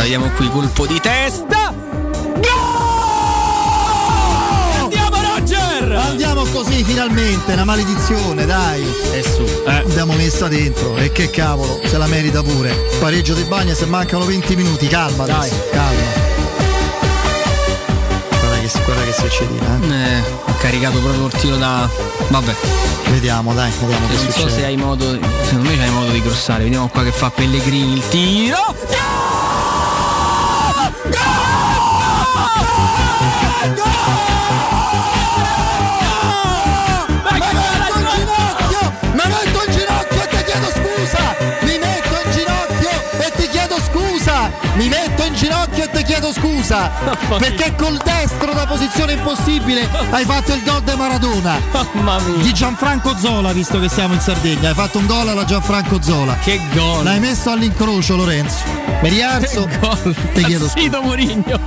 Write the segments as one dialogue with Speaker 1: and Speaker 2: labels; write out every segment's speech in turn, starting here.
Speaker 1: vediamo qui, colpo di testa. Gol! Andiamo Roger!
Speaker 2: Andiamo così finalmente, una maledizione, dai.
Speaker 1: E su. Eh.
Speaker 2: Abbiamo messa dentro e che cavolo, se la merita pure. Pareggio di Bagna se mancano 20 minuti, calma
Speaker 1: Dai.
Speaker 2: dai, calma. Guarda che, guarda che succederà, eh.
Speaker 1: Eh, ho caricato proprio il tiro da. Vabbè,
Speaker 2: Vediamo, dai, vediamo che
Speaker 1: non so se
Speaker 2: succede.
Speaker 1: hai modo. Secondo me c'hai modo di grossare. Vediamo qua che fa Pellegrini il tiro. Gol! Gol! Gol! Ma che
Speaker 2: metto in ginocchio, mi metto in ginocchio e ti chiedo scusa. Mi metto in ginocchio e ti chiedo scusa. Mi metto in ginocchio e ti chiedo scusa. Perché col destro da posizione impossibile hai fatto il gol di Maradona.
Speaker 1: Mamma mia.
Speaker 2: Di Gianfranco Zola, visto che siamo in Sardegna, hai fatto un gol alla Gianfranco Zola.
Speaker 1: Che gol!
Speaker 2: L'hai messo all'incrocio Lorenzo. Mi rialzo.
Speaker 1: Gol.
Speaker 2: Ti chiedo scusa.
Speaker 1: Impazzito Mourinho.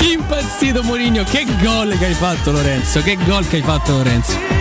Speaker 1: Impazzito Mourinho. Che gol che hai fatto Lorenzo. Che gol che hai fatto Lorenzo.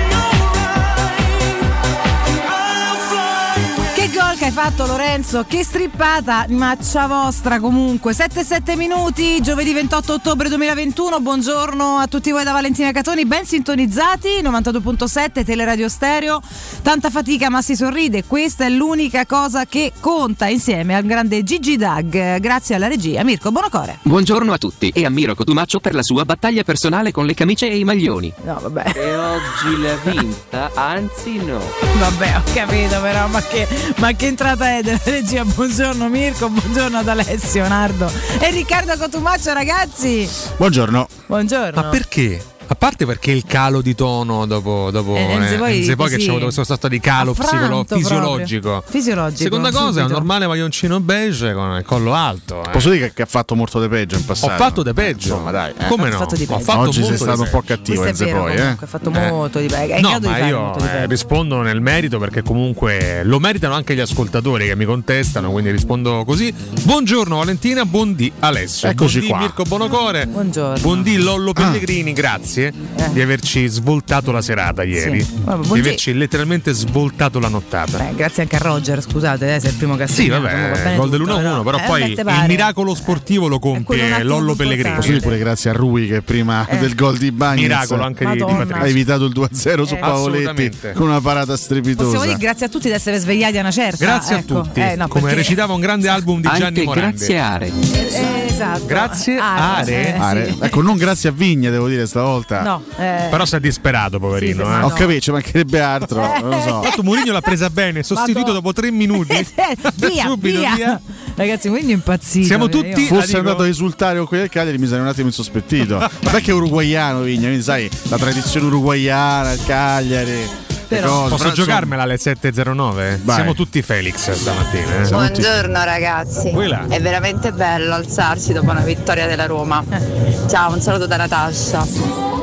Speaker 3: Che gol che hai fatto Lorenzo, che strippata, maccia vostra comunque. 7-7 minuti, giovedì 28 ottobre 2021, buongiorno a tutti voi da Valentina Catoni, ben sintonizzati, 92.7 Teleradio Stereo, tanta fatica ma si sorride, questa è l'unica cosa che conta insieme al grande Gigi Dag, grazie alla regia Mirko Bonocore.
Speaker 4: Buongiorno a tutti e ammiro Cotumaccio per la sua battaglia personale con le camicie e i maglioni.
Speaker 3: No vabbè,
Speaker 5: E oggi l'ha vinta, anzi no.
Speaker 3: vabbè ho capito però, ma che, ma che entrata è della regia, buongiorno Mirko, buongiorno ad Alessio Nardo e Riccardo Cotumaccio ragazzi.
Speaker 6: Buongiorno.
Speaker 3: Buongiorno.
Speaker 7: Ma perché? A parte perché il calo di tono dopo, dopo
Speaker 3: Eh, Enzi poi
Speaker 7: Enzi poi che
Speaker 3: così-
Speaker 7: c'è avuto questo stato di calo
Speaker 3: Affranto
Speaker 7: psicolo-
Speaker 3: proprio.
Speaker 7: fisiologico.
Speaker 3: Fisiologico,
Speaker 7: Seconda cosa, è un
Speaker 3: subito.
Speaker 7: normale maglioncino beige con il collo alto. eh.
Speaker 6: Posso dire che, che ha fatto molto di peggio in
Speaker 7: Ho
Speaker 6: passato?
Speaker 7: fatto de peggio.
Speaker 6: Insomma, dai. eh.
Speaker 7: Come
Speaker 3: Ho
Speaker 7: no?
Speaker 3: fatto di
Speaker 7: Ho
Speaker 3: peggio.
Speaker 7: fatto
Speaker 6: Oggi
Speaker 7: molto
Speaker 6: sei
Speaker 7: di
Speaker 6: stato un po'
Speaker 7: peggio.
Speaker 6: cattivo
Speaker 3: Questo
Speaker 6: Enzo
Speaker 3: è vero,
Speaker 6: poi, eh.
Speaker 3: comunque, ha fatto molto di peggio. Eh, È in
Speaker 7: No,
Speaker 3: grado
Speaker 7: ma
Speaker 3: di fare
Speaker 7: io
Speaker 3: molto di
Speaker 7: eh,
Speaker 3: peggio.
Speaker 7: rispondo nel merito perché comunque lo meritano anche gli ascoltatori che mi contestano, quindi rispondo così. Buongiorno Valentina, buondì Alessio.
Speaker 6: Eccoci
Speaker 7: buondì
Speaker 6: qua. Ah.
Speaker 7: Mirko Bonocore.
Speaker 3: Buongiorno. Eh.
Speaker 7: Buondì Lollo Pellegrini, grazie di averci svoltato la serata ieri.
Speaker 3: Vabbè,
Speaker 7: Di
Speaker 3: buondì.
Speaker 7: averci letteralmente svoltato la nottata.
Speaker 3: Beh, grazie anche a Roger, scusate, eh, se è il primo
Speaker 7: Sì,
Speaker 3: castello.
Speaker 7: vabbè, eh, gol dell'1-1,
Speaker 3: Eh,
Speaker 7: però poi il miracolo sportivo lo
Speaker 3: quello un
Speaker 7: compie
Speaker 3: attimo
Speaker 7: Lollo
Speaker 3: importante.
Speaker 6: eh, Posso dire
Speaker 7: Pellegrini.
Speaker 6: pure grazie a Rui che prima
Speaker 3: Eh.
Speaker 6: del gol di Bagni
Speaker 7: Miracolo anche di, di
Speaker 3: Madonna.
Speaker 6: ha
Speaker 7: Patrizio.
Speaker 6: evitato il 2-0 su
Speaker 3: Eh.
Speaker 6: Paoletti
Speaker 7: Assolutamente.
Speaker 6: con una parata
Speaker 3: Possiamo dire
Speaker 6: strepitosa.
Speaker 3: grazie a tutti di essere svegliati a una certa.
Speaker 7: Grazie
Speaker 3: ecco.
Speaker 7: a tutti.
Speaker 3: Eh, no,
Speaker 7: Come
Speaker 3: perché-
Speaker 7: recitava un grande album di Gianni
Speaker 4: Anche
Speaker 7: Morandi.
Speaker 4: grazie a Are.
Speaker 3: eh, esatto.
Speaker 7: Grazie,
Speaker 3: Ah,
Speaker 7: Are.
Speaker 3: eh, sì.
Speaker 6: Ah, re- Ecco, non grazie a Vigna, devo dire, stavolta.
Speaker 3: No, eh,
Speaker 7: Però si è disperato, poverino.
Speaker 3: Sì,
Speaker 7: eh.
Speaker 3: sì,
Speaker 6: Ho
Speaker 3: no.
Speaker 6: capito, ci mancherebbe altro. Non lo so.
Speaker 7: Tanto Mourinho l'ha presa bene, sostituito
Speaker 3: Madonna.
Speaker 7: dopo tre minuti.
Speaker 3: Eh, via,
Speaker 7: Subito,
Speaker 3: via.
Speaker 7: via.
Speaker 3: Ragazzi, quindi è impazzito.
Speaker 7: Siamo
Speaker 3: perché
Speaker 7: tutti-
Speaker 3: io-
Speaker 7: la
Speaker 6: Fosse
Speaker 7: dico?
Speaker 6: andato a esultare con quelli del Cagliari mi sarei un attimo insospettito. Vabbè che è uruguaiano Vigna, quindi sai, la tradizione uruguaiana, il Cagliari. le
Speaker 3: Però-
Speaker 6: cose,
Speaker 7: Posso
Speaker 6: però,
Speaker 7: giocarmela alle 7.09?
Speaker 6: Vai.
Speaker 7: Siamo tutti Felix stamattina. eh.
Speaker 6: Siamo tutti-
Speaker 8: Buongiorno ragazzi,
Speaker 7: Quella.
Speaker 8: è veramente bello alzarsi dopo una vittoria della Roma. Ciao, un saluto da Natascia.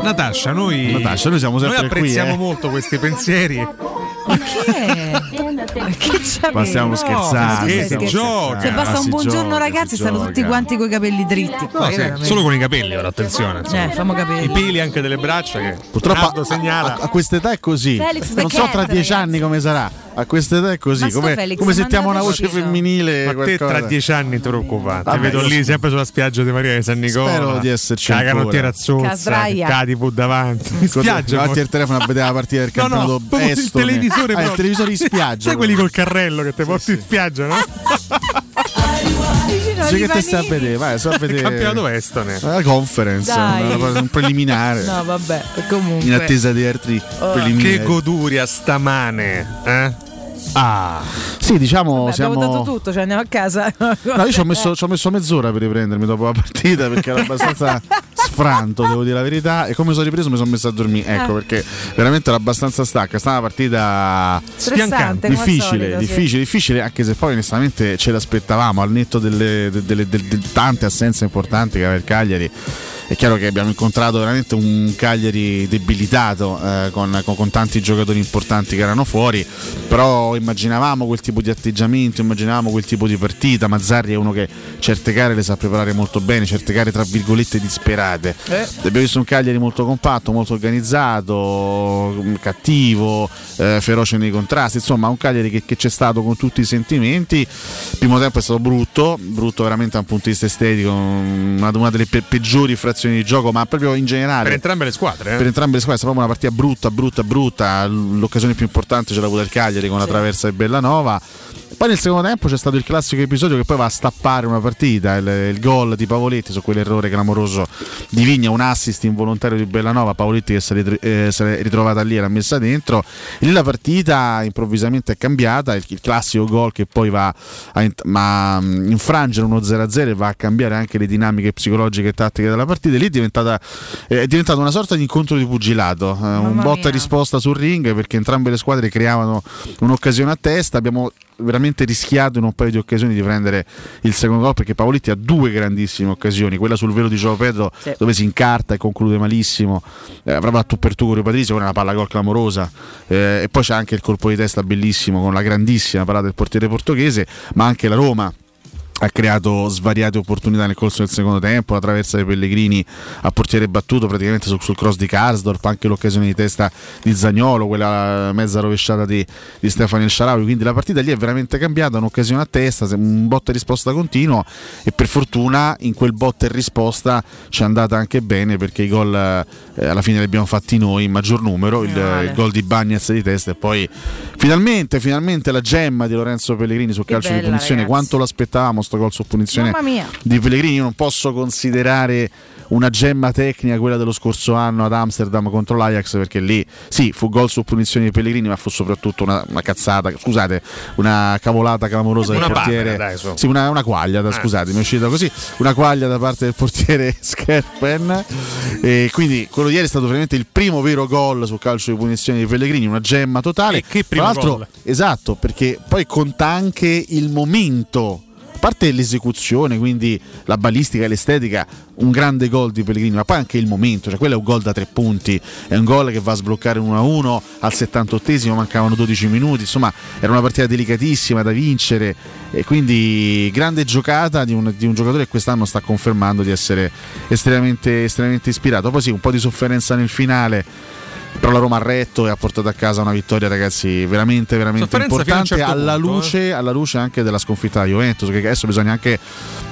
Speaker 7: Natascia, noi,
Speaker 6: Natascia, noi siamo
Speaker 7: noi
Speaker 6: sempre qui,
Speaker 7: apprezziamo
Speaker 6: eh.
Speaker 7: molto questi pensieri.
Speaker 3: Ma che? Ma che c'è?
Speaker 6: Ma stiamo
Speaker 3: No,
Speaker 6: scherzando.
Speaker 3: stai
Speaker 7: si
Speaker 6: stiamo
Speaker 3: scherzando.
Speaker 7: gioca.
Speaker 3: Cioè,
Speaker 6: scherzando.
Speaker 3: basta
Speaker 6: Ma
Speaker 3: un
Speaker 6: si
Speaker 3: buongiorno,
Speaker 6: gioca,
Speaker 3: ragazzi,
Speaker 6: si
Speaker 3: stanno
Speaker 6: gioca.
Speaker 3: tutti quanti coi capelli dritti.
Speaker 7: No,
Speaker 3: qua,
Speaker 7: sì,
Speaker 3: veramente.
Speaker 7: solo con i capelli, ora attenzione. insomma.
Speaker 3: Eh, fammo capire.
Speaker 7: I peli anche delle braccia che
Speaker 6: Purtroppo
Speaker 7: Nardo
Speaker 6: a,
Speaker 7: segnala.
Speaker 6: a- a quest'età è così.
Speaker 3: Felix the
Speaker 6: non so
Speaker 3: Cat,
Speaker 6: tra dieci
Speaker 3: ragazzi.
Speaker 6: anni come sarà. A quest'età è così.
Speaker 3: Ma sto
Speaker 6: Come,
Speaker 3: Felix,
Speaker 6: come
Speaker 3: ma
Speaker 6: senttiamo una
Speaker 3: andate
Speaker 6: voce
Speaker 3: capito.
Speaker 6: femminile.
Speaker 7: Ma te
Speaker 6: Eh, qualcosa.
Speaker 7: tra dieci anni ti preoccupare. Ti
Speaker 6: Vabbè,
Speaker 7: vedo
Speaker 6: io
Speaker 7: lì
Speaker 6: so.
Speaker 7: sempre sulla spiaggia di Maria di San Nicola.
Speaker 6: Spero di esserci
Speaker 7: Cagano
Speaker 6: ancora.
Speaker 7: Caganotti razzozza,
Speaker 3: Casdraia.
Speaker 7: cadi TV davanti. In
Speaker 6: Con-
Speaker 7: spiaggia.
Speaker 6: davanti al
Speaker 7: poi.
Speaker 6: telefono a vedere la partita del
Speaker 7: No, no,
Speaker 6: campionato
Speaker 7: proprio il
Speaker 6: Estone.
Speaker 7: televisore
Speaker 6: Ah, il
Speaker 7: proprio.
Speaker 6: televisore in spiaggia.
Speaker 7: Sai quelli col carrello che te porti in spiaggia, no?
Speaker 3: Vicino
Speaker 6: Dice
Speaker 3: ai
Speaker 6: Ah, che te stai a
Speaker 3: panini.
Speaker 6: vedere, vai, stai a
Speaker 7: Il
Speaker 6: vedere. Ah,
Speaker 7: campionato estone.
Speaker 6: La conference,
Speaker 3: Dai.
Speaker 6: una cosa- un preliminare.
Speaker 3: No, vabbè, comunque.
Speaker 6: In attesa di altri preliminari.
Speaker 7: Che goduria stamane, eh? Ah,
Speaker 6: sì, diciamo
Speaker 3: Vabbè,
Speaker 6: siamo.
Speaker 3: Abbiamo dato tutto, cioè andiamo a casa.
Speaker 6: No, io ci ho, messo, ci ho messo mezz'ora per riprendermi dopo la partita perché ero abbastanza sfranto, devo dire la verità. E come sono ripreso mi sono messo a dormire.
Speaker 3: Ah.
Speaker 6: Ecco, perché veramente ero abbastanza stanca. Stava una partita
Speaker 3: Stressante,
Speaker 7: Sfiancante.
Speaker 3: come al
Speaker 6: difficile,
Speaker 3: solito, sì.
Speaker 6: difficile, difficile, anche se poi onestamente ce l'aspettavamo al netto delle, de- delle- del- del- tante assenze importanti che aveva il Cagliari. è chiaro che abbiamo incontrato veramente un Cagliari debilitato eh, con, con- con tanti giocatori importanti che erano fuori, però immaginavamo quel tipo di atteggiamento, immaginavamo quel tipo di partita, Mazzarri è uno che certe gare le sa preparare molto bene, certe gare tra virgolette disperate.
Speaker 3: Eh.
Speaker 6: Abbiamo visto un Cagliari molto compatto, molto organizzato, mm, cattivo, eh, feroce nei contrasti, insomma un Cagliari che, che c'è stato con tutti i sentimenti. Il primo tempo è stato brutto, brutto veramente da un punto di vista estetico, mm, una, una delle pe- peggiori frazioni di gioco, ma proprio in generale.
Speaker 7: Per entrambe le squadre. eh.
Speaker 6: Per entrambe le squadre è stata proprio una partita brutta, brutta, brutta. L- L'occasione più importante ce l'ha avuta il Cagliari con la traversa di Bellanova. Poi nel secondo tempo c'è stato il classico episodio che poi va a stappare una partita, il, il gol di Pavoletti su quell'errore clamoroso di Vigna, un assist involontario di Bellanova, Pavoletti che si è ritri- eh, si è ritrovata lì e l'ha messa dentro. E lì la partita improvvisamente è cambiata, il, il classico gol che poi va a int- ma, mh, infrangere uno 0-0 e va a cambiare anche le dinamiche psicologiche e tattiche della partita. E lì è diventata, eh, è diventata una sorta di incontro di pugilato, eh, un botta e risposta sul ring perché entrambe le squadre creavano un'occasione a testa. Abbiamo veramente rischiato in un paio di occasioni di prendere il secondo gol perché Paoletti ha due grandissime occasioni quella sul velo di Giovo Pedro
Speaker 9: Sì.
Speaker 6: dove si incarta e conclude malissimo eh, proprio a tu per tu con Rui Patrizio con una palla gol clamorosa Eh, e poi c'è anche il colpo di testa bellissimo con la grandissima parata del portiere portoghese ma anche la Roma ha creato svariate opportunità nel corso del secondo tempo, la traversa dei Pellegrini a portiere battuto praticamente sul, sul cross di Karsdorp, anche l'occasione di testa di Zagnolo, quella mezza rovesciata di, di Stefano El Sharawi, quindi la partita lì è veramente cambiata, un'occasione a testa, se- un botta e risposta continuo e per fortuna in quel botta e risposta ci è andata anche bene perché i gol eh, alla fine li abbiamo fatti noi in maggior numero, il, il gol di Bagnez di testa e poi finalmente, finalmente la gemma di Lorenzo Pellegrini sul
Speaker 3: Che
Speaker 6: calcio di
Speaker 3: bella,
Speaker 6: punizione,
Speaker 3: ragazzi.
Speaker 6: quanto lo aspettavamo sto gol su punizione
Speaker 3: Mamma mia.
Speaker 6: di Pellegrini io non posso considerare una gemma tecnica quella dello scorso anno ad Amsterdam contro l'Ajax perché lì sì fu gol su punizione di Pellegrini ma fu soprattutto una, una cazzata scusate una cavolata clamorosa
Speaker 7: Una
Speaker 6: del
Speaker 7: papera,
Speaker 6: portiere
Speaker 7: dai, su.
Speaker 6: sì, una, una quaglia da-
Speaker 7: Ah.
Speaker 6: scusate mi è uscita così una quaglia da parte del portiere Scherpen e quindi quello di ieri è stato veramente il primo vero gol sul calcio di punizione di Pellegrini una gemma totale
Speaker 7: che primo
Speaker 6: Tra l'altro,
Speaker 7: gol.
Speaker 6: Esatto, perché poi conta anche il momento. A parte l'esecuzione, quindi la balistica e l'estetica, un grande gol di Pellegrini, ma poi anche il momento, cioè quello è un gol da tre punti, è un gol che va a sbloccare un 1-1 al 78esimo, mancavano 12 minuti, insomma era una partita delicatissima da vincere e quindi grande giocata di un, di un giocatore che quest'anno sta confermando di essere estremamente, estremamente ispirato. Poi sì, un po' di sofferenza nel finale, però la Roma ha retto e ha portato a casa una vittoria, ragazzi, veramente, veramente
Speaker 7: Sofferenza fino a un
Speaker 6: importante.
Speaker 7: certo
Speaker 6: alla,
Speaker 7: punto,
Speaker 6: luce, alla luce anche della sconfitta della Juventus, che adesso bisogna anche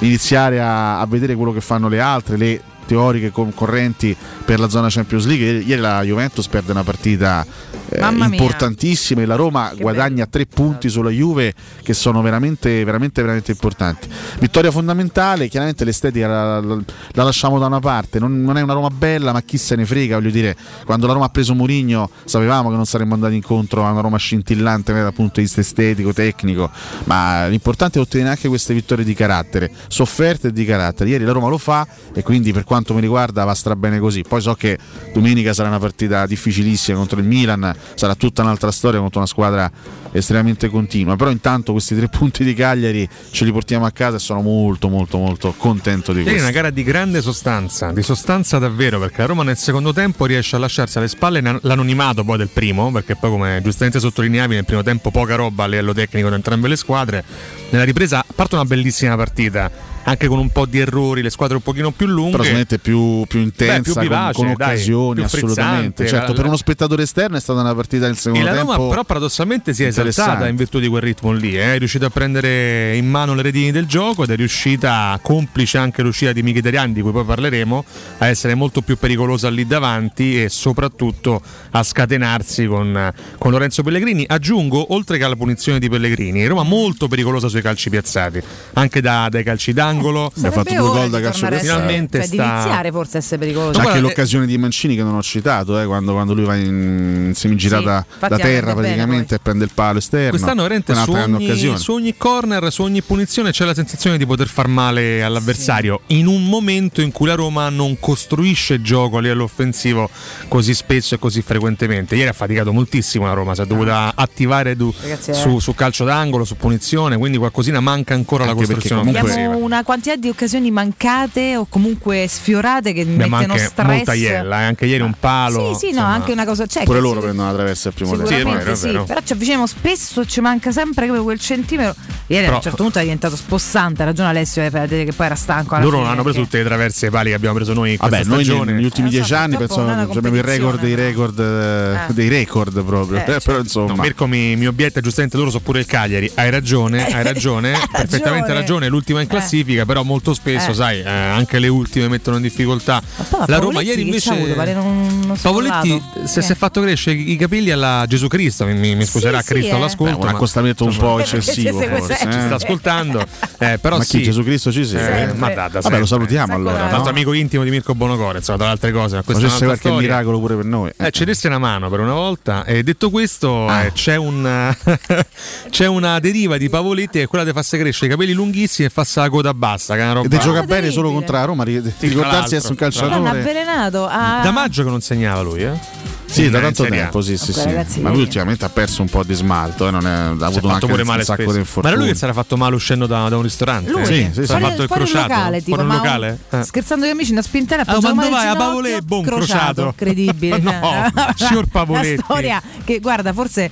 Speaker 6: iniziare a, a vedere quello che fanno le altre, le teoriche concorrenti per la zona Champions League. Ieri la Juventus perde una partita eh,
Speaker 3: Mamma mia.
Speaker 6: importantissima e la Roma guadagna tre punti sulla Juve che sono veramente, veramente, veramente importanti. Vittoria fondamentale, chiaramente l'estetica la, la- la lasciamo da una parte, non, non è una Roma bella, ma chi se ne frega, voglio dire, quando la Roma ha preso Mourinho sapevamo che non saremmo andati incontro a una Roma scintillante magari dal punto di vista estetico, tecnico, ma l'importante è ottenere anche queste vittorie di carattere, sofferte e di carattere. Ieri la Roma lo fa e quindi per quanto mi riguarda va strabene così. Poi so che domenica sarà una partita difficilissima contro il Milan, sarà tutta un'altra storia contro una squadra estremamente continua, però intanto questi tre punti di Cagliari ce li portiamo a casa e sono molto molto molto contento di
Speaker 7: Ieri è
Speaker 6: questo.
Speaker 7: una gara di grande sostanza, di sostanza davvero, perché la Roma nel secondo tempo riesce a lasciarsi alle spalle na- l'anonimato poi del primo, perché poi come giustamente sottolineavi nel primo tempo poca roba a livello tecnico da entrambe le squadre, nella ripresa a parte una bellissima partita, anche con un po' di errori, le squadre un pochino più lunghe.
Speaker 6: Però sicuramente più, più intensa,
Speaker 7: più
Speaker 6: con-
Speaker 7: vivace, dai,
Speaker 6: con, occasioni,
Speaker 7: più
Speaker 6: assolutamente.
Speaker 7: frizzante,
Speaker 6: Certo,
Speaker 7: la-
Speaker 6: per uno spettatore esterno è stata una partita nel
Speaker 7: E
Speaker 6: secondo
Speaker 7: la
Speaker 6: tempo.
Speaker 7: Roma però paradossalmente si è esaltata
Speaker 6: interessante.
Speaker 7: in virtù di quel ritmo lì, eh. è riuscita a prendere in mano le redini del gioco ed è riuscita, complice anche l'uscita di Mkhitaryan di cui poi parleremo, a essere molto più pericolosa lì davanti e soprattutto a scatenarsi con, con Lorenzo Pellegrini. Aggiungo, oltre che alla punizione di Pellegrini, Roma molto pericolosa sui calci piazzati, anche da- dai calci d'angolo.
Speaker 6: Abbiamo fatto due gol da calcio piazzato.
Speaker 7: Finalmente
Speaker 3: cioè, di
Speaker 7: sta...
Speaker 3: iniziare forse a essere pericoloso.
Speaker 6: C'è anche
Speaker 7: eh,
Speaker 6: l'occasione di Mancini che non ho citato, eh, quando, quando lui va in semigirata
Speaker 3: Sì, infatti
Speaker 6: da
Speaker 3: ha
Speaker 6: terra
Speaker 3: detto bene
Speaker 6: praticamente e prende il palo esterno.
Speaker 7: Quest'anno veramente su
Speaker 6: Un'altra grande
Speaker 7: ogni,
Speaker 6: occasione.
Speaker 7: su ogni corner, su ogni punizione c'è la sensazione di poter far male all'avversario in un momento in cui la Roma non costruisce gioco a livello offensivo così spesso e così frequentemente. Ieri ha faticato moltissimo la Roma,
Speaker 6: Ah.
Speaker 7: si è dovuta attivare du-
Speaker 3: Ragazzi, eh.
Speaker 7: su, su calcio d'angolo, su punizione, quindi qualcosina manca ancora la
Speaker 6: Anche perché
Speaker 7: costruzione
Speaker 3: Abbiamo
Speaker 7: offensiva.
Speaker 3: una quanti è di occasioni mancate o comunque sfiorate che
Speaker 7: Abbiamo
Speaker 3: mettono
Speaker 7: anche
Speaker 3: stress?
Speaker 7: Montaiella, eh, anche ieri un palo.
Speaker 3: Sì, sì, no,
Speaker 7: insomma.
Speaker 3: anche una cosa c'è.
Speaker 6: Pure
Speaker 3: che
Speaker 6: loro
Speaker 3: si-
Speaker 6: prendono la traversa al primo tempo.
Speaker 3: Sicuramente sì, però ci avviciniamo spesso, ci manca sempre proprio quel centimetro. Ieri a
Speaker 7: Però-
Speaker 3: un certo punto è diventato spossante, ha ragione Alessio eh, per dire che poi era stanco. alla
Speaker 7: Loro
Speaker 3: fine,
Speaker 7: non hanno preso
Speaker 3: perché-
Speaker 7: tutte le traverse e pali che abbiamo preso noi in
Speaker 6: Vabbè,
Speaker 7: questa
Speaker 6: noi
Speaker 7: stagione.
Speaker 6: negli ultimi dieci anni penso
Speaker 3: Eh, non è una
Speaker 6: abbiamo il record dei record eh,
Speaker 3: Eh.
Speaker 6: dei record proprio.
Speaker 3: Eh,
Speaker 6: Eh, però insomma.
Speaker 7: No, Mirko mi, mi obietta giustamente loro sono pure il Cagliari. Hai ragione, hai ragione, perfettamente ragione, l'ultima in classifica, però molto spesso,
Speaker 3: Eh.
Speaker 7: sai, eh, anche le ultime mettono in difficoltà.
Speaker 3: Poi, ma
Speaker 7: La Roma
Speaker 3: Pavoletti
Speaker 7: ieri
Speaker 3: che c'ha
Speaker 7: invece
Speaker 3: avuto? Pare non- non si è
Speaker 7: Pavoletti
Speaker 3: parlato.
Speaker 7: se si
Speaker 3: Eh.
Speaker 7: è fatto crescere i capelli alla Gesù Cristo, mi, mi- mi scuserà
Speaker 3: sì,
Speaker 7: Cristo
Speaker 3: eh.
Speaker 7: all'ascolto.
Speaker 6: Beh, un accostamento un po' Perché eccessivo, segue forse,
Speaker 7: Ci
Speaker 6: sempre.
Speaker 7: sta ascoltando, eh, però
Speaker 6: Ma
Speaker 7: sì.
Speaker 6: chi Gesù Cristo ci segue?
Speaker 7: Eh, ma data,
Speaker 6: Vabbè,
Speaker 7: sempre.
Speaker 6: lo salutiamo allora.
Speaker 7: Un
Speaker 6: no?
Speaker 7: altro amico intimo di Mirko Bonocore, insomma, tra le altre cose. ma questa è
Speaker 6: Facesse
Speaker 7: un'altra
Speaker 6: qualche
Speaker 7: storia.
Speaker 6: miracolo pure per noi.
Speaker 7: Eh, ci desti una mano per una volta. E detto questo,
Speaker 6: Ah.
Speaker 7: eh, c'è, un, c'è una deriva di Pavoletti che è quella di farsi crescere i capelli lunghissimi e farsi la coda bassa. Che è una roba.
Speaker 6: E di gioca bene solo contro la Roma, ri-
Speaker 7: tra
Speaker 6: ricordarsi
Speaker 7: l'altro,
Speaker 6: essere un
Speaker 7: tra l'altro.
Speaker 3: L'hanno
Speaker 6: calciatore.
Speaker 3: avvelenato a...
Speaker 7: Da maggio che non segnava lui, eh?
Speaker 6: Sì,
Speaker 7: In-
Speaker 6: da
Speaker 7: in
Speaker 6: tanto
Speaker 7: Serie A.
Speaker 6: tempo, sì, sì,
Speaker 3: Vabbè,
Speaker 6: sì.
Speaker 3: ragazzi,
Speaker 6: Ma
Speaker 3: eh.
Speaker 6: lui ultimamente ha perso un po' di smalto, eh, non è- ha
Speaker 7: Si è
Speaker 6: avuto
Speaker 7: fatto
Speaker 6: anche
Speaker 7: pure
Speaker 6: un
Speaker 7: male
Speaker 6: sacco
Speaker 7: spesso.
Speaker 6: di
Speaker 7: Ma era lui
Speaker 6: infortuni.
Speaker 7: che si era fatto male uscendo da, da un ristorante?
Speaker 3: Lui,
Speaker 6: Sì, sì,
Speaker 7: Si
Speaker 6: sì.
Speaker 7: era
Speaker 3: fuori,
Speaker 7: fatto il
Speaker 3: fuori
Speaker 7: crociato.
Speaker 3: locale, tipo,
Speaker 7: fuori un
Speaker 3: ma
Speaker 7: locale? Eh.
Speaker 3: scherzando con gli amici, una spintella
Speaker 7: Ah, ma
Speaker 3: appoggiata
Speaker 7: dove vai? A
Speaker 3: ginocchio,
Speaker 7: Pavolè, boh, un crociato.
Speaker 3: Incredibile.
Speaker 7: Ma no,
Speaker 3: Eh.
Speaker 7: signor Pavoletti.
Speaker 3: Una storia che, guarda, forse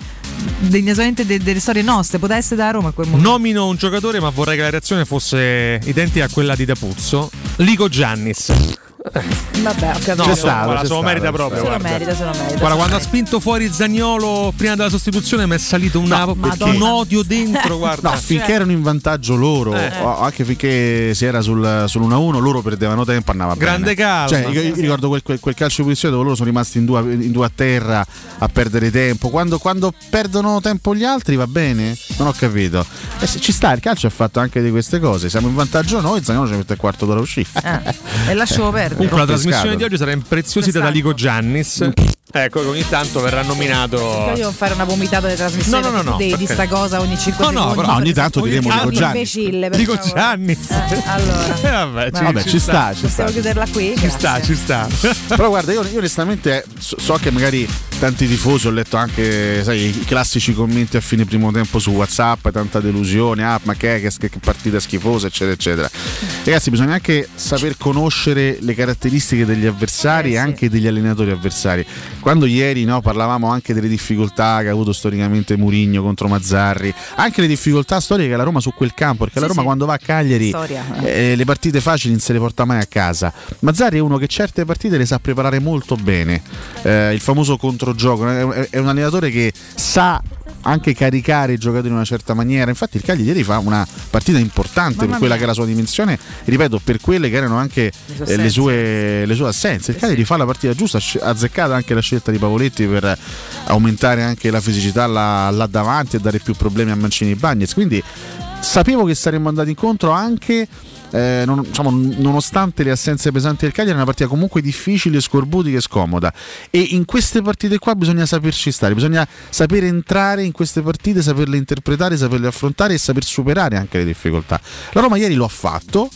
Speaker 3: degnatamente de- delle storie nostre, poteva essere da Roma a quel momento.
Speaker 7: Nomino un giocatore, ma vorrei che la reazione fosse identica a quella di D'Apuzzo. Lico Giannis.
Speaker 3: Vabbè, ho capito.
Speaker 7: No,
Speaker 6: C'è
Speaker 7: se-
Speaker 6: stato,
Speaker 7: guarda,
Speaker 6: c'è
Speaker 7: se lo
Speaker 6: stato,
Speaker 7: merita
Speaker 6: c'è
Speaker 7: proprio.
Speaker 3: se lo
Speaker 7: guarda.
Speaker 3: merita, se lo merita.
Speaker 7: Guarda, quando ha spinto fuori Zagnolo prima della sostituzione, mi è salito una- un
Speaker 3: Madonna.
Speaker 7: odio dentro. Guarda, Eh.
Speaker 6: No, finché erano in vantaggio loro, o anche finché si era sul, sull'1-1, loro perdevano tempo, andava
Speaker 7: Grande
Speaker 6: bene.
Speaker 7: calma. Eh,
Speaker 6: Cioè, io, io ricordo quel, quel- quel calcio di punizione dove loro sono rimasti in due, in due a terra a perdere tempo. Quando, quando perdono tempo gli altri va bene? Non ho capito. E se ci sta, il calcio ha fatto anche di queste cose. Siamo in vantaggio noi, Zagnolo ci mette il quarto d'ora uscita.
Speaker 7: Eh,
Speaker 3: E lasciamo perdere.
Speaker 7: Comunque la
Speaker 6: Pescato.
Speaker 7: trasmissione di oggi sarà impreziosita da Lico Giannis. Ecco, che ogni tanto verrà
Speaker 3: Io
Speaker 7: nominato.
Speaker 3: devo fare una vomitata delle trasmissioni
Speaker 7: No, no, no,
Speaker 3: perché tu
Speaker 7: no,
Speaker 3: devi di
Speaker 7: perché-
Speaker 3: sta cosa ogni 5
Speaker 7: No, no,
Speaker 3: secondi.
Speaker 7: però
Speaker 6: ogni tanto diremo
Speaker 3: Ah,
Speaker 6: Lico Giannis.
Speaker 3: Imbecille, per
Speaker 7: Lico
Speaker 3: favore.
Speaker 7: Giannis.
Speaker 3: Eh, allora,
Speaker 7: Eh, vabbè, ci,
Speaker 6: Vabbè, ci sta, ci sta.
Speaker 3: possiamo chiuderla qui? Ci
Speaker 7: sta, ci sta.
Speaker 6: Però guarda, io, io onestamente eh, so, so che magari tanti tifosi, ho letto anche sai, i classici commenti a fine primo tempo su WhatsApp, tanta delusione, ah ma che, è, che, sch- che partita schifosa, eccetera, eccetera. Ragazzi, bisogna anche saper conoscere le caratteristiche degli avversari e anche degli allenatori avversari. Quando ieri no, parlavamo anche delle difficoltà che ha avuto storicamente Murigno contro Mazzarri, anche le difficoltà storiche che la Roma su quel campo, perché la Roma quando va a Cagliari
Speaker 3: Storia.
Speaker 6: eh, le partite facili non se le porta mai a casa. Mazzari è uno che certe partite le sa preparare molto bene. Eh, il famoso controgioco eh, è un- è un allenatore che sa anche caricare i giocatori in una certa maniera. Infatti, il Cagliari ieri fa una partita importante per quella che era la sua dimensione, ripeto, per quelle che erano anche
Speaker 3: sue
Speaker 6: eh, le, sue, le sue assenze. Eh Il Cagliari fa la partita giusta, sc- azzeccata anche la scelta di Pavoletti per aumentare anche la fisicità là, là davanti e dare più problemi a Mancini e Bagnez. Quindi sapevo che saremmo andati incontro anche. eh, non- diciamo, nonostante le assenze pesanti del Cagliari, è una partita comunque difficile, scorbutica e scomoda. E in queste partite qua bisogna saperci stare, bisogna sapere entrare in queste partite, saperle interpretare, saperle affrontare e saper superare anche le difficoltà. La Roma ieri lo ha fatto.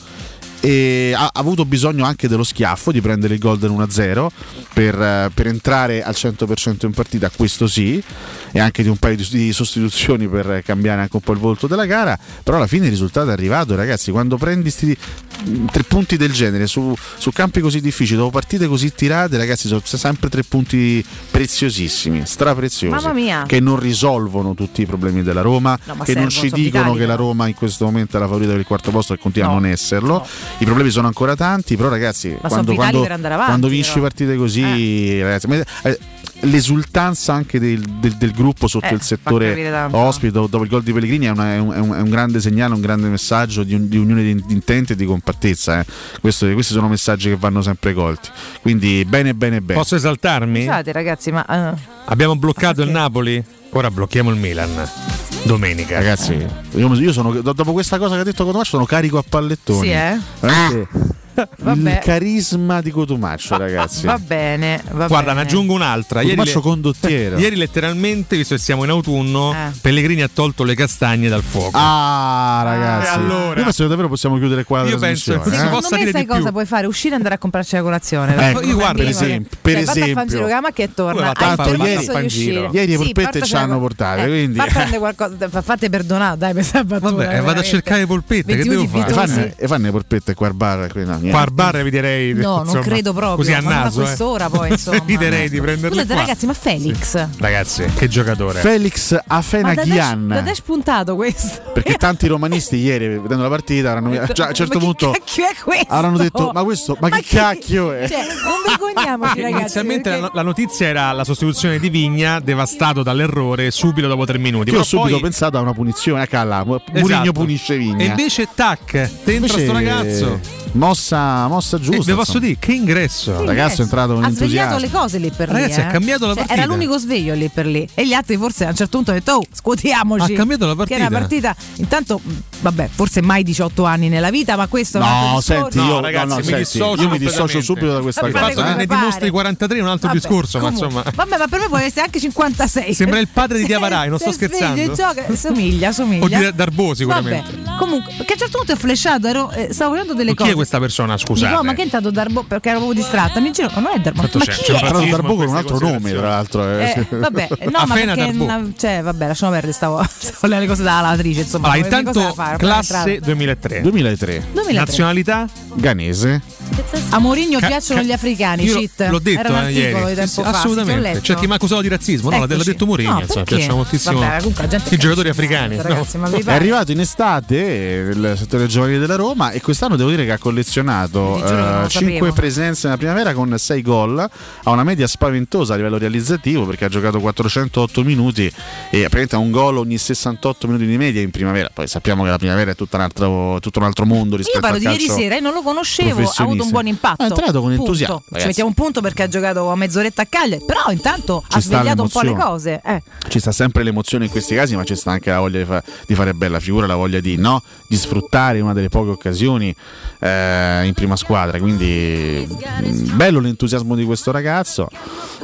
Speaker 6: E ha ha avuto bisogno anche dello schiaffo di prendere il gol del 1-0 per, eh, per entrare al 100% in partita, questo sì, e anche di un paio di, di sostituzioni per eh, cambiare anche un po' il volto della gara. Però alla fine il risultato è arrivato, ragazzi. Quando prendi sti- mh, tre punti del genere su, su campi così difficili, dopo partite così tirate, ragazzi, sono sempre tre punti preziosissimi, strapreziosi,
Speaker 3: Mamma mia.
Speaker 6: che non risolvono tutti i problemi della Roma,
Speaker 3: No, ma
Speaker 6: che non
Speaker 3: servono,
Speaker 6: ci
Speaker 3: sono
Speaker 6: dicono
Speaker 3: vitali,
Speaker 6: che la
Speaker 3: però.
Speaker 6: Roma in questo momento è la favorita per il quarto posto e continua a
Speaker 3: No,
Speaker 6: non esserlo. I problemi sono ancora tanti, però ragazzi,
Speaker 3: sono
Speaker 6: quando,
Speaker 3: vitali
Speaker 6: quando-
Speaker 3: per andare avanti,
Speaker 6: quando vinci
Speaker 3: però.
Speaker 6: partite così, ragazzi, ma- eh, L'esultanza anche del, del- del gruppo sotto
Speaker 3: Eh,
Speaker 6: il
Speaker 3: fa
Speaker 6: settore
Speaker 3: capire tanto.
Speaker 6: ospite do- dopo il gol di Pellegrini è, una- è un, è un- è un grande segnale, un grande messaggio di, un- di unione di, di intenti e di compattezza. eh. Questo- questi sono messaggi che vanno sempre colti. Quindi bene, bene, bene.
Speaker 7: Posso esaltarmi?
Speaker 3: Scusate ragazzi, ma... eh,
Speaker 7: Abbiamo bloccato il Napoli, ora blocchiamo il Milan. Domenica.
Speaker 6: Ragazzi, io, io sono, do- dopo questa cosa che ha detto Cotomaccio sono carico a pallettoni.
Speaker 3: Sì, eh?
Speaker 6: Veramente, Il
Speaker 3: Vabbè.
Speaker 6: carisma di Cotumaccio, ragazzi.
Speaker 3: Va bene, va
Speaker 7: Guarda, ne
Speaker 3: bene.
Speaker 7: aggiungo un'altra. Ieri,
Speaker 6: Cotumaccio condottiero.
Speaker 7: ieri letteralmente, visto che siamo in autunno,
Speaker 3: Eh.
Speaker 7: Pellegrini ha tolto le castagne dal fuoco.
Speaker 6: Ah, ragazzi.
Speaker 7: E allora?
Speaker 6: Io penso che davvero possiamo chiudere qua la
Speaker 7: Io penso
Speaker 6: trasmissione.
Speaker 7: che
Speaker 6: eh?
Speaker 7: si
Speaker 3: Secondo me sai cosa puoi fare? Uscire e andare a comprarci la colazione.
Speaker 6: Ecco, io guardo, per esempio, per
Speaker 3: Vado Cioè, a fare un
Speaker 6: esempio.
Speaker 3: giro gamma che
Speaker 6: Poi
Speaker 3: torna.
Speaker 6: va tanto
Speaker 3: Hai il
Speaker 6: ieri-
Speaker 3: permesso
Speaker 6: fa
Speaker 3: di
Speaker 6: in giro.
Speaker 3: uscire.
Speaker 6: Ieri le polpette
Speaker 3: portacela
Speaker 6: ci hanno
Speaker 3: con-
Speaker 6: portate,
Speaker 3: Eh,
Speaker 6: quindi-
Speaker 3: fa prendere qualcosa, fa- fate perdonare, dai, per sabato.
Speaker 7: Vabbè, vado a cercare le polpette, che devo fare?
Speaker 6: E fanno, e fanno le polpette qua al bar. qui, no, niente.
Speaker 7: Qua al bar vi direi.
Speaker 3: No, non
Speaker 7: insomma,
Speaker 3: credo proprio,
Speaker 7: Così a
Speaker 3: ma non a
Speaker 7: naso. eh.
Speaker 3: quest'ora poi, insomma.
Speaker 7: vi direi di prenderle
Speaker 3: Scusate
Speaker 7: qua.
Speaker 3: ragazzi, ma Felix?
Speaker 7: Ragazzi, che giocatore.
Speaker 6: Felix
Speaker 3: Ma da Dash- da
Speaker 6: Afenaghian.
Speaker 3: Dash puntato questo?
Speaker 6: Perché tanti romanisti ieri, vedendo la partita, avranno, già, a un certo
Speaker 3: Ma chi
Speaker 6: punto
Speaker 3: cacchio è questo?
Speaker 6: avranno detto: Ma questo, ma, che cacchio è?
Speaker 3: Cioè, non vergogniamoci, Cioè, ragazzi.
Speaker 7: Inizialmente la,
Speaker 3: perché-
Speaker 7: no- la notizia era la sostituzione di Vigna, devastato dall'errore subito dopo tre minuti.
Speaker 6: Io
Speaker 7: Però
Speaker 6: ho subito
Speaker 7: poi-
Speaker 6: pensato a una punizione. Ecco là, Murigno
Speaker 7: Esatto.
Speaker 6: punisce Vigna.
Speaker 7: E invece, tac, dentro
Speaker 6: Invece,
Speaker 7: sto ragazzo.
Speaker 6: Mossa, mossa giusta.
Speaker 7: E vi posso
Speaker 6: insomma.
Speaker 7: dire che ingresso.
Speaker 6: Il ragazzo è entrato con
Speaker 3: ha svegliato
Speaker 6: entusiasmo.
Speaker 3: le cose lì per
Speaker 7: Ragazzi,
Speaker 3: lì.
Speaker 7: ha
Speaker 3: eh.
Speaker 7: cambiato la
Speaker 3: Cioè,
Speaker 7: partita.
Speaker 3: Era l'unico sveglio lì per lì. E gli altri, forse, a un certo punto, hanno detto: Oh, scuotiamoci.
Speaker 7: Ha cambiato la
Speaker 3: Che era una partita. Intanto, mh, vabbè, forse mai 18 anni nella vita, ma questo è un altro
Speaker 6: No,
Speaker 3: discorso.
Speaker 6: senti,
Speaker 7: No,
Speaker 6: io, no,
Speaker 7: ragazzi,
Speaker 6: no,
Speaker 7: mi
Speaker 6: senti,
Speaker 7: dissocio
Speaker 6: io mi dissocio
Speaker 7: completamente.
Speaker 6: subito da questa
Speaker 7: Il
Speaker 3: Vabbè,
Speaker 7: fatto
Speaker 6: cosa.
Speaker 7: che
Speaker 3: come
Speaker 7: ne
Speaker 6: eh.
Speaker 3: pare.
Speaker 7: dimostri 43 è un altro
Speaker 3: Vabbè,
Speaker 7: discorso,
Speaker 3: comunque.
Speaker 7: ma insomma.
Speaker 3: Vabbè, ma per me può essere anche 56.
Speaker 7: Sembra il padre di Diavarai, non sto
Speaker 3: Se è sveglio
Speaker 7: scherzando.
Speaker 3: e gioca- somiglia, somiglia.
Speaker 7: O di Darbo, sicuramente.
Speaker 3: Vabbè, comunque, perché a un certo punto è flashato, ero, eh, stavo guardando delle
Speaker 7: Ma Chi
Speaker 3: cose.
Speaker 7: è questa persona? Scusate.
Speaker 3: Dico, "Oh, ma che è entrato Darbo? Perché ero proprio distratta. Mi giro, ma non è Darbo.
Speaker 7: Certo,
Speaker 3: ma
Speaker 7: c'è-
Speaker 3: chi
Speaker 7: c'è un
Speaker 3: è?
Speaker 6: Tra l'altro,
Speaker 7: Razzismo,
Speaker 6: Darbo con un altro
Speaker 7: queste
Speaker 6: nome, tra l'altro. eh.
Speaker 3: Eh, vabbè, no, ma
Speaker 7: Afena
Speaker 3: perché
Speaker 7: Darbo.
Speaker 3: na- cioè, vabbè, lasciamo perdere, stavo, stavo le cose dalla lavatrice, insomma.
Speaker 7: Allora,
Speaker 3: come- cosa
Speaker 7: intanto,
Speaker 3: fare?
Speaker 7: classe 2003.
Speaker 6: 2003,
Speaker 3: 2003.
Speaker 7: Nazionalità?
Speaker 6: Ganese.
Speaker 3: A Mourinho
Speaker 7: Ca-
Speaker 3: piacciono
Speaker 7: ca-
Speaker 3: gli africani,
Speaker 7: io
Speaker 3: cheat.
Speaker 7: L'ho detto
Speaker 3: Era un
Speaker 7: eh,
Speaker 3: articolo
Speaker 7: ieri.
Speaker 3: di tempo
Speaker 7: Sì, sì,
Speaker 3: fa, sì, l'ho
Speaker 7: assolutamente. Cioè,
Speaker 3: letto.
Speaker 7: C'è chi mi ha accusato di razzismo, no? l'ha- L'ha
Speaker 3: Eccoci.
Speaker 7: detto Mourinho,
Speaker 3: No,
Speaker 7: insomma,
Speaker 3: perché?
Speaker 7: piacciono moltissimo
Speaker 3: Vabbè, comunque la gente
Speaker 7: i giocatori
Speaker 3: cazzo,
Speaker 7: africani.
Speaker 3: ragazzi,
Speaker 7: no?
Speaker 3: ma vi
Speaker 6: È
Speaker 3: pare?
Speaker 6: arrivato in estate eh, il settore giovanile della Roma e quest'anno devo dire che ha
Speaker 3: Ti giuro che non
Speaker 6: collezionato 5
Speaker 3: lo sapevo.
Speaker 6: presenze nella primavera con 6 gol, ha una media spaventosa a livello realizzativo perché ha giocato 408 minuti e praticamente ha un gol ogni 68 minuti di media in primavera, poi sappiamo che la primavera è tutta un altro- tutto un altro mondo
Speaker 3: Io
Speaker 6: rispetto
Speaker 3: parlo
Speaker 6: al
Speaker 3: di
Speaker 6: calcio.
Speaker 3: ieri sera e non lo conoscevo, ha avuto un buon impatto.
Speaker 7: Ah,
Speaker 6: È entrato con
Speaker 3: Punto.
Speaker 6: entusiasmo,
Speaker 3: Ci
Speaker 6: ragazzi.
Speaker 3: mettiamo un punto perché ha giocato a mezz'oretta a Cagliari, però intanto
Speaker 6: Ci
Speaker 3: ha
Speaker 6: sta
Speaker 3: svegliato un po' le
Speaker 6: l'emozione.
Speaker 3: cose. Eh.
Speaker 6: Ci sta sempre l'emozione in questi casi, ma c'è sta anche la voglia di, fa- di fare bella figura, la voglia di, no? di sfruttare una delle poche occasioni eh, in prima squadra. Quindi mh, bello l'entusiasmo di questo ragazzo,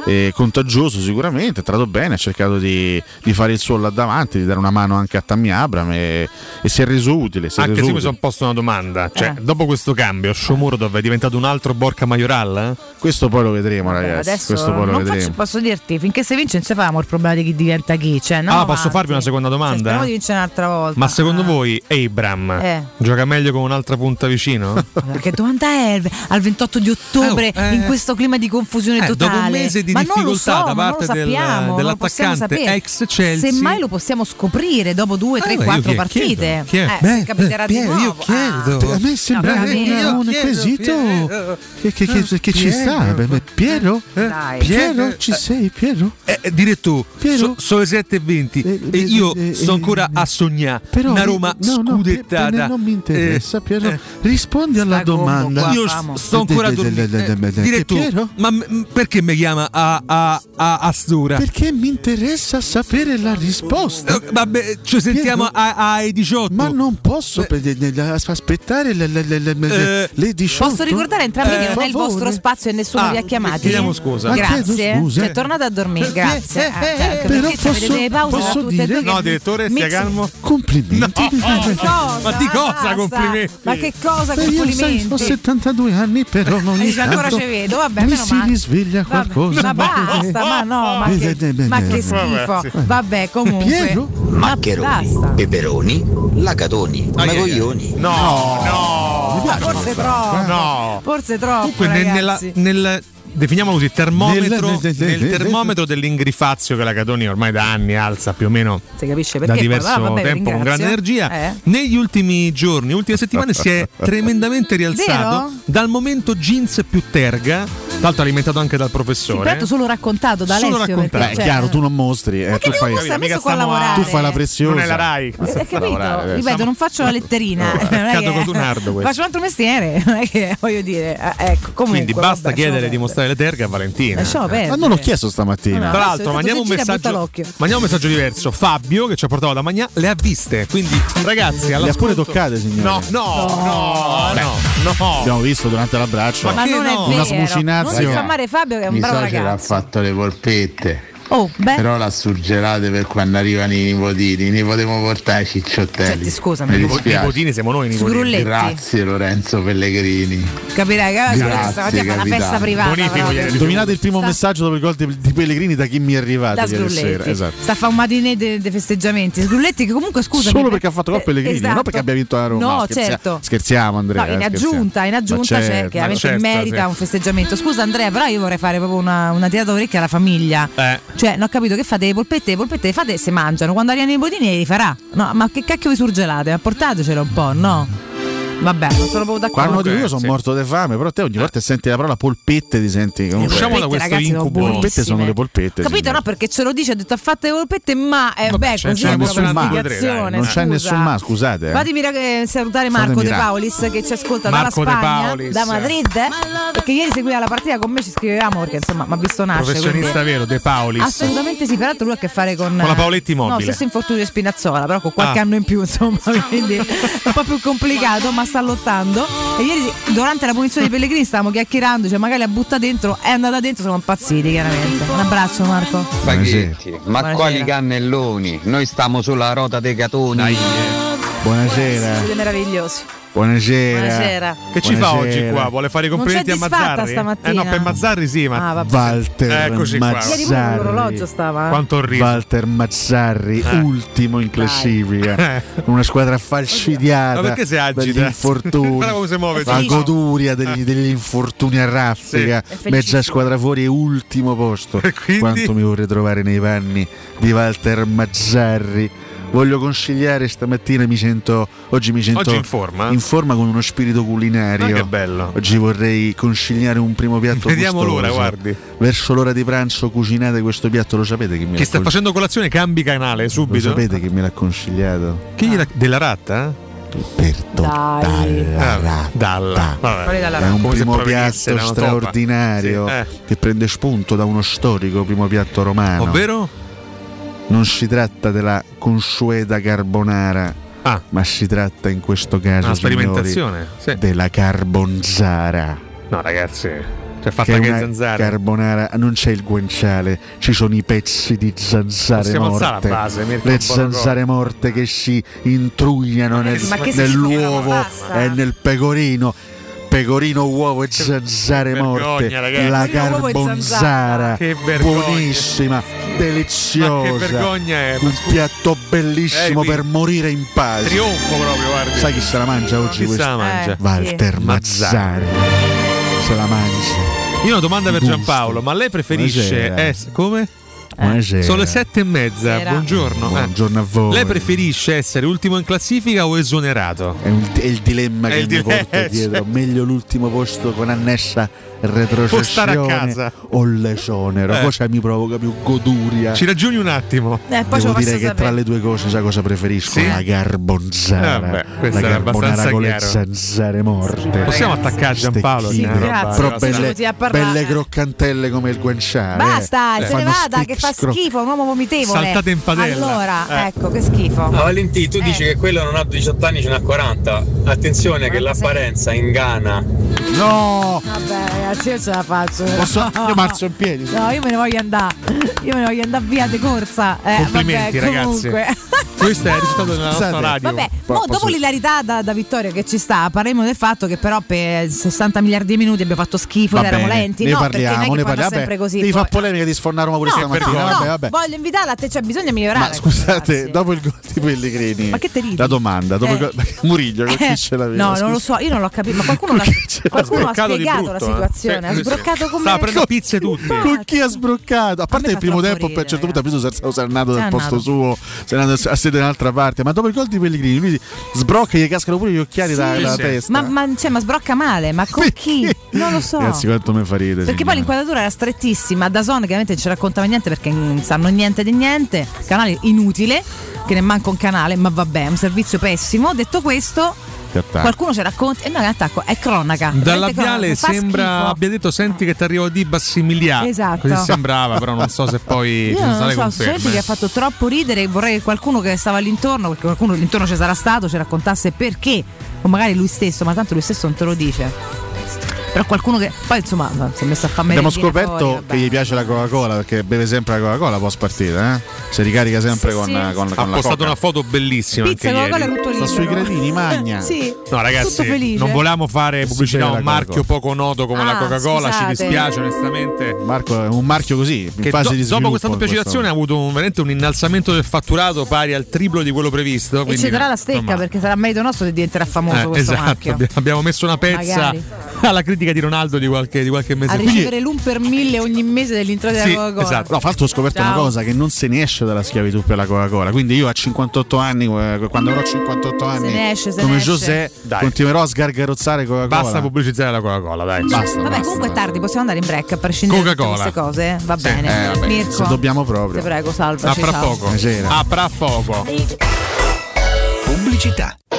Speaker 6: eh, contagioso sicuramente, è tratto bene, ha cercato di, di fare il suo là davanti, di dare una mano anche a Tammy Abram e, e si è reso utile. Si è
Speaker 7: Anche
Speaker 6: reso
Speaker 7: se mi
Speaker 6: utile.
Speaker 7: sono posto una domanda, cioè,
Speaker 3: Eh.
Speaker 7: dopo questo cambio, Shomurodov è diventato un altro Borca Majoral?
Speaker 6: Questo poi lo vedremo
Speaker 3: Vabbè,
Speaker 6: ragazzi,
Speaker 3: adesso
Speaker 6: questo poi lo
Speaker 3: non faccio,
Speaker 6: vedremo.
Speaker 3: posso dirti, finché se vince non si fa il problema di chi diventa chi. Cioè, no,
Speaker 7: Ah, posso farvi una seconda domanda?
Speaker 3: speriamo di vincere un'altra volta.
Speaker 7: Ma secondo
Speaker 3: Ah.
Speaker 7: voi Abram
Speaker 3: Eh.
Speaker 7: gioca meglio con un'altra punta vicino?
Speaker 3: Allora, Che domanda è al 28 di ottobre
Speaker 7: Eh, oh, eh.
Speaker 3: in questo clima di confusione
Speaker 7: Eh,
Speaker 3: totale?
Speaker 7: dopo un mese di
Speaker 3: ma non lo so,
Speaker 7: difficoltà da
Speaker 3: ma
Speaker 7: parte
Speaker 3: non lo
Speaker 7: del-
Speaker 3: sappiamo, non lo possiamo
Speaker 7: dell'attaccante
Speaker 3: sapere.
Speaker 7: ex Chelsea.
Speaker 3: Semmai lo possiamo scoprire dopo due, tre,
Speaker 7: Ah, beh, io
Speaker 3: quattro
Speaker 7: chie-
Speaker 3: partite.
Speaker 7: chiedo, chiedo.
Speaker 3: Eh,
Speaker 7: Beh,
Speaker 3: capiterà di
Speaker 7: Piero,
Speaker 3: nuovo.
Speaker 7: io chiedo.
Speaker 6: A me sembra
Speaker 3: Vabbè,
Speaker 6: un, un
Speaker 7: Piero,
Speaker 6: quesito
Speaker 7: Eh, Piero. Eh,
Speaker 6: che, che- che- che ci
Speaker 7: Piero.
Speaker 6: sta. Beh, beh, Piero?
Speaker 3: Ah, dai.
Speaker 6: Piero, ci sei, Piero?
Speaker 7: Eh, eh, dire tu,
Speaker 6: Piero?
Speaker 7: so- sono le 7.20
Speaker 6: Eh,
Speaker 7: e
Speaker 6: eh,
Speaker 7: io
Speaker 6: eh,
Speaker 7: sto
Speaker 6: eh,
Speaker 7: ancora a sognare
Speaker 6: Però
Speaker 7: una Roma
Speaker 6: no, no, Pier-
Speaker 7: scudettata.
Speaker 6: Pier- non mi interessa,
Speaker 7: Eh,
Speaker 6: Piero.
Speaker 7: eh,
Speaker 6: Rispondi alla
Speaker 3: gombo
Speaker 6: domanda.
Speaker 3: qua.
Speaker 7: io s-
Speaker 3: Famo.
Speaker 7: sto ancora a
Speaker 6: Eh,
Speaker 7: dormire.
Speaker 6: eh, eh, eh, eh,
Speaker 7: dire
Speaker 6: eh,
Speaker 7: tu,
Speaker 6: Piero?
Speaker 7: ma m- perché mi chiama a, a, a Astura?
Speaker 6: Perché mi interessa sapere la risposta.
Speaker 7: Eh, Vabbè, ci sentiamo
Speaker 6: Piero?
Speaker 7: a- ai 18.
Speaker 6: Ma non posso pe- ne- ne- aspettare le, le, le, le, le,
Speaker 7: Eh,
Speaker 6: le 18.
Speaker 3: Posso ricordare a entrambi che non è il
Speaker 6: Favore.
Speaker 3: vostro spazio e nessuno
Speaker 7: Ah,
Speaker 3: vi ha chiamati?
Speaker 7: chiediamo scusa.
Speaker 6: Ma
Speaker 3: Grazie.
Speaker 6: chiedo scusa.
Speaker 3: Cioè, tornate a dormire, grazie. Ah,
Speaker 7: eh,
Speaker 3: ecco,
Speaker 6: però
Speaker 3: perché ci avete
Speaker 6: posso-
Speaker 3: delle pause
Speaker 6: posso
Speaker 3: tra tutte
Speaker 6: dire-
Speaker 3: e due che-
Speaker 7: No, direttore, stia
Speaker 3: Mix-
Speaker 7: calmo.
Speaker 6: Complimenti.
Speaker 3: Cosa?
Speaker 7: Ma di cosa
Speaker 3: Basta.
Speaker 7: complimenti?
Speaker 3: Ma che cosa
Speaker 6: Beh, io sai, ho
Speaker 3: complimenti?
Speaker 6: 72 anni, però non
Speaker 3: Eh,
Speaker 6: ogni
Speaker 3: sì, ancora
Speaker 6: tanto
Speaker 3: ci vedo, vabbè,
Speaker 6: mi
Speaker 3: meno
Speaker 6: si
Speaker 3: male.
Speaker 6: risveglia
Speaker 3: Vabbè,
Speaker 6: qualcosa.
Speaker 3: Ma basta, ma no, ma
Speaker 6: Eh, eh,
Speaker 3: che,
Speaker 6: eh, eh,
Speaker 3: ma
Speaker 6: eh,
Speaker 3: che
Speaker 6: eh.
Speaker 3: schifo. Vabbè, comunque.
Speaker 6: Piero?
Speaker 3: Ma Ah, basta.
Speaker 1: peperoni, lagatoni, magoglioni.
Speaker 7: No, no,
Speaker 3: Forse troppo.
Speaker 7: no.
Speaker 3: Forse troppo.
Speaker 7: Comunque, ne- nella,
Speaker 3: ragazzi.
Speaker 7: nel, definiamolo così: termometro,
Speaker 6: Nel- nel- nel-
Speaker 7: nel termometro dell'ingrifazio che la Catoni ormai da anni alza più o meno
Speaker 3: Si capisce perché
Speaker 7: da
Speaker 3: poi,
Speaker 7: diverso
Speaker 3: ah, vabbè,
Speaker 7: tempo con
Speaker 3: ringrazio.
Speaker 7: grande energia.
Speaker 3: Eh.
Speaker 7: Negli ultimi giorni, ultime settimane si è tremendamente rialzato
Speaker 3: Vero?
Speaker 7: dal momento jeans più terga, tra l'altro alimentato anche dal
Speaker 3: Sì,
Speaker 7: professore.
Speaker 3: peraltro solo raccontato da
Speaker 7: Solo
Speaker 3: Alessio.
Speaker 7: raccontato.
Speaker 3: perché,
Speaker 6: Beh, è
Speaker 3: cioè,
Speaker 6: chiaro, tu non mostri, eh, tu, fai,
Speaker 7: mica
Speaker 3: Sta messo qua a
Speaker 7: stiamo a-
Speaker 3: lavorare.
Speaker 6: tu fai la preziosa.
Speaker 7: non è la Rai.
Speaker 3: Eh, Hai capito?
Speaker 6: lavorare, eh,
Speaker 3: Ripeto, non faccio la letterina. Non è
Speaker 7: Riccardo
Speaker 3: che-
Speaker 7: Cotunardo questo.
Speaker 3: Faccio un altro mestiere, non è che voglio dire. eh, Ecco, comunque,
Speaker 7: Quindi basta
Speaker 3: vabbè, cioè, Eh,
Speaker 7: chiedere di
Speaker 3: lasciamo
Speaker 7: mostrare le terga a Valentina.
Speaker 3: Lasciamo perdere.
Speaker 6: Ma non l'ho chiesto stamattina.
Speaker 7: Tra
Speaker 3: cioè. Adesso
Speaker 7: l'altro,
Speaker 3: è
Speaker 7: mandiamo un,
Speaker 3: tutto gira, butta
Speaker 7: messaggio,
Speaker 3: l'occhio.
Speaker 7: mandiamo un messaggio diverso. Fabio, che ci ha portato da Magna, le ha viste. Quindi, ragazzi,
Speaker 6: Le ha
Speaker 7: allora.
Speaker 6: pure toccate, signore.
Speaker 7: No, no, no, no, no. no.
Speaker 6: Abbiamo visto durante l'abbraccio
Speaker 3: Ma non è
Speaker 6: una
Speaker 3: vero.
Speaker 6: smucinazione.
Speaker 3: Non sfammare Fabio che è un
Speaker 1: Mi
Speaker 3: bravo
Speaker 1: suocera ha
Speaker 3: ragazzo.
Speaker 1: fatto le polpette.
Speaker 3: Oh, beh.
Speaker 1: Però la surgelate per quando arrivano i nipotini, ne potevo portare i cicciottelli.
Speaker 3: Senti, scusami.
Speaker 1: mi
Speaker 3: I
Speaker 1: dispiace.
Speaker 7: nipotini siamo noi,
Speaker 3: nipotini. Sgrulletti.
Speaker 1: Grazie Lorenzo Pellegrini.
Speaker 3: Capirai che
Speaker 1: Grazie,
Speaker 3: stamattina fa una
Speaker 1: capitano.
Speaker 3: festa privata. però.
Speaker 6: Dominate il primo messaggio dopo il gol di, di Pellegrini da chi mi è arrivato
Speaker 3: Da
Speaker 6: ieri
Speaker 3: Sgrulletti.
Speaker 6: sera. Esatto.
Speaker 3: Sta a fare un matinè dei festeggiamenti. Sgrulletti che comunque scusa.
Speaker 6: Solo perché ha fatto gol Pellegrini, non perché abbia vinto la Roma.
Speaker 3: Eh, esatto. No,
Speaker 6: scherzia-
Speaker 3: certo.
Speaker 6: Scherziamo, Andrea.
Speaker 3: No, in
Speaker 6: eh,
Speaker 3: aggiunta,
Speaker 6: scherziamo.
Speaker 3: in aggiunta
Speaker 6: Ma
Speaker 3: c'è
Speaker 6: certo,
Speaker 3: chiaramente
Speaker 6: ma certo,
Speaker 3: merita
Speaker 6: certo.
Speaker 3: un festeggiamento. Scusa Andrea, però io vorrei fare proprio una, una tirata d'orecchia alla famiglia.
Speaker 7: Eh.
Speaker 3: Cioè, non ho capito che fate le polpette, le polpette le fate e se mangiano. Quando arrivano i nipotini li farà. No, ma che cacchio vi surgelate? Ma portatecelo un po', no? Vabbè, non sono proprio d'accordo.
Speaker 6: Quando dico io sono morto di fame, però te ogni volta senti la parola polpette ti senti comunque.
Speaker 3: Usciamo da polpette, questo ragazzi, sono incubo.
Speaker 6: Le polpette
Speaker 3: buonissime.
Speaker 6: sono le polpette.
Speaker 3: Capito? No, perché ce lo dice, ha detto ha fatto le polpette, ma eh, beh,
Speaker 6: signore.
Speaker 3: così è una spiegazione.
Speaker 6: non c'è nessun ma, scusate. eh.
Speaker 3: Fatemi ra- eh, salutare Marco
Speaker 6: Fatemi
Speaker 3: De
Speaker 6: ra-
Speaker 3: Paulis che ci ascolta
Speaker 6: Marco De
Speaker 3: dalla Spagna,
Speaker 6: Paulis.
Speaker 3: da Madrid, eh, perché ieri seguiva la partita con me, ci scrivevamo perché insomma mi ha visto nascere.
Speaker 7: Professionista
Speaker 3: quindi-
Speaker 7: vero, De Paolis.
Speaker 3: Ah, Assolutamente sì, peraltro lui ha a che fare con,
Speaker 7: Con la Paoletti
Speaker 3: No,
Speaker 7: Immobile.
Speaker 3: stesso infortunio di Spinazzola, però con qualche
Speaker 7: Ah.
Speaker 3: anno in più, insomma, quindi un po' più complicato, ma sta lottando. E ieri durante la punizione di Pellegrini stavamo chiacchierando, cioè magari la butta dentro, è andata dentro, siamo impazziti chiaramente. Un abbraccio Marco.
Speaker 10: Spaghetti, ma quali cannelloni? Noi stiamo sulla rota dei catoni.
Speaker 6: Buonasera.
Speaker 3: Siete meravigliosi.
Speaker 6: Buonasera.
Speaker 3: Buonasera.
Speaker 7: Che ci fa oggi qua? Vuole fare i complimenti a
Speaker 3: Non c'è disfatta
Speaker 7: Mazzarri?
Speaker 3: stamattina?
Speaker 7: Eh no, per Mazzarri sì, ma Eh,
Speaker 3: Ah, vabbè.
Speaker 6: Walter
Speaker 7: Eccoci qua.
Speaker 6: Mazzarri.
Speaker 3: Ieri pure l'orologio stava. eh.
Speaker 7: Quanto ho riso.
Speaker 6: Walter Mazzarri,
Speaker 7: Eh.
Speaker 6: ultimo in classifica.
Speaker 7: Eh.
Speaker 6: Una squadra falcidiata.
Speaker 7: Ma perché si agita?
Speaker 6: Dagli infortuni.
Speaker 7: Guarda come si muove Eh.
Speaker 6: La
Speaker 7: tutto.
Speaker 6: goduria degli, degli infortuni a
Speaker 7: Sì.
Speaker 6: raffica.
Speaker 7: È felicissimo.
Speaker 6: Mezza squadra fuori e ultimo posto. Quanto mi vorrei trovare nei panni di Walter Mazzarri. Voglio consigliare stamattina mi sento oggi mi sento
Speaker 7: Oggi in forma?
Speaker 6: in forma con uno spirito culinario.
Speaker 7: Ma che bello.
Speaker 6: Oggi vorrei consigliare un primo piatto
Speaker 7: Vediamo
Speaker 6: gustoso.
Speaker 7: l'ora, guardi.
Speaker 6: Verso l'ora di pranzo cucinate questo piatto, lo sapete che mi
Speaker 7: Chi
Speaker 6: ha
Speaker 7: sta
Speaker 6: cons-
Speaker 7: facendo colazione cambi canale
Speaker 6: Lo
Speaker 7: subito.
Speaker 6: sapete che me l'ha consigliato?
Speaker 7: Chi gliela- della ratta? Ah,
Speaker 3: Dai.
Speaker 7: Dalla. Dalla.
Speaker 3: Fuori dalla
Speaker 6: È un
Speaker 7: Come se
Speaker 6: primo
Speaker 7: provenisse da
Speaker 6: piatto
Speaker 7: una toppa.
Speaker 6: straordinario
Speaker 7: Sì, eh.
Speaker 6: che prende spunto da uno storico primo piatto romano.
Speaker 7: Ovvero?
Speaker 6: Non si tratta della consueta carbonara, ma si tratta in questo caso
Speaker 7: Ah. Una
Speaker 6: signori,
Speaker 7: sperimentazione, sì.
Speaker 6: della carbonzara.
Speaker 7: No, ragazzi. Cioè, fatta
Speaker 6: Che è
Speaker 7: che,
Speaker 6: una
Speaker 7: zanzare.
Speaker 6: carbonara Ah, non c'è il guanciale, ci sono i pezzi di zanzare
Speaker 7: Possiamo alzare la
Speaker 6: morte.
Speaker 7: base, Mirko,
Speaker 6: le
Speaker 7: un po' di
Speaker 6: zanzare morte che si intrugliano nel-
Speaker 7: Ma che schifo,
Speaker 6: nell'uovo
Speaker 7: basta.
Speaker 6: e nel pecorino. Pecorino, uovo e zanzare
Speaker 7: vergogna,
Speaker 6: morte.
Speaker 7: ragazzi.
Speaker 6: La
Speaker 7: Pecorino, uovo e
Speaker 6: carbonzara.
Speaker 7: zanzara. Che vergogna.
Speaker 6: Buonissima, deliziosa.
Speaker 7: Ma che vergogna è, ma
Speaker 6: Un piatto bellissimo
Speaker 7: Eh, qui-
Speaker 6: per morire in pace.
Speaker 7: Trionfo proprio, guarda.
Speaker 6: Sai chi se la mangia oggi?
Speaker 7: Chi se
Speaker 6: questa?
Speaker 7: la mangia? Eh,
Speaker 6: Walter
Speaker 7: chi?
Speaker 6: Mazzari. Se la mangia.
Speaker 7: Io ho una domanda per
Speaker 6: Gusto.
Speaker 7: Giampaolo, ma lei preferisce.
Speaker 6: Buonasera.
Speaker 7: ess- come?
Speaker 3: Eh.
Speaker 6: Buonasera.
Speaker 7: Sono le sette e mezza,
Speaker 6: Sera.
Speaker 7: buongiorno. eh.
Speaker 6: Buongiorno a voi.
Speaker 7: Lei preferisce essere ultimo in classifica o esonerato?
Speaker 6: È, un- è il dilemma
Speaker 7: È
Speaker 6: che
Speaker 7: il
Speaker 6: mi
Speaker 7: dilemma,
Speaker 6: porto dietro.
Speaker 7: cioè.
Speaker 6: Meglio l'ultimo posto con annessa
Speaker 7: Può stare a
Speaker 6: retrocessione
Speaker 7: casa.
Speaker 6: o l'esonero.
Speaker 7: Eh.
Speaker 6: Cosa mi provoca più goduria?
Speaker 7: Ci ragioni un
Speaker 3: Eh,
Speaker 7: attimo.
Speaker 6: Devo dire che tra le due cose sai cosa preferisco?
Speaker 7: Sì?
Speaker 6: La
Speaker 7: Eh,
Speaker 6: carbonzara.
Speaker 7: beh, questo
Speaker 6: la
Speaker 7: era
Speaker 6: carbonara
Speaker 7: abbastanza
Speaker 6: con le
Speaker 7: chiaro.
Speaker 6: zanzare morte.
Speaker 7: Possiamo attaccare Giampaolo?
Speaker 6: Stecchine,
Speaker 7: Sì, grazie.
Speaker 6: però
Speaker 7: Basta.
Speaker 6: belle,
Speaker 3: Venuti a parlare.
Speaker 6: belle croccantelle come il guanciale.
Speaker 3: Basta,
Speaker 6: eh.
Speaker 3: se ne
Speaker 6: Fanno
Speaker 3: vada, che fa
Speaker 6: scroc-
Speaker 3: schifo, un uomo vomitevole.
Speaker 6: Saltate in padella. Eh. Ah,
Speaker 3: Allora, ecco, che schifo.
Speaker 11: Ma Valentì, tu dici che quello non ha 18 anni, ce n'ha 40. Attenzione che l'apparenza inganna.
Speaker 6: No!
Speaker 3: Vabbè, ragazzi, io ce la faccio.
Speaker 6: Posso- io marzo in piedi.
Speaker 3: No, io me ne voglio andare. Io me ne voglio andare via di corsa. Eh,
Speaker 7: Complimenti,
Speaker 3: vabbè,
Speaker 7: ragazzi.
Speaker 3: Comunque.
Speaker 7: Questo è il risultato della nostra
Speaker 3: Scusate.
Speaker 7: radio.
Speaker 3: Vabbè, mo dopo l'ilarità da, da Vittorio che ci sta, parliamo del fatto che però per 60 miliardi di minuti abbiamo fatto schifo,
Speaker 6: Va
Speaker 3: che
Speaker 6: bene,
Speaker 3: eravamo lenti.
Speaker 6: ne
Speaker 3: no,
Speaker 6: parliamo,
Speaker 3: perché non è
Speaker 6: ne
Speaker 3: che fanno
Speaker 6: parliamo.
Speaker 3: sempre
Speaker 6: Vabbè,
Speaker 3: così.
Speaker 6: devi
Speaker 3: poi.
Speaker 6: far polemica di sfornare Roma pure
Speaker 3: no,
Speaker 6: stamattina.
Speaker 3: no,
Speaker 6: vabbè,
Speaker 3: no,
Speaker 6: vabbè.
Speaker 3: voglio invitarla a te, cioè bisogna migliorare.
Speaker 6: Ma scusate, dopo il gol di Pellegrini,
Speaker 3: Ma che te ridi? Eh.
Speaker 6: la domanda, dopo il gol- Muriglio, con chi ce l'aveva?
Speaker 3: No, non lo so, io non l'ho capito, ma qualcuno, l'ha, qualcuno ha
Speaker 6: sbroccato di
Speaker 3: spiegato la
Speaker 6: brutto, eh?
Speaker 3: situazione,
Speaker 6: Sì, sì,
Speaker 3: ha
Speaker 6: sì.
Speaker 3: sbroccato come Esatto.
Speaker 6: Stava prendendo
Speaker 7: pizze tutti.
Speaker 6: Con chi ha sbroccato? A parte il primo
Speaker 3: troppo
Speaker 6: tempo, per un certo punto ha preso Sar- Sarnato dal
Speaker 3: Sarnato.
Speaker 6: posto suo, Sarnato a sede da un'altra parte. Ma dopo il gol di Pellegrini, lui sbrocca e gli cascano pure gli occhiali
Speaker 3: Sì.
Speaker 6: dalla, dalla testa.
Speaker 3: Ma, ma- cioè, ma sbrocca male, ma con chi? Non lo so.
Speaker 6: Ragazzi, quanto mi fa ridere.
Speaker 3: Perché poi l'inquadratura era strettissima, da Zone chiaramente non ci raccontava niente perché perché non sanno niente di niente. Canale inutile, che ne manca un canale, ma vabbè, è un servizio pessimo. Detto questo, qualcuno ci racconta. E no, è attacco, è cronaca.
Speaker 7: Dal
Speaker 3: veramente
Speaker 7: labiale
Speaker 3: cronaca, fa
Speaker 7: sembra
Speaker 3: schifo.
Speaker 7: abbia detto senti che ti arrivo di Bassimilia.
Speaker 3: Esatto.
Speaker 7: Così sembrava, però non so se poi ci
Speaker 3: Io
Speaker 7: sono
Speaker 3: non
Speaker 7: state
Speaker 3: lo so, solamente che
Speaker 7: conferme.
Speaker 3: ha fatto troppo ridere e vorrei che qualcuno che stava all'intorno, perché qualcuno all'intorno ci sarà stato, ci raccontasse perché, o magari lui stesso, ma tanto lui stesso non te lo dice. Però qualcuno che. Poi insomma si è messo a fare
Speaker 6: Abbiamo
Speaker 3: merendine
Speaker 6: scoperto
Speaker 3: fuori, vabbè.
Speaker 6: che gli piace la Coca-Cola perché beve sempre la Coca-Cola post partita, eh? Si ricarica sempre
Speaker 3: Sì,
Speaker 6: con,
Speaker 3: sì.
Speaker 6: con, con
Speaker 7: Ha
Speaker 6: la
Speaker 7: postato
Speaker 6: Coca.
Speaker 7: una foto bellissima
Speaker 3: Pizza,
Speaker 7: anche
Speaker 3: Coca-Cola
Speaker 7: ieri.
Speaker 3: e rutto
Speaker 6: Sta sui
Speaker 3: libero.
Speaker 6: gradini, magna.
Speaker 3: Sì.
Speaker 7: No,
Speaker 3: Tutto
Speaker 7: ragazzi,
Speaker 3: felice.
Speaker 7: non volevamo fare pubblicità a
Speaker 6: beve
Speaker 7: un
Speaker 6: la
Speaker 7: marchio poco noto come la
Speaker 3: Ah,
Speaker 7: Coca-Cola, ci
Speaker 3: scusate.
Speaker 7: dispiace onestamente.
Speaker 6: Marco è un marchio così, in
Speaker 7: Che
Speaker 6: fase
Speaker 7: do-
Speaker 6: di sviluppo.
Speaker 7: dopo questa doppia citazione ha avuto un, veramente un innalzamento del fatturato pari al triplo di quello previsto.
Speaker 3: E
Speaker 7: quindi-
Speaker 3: ci darà la stecca
Speaker 7: insomma,
Speaker 3: perché sarà merito nostro se diventerà famoso
Speaker 7: eh,
Speaker 3: questo
Speaker 7: esatto,
Speaker 3: marchio.
Speaker 7: abbi- abbiamo messo una pezza
Speaker 3: Magari.
Speaker 7: alla critica di Ronaldo di qualche, di qualche mese
Speaker 3: A
Speaker 7: fa.
Speaker 3: ricevere l'un per mille ogni mese dell'introito della Coca-Cola.
Speaker 6: esatto.
Speaker 7: esatto.
Speaker 6: No, fra l'altro ho scoperto
Speaker 3: Ciao.
Speaker 6: una cosa che non se ne esce dalla schiavitù per la Coca-Cola. Quindi io a 58 anni, eh, quando avrò 58 anni,
Speaker 3: ne esce, se
Speaker 6: come
Speaker 3: ne esce.
Speaker 6: José,
Speaker 3: Dai.
Speaker 6: continuerò a sgargarozzare Coca-Cola.
Speaker 7: Basta pubblicizzare la Coca-Cola, dai.
Speaker 6: Basta.
Speaker 3: Vabbè,
Speaker 6: basta,
Speaker 3: comunque è
Speaker 6: basta.
Speaker 3: tardi, possiamo andare in break a prescindere da tutte queste
Speaker 6: Coca-Cola.
Speaker 3: cose. Va
Speaker 6: Sì,
Speaker 3: bene.
Speaker 6: eh, vabbè,
Speaker 3: Mirko,
Speaker 6: se dobbiamo proprio.
Speaker 3: ti prego, salvaci.
Speaker 7: A fra
Speaker 3: ciao.
Speaker 7: poco.
Speaker 6: Buonasera.
Speaker 7: A fra poco.
Speaker 12: Pubblicità.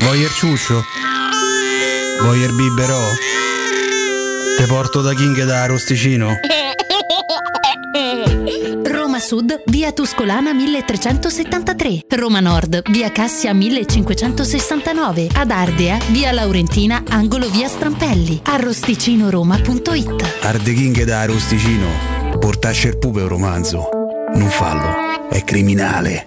Speaker 1: Voglio il ciuscio? Voglio il biberò? Te porto da King e da Rosticino?
Speaker 13: Roma Sud, via Tuscolana 1373. Roma Nord, via Cassia 1569. Ad Ardea, via Laurentina, angolo via Strampelli. Arrosticinoroma.it.
Speaker 1: Arde King e da Rosticino? Portasce il pupo è un romanzo. Non fallo, è criminale.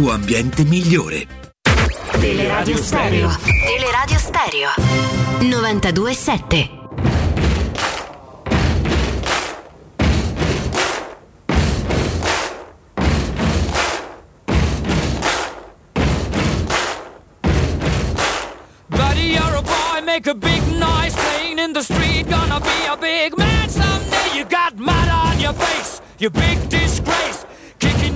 Speaker 14: ambiente migliore.
Speaker 15: Teleradio Stereo. Teleradio Stereo.
Speaker 13: 927.
Speaker 16: make a big noise playing in the street. Gonna be a big man someday. You got mud on your face, you big disgrace. Kicking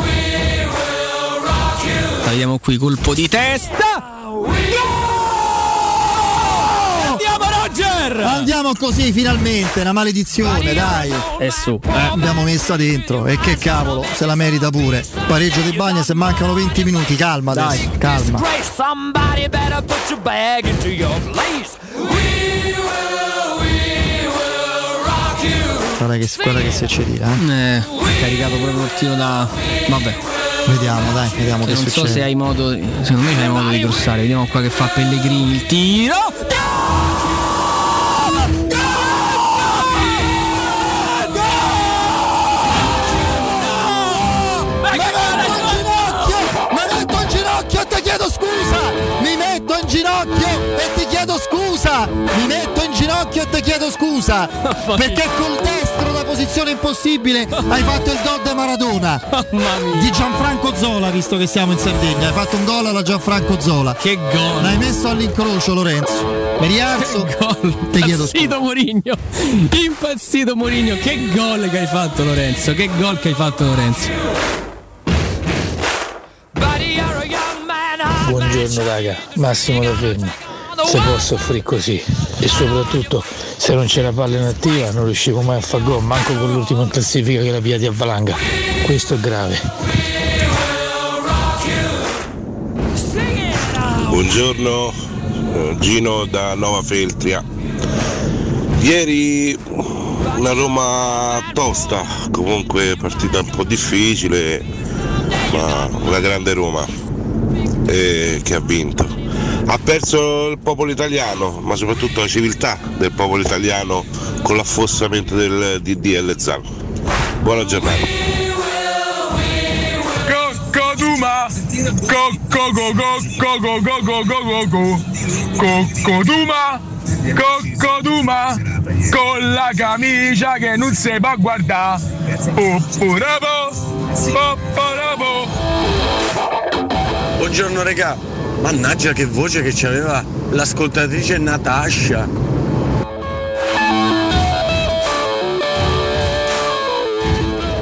Speaker 16: we will rock you.
Speaker 9: Tagliamo qui colpo di testa.
Speaker 2: Andiamo
Speaker 9: Roger!
Speaker 2: Oh! Andiamo così finalmente, una maledizione, dai!
Speaker 9: E su.
Speaker 6: eh,
Speaker 2: L'abbiamo messa dentro e che cavolo, se la merita pure. Pareggio di bagna se mancano 20 minuti, calma dai, calma.
Speaker 16: Disgrace. Somebody better put your bag into your place. We will, we will rock you.
Speaker 2: Guarda che, guarda che si accelera.
Speaker 9: Eh, caricato proprio il tiro da. Vabbè. Cioè,
Speaker 2: Vediamo, dai,
Speaker 9: non
Speaker 2: vediamo che
Speaker 9: so
Speaker 2: succede.
Speaker 9: se hai modo. Secondo me c'hai modo di grossare. Vediamo qua che fa Pellegrini. Il tiro.
Speaker 2: Mi metto in ginocchio! Mi metto in ginocchio e ti chiedo scusa! Mi metto in ginocchio e ti chiedo scusa! Mi metto in ginocchio e ti chiedo scusa! Perché col destro da posizione impossibile hai fatto il gol di Maradona! Di Gianfranco Zola, visto che siamo in Sardegna, hai fatto un gol alla Gianfranco Zola.
Speaker 9: Che gol!
Speaker 2: L'hai messo all'incrocio Lorenzo. Mi rialzo. Ti chiedo scusa.
Speaker 9: Impazzito Mourinho. Impazzito Mourinho. Che gol che hai fatto Lorenzo. Che gol che hai fatto Lorenzo.
Speaker 17: Buongiorno raga, Massimo da Fermo. Se posso offrire così e soprattutto se non c'era palla inattiva non riuscivo mai a far gol, manco con l'ultima in classifica che la pigliati a valanga. Questo è grave.
Speaker 18: Buongiorno, eh, Gino da Nova Feltria. Ieri una Roma tosta, comunque partita un po' difficile, ma una grande Roma eh, che ha vinto. Ha perso il popolo italiano, ma soprattutto la civiltà del popolo italiano con l'affossamento del DDL Zan. Buona giornata.
Speaker 19: Cocoduma Cocco Cocco Cocco Cocco Cocco Cocoduma Cocoduma Con la camicia che non si può guardare Popporabo Popporabo
Speaker 20: Buongiorno regà, mannaggia che voce che c'aveva l'ascoltatrice Natasha.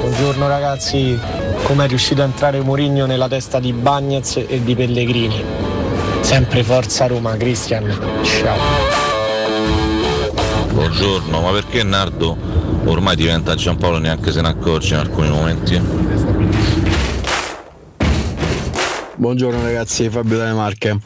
Speaker 21: Buongiorno ragazzi, come è riuscito a entrare Mourinho nella testa di Bagnez e di Pellegrini? Sempre forza Roma, Cristian. Ciao.
Speaker 22: Buongiorno, ma perché Nardo ormai diventa Giampaolo neanche se ne accorge in alcuni momenti?
Speaker 20: Buongiorno ragazzi, Fabio dalle Marche.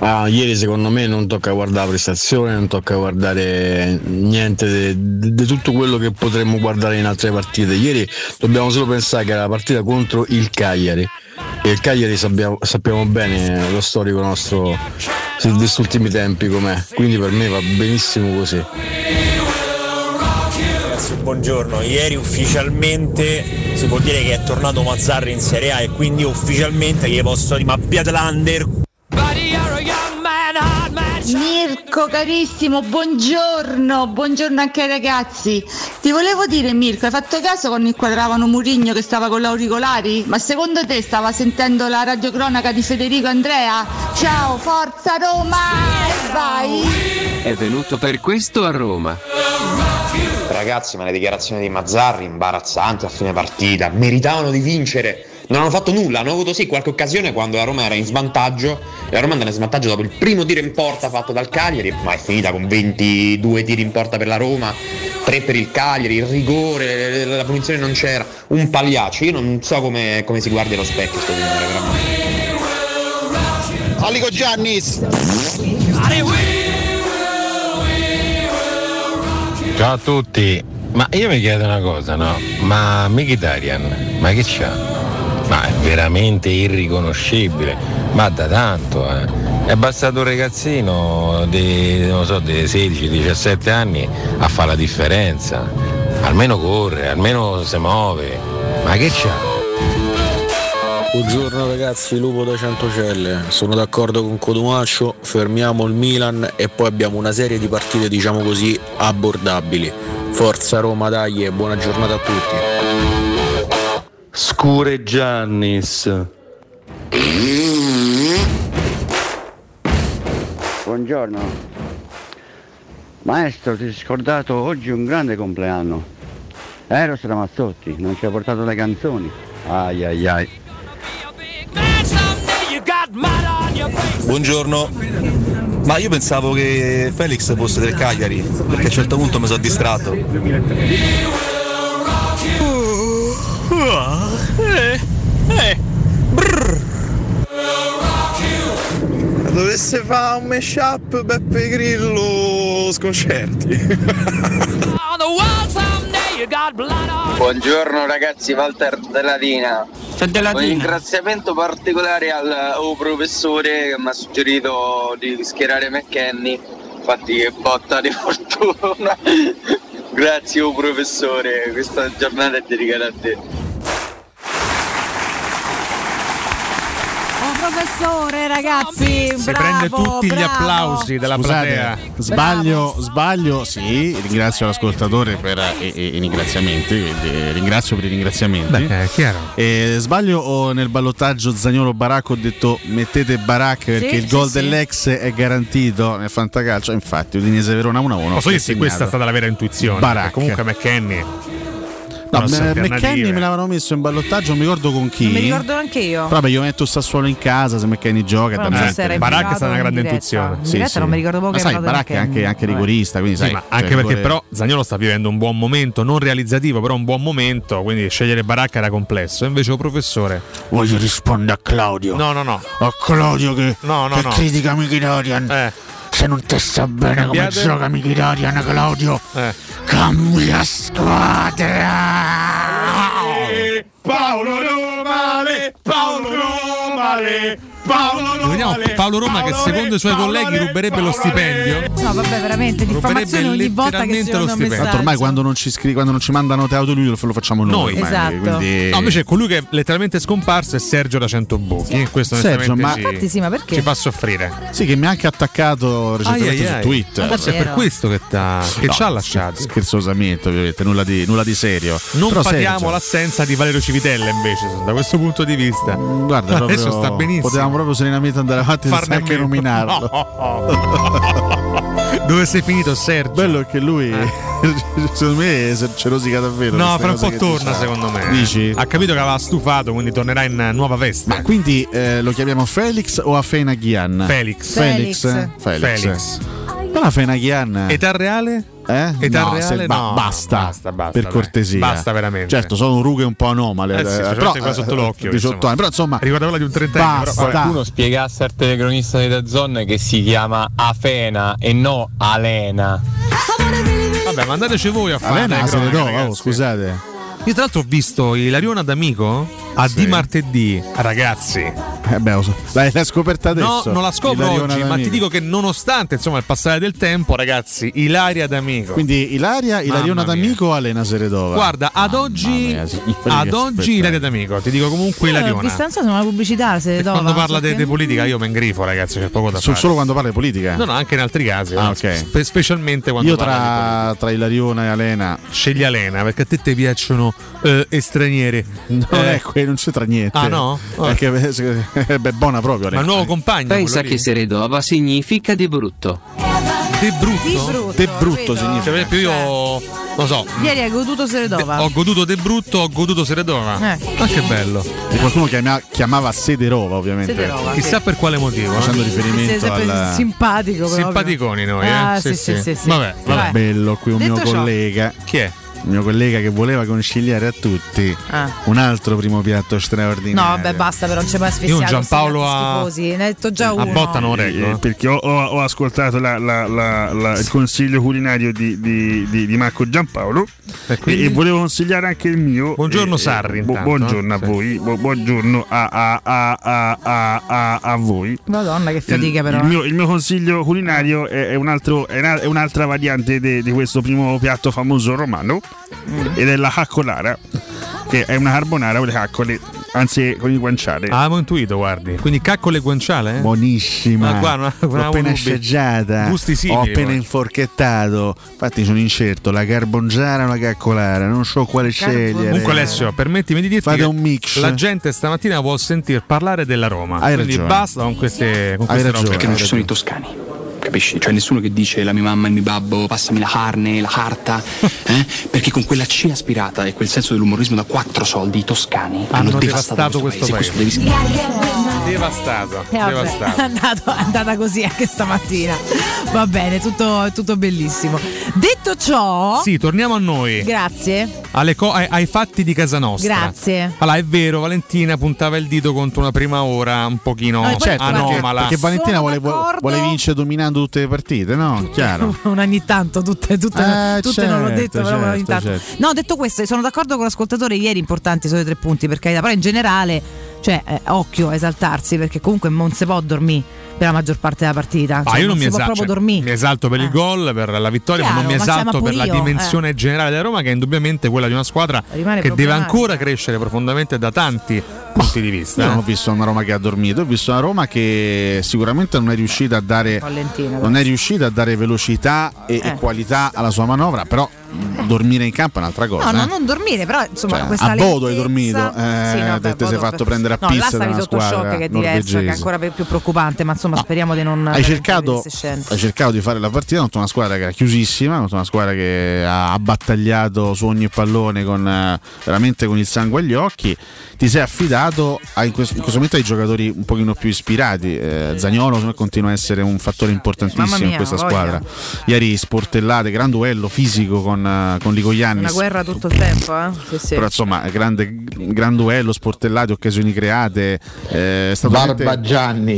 Speaker 20: Ah, ieri secondo me non tocca guardare la prestazione, non tocca guardare niente di tutto quello che potremmo guardare in altre partite. Ieri dobbiamo solo pensare che era la partita contro il Cagliari. E il Cagliari sappiamo, sappiamo bene lo storico nostro di questi ultimi tempi com'è. Quindi per me va benissimo così.
Speaker 23: Ragazzi, Buongiorno, ieri ufficialmente si può dire che è tornato Mazzarri in Serie A e quindi ufficialmente gli posso dire ma l'under
Speaker 8: Mirko carissimo, buongiorno, buongiorno anche ai ragazzi. Ti volevo dire Mirko, hai fatto caso quando inquadravano Murigno che stava con gli auricolari? Ma secondo te stava sentendo la radiocronaca di Federico Andrea? Ciao, forza Roma! E vai!
Speaker 24: È venuto per questo a Roma.
Speaker 1: Ragazzi, ma le dichiarazioni di Mazzarri imbarazzanti a fine partita, meritavano di vincere. Non hanno fatto nulla, hanno avuto sì qualche occasione quando la Roma era in svantaggio. La Roma andava in svantaggio dopo il primo tiro in porta fatto dal Cagliari, ma è finita con 22 tiri in porta per la Roma, 3 per il Cagliari, il rigore, la punizione non c'era. Un pagliaccio, io non so come, come si guardi allo specchio sto signore, veramente. Alico Giannis!
Speaker 25: Ciao a tutti, ma io mi chiedo una cosa, no? Ma Mkhitaryan, ma che c'ha? Ma è veramente irriconoscibile, ma da tanto, eh.
Speaker 26: È bastato un ragazzino di, non lo so, di 16-17 anni a fare la differenza. Almeno corre, almeno si muove. Ma che c'ha?
Speaker 13: Buongiorno ragazzi, Lupo da Centocelle, sono d'accordo con Codumaccio, fermiamo il Milan e poi abbiamo una serie di partite diciamo così abbordabili. Forza Roma, dai e buona giornata a tutti.
Speaker 20: Scure Giannis.
Speaker 27: Buongiorno. Maestro, ti sei scordato oggi un grande compleanno. Eros Ramazzotti, non ci ha portato le canzoni. Ai ai ai.
Speaker 1: Buongiorno. Ma io pensavo che Felix fosse del Cagliari, perché a un certo punto mi sono distratto.
Speaker 16: Eh, eh, brrr. Dovesse fare un mashup Beppe Grillo sconcerti.
Speaker 28: On the wall someday you got blood on
Speaker 29: Buongiorno ragazzi, Walter Dellatina.
Speaker 7: Cioè,
Speaker 28: Dellatina.
Speaker 29: Un ringraziamento particolare al, al professore che mi ha suggerito di schierare McKenny. Infatti che botta di fortuna. Grazie oh, professore, questa giornata è dedicata a te.
Speaker 3: Un Eh, professore, ragazzi,
Speaker 7: Si
Speaker 3: bravo,
Speaker 7: prende tutti gli
Speaker 3: bravo.
Speaker 7: applausi dalla platea.
Speaker 6: Scusate, sbaglio, sbaglio, sì, ringrazio l'ascoltatore per eh, eh, i ringraziamenti, eh, ringrazio per i ringraziamenti.
Speaker 7: Beh, è chiaro.
Speaker 6: Eh, sbaglio o nel ballottaggio Zagnolo Baracco ho detto mettete Baracca perché
Speaker 7: Sì,
Speaker 6: il
Speaker 7: sì,
Speaker 6: gol
Speaker 7: sì.
Speaker 6: dell'ex è garantito nel fantacalcio, infatti Udinese Verona 1-1.
Speaker 7: Posso dirti questa è stata la vera intuizione.
Speaker 6: Baracca.
Speaker 7: Comunque McKenny.
Speaker 6: No,
Speaker 7: grosse
Speaker 6: beh,
Speaker 7: alternative.
Speaker 6: McKenny me l'avevano messo in ballottaggio, non mi ricordo con chi.
Speaker 3: Mi ricordo anche io.
Speaker 6: Però beh, Juventus Sassuolo in casa, se McKenny gioca,
Speaker 3: Però non so se era in Baracca è stata una privata o grande in diretta. intuizione. In diretta non mi ricordo proprio
Speaker 6: Ma
Speaker 3: che
Speaker 6: sai,
Speaker 3: era
Speaker 6: Baracca è anche,
Speaker 3: McKenny.
Speaker 6: anche rigorista, quindi
Speaker 7: Sì,
Speaker 6: sai,
Speaker 7: ma
Speaker 6: cioè,
Speaker 7: anche perché
Speaker 6: rigore-
Speaker 7: però Zagnolo sta vivendo un buon momento, non realizzativo, però un buon momento, quindi scegliere Baracca era complesso. Invece lo professore
Speaker 6: Voglio rispondere a Claudio.
Speaker 7: No, no, no.
Speaker 6: A Claudio che,
Speaker 7: No, no,
Speaker 6: che
Speaker 7: no. Eh.
Speaker 6: critica Mkhitaryan. Se non ti sta bene
Speaker 7: Cambiate.
Speaker 6: come gioca Mkhitaryan, Claudio,
Speaker 7: Eh.
Speaker 6: cambia squadra.
Speaker 27: Paolo Romale, Paolo Romale, Paolo
Speaker 7: Lo Vediamo Paolo Roma che secondo i suoi colleghi ruberebbe lo stipendio.
Speaker 3: No, vabbè, veramente, diffamazione ogni volta che ci un
Speaker 6: Tanto
Speaker 3: messaggio.
Speaker 6: Certo, ormai quando non ci, scri- quando non ci mandano te auto lui lo lo facciamo noi.
Speaker 7: Noi.
Speaker 6: ormai,
Speaker 3: Esatto.
Speaker 6: Eh, quindi-
Speaker 7: No, invece colui che è letteralmente scomparso è Sergio da Centobocchi. Questo
Speaker 6: Sergio,
Speaker 7: onestamente
Speaker 6: ma-
Speaker 7: ci-
Speaker 6: Infatti
Speaker 3: sì, ma perché?
Speaker 7: ci fa soffrire.
Speaker 6: Sì, che mi ha anche attaccato recentemente
Speaker 7: Ai, ai, ai.
Speaker 6: su Twitter.
Speaker 7: Forse è per Davvero? questo che, che ci ha lasciato.
Speaker 6: Scherzosamente, ovviamente, nulla di, nulla di serio. cioè,
Speaker 7: Non
Speaker 6: Però
Speaker 7: patiamo
Speaker 6: Sergio,
Speaker 7: l'assenza di Valerio Civitella invece, da questo punto di vista.
Speaker 6: guarda, proprio-
Speaker 7: adesso sta benissimo.
Speaker 6: Potevamo proprio serenamente andare avanti
Speaker 7: Farne a
Speaker 6: senza anche
Speaker 7: meno.
Speaker 6: nominarlo.
Speaker 7: Dove sei finito, Sergio? Eh.
Speaker 6: Bello è che lui, secondo me, se- ce rosica davvero.
Speaker 7: No,
Speaker 6: queste
Speaker 7: fra un
Speaker 6: cose
Speaker 7: po'
Speaker 6: che
Speaker 7: torna
Speaker 6: dice.
Speaker 7: secondo me. Eh.
Speaker 6: Dici?
Speaker 7: Ha capito che aveva stufato, quindi tornerà in eh, nuova veste.
Speaker 6: Ma quindi eh, lo chiamiamo Felix o Afena Ghian?
Speaker 7: Felix.
Speaker 6: Felix. eh?
Speaker 7: Felix.
Speaker 6: Felix.
Speaker 7: Felix.
Speaker 6: Però Afena Ghian.
Speaker 7: Età reale?
Speaker 6: Eh?
Speaker 7: Età
Speaker 6: No,
Speaker 7: reale?
Speaker 6: se- ba-
Speaker 7: no.
Speaker 6: basta,
Speaker 7: Basta, basta,
Speaker 6: per
Speaker 7: dai.
Speaker 6: cortesia.
Speaker 7: Basta veramente.
Speaker 6: Certo, sono rughe un po' anomale.
Speaker 7: Eh sì, specialmente quella sotto l'occhio,
Speaker 6: 18
Speaker 7: insomma.
Speaker 6: anni, però insomma.
Speaker 7: Ricordavo quella di un trentenne.
Speaker 6: Basta.
Speaker 30: Qualcuno spiegasse al telecronista di Dazzon che si chiama Afena e no Alena.
Speaker 7: Vabbè, mandateci voi a fare. eh,
Speaker 30: Alena
Speaker 7: le
Speaker 30: se ne
Speaker 7: cronache,
Speaker 30: trova, oh,
Speaker 7: ragazzi.
Speaker 6: Scusate.
Speaker 7: Io tra l'altro ho visto Ilariona d'amico a di martedì, ragazzi.
Speaker 6: Eh beh, lo so. L'hai, l'hai scoperta
Speaker 7: No,
Speaker 6: adesso?
Speaker 7: non la scopro
Speaker 6: Ilariona
Speaker 7: oggi, ma
Speaker 6: D'Amico.
Speaker 7: ti dico che nonostante insomma il passare del tempo, ragazzi, Ilaria d'amico.
Speaker 6: Quindi Ilaria, Ilariona
Speaker 7: Mamma
Speaker 6: d'amico o Alena Seredova?
Speaker 7: Guarda, ad oggi ad oggi Ilaria d'amico, ti dico comunque
Speaker 3: Io l'ho
Speaker 7: Ilariona.
Speaker 3: vista, non so se è una pubblicità, se dova,
Speaker 7: Quando parla
Speaker 3: so
Speaker 7: di
Speaker 3: che-
Speaker 7: politica io mi ingrifo, ragazzi, c'è poco da
Speaker 6: Su-
Speaker 7: fare.
Speaker 6: solo quando parla di politica?
Speaker 7: No, no, anche in altri casi.
Speaker 6: Ah,
Speaker 7: no?
Speaker 6: ok.
Speaker 7: Spe- specialmente quando
Speaker 6: Io
Speaker 7: parla di
Speaker 6: tra, tra Ilariona e Alena.
Speaker 7: Scegli Alena perché a te ti piacciono eh, stranieri.
Speaker 6: Non
Speaker 7: Eh,
Speaker 6: è que- ecco, non c'entra niente.
Speaker 7: Ah, no? Oh.
Speaker 6: Perché eh, beh, buona proprio Alena.
Speaker 7: compagno.
Speaker 31: Pensa che Seredova significa di brutto.
Speaker 7: Te brutto? Cioè,
Speaker 3: Di brutto,
Speaker 6: Te brutto
Speaker 3: capito? Cioè,
Speaker 6: significa.
Speaker 7: Per esempio, io non lo so.
Speaker 3: Ieri hai goduto Seredova.
Speaker 7: Ho goduto De Brutto, ho goduto Seredona.
Speaker 3: Eh.
Speaker 7: Ma che bello.
Speaker 6: E qualcuno chiama- chiamava Sederova, ovviamente.
Speaker 3: Sederova,
Speaker 7: Chissà per quale motivo. eh.
Speaker 6: Facendo
Speaker 3: Sei
Speaker 6: riferimento
Speaker 3: sempre
Speaker 6: al.
Speaker 3: simpatico proprio.
Speaker 7: Simpaticoni noi, eh.
Speaker 3: Ah,
Speaker 7: sì,
Speaker 3: sì, sì, sì, sì.
Speaker 7: Vabbè, vabbè.
Speaker 6: Bello qui un
Speaker 3: Detto
Speaker 6: mio
Speaker 3: ciò-
Speaker 6: collega.
Speaker 7: Chi è?
Speaker 6: mio collega che voleva consigliare a tutti
Speaker 3: Ah.
Speaker 6: un altro primo piatto straordinario.
Speaker 3: No, vabbè, basta, però non ci puoi asfissiare.
Speaker 6: Io un Giampaolo
Speaker 3: questi piatti
Speaker 6: a-
Speaker 3: schifosi. Ne hai detto già uno.
Speaker 32: Eh, Perché ho, ho- ho ascoltato la- la- la- la- il consiglio culinario di, di- di- di Marco Giampaolo e,
Speaker 7: quindi?
Speaker 32: e volevo consigliare anche il mio.
Speaker 7: Buongiorno
Speaker 32: Eh,
Speaker 7: Sarri,
Speaker 32: bu-
Speaker 7: intanto,
Speaker 32: buongiorno
Speaker 7: eh.
Speaker 32: a voi. bu- buongiorno a, a- a- a- a- a- a voi.
Speaker 3: Madonna, che fatica,
Speaker 32: il,
Speaker 3: però.
Speaker 32: Il mio, il mio consiglio culinario è, è un altro- è una- è un'altra variante de- di questo primo piatto famoso romano
Speaker 3: Mm.
Speaker 32: ed è la caccolara, che è una carbonara con le caccole, anzi con i guanciale.
Speaker 7: Ah, Avevo intuito, guardi. Quindi caccole e guanciale? Eh?
Speaker 6: Buonissima,
Speaker 7: Ma guarda, una-
Speaker 6: l'ho
Speaker 7: una
Speaker 6: appena
Speaker 7: Ulubi.
Speaker 6: assaggiata,
Speaker 7: Gusti simili,
Speaker 6: ho appena
Speaker 7: poi.
Speaker 6: inforchettato. Infatti, sono incerto: la carbongiara o la caccolara, non so quale scegliere.
Speaker 7: Comunque Alessio, permettimi di dirti
Speaker 6: Fate
Speaker 7: che
Speaker 6: un mix.
Speaker 7: la gente stamattina vuol sentir parlare della Roma.
Speaker 6: Hai
Speaker 7: quindi
Speaker 6: ragione.
Speaker 7: basta con queste con
Speaker 17: Hai
Speaker 7: queste
Speaker 17: ragione,
Speaker 7: robe.
Speaker 17: perché non ci sono i toscani. Capisci? Cioè nessuno che dice la mia mamma e il mio babbo, passami la carne, la carta, eh? perché con quella C aspirata e quel senso dell'umorismo da quattro soldi i toscani hanno,
Speaker 7: Hanno
Speaker 17: devastato,
Speaker 7: devastato questo
Speaker 17: questo
Speaker 7: paese.
Speaker 17: paese. Questo devi-
Speaker 7: Devastato,
Speaker 17: Eh,
Speaker 3: vabbè,
Speaker 7: devastato.
Speaker 3: è, andato- è andata così anche stamattina. Va bene, tutto, tutto bellissimo. Detto ciò,
Speaker 7: Sì, torniamo a noi.
Speaker 3: grazie.
Speaker 7: Alle co- ai, ai fatti di casa nostra.
Speaker 3: Grazie.
Speaker 7: Allora, è vero, Valentina puntava il dito contro una prima ora un pochino
Speaker 6: Eh, certo, perché,
Speaker 7: anomala.
Speaker 6: perché Valentina vuole,
Speaker 3: d'accordo.
Speaker 6: vuole vincere dominando tutte le partite, no?
Speaker 7: Ah,
Speaker 6: Chiaro.
Speaker 3: Un ogni tanto, tutte, tutte,
Speaker 6: Eh,
Speaker 3: tutte non l'ho
Speaker 6: certo,
Speaker 3: detto, però
Speaker 6: certo,
Speaker 3: ogni tanto.
Speaker 6: certo.
Speaker 3: No, detto questo, sono d'accordo con l'ascoltatore, ieri importanti sono i tre punti, per carità, però in generale, cioè, eh, occhio a esaltarsi, perché comunque non si può dormire per la maggior parte della partita.
Speaker 7: Ah,
Speaker 3: Cioè,
Speaker 7: io non, mi,
Speaker 3: si può
Speaker 7: esa-
Speaker 3: proprio
Speaker 7: cioè,
Speaker 3: dormire. Eh.
Speaker 7: mi esalto per il gol, per la vittoria, ma
Speaker 3: Chiaro,
Speaker 7: non mi
Speaker 3: ma cioè, ma
Speaker 7: esalto
Speaker 3: pure
Speaker 7: per la
Speaker 3: io,
Speaker 7: dimensione generale della Roma, che è indubbiamente quella di una squadra
Speaker 3: Rimane
Speaker 7: che deve
Speaker 3: problematica.
Speaker 7: ancora crescere profondamente da tanti punti di vista.
Speaker 6: Io non ho
Speaker 7: eh.
Speaker 6: visto una Roma che ha dormito, ho visto una Roma che sicuramente non è riuscita a dare,
Speaker 3: Valentina,
Speaker 6: non è riuscita a dare velocità e, e
Speaker 3: Eh.
Speaker 6: qualità alla sua manovra, però mh, dormire in campo è un'altra cosa.
Speaker 3: No, no,
Speaker 6: eh.
Speaker 3: non dormire, però insomma
Speaker 6: Cioè,
Speaker 3: questa
Speaker 6: a Bodo hai
Speaker 3: lentezza-
Speaker 6: dormito, eh,
Speaker 3: no,
Speaker 6: te- te
Speaker 3: beh,
Speaker 6: sei
Speaker 3: Bodo- cioè,
Speaker 6: fatto prendere a
Speaker 3: no,
Speaker 6: pizza
Speaker 3: là stavi
Speaker 6: da una
Speaker 3: sotto shock
Speaker 6: squadra
Speaker 3: che è diverso, che è
Speaker 6: norvegese.
Speaker 3: ancora più più preoccupante, ma insomma speriamo di non
Speaker 6: Hai cercato, hai
Speaker 3: Sì,
Speaker 6: cercato di fare la partita contro una squadra che era chiusissima, contro una squadra che ha battagliato su ogni pallone con, eh, veramente con il sangue agli occhi. Ti sei affidato a- in, questo, in questo momento ai giocatori un pochino più ispirati. Eh, Zagnolo secondo me, continua a essere un fattore importantissimo
Speaker 3: Mamma mia,
Speaker 6: in questa
Speaker 3: voglia.
Speaker 6: squadra. Ieri sportellate, gran duello fisico con, eh, con Ligoiannis.
Speaker 3: una guerra tutto il tempo, eh? Sì, sì.
Speaker 6: Però insomma, grande, gran duello, sportellate, occasioni create. eh, è stato
Speaker 3: Barba
Speaker 6: veramente-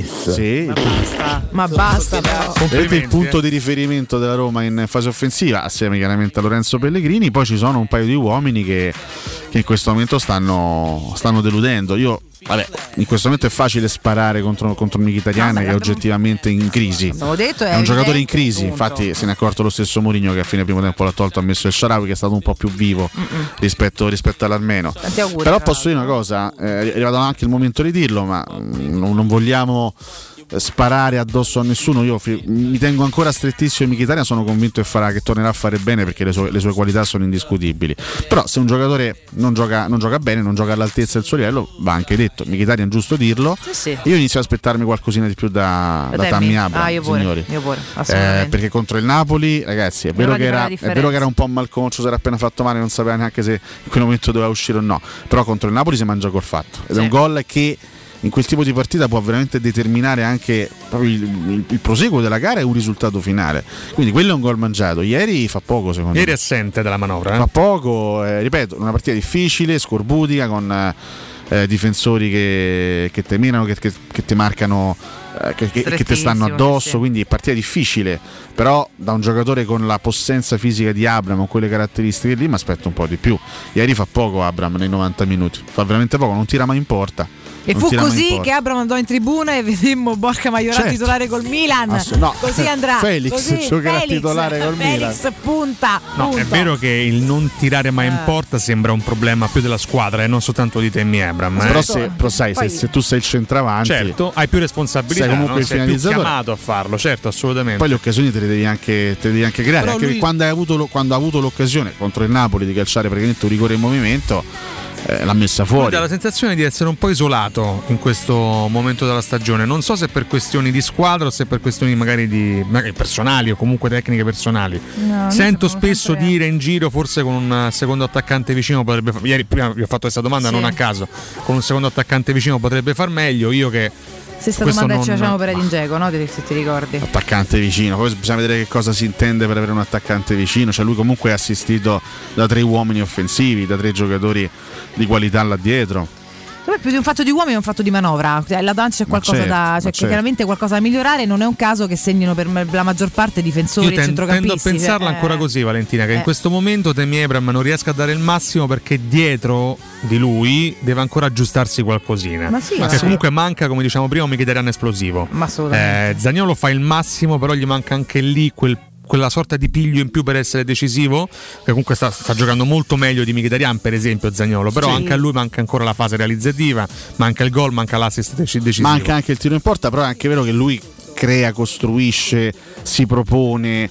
Speaker 6: Sì,
Speaker 3: Basta, ma basta però.
Speaker 6: Vedete il punto di riferimento della Roma in fase offensiva, assieme chiaramente a Lorenzo Pellegrini. Poi ci sono un paio di uomini che, che in questo momento stanno, stanno deludendo. Io, vabbè, in questo momento è facile sparare contro, contro Mkhitaryan, che è oggettivamente in crisi.
Speaker 3: L'abbiamo detto, è
Speaker 6: È un giocatore in
Speaker 3: evidente,
Speaker 6: crisi,
Speaker 3: punto.
Speaker 6: infatti se ne è accorto lo stesso Mourinho che a fine primo tempo l'ha tolto, ha messo il Sharawi che è stato un po' più vivo
Speaker 3: Mm-mm.
Speaker 6: rispetto, rispetto all'Armeno.
Speaker 3: Tanti auguri,
Speaker 6: Però
Speaker 3: tra
Speaker 6: posso dire una cosa, eh, è arrivato anche il momento di dirlo, ma mm, non, non vogliamo eh, sparare addosso a nessuno, io fi- mi tengo ancora strettissimo in Mkhitaryan, sono convinto che, farà, che tornerà a fare bene perché le sue, le sue qualità sono indiscutibili. Però se un giocatore non gioca, non gioca bene, non gioca all'altezza del suo livello, va anche detto, Mkhitaryan è giusto dirlo,
Speaker 3: sì.
Speaker 6: io inizio ad aspettarmi qualcosina di più da,
Speaker 3: Da
Speaker 6: da
Speaker 3: Tammy.
Speaker 6: Tammy Abraham,
Speaker 3: Ah, io pure,
Speaker 6: signori.
Speaker 3: io pure, assolutamente.
Speaker 6: Eh, perché contro il Napoli, ragazzi, è vero,
Speaker 3: Prova di
Speaker 6: che
Speaker 3: fare la
Speaker 6: era, è
Speaker 3: differenza.
Speaker 6: vero che era un po' malconcio, si era appena fatto male, non sapeva neanche se in quel momento doveva uscire o no. Però contro il Napoli si mangia col fatto. Ed
Speaker 3: Sì.
Speaker 6: è un gol che in quel tipo di partita può veramente determinare anche proprio il, il- il proseguo della gara e un risultato finale. Quindi quello è un gol mangiato. Ieri fa poco, secondo
Speaker 7: Ieri
Speaker 6: me.
Speaker 7: assente dalla manovra. eh.
Speaker 6: Fa poco, eh, ripeto, una partita difficile, scorbutica, con eh, difensori che, che te mirano, che, che, che ti marcano, eh, che, che- che ti stanno
Speaker 17: Strettissimo,
Speaker 6: addosso,
Speaker 17: sì.
Speaker 6: quindi partita difficile, però da un giocatore con la possenza fisica di Abram, con quelle caratteristiche lì, mi aspetto un po' di più. Ieri fa poco Abram nei 90 minuti, fa veramente poco, non tira mai in porta.
Speaker 3: E
Speaker 6: non
Speaker 3: fu
Speaker 6: tira mai in
Speaker 3: così
Speaker 6: porta.
Speaker 3: che Abram andò in tribuna e vedemmo Borca Maioral
Speaker 6: Certo.
Speaker 3: titolare col Milan.
Speaker 6: Ass- no.
Speaker 3: Così andrà.
Speaker 6: Felix
Speaker 3: così,
Speaker 6: giocherà
Speaker 3: Felix,
Speaker 6: titolare col
Speaker 3: Felix punta.
Speaker 7: No,
Speaker 3: punto.
Speaker 7: è vero che il non tirare mai in
Speaker 3: Eh.
Speaker 7: porta sembra un problema più della squadra e non soltanto di Temi Ebram. eh.
Speaker 6: Però, se, però sai, se, se tu sei il centravanti,
Speaker 7: certo, hai più responsabilità,
Speaker 6: Sei comunque
Speaker 7: no?
Speaker 6: il
Speaker 7: sei più
Speaker 6: finalizzatore.
Speaker 7: chiamato a farlo, certo, assolutamente.
Speaker 6: Poi le occasioni te le devi anche, te le devi anche creare.
Speaker 7: Però
Speaker 6: anche
Speaker 7: lui-
Speaker 6: perché quando, hai avuto lo- quando ha avuto l'occasione contro il Napoli di calciare praticamente un rigore in movimento, eh, l'ha messa
Speaker 7: Lui
Speaker 6: fuori.
Speaker 7: dà la sensazione di essere un po' isolato in questo momento della stagione. Non so se per questioni di squadra o se per questioni magari, di, magari personali o comunque tecniche personali.
Speaker 17: No,
Speaker 7: Sento spesso dire in giro, forse con un eh, secondo attaccante vicino potrebbe fa- Ieri prima vi ho fatto questa domanda
Speaker 17: Sì.
Speaker 7: non Ah. a caso. Con un secondo attaccante vicino potrebbe far meglio. Io che
Speaker 3: Stessa
Speaker 6: Questo
Speaker 3: domanda che ci
Speaker 6: non-
Speaker 3: facciamo per Edin Dzeko, no? Ti- Se ti ricordi.
Speaker 6: attaccante vicino. Poi bisogna vedere che cosa si intende per avere un attaccante vicino. Cioè, lui comunque è assistito da tre uomini offensivi, da tre giocatori di qualità là dietro.
Speaker 3: Secondo me più di un fatto di uomini è un fatto di manovra. Cioè, Là davanti c'è qualcosa
Speaker 6: certo,
Speaker 3: da.
Speaker 6: ma
Speaker 3: Cioè, che
Speaker 6: certo.
Speaker 3: chiaramente qualcosa da migliorare. Non è un caso che segnino per me- la maggior parte difensori
Speaker 7: Io
Speaker 3: e
Speaker 7: ten- tendo a
Speaker 3: centrocampisti.
Speaker 7: pensarla
Speaker 3: cioè,
Speaker 7: ancora così, Valentina, che
Speaker 3: eh.
Speaker 7: in questo momento Temi Ebram non riesca a dare il massimo perché dietro di lui deve ancora aggiustarsi qualcosina.
Speaker 3: Ma sì, ma
Speaker 7: perché
Speaker 3: sì.
Speaker 7: comunque manca, come diciamo prima, un Mkhitaryan esplosivo.
Speaker 3: Ma assolutamente.
Speaker 7: Eh, Zaniolo fa il massimo, però gli manca anche lì quel- quella sorta di piglio in più per essere decisivo, che comunque sta, sta giocando molto meglio di Mkhitaryan per esempio Zagnolo, però
Speaker 6: Sì.
Speaker 7: anche a lui manca ancora la fase realizzativa, manca il gol, manca l'assist dec- decisivo.
Speaker 6: Manca anche il tiro in porta, però è anche vero che lui crea, costruisce, si propone,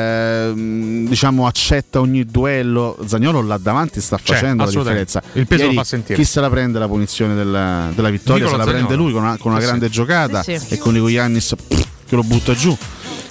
Speaker 6: ehm, diciamo accetta ogni duello. Zagnolo là davanti sta
Speaker 7: Cioè,
Speaker 6: facendo la
Speaker 7: assolutamente.
Speaker 6: differenza.
Speaker 7: Il peso lo
Speaker 6: Ieri
Speaker 7: fa sentire.
Speaker 6: Chi se la prende la punizione della, della vittoria?
Speaker 7: Nicola
Speaker 6: se la
Speaker 7: Zaniolo.
Speaker 6: prende lui con una, con una
Speaker 7: Sì,
Speaker 6: grande
Speaker 7: sì.
Speaker 6: giocata
Speaker 3: Sì, sì.
Speaker 6: e con Igoiannis che lo butta giù.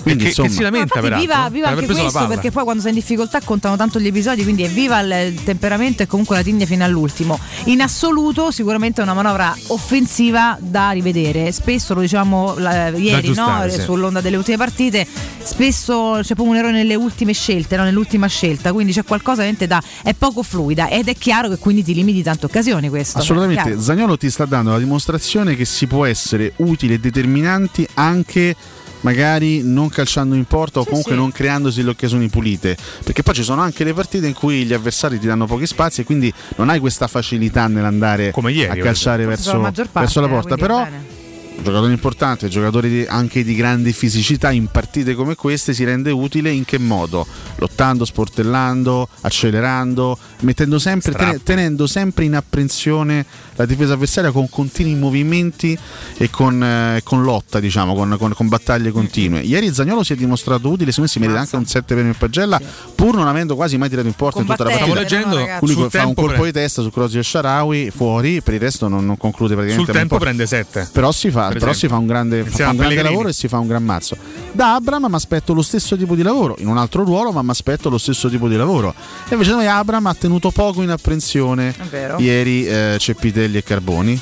Speaker 6: Quindi,
Speaker 7: E che- che
Speaker 6: insomma,
Speaker 7: si lamenta, Cioè,
Speaker 3: Infatti, viva, viva anche questo perché poi quando sei in difficoltà contano tanto gli episodi quindi è viva il il temperamento e comunque la tigna fino all'ultimo in assoluto sicuramente è una manovra offensiva da rivedere spesso lo diciamo la- ieri no?
Speaker 2: aggiustare, sì.
Speaker 3: sull'onda delle ultime partite spesso c'è proprio un errore nelle ultime scelte no? nell'ultima scelta quindi c'è qualcosa veramente da è poco fluida ed è chiaro che quindi ti limiti tante occasioni questo
Speaker 6: Assolutamente,
Speaker 3: Chiaro.
Speaker 6: Zagnolo ti sta dando la dimostrazione che si può essere utili e determinanti anche magari non calciando in porta o comunque
Speaker 3: sì.
Speaker 6: non creandosi le occasioni pulite, perché poi ci sono anche le partite in cui gli avversari ti danno pochi spazi e quindi non hai questa facilità nell'andare
Speaker 7: ieri,
Speaker 6: a calciare
Speaker 7: per
Speaker 6: verso,
Speaker 7: esempio. Forse per la maggior parte,
Speaker 6: verso la porta,
Speaker 7: quindi
Speaker 6: però
Speaker 7: va
Speaker 6: giocatore importante, giocatore di- anche di grande fisicità in partite come queste si rende utile in che modo? Lottando, sportellando, accelerando, mettendo sempre,
Speaker 7: Strappi.
Speaker 6: tene- tenendo sempre in apprensione la difesa avversaria con continui movimenti e con, eh, con lotta, diciamo, con, con- con battaglie continue. Ieri Zagnolo si è dimostrato utile, secondo me si merita anche un 7 per il Pagella, pur non avendo quasi mai tirato in porta in tutta la
Speaker 7: Stavo
Speaker 6: partita.
Speaker 7: leggendo
Speaker 6: Lui
Speaker 7: sul
Speaker 6: fa un
Speaker 7: tempo
Speaker 6: colpo
Speaker 7: pre-
Speaker 6: di testa su Crosio e Sharawi fuori, per il resto non, non conclude
Speaker 7: sul
Speaker 6: praticamente mai in
Speaker 7: tempo
Speaker 6: porta.
Speaker 7: prende 7.
Speaker 6: Però si fa,
Speaker 7: Per
Speaker 6: però si
Speaker 7: esempio.
Speaker 6: fa un grande, fa
Speaker 7: Insieme
Speaker 6: un
Speaker 7: a
Speaker 6: grande
Speaker 7: Pellegrini.
Speaker 6: lavoro e si fa un gran mazzo. Da Abram mi aspetto lo stesso tipo di lavoro, in un altro ruolo, ma mi aspetto lo stesso tipo di lavoro. E invece noi Abram ha tenuto poco in apprensione
Speaker 7: vero.
Speaker 6: ieri eh, Ceppitelli e Carboni.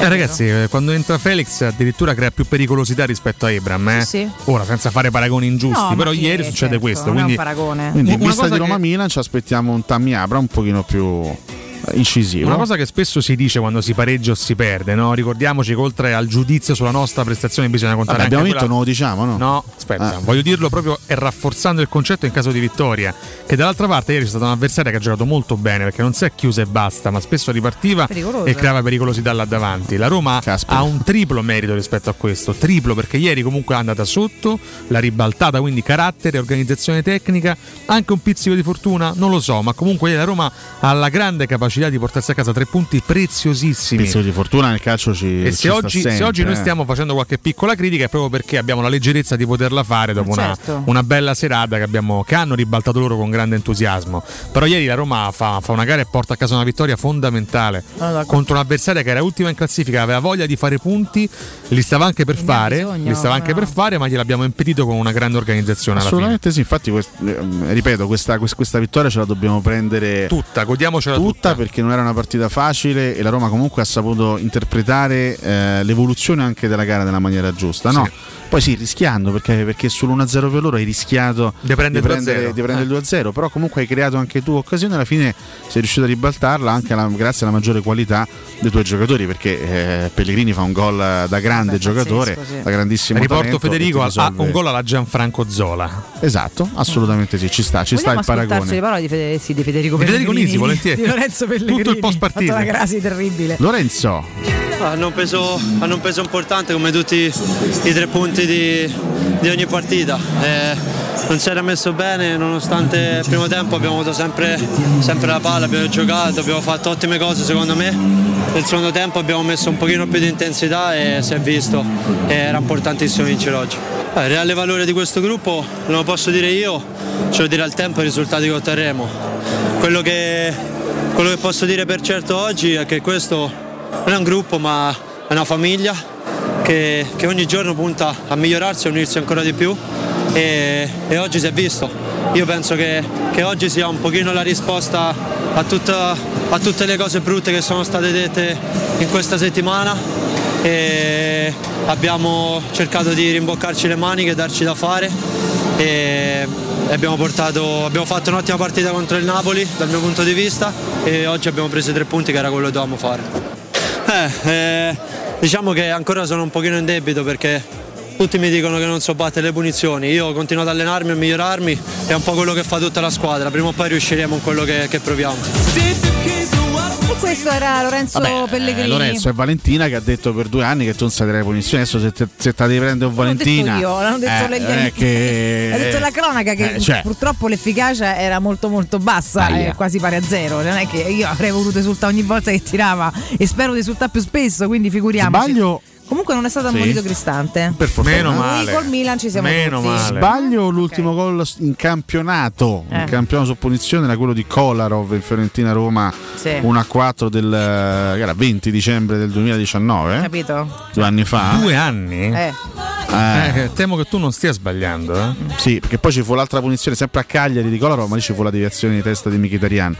Speaker 7: Eh, ragazzi, eh, quando entra Felix addirittura crea più pericolosità rispetto a Ebram. eh.
Speaker 3: Sì, sì.
Speaker 7: Ora, senza fare paragoni ingiusti,
Speaker 3: No, ma
Speaker 7: però
Speaker 3: che-
Speaker 7: ieri succede
Speaker 3: certo,
Speaker 7: questo.
Speaker 3: non è un
Speaker 7: Quindi,
Speaker 3: paragone.
Speaker 6: Quindi in
Speaker 7: Una
Speaker 6: vista
Speaker 7: cosa
Speaker 6: di
Speaker 7: che-
Speaker 6: Roma-Milan ci aspettiamo un Tammy Abram un pochino più eh, incisivo.
Speaker 7: Una cosa che spesso si dice quando si pareggia o si perde, no? ricordiamoci che oltre al giudizio sulla nostra prestazione bisogna contare
Speaker 6: Vabbè, abbiamo
Speaker 7: anche
Speaker 6: vinto,
Speaker 7: quella-
Speaker 6: non lo diciamo, no?
Speaker 7: No, aspetta, voglio dirlo proprio e rafforzando il concetto in caso di vittoria, che dall'altra parte ieri c'è stata un'avversaria che ha giocato molto bene perché non si è chiusa e basta, ma spesso ripartiva
Speaker 3: Pericolosa.
Speaker 7: e creava pericolosità là davanti. La Roma ha un triplo merito rispetto a questo, triplo perché ieri comunque è andata sotto, l'ha ribaltata, quindi carattere, organizzazione tecnica, anche un pizzico di fortuna, non lo so, ma comunque ieri la Roma ha la grande capacità di portarsi a casa tre punti preziosissimi.
Speaker 6: Pizzico di fortuna nel calcio ci
Speaker 7: E
Speaker 6: ci
Speaker 7: se
Speaker 6: sta
Speaker 7: oggi, se
Speaker 6: sempre,
Speaker 7: oggi noi
Speaker 6: eh.
Speaker 7: stiamo facendo qualche piccola critica è proprio perché abbiamo la leggerezza di poterla fare dopo una,
Speaker 6: certo.
Speaker 7: una bella serata che, abbiamo- che hanno ribaltato loro con grande entusiasmo. Però ieri la Roma fa, fa una gara e porta a casa una vittoria fondamentale
Speaker 3: Allora,
Speaker 7: contro un'avversaria che era ultima in classifica, aveva voglia di fare punti, li stava anche per fare,
Speaker 6: bisogno,
Speaker 7: li stava
Speaker 6: come
Speaker 7: anche per fare, ma gliel'abbiamo impedito con una grande organizzazione alla fine.
Speaker 6: Assolutamente sì, infatti quest- ehm, ripeto, questa, quest- questa vittoria ce la dobbiamo prendere
Speaker 7: Tutta, godiamocela
Speaker 6: tutta, perché non era una partita facile e la Roma comunque ha saputo interpretare eh, l'evoluzione anche della gara nella maniera giusta. no? Poi sì, rischiando perché, perché sull'1-0 per loro hai rischiato
Speaker 7: Di prendere il 2-0.
Speaker 6: di prendere il 2-0, però comunque hai creato anche tu occasione, alla fine sei riuscito a ribaltarla anche alla- grazie alla maggiore qualità dei tuoi giocatori perché eh, Pellegrini fa un gol eh, da grande giocatore,
Speaker 7: pazzesco, sì.
Speaker 6: da grandissimo
Speaker 7: Riporto
Speaker 6: talento, che ti
Speaker 7: Federico a, a
Speaker 6: risolve-
Speaker 7: un gol alla Gianfranco Zola.
Speaker 6: Esatto, assolutamente sì, ci sta, ci
Speaker 3: Vogliamo
Speaker 6: sta il
Speaker 3: ascoltarci
Speaker 6: paragone.
Speaker 3: le parole di, Fede- sì, di Federico
Speaker 6: Di Federico
Speaker 3: Pellegrini,
Speaker 6: Nisi, volentieri.
Speaker 3: di Lorenzo Pellegrini
Speaker 6: Tutto il post partita.
Speaker 3: Ha fatto una crasi terribile
Speaker 6: Lorenzo,
Speaker 33: Hanno un, peso, hanno un peso importante come tutti i tre punti di, di ogni partita. Eh, non si era messo bene nonostante il primo tempo abbiamo avuto sempre, sempre la palla, abbiamo giocato, abbiamo fatto ottime cose secondo me. Nel secondo tempo abbiamo messo un pochino più di intensità e si è visto. Eh, era importantissimo vincere oggi. Eh, Il reale valore di questo gruppo non lo posso dire io, ce lo dirà il tempo e i risultati che otterremo. Quello che, quello che posso dire per certo oggi è che questo non è un gruppo ma è una famiglia che, che ogni giorno punta a migliorarsi e unirsi ancora di più e, e oggi si è visto. Io penso che, che oggi sia un pochino la risposta a, tutta- a tutte le cose brutte che sono state dette in questa settimana e abbiamo cercato di rimboccarci le maniche, darci da fare e abbiamo, portato- abbiamo fatto un'ottima partita contro il Napoli dal mio punto di vista e oggi abbiamo preso i tre punti che era quello che dovevamo fare. Eh, eh, diciamo che ancora sono un pochino in debito perché tutti mi dicono che non so battere le punizioni, io continuo ad allenarmi e migliorarmi, è un po' quello che fa tutta la squadra, prima o poi riusciremo in quello che, che proviamo.
Speaker 3: E questo era Lorenzo Pellegrini.
Speaker 6: Eh, Lorenzo è Valentina che ha detto per due anni che tu non sai delle punizioni. Adesso se te, se te la devi prendere un Valentina.
Speaker 3: detto io, l'hanno detto
Speaker 6: eh,
Speaker 3: le-
Speaker 6: non è che-
Speaker 3: Ha detto la cronaca che
Speaker 6: eh, cioè,
Speaker 3: purtroppo l'efficacia era molto molto bassa,
Speaker 6: Aia.
Speaker 3: eh, quasi pari a zero. Non è che io avrei voluto esultare ogni volta che tirava e spero di esultare più spesso, quindi figuriamoci.
Speaker 6: Sbaglio.
Speaker 3: Comunque non è stato
Speaker 6: Sì.
Speaker 3: ammonito Cristante.
Speaker 6: Per fortuna. Meno male.
Speaker 3: Noi col Milan ci siamo
Speaker 6: Meno
Speaker 3: tutti.
Speaker 6: male. Sbaglio l'ultimo gol in campionato.
Speaker 3: Eh.
Speaker 6: Il campionato su punizione era quello di Kolarov in Fiorentina Roma
Speaker 3: Sì.
Speaker 6: 1 4 del eh, che era 20 dicembre del 2019.
Speaker 3: Capito?
Speaker 6: Due anni fa.
Speaker 7: Due anni?
Speaker 3: Eh.
Speaker 7: Eh, temo che tu non stia sbagliando. eh.
Speaker 6: Sì, perché poi ci fu l'altra punizione sempre a Cagliari di Kolarov, ma lì ci fu la deviazione di testa di Mkhitaryan.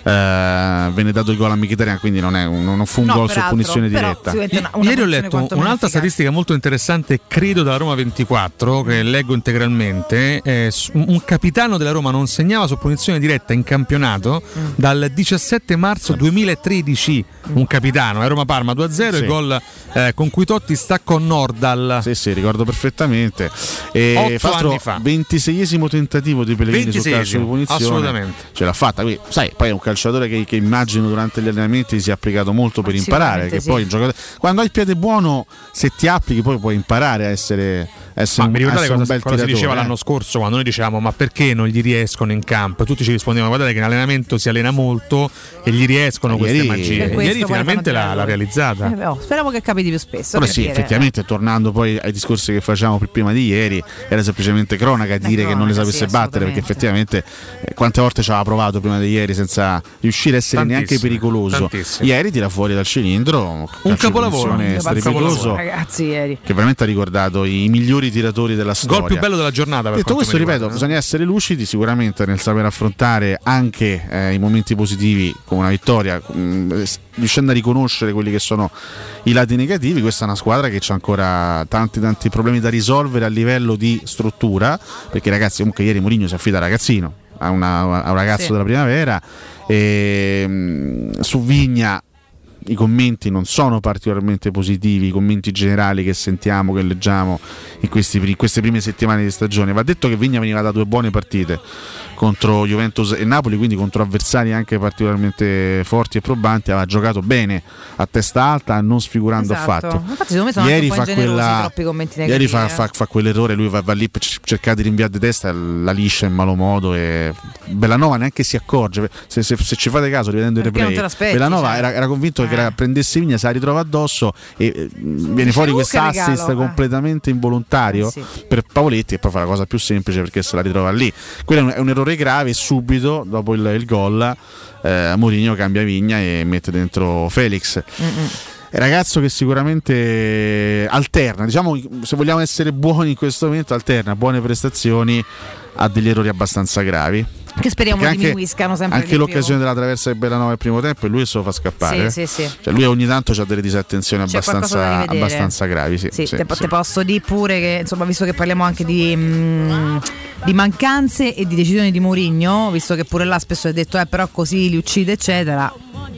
Speaker 6: Eh, venne dato il gol a Mkhitaryan, quindi non, è un- non fu un
Speaker 3: No,
Speaker 6: gol su
Speaker 3: peraltro,
Speaker 6: punizione
Speaker 3: però
Speaker 6: diretta.
Speaker 3: sicuramente una- una
Speaker 7: Ieri ho
Speaker 3: punizione
Speaker 7: letto
Speaker 3: quantomeno
Speaker 7: un'altra statistica molto interessante, credo dalla Roma 24, che leggo integralmente. eh, s- un capitano della Roma non segnava su punizione diretta in campionato
Speaker 3: Mm.
Speaker 7: dal 17 marzo 2013. Un capitano, eh, Roma-Parma 2-0,
Speaker 6: Sì.
Speaker 7: il gol eh, con cui Totti staccò Nordal.
Speaker 6: Sì, sì, ricordo perfettamente. E
Speaker 7: eh, Otto
Speaker 6: fra l'altro,
Speaker 7: anni fa.
Speaker 6: 26esimo Eh, tentativo di Pellegrini sul
Speaker 7: 26esimo,
Speaker 6: calcio di punizione.
Speaker 7: assolutamente.
Speaker 6: Ce l'ha fatta. Quindi, sai, poi è un calciatore che, che immagino durante gli allenamenti si è applicato molto per imparare.
Speaker 7: sicuramente
Speaker 6: Che
Speaker 7: sì.
Speaker 6: poi il giocatore- Quando hai il piede buono, se ti applichi, poi puoi imparare a essere,
Speaker 7: Ma
Speaker 6: a essere un,
Speaker 7: Cioè, mi
Speaker 6: a
Speaker 7: ricordate
Speaker 6: essere un
Speaker 7: cosa,
Speaker 6: ah, bel
Speaker 7: cosa si
Speaker 6: tiratore,
Speaker 7: diceva
Speaker 6: eh?
Speaker 7: l'anno scorso quando noi dicevamo ma perché non gli riescono in campo? E Tutti ci rispondevano guardate che in allenamento si allena molto e gli riescono
Speaker 6: Ma
Speaker 7: queste
Speaker 6: ieri-
Speaker 7: magie.
Speaker 6: Per questo
Speaker 7: Ieri
Speaker 6: poi
Speaker 7: finalmente
Speaker 6: fanno
Speaker 7: l'ha, l'ha realizzata.
Speaker 3: Eh, oh, speriamo che capiti più spesso.
Speaker 6: Però
Speaker 3: per
Speaker 6: sì,
Speaker 3: dire.
Speaker 6: effettivamente, tornando poi ai discorsi che facevamo pr- prima di ieri, era semplicemente cronaca dire che non le
Speaker 3: cronaca,
Speaker 6: sapesse
Speaker 3: sì,
Speaker 6: battere, perché effettivamente eh, quante volte ci aveva provato prima di ieri senza riuscire a essere neanche
Speaker 7: Tantissime,
Speaker 6: pericoloso.
Speaker 7: tantissime.
Speaker 6: Ieri tira fuori dal cilindro
Speaker 7: Un
Speaker 6: calcio di
Speaker 7: capolavoro,
Speaker 6: punizione
Speaker 7: un
Speaker 6: strepitoso,
Speaker 7: capolavoro.
Speaker 3: Ragazzi, ieri.
Speaker 6: che veramente ha ricordato i migliori tiratori della storia.
Speaker 7: Gol più bello della giornata. Per quanto
Speaker 6: Detto questo,
Speaker 7: mi
Speaker 6: ripeto,
Speaker 7: riguarda, eh. no?
Speaker 6: bisogna essere lucidi sicuramente nel saper affrontare anche eh, i momenti positivi come una vittoria, mh, s- riuscendo a riconoscere quelli che sono i lati negativi. Questa è una squadra che ha ancora tanti tanti problemi da risolvere a livello di struttura, perché ragazzi, comunque ieri Mourinho si affida a ragazzino, a, una- a un ragazzo
Speaker 2: Sì.
Speaker 6: della primavera, e, mh, su Vigna i commenti non sono particolarmente positivi, i commenti generali che sentiamo, che leggiamo in, questi pri- queste prime settimane di stagione. Va detto che Vigna veniva da due buone partite contro Juventus e Napoli, quindi contro avversari anche particolarmente forti e probanti, aveva giocato bene a testa alta, non sfigurando
Speaker 3: Esatto.
Speaker 6: affatto.
Speaker 3: Infatti, secondo me sono
Speaker 6: Ieri
Speaker 3: anche un po'
Speaker 6: fa
Speaker 3: ingenerosi,
Speaker 6: quella-
Speaker 3: troppi commenti negativi.
Speaker 6: Ieri fa,
Speaker 3: eh.
Speaker 6: fa- fa quell'errore, lui va, va lì per c- cercare di rinviare di testa, la liscia in malo modo e Bellanova neanche si accorge. Se, se- se ci fate caso, rivedendo il
Speaker 3: Perché non
Speaker 6: replay,
Speaker 3: te l'aspetti,
Speaker 6: Bellanova
Speaker 3: cioè.
Speaker 6: era, era convinto che la prendesse Vigna, se la ritrova addosso e eh, viene
Speaker 3: Dice,
Speaker 6: fuori
Speaker 3: "Uh,
Speaker 6: questo
Speaker 3: che regalo,
Speaker 6: assist
Speaker 3: eh."
Speaker 6: completamente involontario
Speaker 3: Eh, sì.
Speaker 6: per Paoletti e poi fa la cosa più semplice perché se la ritrova lì. Quello è un, è un errore grave subito dopo il, il gol. Eh, Mourinho cambia Vigna e mette dentro Felix. È Ragazzo che sicuramente alterna, diciamo se vogliamo essere buoni in questo momento, alterna buone prestazioni a degli errori abbastanza gravi.
Speaker 3: Che speriamo
Speaker 6: Perché
Speaker 3: diminuiscano sempre
Speaker 6: anche
Speaker 3: di più.
Speaker 6: l'occasione della traversa di Bellanova al primo tempo e lui se lo fa scappare.
Speaker 3: Sì, sì, sì.
Speaker 6: Cioè, lui ogni tanto ha delle disattenzioni
Speaker 3: C'è qualcosa da
Speaker 6: abbastanza,
Speaker 3: rivedere.
Speaker 6: abbastanza gravi. Sì,
Speaker 3: Sì,
Speaker 6: sì,
Speaker 3: te,
Speaker 6: sì.
Speaker 3: te posso dire pure che, insomma, visto che parliamo anche di, mm, di mancanze e di decisioni di Mourinho, visto che pure là spesso è detto, eh, però così li uccide, eccetera.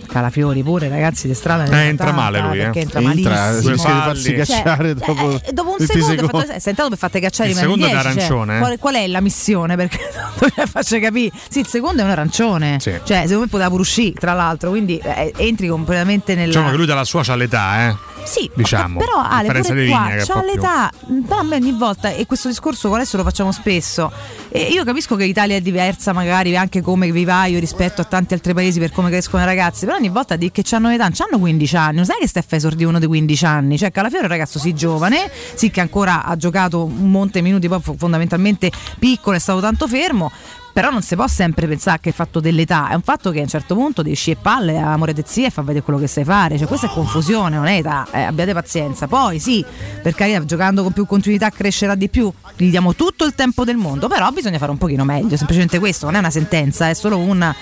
Speaker 3: Calafiori pure, ragazzi, di strada. ne
Speaker 7: Eh,
Speaker 3: fa
Speaker 7: entra
Speaker 3: tanta,
Speaker 7: male lui, eh.
Speaker 3: perché Entra,
Speaker 6: Entra,
Speaker 3: malissimo.
Speaker 6: rischia di farsi
Speaker 3: Cioè,
Speaker 6: cacciare dopo
Speaker 3: eh, dopo un
Speaker 6: 20
Speaker 3: secondo,
Speaker 6: secondo.
Speaker 3: hai fatto- sei entrato per farti cacciare
Speaker 6: Il
Speaker 3: rimane in
Speaker 6: secondo è
Speaker 3: 10, cioè,
Speaker 6: arancione, eh.
Speaker 3: qual, qual è la missione? Perché non la faccio capire. Sì, il secondo è un arancione. Cioè, secondo me poteva pure uscire, tra l'altro. Quindi eh, entri completamente nella.
Speaker 7: Diciamo che lui dalla sua c'ha l'età, eh.
Speaker 3: Sì,
Speaker 7: diciamo.
Speaker 3: però
Speaker 7: a
Speaker 3: Ale
Speaker 7: differenza
Speaker 3: pure
Speaker 7: di
Speaker 3: qua
Speaker 7: Vigna, che è un
Speaker 3: c'ha
Speaker 7: po' più-
Speaker 3: l'età, però a me ogni volta, e questo discorso adesso lo facciamo spesso, e io capisco che l'Italia è diversa magari anche come vivaio rispetto a tanti altri paesi per come crescono i ragazzi, però ogni volta di che hanno età, hanno 15 anni, non sai che Steffa esordì uno di 15 anni, cioè Calafiore è un ragazzo sì giovane, sì che ancora ha giocato un monte minuti, poi fondamentalmente piccolo, è stato tanto fermo, Però non si può sempre pensare che è fatto dell'età, è un fatto che a un certo punto devi sci e palle, amore te zia e fa vedere quello che sai fare. Cioè, questa è confusione, non è età. Eh, abbiate pazienza. Poi sì, per carità, giocando con più continuità crescerà di più. Gli diamo tutto il tempo del mondo, però bisogna fare un pochino meglio. Semplicemente questo, non è una sentenza, è solo un,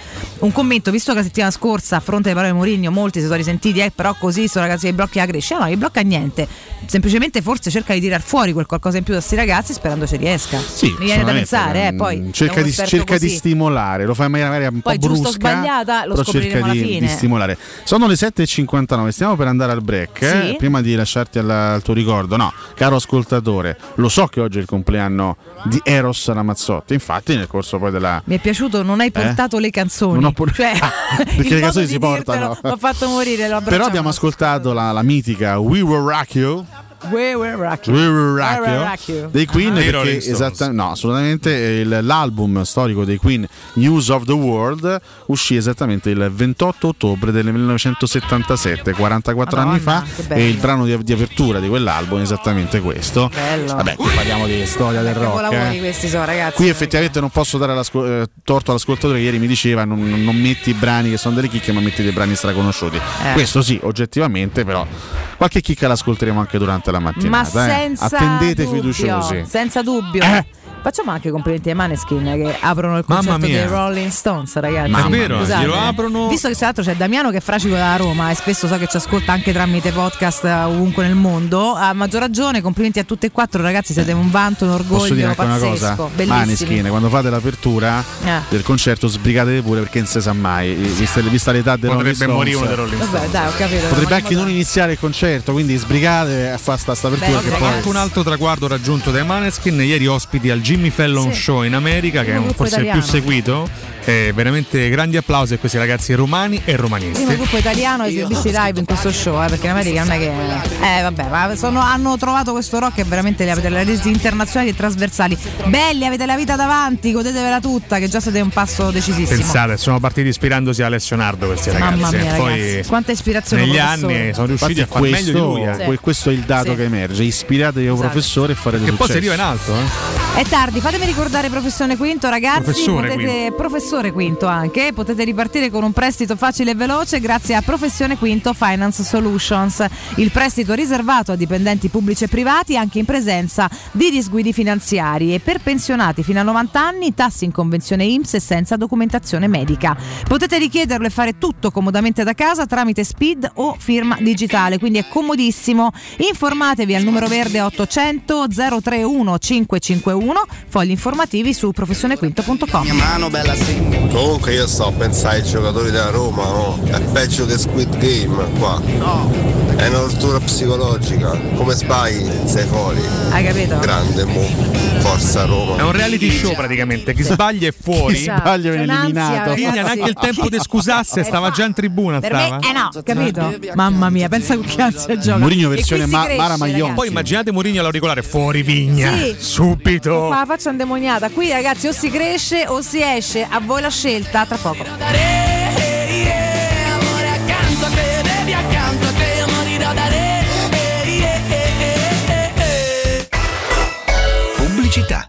Speaker 3: un commento. Visto che la settimana scorsa, a fronte alle parole di Mourinho, molti si sono risentiti, eh, però così sono ragazzi che blocchi la crescita. No, li blocca niente. Semplicemente forse cerca di tirar fuori quel qualcosa in più da questi ragazzi sperando ci riesca.
Speaker 6: Sì,
Speaker 3: Mi viene da
Speaker 6: sicuramente,
Speaker 3: pensare, eh,
Speaker 6: mm,
Speaker 3: poi. da
Speaker 6: cerca,
Speaker 3: un
Speaker 6: di,
Speaker 3: esperto
Speaker 6: cerca di
Speaker 3: così.
Speaker 6: stimolare, lo fai in maniera magari un
Speaker 3: Poi
Speaker 6: po'
Speaker 3: giusto o
Speaker 6: brusca,
Speaker 3: sbagliata lo
Speaker 6: però
Speaker 3: scopriremo
Speaker 6: cerca
Speaker 3: alla
Speaker 6: di,
Speaker 3: fine.
Speaker 6: di stimolare. Sono le 7.59, stiamo per andare al break. eh,
Speaker 3: Sì.
Speaker 6: prima di lasciarti alla- al tuo ricordo, no, caro ascoltatore, lo so che oggi è il compleanno di Eros Ramazzotti. Infatti, nel corso poi della.
Speaker 3: Mi è piaciuto, non hai
Speaker 6: Eh?
Speaker 3: portato le canzoni.
Speaker 6: Non ho por- Ah,
Speaker 3: Cioè, il
Speaker 6: Perché le
Speaker 3: modo
Speaker 6: canzoni
Speaker 3: di
Speaker 6: si
Speaker 3: dirtelo
Speaker 6: portano.
Speaker 3: Mi ha fatto morire, lo
Speaker 6: Però
Speaker 3: abbracciamo.
Speaker 6: abbiamo ascoltato la, la mitica We Will Rock You.
Speaker 3: We were rocky.
Speaker 6: We Will
Speaker 3: We were
Speaker 6: Rock
Speaker 3: rocky.
Speaker 6: You dei Queen
Speaker 3: Dei
Speaker 6: perché
Speaker 3: Rolling Stones.
Speaker 6: esatta- no, assolutamente il- l'album storico dei Queen News of the World uscì esattamente il 28 ottobre del 1977 44 anni
Speaker 3: Madonna,
Speaker 6: fa
Speaker 3: che bello.
Speaker 6: e il brano di, di apertura di quell'album è esattamente questo
Speaker 3: Bello.
Speaker 6: vabbè qui parliamo di storia del rock
Speaker 3: Capolavori
Speaker 6: eh.
Speaker 3: questi sono, ragazzi.
Speaker 6: Qui effettivamente non posso dare all'asco- eh, torto all'ascoltatore che ieri mi diceva non, non metti brani che sono delle chicche ma metti dei brani straconosciuti.
Speaker 3: Eh.
Speaker 6: Questo sì, oggettivamente però qualche chicca l'ascolteremo anche durante la mattinata.
Speaker 3: Ma
Speaker 6: eh.
Speaker 3: senza
Speaker 6: Attendete
Speaker 3: dubbio,
Speaker 6: fiduciosi. Eh.
Speaker 3: Senza dubbio. Facciamo anche complimenti ai Maneskin che aprono il
Speaker 6: Mamma
Speaker 3: concerto
Speaker 6: mia.
Speaker 3: dei Rolling Stones, ragazzi.
Speaker 7: Mamma È vero,
Speaker 3: Scusate.
Speaker 7: glielo aprono-
Speaker 3: Visto che tra l'altro c'è Damiano che è fracico da Roma e spesso so che ci ascolta anche tramite podcast eh, ovunque nel mondo, a maggior ragione complimenti a tutte e quattro, ragazzi, siete un vanto, un orgoglio
Speaker 6: Posso dire anche una
Speaker 3: pazzesco.
Speaker 6: cosa?
Speaker 3: Bellissimi.
Speaker 6: Maneskin, quando fate l'apertura
Speaker 3: Eh.
Speaker 6: del concerto sbrigatevi pure perché non si sa mai, vista, vista l'età dei
Speaker 7: Potrebbe
Speaker 6: Rolling Stones.
Speaker 7: morire uno dei Rolling
Speaker 3: Vabbè, dai, ho capito.
Speaker 6: Potrebbe anche non iniziare il concerto, quindi sbrigate a fare sta, sta apertura che
Speaker 7: Tra
Speaker 6: poi...
Speaker 7: l'altro un altro traguardo raggiunto dai Maneskin, ieri ospiti al Jimmy Fallon
Speaker 3: Sì.
Speaker 7: Show in America, che è
Speaker 3: Primo
Speaker 7: un-
Speaker 3: gruppo
Speaker 7: forse il più
Speaker 3: italiano.
Speaker 7: seguito. Eh, veramente grandi applausi a questi ragazzi romani e
Speaker 3: primo
Speaker 7: romanisti.
Speaker 3: gruppo italiano ai servizi live in questo show, eh, perché in America non è che. Eh vabbè, ma sono- hanno trovato questo rock che veramente li avete le resi internazionali e trasversali. Belli, avete la vita davanti, godetevela tutta, che già siete un passo decisissimo.
Speaker 7: Pensate, sono partiti ispirandosi a Alessio Nardo questi ragazzi.
Speaker 3: Mamma mia,
Speaker 7: e poi
Speaker 3: ragazzi, quanta ispirazione
Speaker 7: negli
Speaker 3: professore.
Speaker 7: anni sono riusciti a far
Speaker 6: Infatti
Speaker 7: meglio di lui. eh.
Speaker 6: questo- que- Questo è il dato
Speaker 3: Sì.
Speaker 6: che emerge. Ispiratevi a un
Speaker 3: Esatto.
Speaker 6: professore e fare
Speaker 7: Che
Speaker 6: dei
Speaker 7: poi si arriva in alto, eh.
Speaker 3: È tardi, fatemi ricordare professione Quinto, ragazzi.
Speaker 7: Professore
Speaker 3: potete, Professore Quinto anche, potete ripartire con un prestito facile e veloce grazie a Professione Quinto Finance Solutions. Il prestito riservato a dipendenti pubblici e privati anche in presenza di disguidi finanziari e per pensionati fino a 90 anni tassi in convenzione IMSS e senza documentazione medica. Potete richiederlo e fare tutto comodamente da casa tramite SPID o firma digitale, quindi è comodissimo. Informatevi al numero verde 800 031 551, fogli informativi su professionequinto.com.
Speaker 1: bella Comunque io sto a pensare ai giocatori della Roma, no? È peggio che Squid Game qua. No. È una tortura psicologica. Come sbagli sei fuori.
Speaker 3: Hai capito?
Speaker 1: Grande mo. Forza Roma.
Speaker 7: È un reality show praticamente. Chi sbaglia è fuori.
Speaker 3: Chi sbaglia viene C'è Esatto. un'ansia, eliminato. ragazzi.
Speaker 7: Quindi neanche il tempo di scusarsi, stava già in tribuna.
Speaker 3: Per me
Speaker 7: Stava.
Speaker 3: eh
Speaker 6: Esatto.
Speaker 3: no, capito? Mamma mia, pensa con che ansia gioca. E qui si cresce, ragazzi.
Speaker 7: Poi immaginate Mourinho all'auricolare fuori vigna.
Speaker 3: Sì. Con
Speaker 7: Subito.
Speaker 3: la faccia indemoniata. Qui ragazzi o si cresce o si esce, a voi la scelta, tra poco.
Speaker 16: accanto a te, bevi accanto a te, morirò da re. Eh, eh, eh, eh, eh, eh.
Speaker 34: Pubblicità.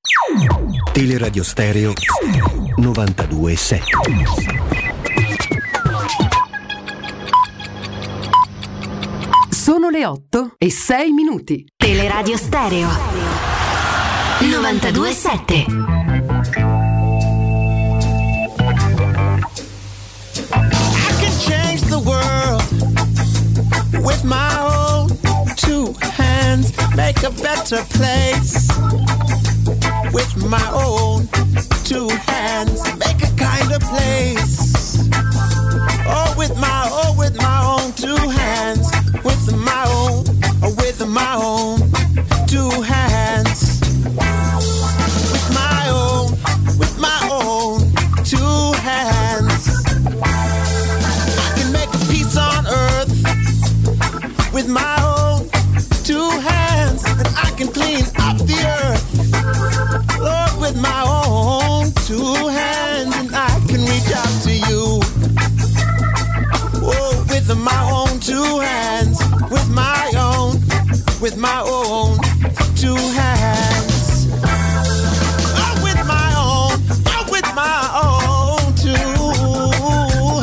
Speaker 35: Teleradio Stereo 927.
Speaker 36: Sono le 8 e 6 minuti.
Speaker 37: Teleradio Stereo 927.
Speaker 38: I can change the world with my own two hands, make a better place with my own two hands, make a kinder place. Oh, with my oh, with my own two hands, with my own, oh, with my own two hands, with my own, with my own two hands. I can make a peace on earth with my own two hands, and I can clean up the earth. Lord, with my own two hands, and I can reach out to you. Oh, with my own two hands, with my own, with my own two hands. Oh, with my own, oh, with my own two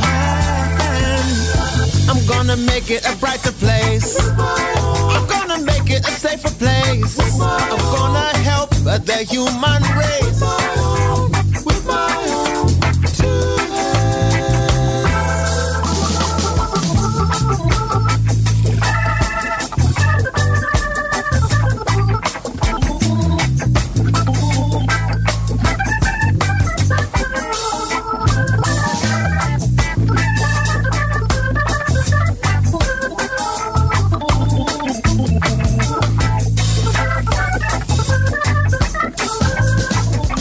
Speaker 38: hands. I'm gonna make it a brighter place. I'm gonna make it a safer place. I'm gonna help the human race. With my own two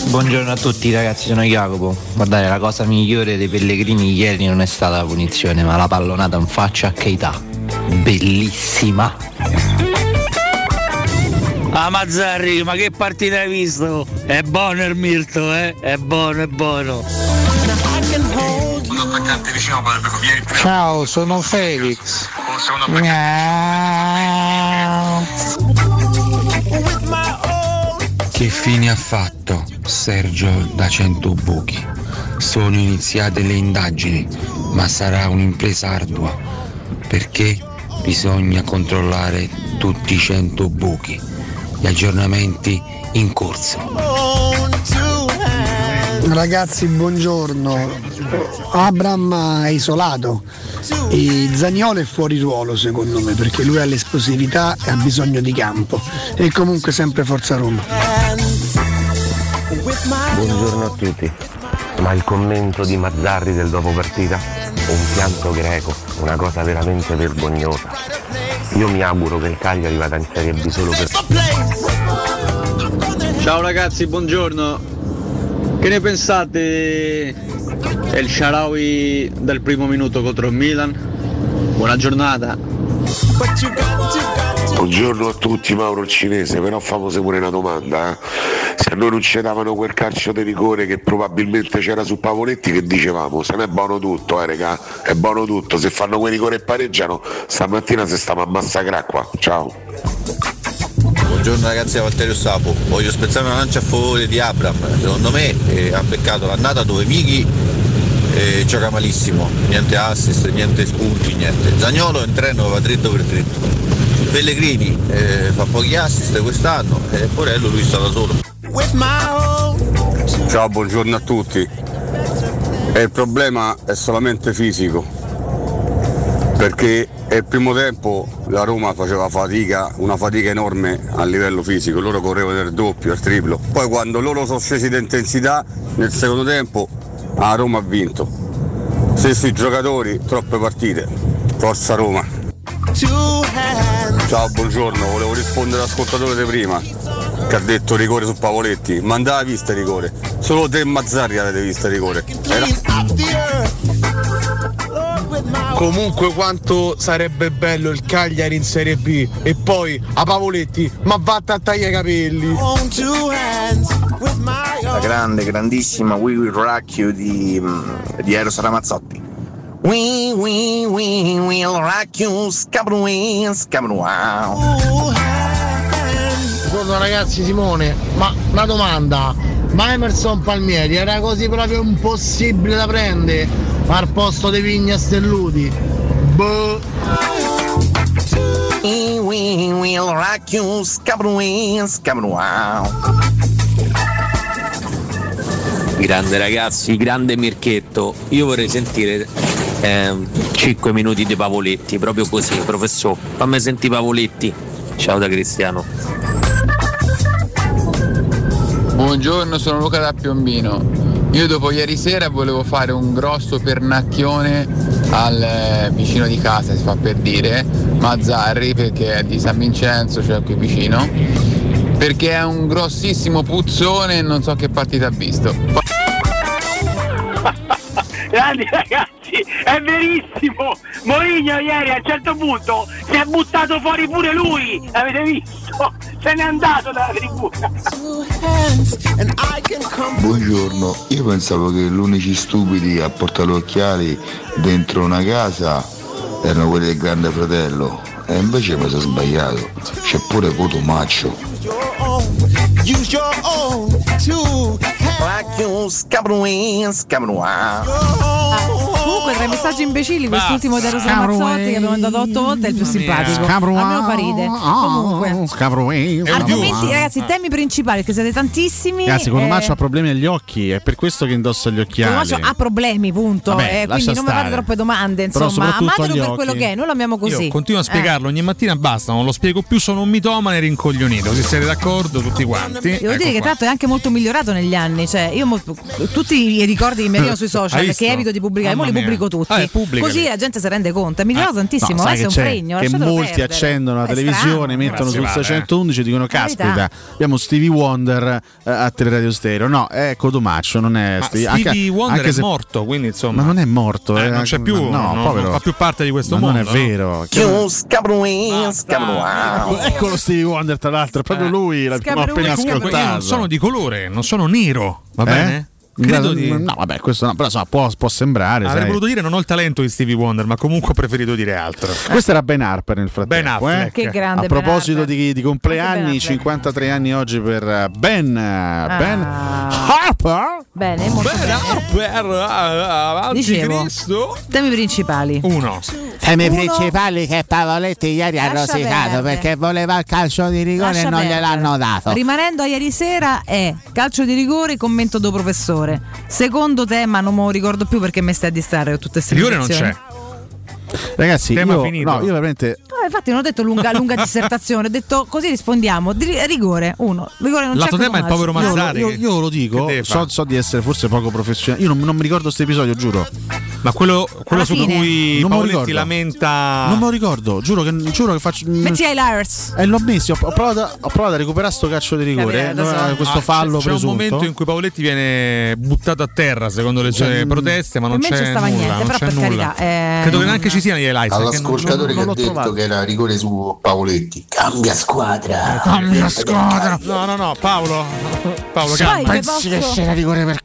Speaker 1: Buongiorno a tutti ragazzi, sono Jacopo. Guardate, la cosa migliore dei pellegrini ieri non è stata la punizione, ma la pallonata in faccia a Keita. Bellissima.
Speaker 39: Ah Mazzarri, ma che partita hai visto? È buono il Mirto, eh? È buono, è buono.
Speaker 16: Ciao, sono Felix. Miau.
Speaker 38: with my own
Speaker 28: Che fine ha fatto Sergio da 100 buchi? Sono iniziate le indagini, ma sarà un'impresa ardua perché bisogna controllare tutti i 100 buchi. Gli aggiornamenti in corso.
Speaker 38: on two hands.
Speaker 40: Ragazzi, buongiorno. Abram ha isolato. E Zagnolo è fuori ruolo secondo me perché lui ha l'esplosività e ha bisogno di campo. E comunque sempre Forza Roma.
Speaker 28: Buongiorno a tutti. Ma il commento di Mazzarri del dopo partita? Un pianto greco, una cosa veramente vergognosa. Io mi auguro che il Cagliari vada in Serie B solo per.
Speaker 41: Ciao ragazzi, buongiorno. Che ne pensate del Sharawi del primo minuto contro il Milan? Buona giornata.
Speaker 38: But you got, you got,
Speaker 27: Buongiorno a tutti Mauro il Cinese, però famose pure una domanda. eh. Se a noi non ci davano quel calcio di rigore che probabilmente c'era su Pavoletti che dicevamo, se no è buono tutto, eh regà, è buono tutto, se fanno quel rigore e pareggiano, stamattina se stiamo a massacrare qua. Ciao.
Speaker 1: Buongiorno ragazzi da Valterio Sapo, voglio spezzare una lancia a favore di Abram, secondo me eh, ha beccato l'annata dove Mighi eh, gioca malissimo, niente assist, niente spunti, niente. Zagnolo in treno va dritto per dritto. Pellegrini eh, fa pochi assist quest'anno e Porello lui sta da solo.
Speaker 38: with my own
Speaker 20: Ciao, buongiorno a tutti. E il problema è solamente fisico, perché nel primo tempo la Roma faceva fatica, una fatica enorme a livello fisico, loro correvano il doppio, il triplo. Poi quando loro sono scesi di intensità, nel secondo tempo la Roma ha vinto. Stessi giocatori, troppe partite. Forza Roma.
Speaker 38: two hands.
Speaker 20: Ciao, buongiorno, volevo rispondere all'ascoltatore di prima che ha detto rigore su Pavoletti, ma andava vista il rigore, solo te e Mazzarri avete visto il rigore. Era-
Speaker 38: Clean up the earth. Lord, with my
Speaker 42: Comunque quanto sarebbe bello il Cagliari in Serie B e poi a Pavoletti, ma vatta a tagliare i capelli.
Speaker 38: own two hands. With my
Speaker 2: la
Speaker 38: own.
Speaker 2: grande, grandissima Wiwi Racchio di, mh, di Eros Ramazzotti. Wii, wii, wii, wii, Racchio, scabrui, scabrua.
Speaker 43: Buongiorno ragazzi Simone, ma una domanda, ma Emerson Palmieri era così proprio impossibile da prendere al posto dei Vigna Stelluti? Boh.
Speaker 2: Wii, wii, wii, Racchio, scabrui, scabrua.
Speaker 44: Grande ragazzi, grande Mirchetto. Io vorrei sentire 5 minuti di Pavoletti, proprio così, professore. Fammi sentire Pavoletti. Ciao da Cristiano.
Speaker 29: Buongiorno, sono Luca da Piombino. Io dopo ieri sera volevo fare un grosso pernacchione al eh, vicino di casa, si fa per dire, Mazzarri, perché è di San Vincenzo, cioè qui vicino, perché è un grossissimo puzzone e non so che partita ha visto.
Speaker 16: Grandi ragazzi, è verissimo! Mourinho ieri a un certo punto si è buttato fuori pure lui, l'avete visto? Se n'è andato dalla tribuna.
Speaker 38: And I can come.
Speaker 45: Buongiorno, io pensavo che l'unici stupidi a portare occhiali dentro una casa erano quelli del grande fratello e invece mi sono sbagliato, c'è pure Cotomaccio.
Speaker 38: Use your own two
Speaker 2: Racchio, scabrui, scabrua.
Speaker 6: Ah.
Speaker 3: Comunque tra i messaggi imbecilli quest'ultimo di Rosa
Speaker 6: Scavro,
Speaker 3: Mazzotti che abbiamo mandato otto volte è il più simpatico.
Speaker 6: Scavro,
Speaker 3: Almeno fa ride. Comunque.
Speaker 6: Ah, Scavro, eh,
Speaker 3: Argomenti,
Speaker 7: Ah.
Speaker 3: ragazzi, temi principali, che siete tantissimi.
Speaker 6: Ragazzi,
Speaker 3: eh,
Speaker 6: Cotomaccio ha problemi agli occhi, è per questo che indossa gli occhiali.
Speaker 3: Tommaso ha problemi, punto.
Speaker 6: Vabbè,
Speaker 3: Eh, quindi
Speaker 6: lascia
Speaker 3: non mi fate
Speaker 6: stare.
Speaker 3: troppe domande,
Speaker 6: Però
Speaker 3: insomma,
Speaker 6: soprattutto
Speaker 3: amatelo
Speaker 6: agli
Speaker 3: per
Speaker 6: occhi.
Speaker 3: quello che è, noi lo amiamo così.
Speaker 7: Io continuo a
Speaker 3: Eh.
Speaker 7: spiegarlo ogni mattina e basta, non lo spiego più, sono un mitomane rincoglionito, se siete d'accordo tutti quanti.
Speaker 3: Devo
Speaker 7: Ecco
Speaker 3: dire che
Speaker 7: qua.
Speaker 3: tra l'altro è anche molto migliorato negli anni, cioè io mo- tutti i ricordi che mi arrivano sui social
Speaker 7: Hai visto?
Speaker 3: che evito di pubblicare,
Speaker 7: Mamma
Speaker 3: mo li
Speaker 7: mia.
Speaker 3: pubblico tutti.
Speaker 7: Ah, eh, pubblicali. Ah.
Speaker 3: Così la gente si rende conto, è migliorato tantissimo,
Speaker 6: sai
Speaker 3: adesso è un
Speaker 6: che c'è?
Speaker 3: fregno,
Speaker 6: che
Speaker 3: lasciatelo
Speaker 6: molti
Speaker 3: perdere.
Speaker 6: accendono la
Speaker 3: È
Speaker 6: televisione,
Speaker 3: strano.
Speaker 6: mettono sul
Speaker 7: Grazie,
Speaker 6: 611 e dicono
Speaker 3: Carità.
Speaker 6: caspita, abbiamo Stevie Wonder eh, a Teleradio Stereo. No, è Codomaccio, non è
Speaker 7: Ma
Speaker 6: Stevie,
Speaker 7: Stevie
Speaker 6: anche-
Speaker 7: Wonder
Speaker 6: anche
Speaker 7: è
Speaker 6: se-
Speaker 7: morto, quindi insomma.
Speaker 6: Ma non è morto,
Speaker 7: Eh,
Speaker 6: eh,
Speaker 7: non c'è più,
Speaker 6: no,
Speaker 7: no,
Speaker 6: povero.
Speaker 7: non fa più parte di questo
Speaker 6: Ma
Speaker 7: mondo.
Speaker 6: non è vero.
Speaker 2: Racchio, scabrui, scabrua.
Speaker 6: Ecco- Ecco lo Stevie Wonder,
Speaker 7: Eh.
Speaker 6: tra l'altro, è proprio lui, l'abbiamo
Speaker 3: ecco,
Speaker 7: Comunque,
Speaker 6: appena
Speaker 7: io non
Speaker 6: ascoltato.
Speaker 7: sono di colore, non sono nero, va
Speaker 6: Eh?
Speaker 7: bene? Credo
Speaker 6: Beh,
Speaker 7: di-
Speaker 6: No, vabbè, questo no, però insomma, può, può sembrare.
Speaker 7: Avrei
Speaker 6: sai.
Speaker 7: voluto dire non ho il talento di Stevie Wonder, ma comunque ho preferito dire altro.
Speaker 6: Questo era Ben Harper nel frattempo.
Speaker 7: Ben Affleck.
Speaker 6: eh.
Speaker 7: Che grande
Speaker 6: A
Speaker 7: Ben
Speaker 6: proposito di, di
Speaker 7: Anche Ben
Speaker 6: compleanni,
Speaker 7: Affleck. Ah.
Speaker 6: 53 anni oggi per eh, Ben, eh, ben Harper.
Speaker 3: Bene, molto bene.
Speaker 7: Per eh,
Speaker 3: Dicevo, temi principali.
Speaker 7: Uno.
Speaker 28: Temi
Speaker 3: Uno-
Speaker 28: principali che Pavoletti ieri ha
Speaker 3: Lascia
Speaker 28: rosicato
Speaker 3: perdere.
Speaker 28: perché voleva il calcio di rigore
Speaker 3: Lascia
Speaker 28: e non
Speaker 3: perdere.
Speaker 28: gliel'hanno dato.
Speaker 3: Rimanendo a ieri sera è calcio di rigore, commento do professore. Secondo tema, non me lo ricordo più perché mi stai a distrarre con tutte queste
Speaker 6: Rigore non
Speaker 3: citazioni.
Speaker 6: Ragazzi,
Speaker 7: Tema
Speaker 6: io,
Speaker 7: finito.
Speaker 6: no, io veramente
Speaker 3: No, Eh, infatti non ho detto lunga, lunga dissertazione, ho detto così rispondiamo. Di- rigore, uno. Rigore non c'è cosa magico.
Speaker 6: Io lo- Io, io lo dico, so, so di essere forse poco professionale. Io non, non mi ricordo questo episodio, giuro.
Speaker 7: Ma quello, quello
Speaker 6: Alla
Speaker 7: su
Speaker 6: fine.
Speaker 7: cui
Speaker 6: Non me lo
Speaker 7: Paoletti
Speaker 6: ricordo.
Speaker 7: lamenta.
Speaker 6: Non me lo ricordo, giuro che, giuro che faccio.
Speaker 3: Metti ai Liars.
Speaker 6: E l'ho messo, ho, ho provato, a- ho provato a recuperare sto calcio di rigore,
Speaker 7: Vabbè, adesso-
Speaker 6: eh, questo
Speaker 7: Ah,
Speaker 6: fallo
Speaker 7: c'è, c'è
Speaker 6: presunto.
Speaker 7: un momento in cui Paoletti viene buttato a terra secondo le sue
Speaker 6: Cioè,
Speaker 7: proteste, ma non
Speaker 3: per me
Speaker 7: c'è
Speaker 3: ci stava
Speaker 7: nulla,
Speaker 3: niente,
Speaker 7: non
Speaker 3: però
Speaker 7: c'è
Speaker 3: per
Speaker 7: nulla.
Speaker 3: carità, eh,
Speaker 7: Credo che
Speaker 3: non-
Speaker 7: neanche ci siano gli highlights. perché non-
Speaker 46: All'ascoltatore
Speaker 7: non-
Speaker 46: che
Speaker 7: non
Speaker 46: ha
Speaker 7: l'ho
Speaker 46: detto
Speaker 7: trovato.
Speaker 46: che era rigore su Paoletti, cambia squadra!
Speaker 7: Eh, Cambia squadra! No, no, no, Paolo. Paolo,
Speaker 3: Poi
Speaker 7: cambia.
Speaker 3: vi posso- vi posso pure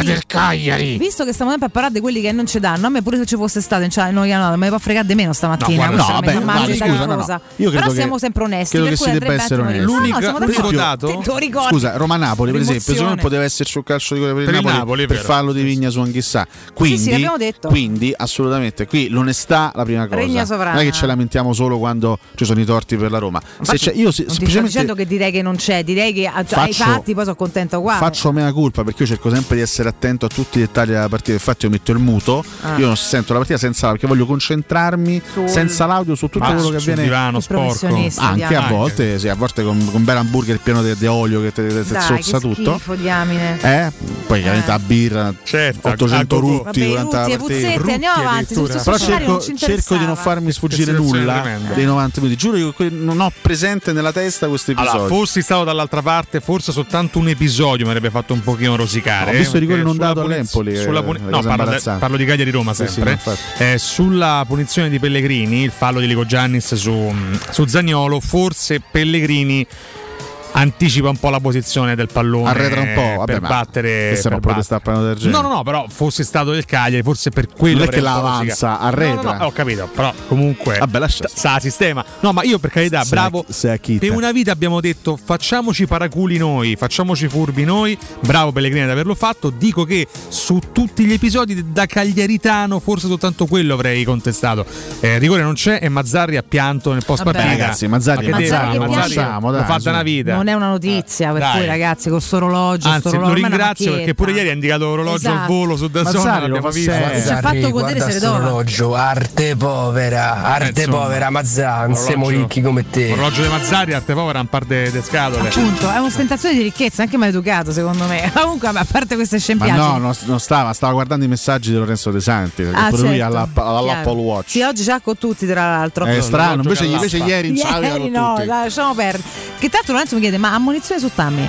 Speaker 3: dire- Visto che stiamo sempre a parlare di quelli che non ci danno, a me pure se ci fosse stato, cioè, non, io no, me va a fregare di meno stamattina.
Speaker 6: No, guarda, no,
Speaker 3: questa è la mia
Speaker 6: vabbè,
Speaker 3: immagine
Speaker 6: guarda,
Speaker 3: da
Speaker 6: scusa, no, no.
Speaker 3: tifosa.
Speaker 6: Io
Speaker 3: Però
Speaker 6: credo
Speaker 3: siamo
Speaker 6: che-
Speaker 3: sempre onesti.
Speaker 6: credo
Speaker 3: per
Speaker 6: che
Speaker 3: cui
Speaker 6: si
Speaker 3: andrebbe
Speaker 6: debba essere
Speaker 3: anche
Speaker 6: onesti.
Speaker 3: morire. No, no,
Speaker 6: L'unica-
Speaker 3: siamo
Speaker 6: per esempio,
Speaker 3: d'accordo. Te- te lo ricordi.
Speaker 6: Scusa, Roma-Napoli, per esempio, secondo me
Speaker 3: L'emozione.
Speaker 6: poteva esserci un calcio di rigore per,
Speaker 7: Per il
Speaker 6: Napoli,
Speaker 7: Napoli, è
Speaker 6: per
Speaker 7: vero.
Speaker 6: fallo di Vigna su Anghissà. Quindi,
Speaker 3: Sì, sì, l'abbiamo detto.
Speaker 6: quindi, assolutamente, qui l'onestà è la prima cosa.
Speaker 3: Regna sovrana.
Speaker 6: Non è che ce lamentiamo solo quando ci sono i torti per la Roma. Se c'è- io se-
Speaker 3: non ti sto
Speaker 6: semplicemente
Speaker 3: dicendo che direi che non c'è, direi che a- ai
Speaker 6: Faccio-
Speaker 3: fatti poi sono contenta uguale.
Speaker 6: Faccio mea colpa perché io cerco sempre di essere attento a tutti i dettagli della partita. Infatti, io metto il muto,
Speaker 3: Ah.
Speaker 6: io non sento la partita senza l'audio perché voglio concentrarmi
Speaker 3: Sul-
Speaker 6: senza l'audio su tutto
Speaker 7: Ma
Speaker 6: quello che
Speaker 7: sul
Speaker 6: avviene.
Speaker 7: divano Il sporco. professionista,
Speaker 6: Anche a
Speaker 7: diamine.
Speaker 6: volte, sì, a volte con, con un bel hamburger pieno di, di olio che ti
Speaker 3: Dai,
Speaker 6: sozza
Speaker 3: che
Speaker 6: tutto.
Speaker 3: schifo, diamine.
Speaker 6: Eh? Poi chiaramente la birra,
Speaker 7: Certo,
Speaker 6: 800 rutti
Speaker 3: Vabbè,
Speaker 6: durante
Speaker 3: rutti
Speaker 6: la
Speaker 3: e
Speaker 6: partita.
Speaker 3: puzzette, andiamo avanti, sul
Speaker 6: Però
Speaker 3: stesso scenario non
Speaker 6: cerco,
Speaker 3: ci
Speaker 6: cerco di non
Speaker 3: interessava.
Speaker 6: farmi sfuggire
Speaker 7: Che situazione
Speaker 6: nulla
Speaker 7: tremenda.
Speaker 6: dei 90 minuti. Giuro che que- non ho presente nella testa questo episodio.
Speaker 7: Allora, fossi stato dall'altra parte, forse soltanto un episodio mi avrebbe fatto un pochino rosicare.
Speaker 6: Ho visto
Speaker 7: eh,
Speaker 6: il rigore
Speaker 7: perché
Speaker 6: non
Speaker 7: sulla
Speaker 6: dato
Speaker 7: puniz-
Speaker 6: all'Empoli, eh,
Speaker 7: sulla puni-
Speaker 6: una
Speaker 7: no,
Speaker 6: cosa
Speaker 7: parlo,
Speaker 6: imbarazzante.
Speaker 7: parlo di Cagliari Roma
Speaker 6: Sì, sì,
Speaker 7: sempre.
Speaker 6: infatti.
Speaker 7: Eh, sulla punizione di Pellegrini, il fallo di Lico Giannis su, su Zagnolo, forse Pellegrini anticipa un po' la posizione del pallone
Speaker 6: Arretra un po', vabbè,
Speaker 7: Eh, per
Speaker 6: ma
Speaker 7: battere
Speaker 6: che stiamo
Speaker 7: per
Speaker 6: a protestare a del genere?
Speaker 7: No, no, no, però fosse stato del Cagliari, forse per quello
Speaker 6: Non è
Speaker 7: avrei
Speaker 6: che
Speaker 7: un po'
Speaker 6: la
Speaker 7: rosicato.
Speaker 6: avanza, arretra.
Speaker 7: No, no, no, ho capito, però comunque
Speaker 6: Vabbè, lascia.
Speaker 7: sa sistema. No, ma io per carità,
Speaker 6: Se-
Speaker 7: bravo.
Speaker 6: se a chi te.
Speaker 7: Per una vita abbiamo detto facciamoci paraculi noi, facciamoci furbi noi. Bravo Pellegrini ad averlo fatto. Dico che su tutti gli episodi da Cagliaritano, forse soltanto quello avrei contestato. Eh, rigore non c'è e Mazzarri ha pianto nel post partita.
Speaker 6: Vabbè, ragazzi, Mazzarri
Speaker 7: Ma che
Speaker 6: è
Speaker 7: deve-
Speaker 6: Mazzarri, lo conosciamo,
Speaker 7: lo
Speaker 6: dai, Eh,
Speaker 7: fa
Speaker 6: su.
Speaker 7: da una vita.
Speaker 3: Non è una notizia, per
Speaker 7: dai.
Speaker 3: cui ragazzi, con sto orologio, sto
Speaker 7: Anzi, lo
Speaker 3: orologio, ma è una
Speaker 7: ringrazio perché pure
Speaker 3: macchietta.
Speaker 7: ieri ha indicato l'orologio al
Speaker 3: Esatto.
Speaker 7: volo su Dazzone,
Speaker 3: Mazzarri lo
Speaker 7: l'abbiamo
Speaker 3: fa
Speaker 7: visto.
Speaker 3: sempre. Ci ha fatto godere se le dova.
Speaker 2: orologio, arte povera, arte
Speaker 7: Insomma,
Speaker 2: povera, Mazzan,
Speaker 7: orologio-
Speaker 2: siamo ricchi come te.
Speaker 7: Orologio di Mazzarri, arte povera, un par de, de scatole.
Speaker 3: Appunto, è un'ostentazione di ricchezza, anche maleducato secondo me. Comunque, vabbè, a parte queste
Speaker 6: Ma
Speaker 3: scempiate.
Speaker 6: no, non, non stava, stava guardando i messaggi di Lorenzo De Santi, perché
Speaker 3: Ah,
Speaker 6: pure lui ha
Speaker 3: certo,
Speaker 6: l'app- ha l'Apple
Speaker 3: chiaro.
Speaker 6: Watch.
Speaker 3: Sì, oggi già con tutti, tra
Speaker 7: Eh,
Speaker 3: l'altro. Eh,
Speaker 6: È strano, invece- invece ieri in sala erano
Speaker 3: no,
Speaker 6: tutti.
Speaker 3: dai, lasciamo perdere. Che tanto Lorenzo mi chiede, ma ammonizione su Tammy?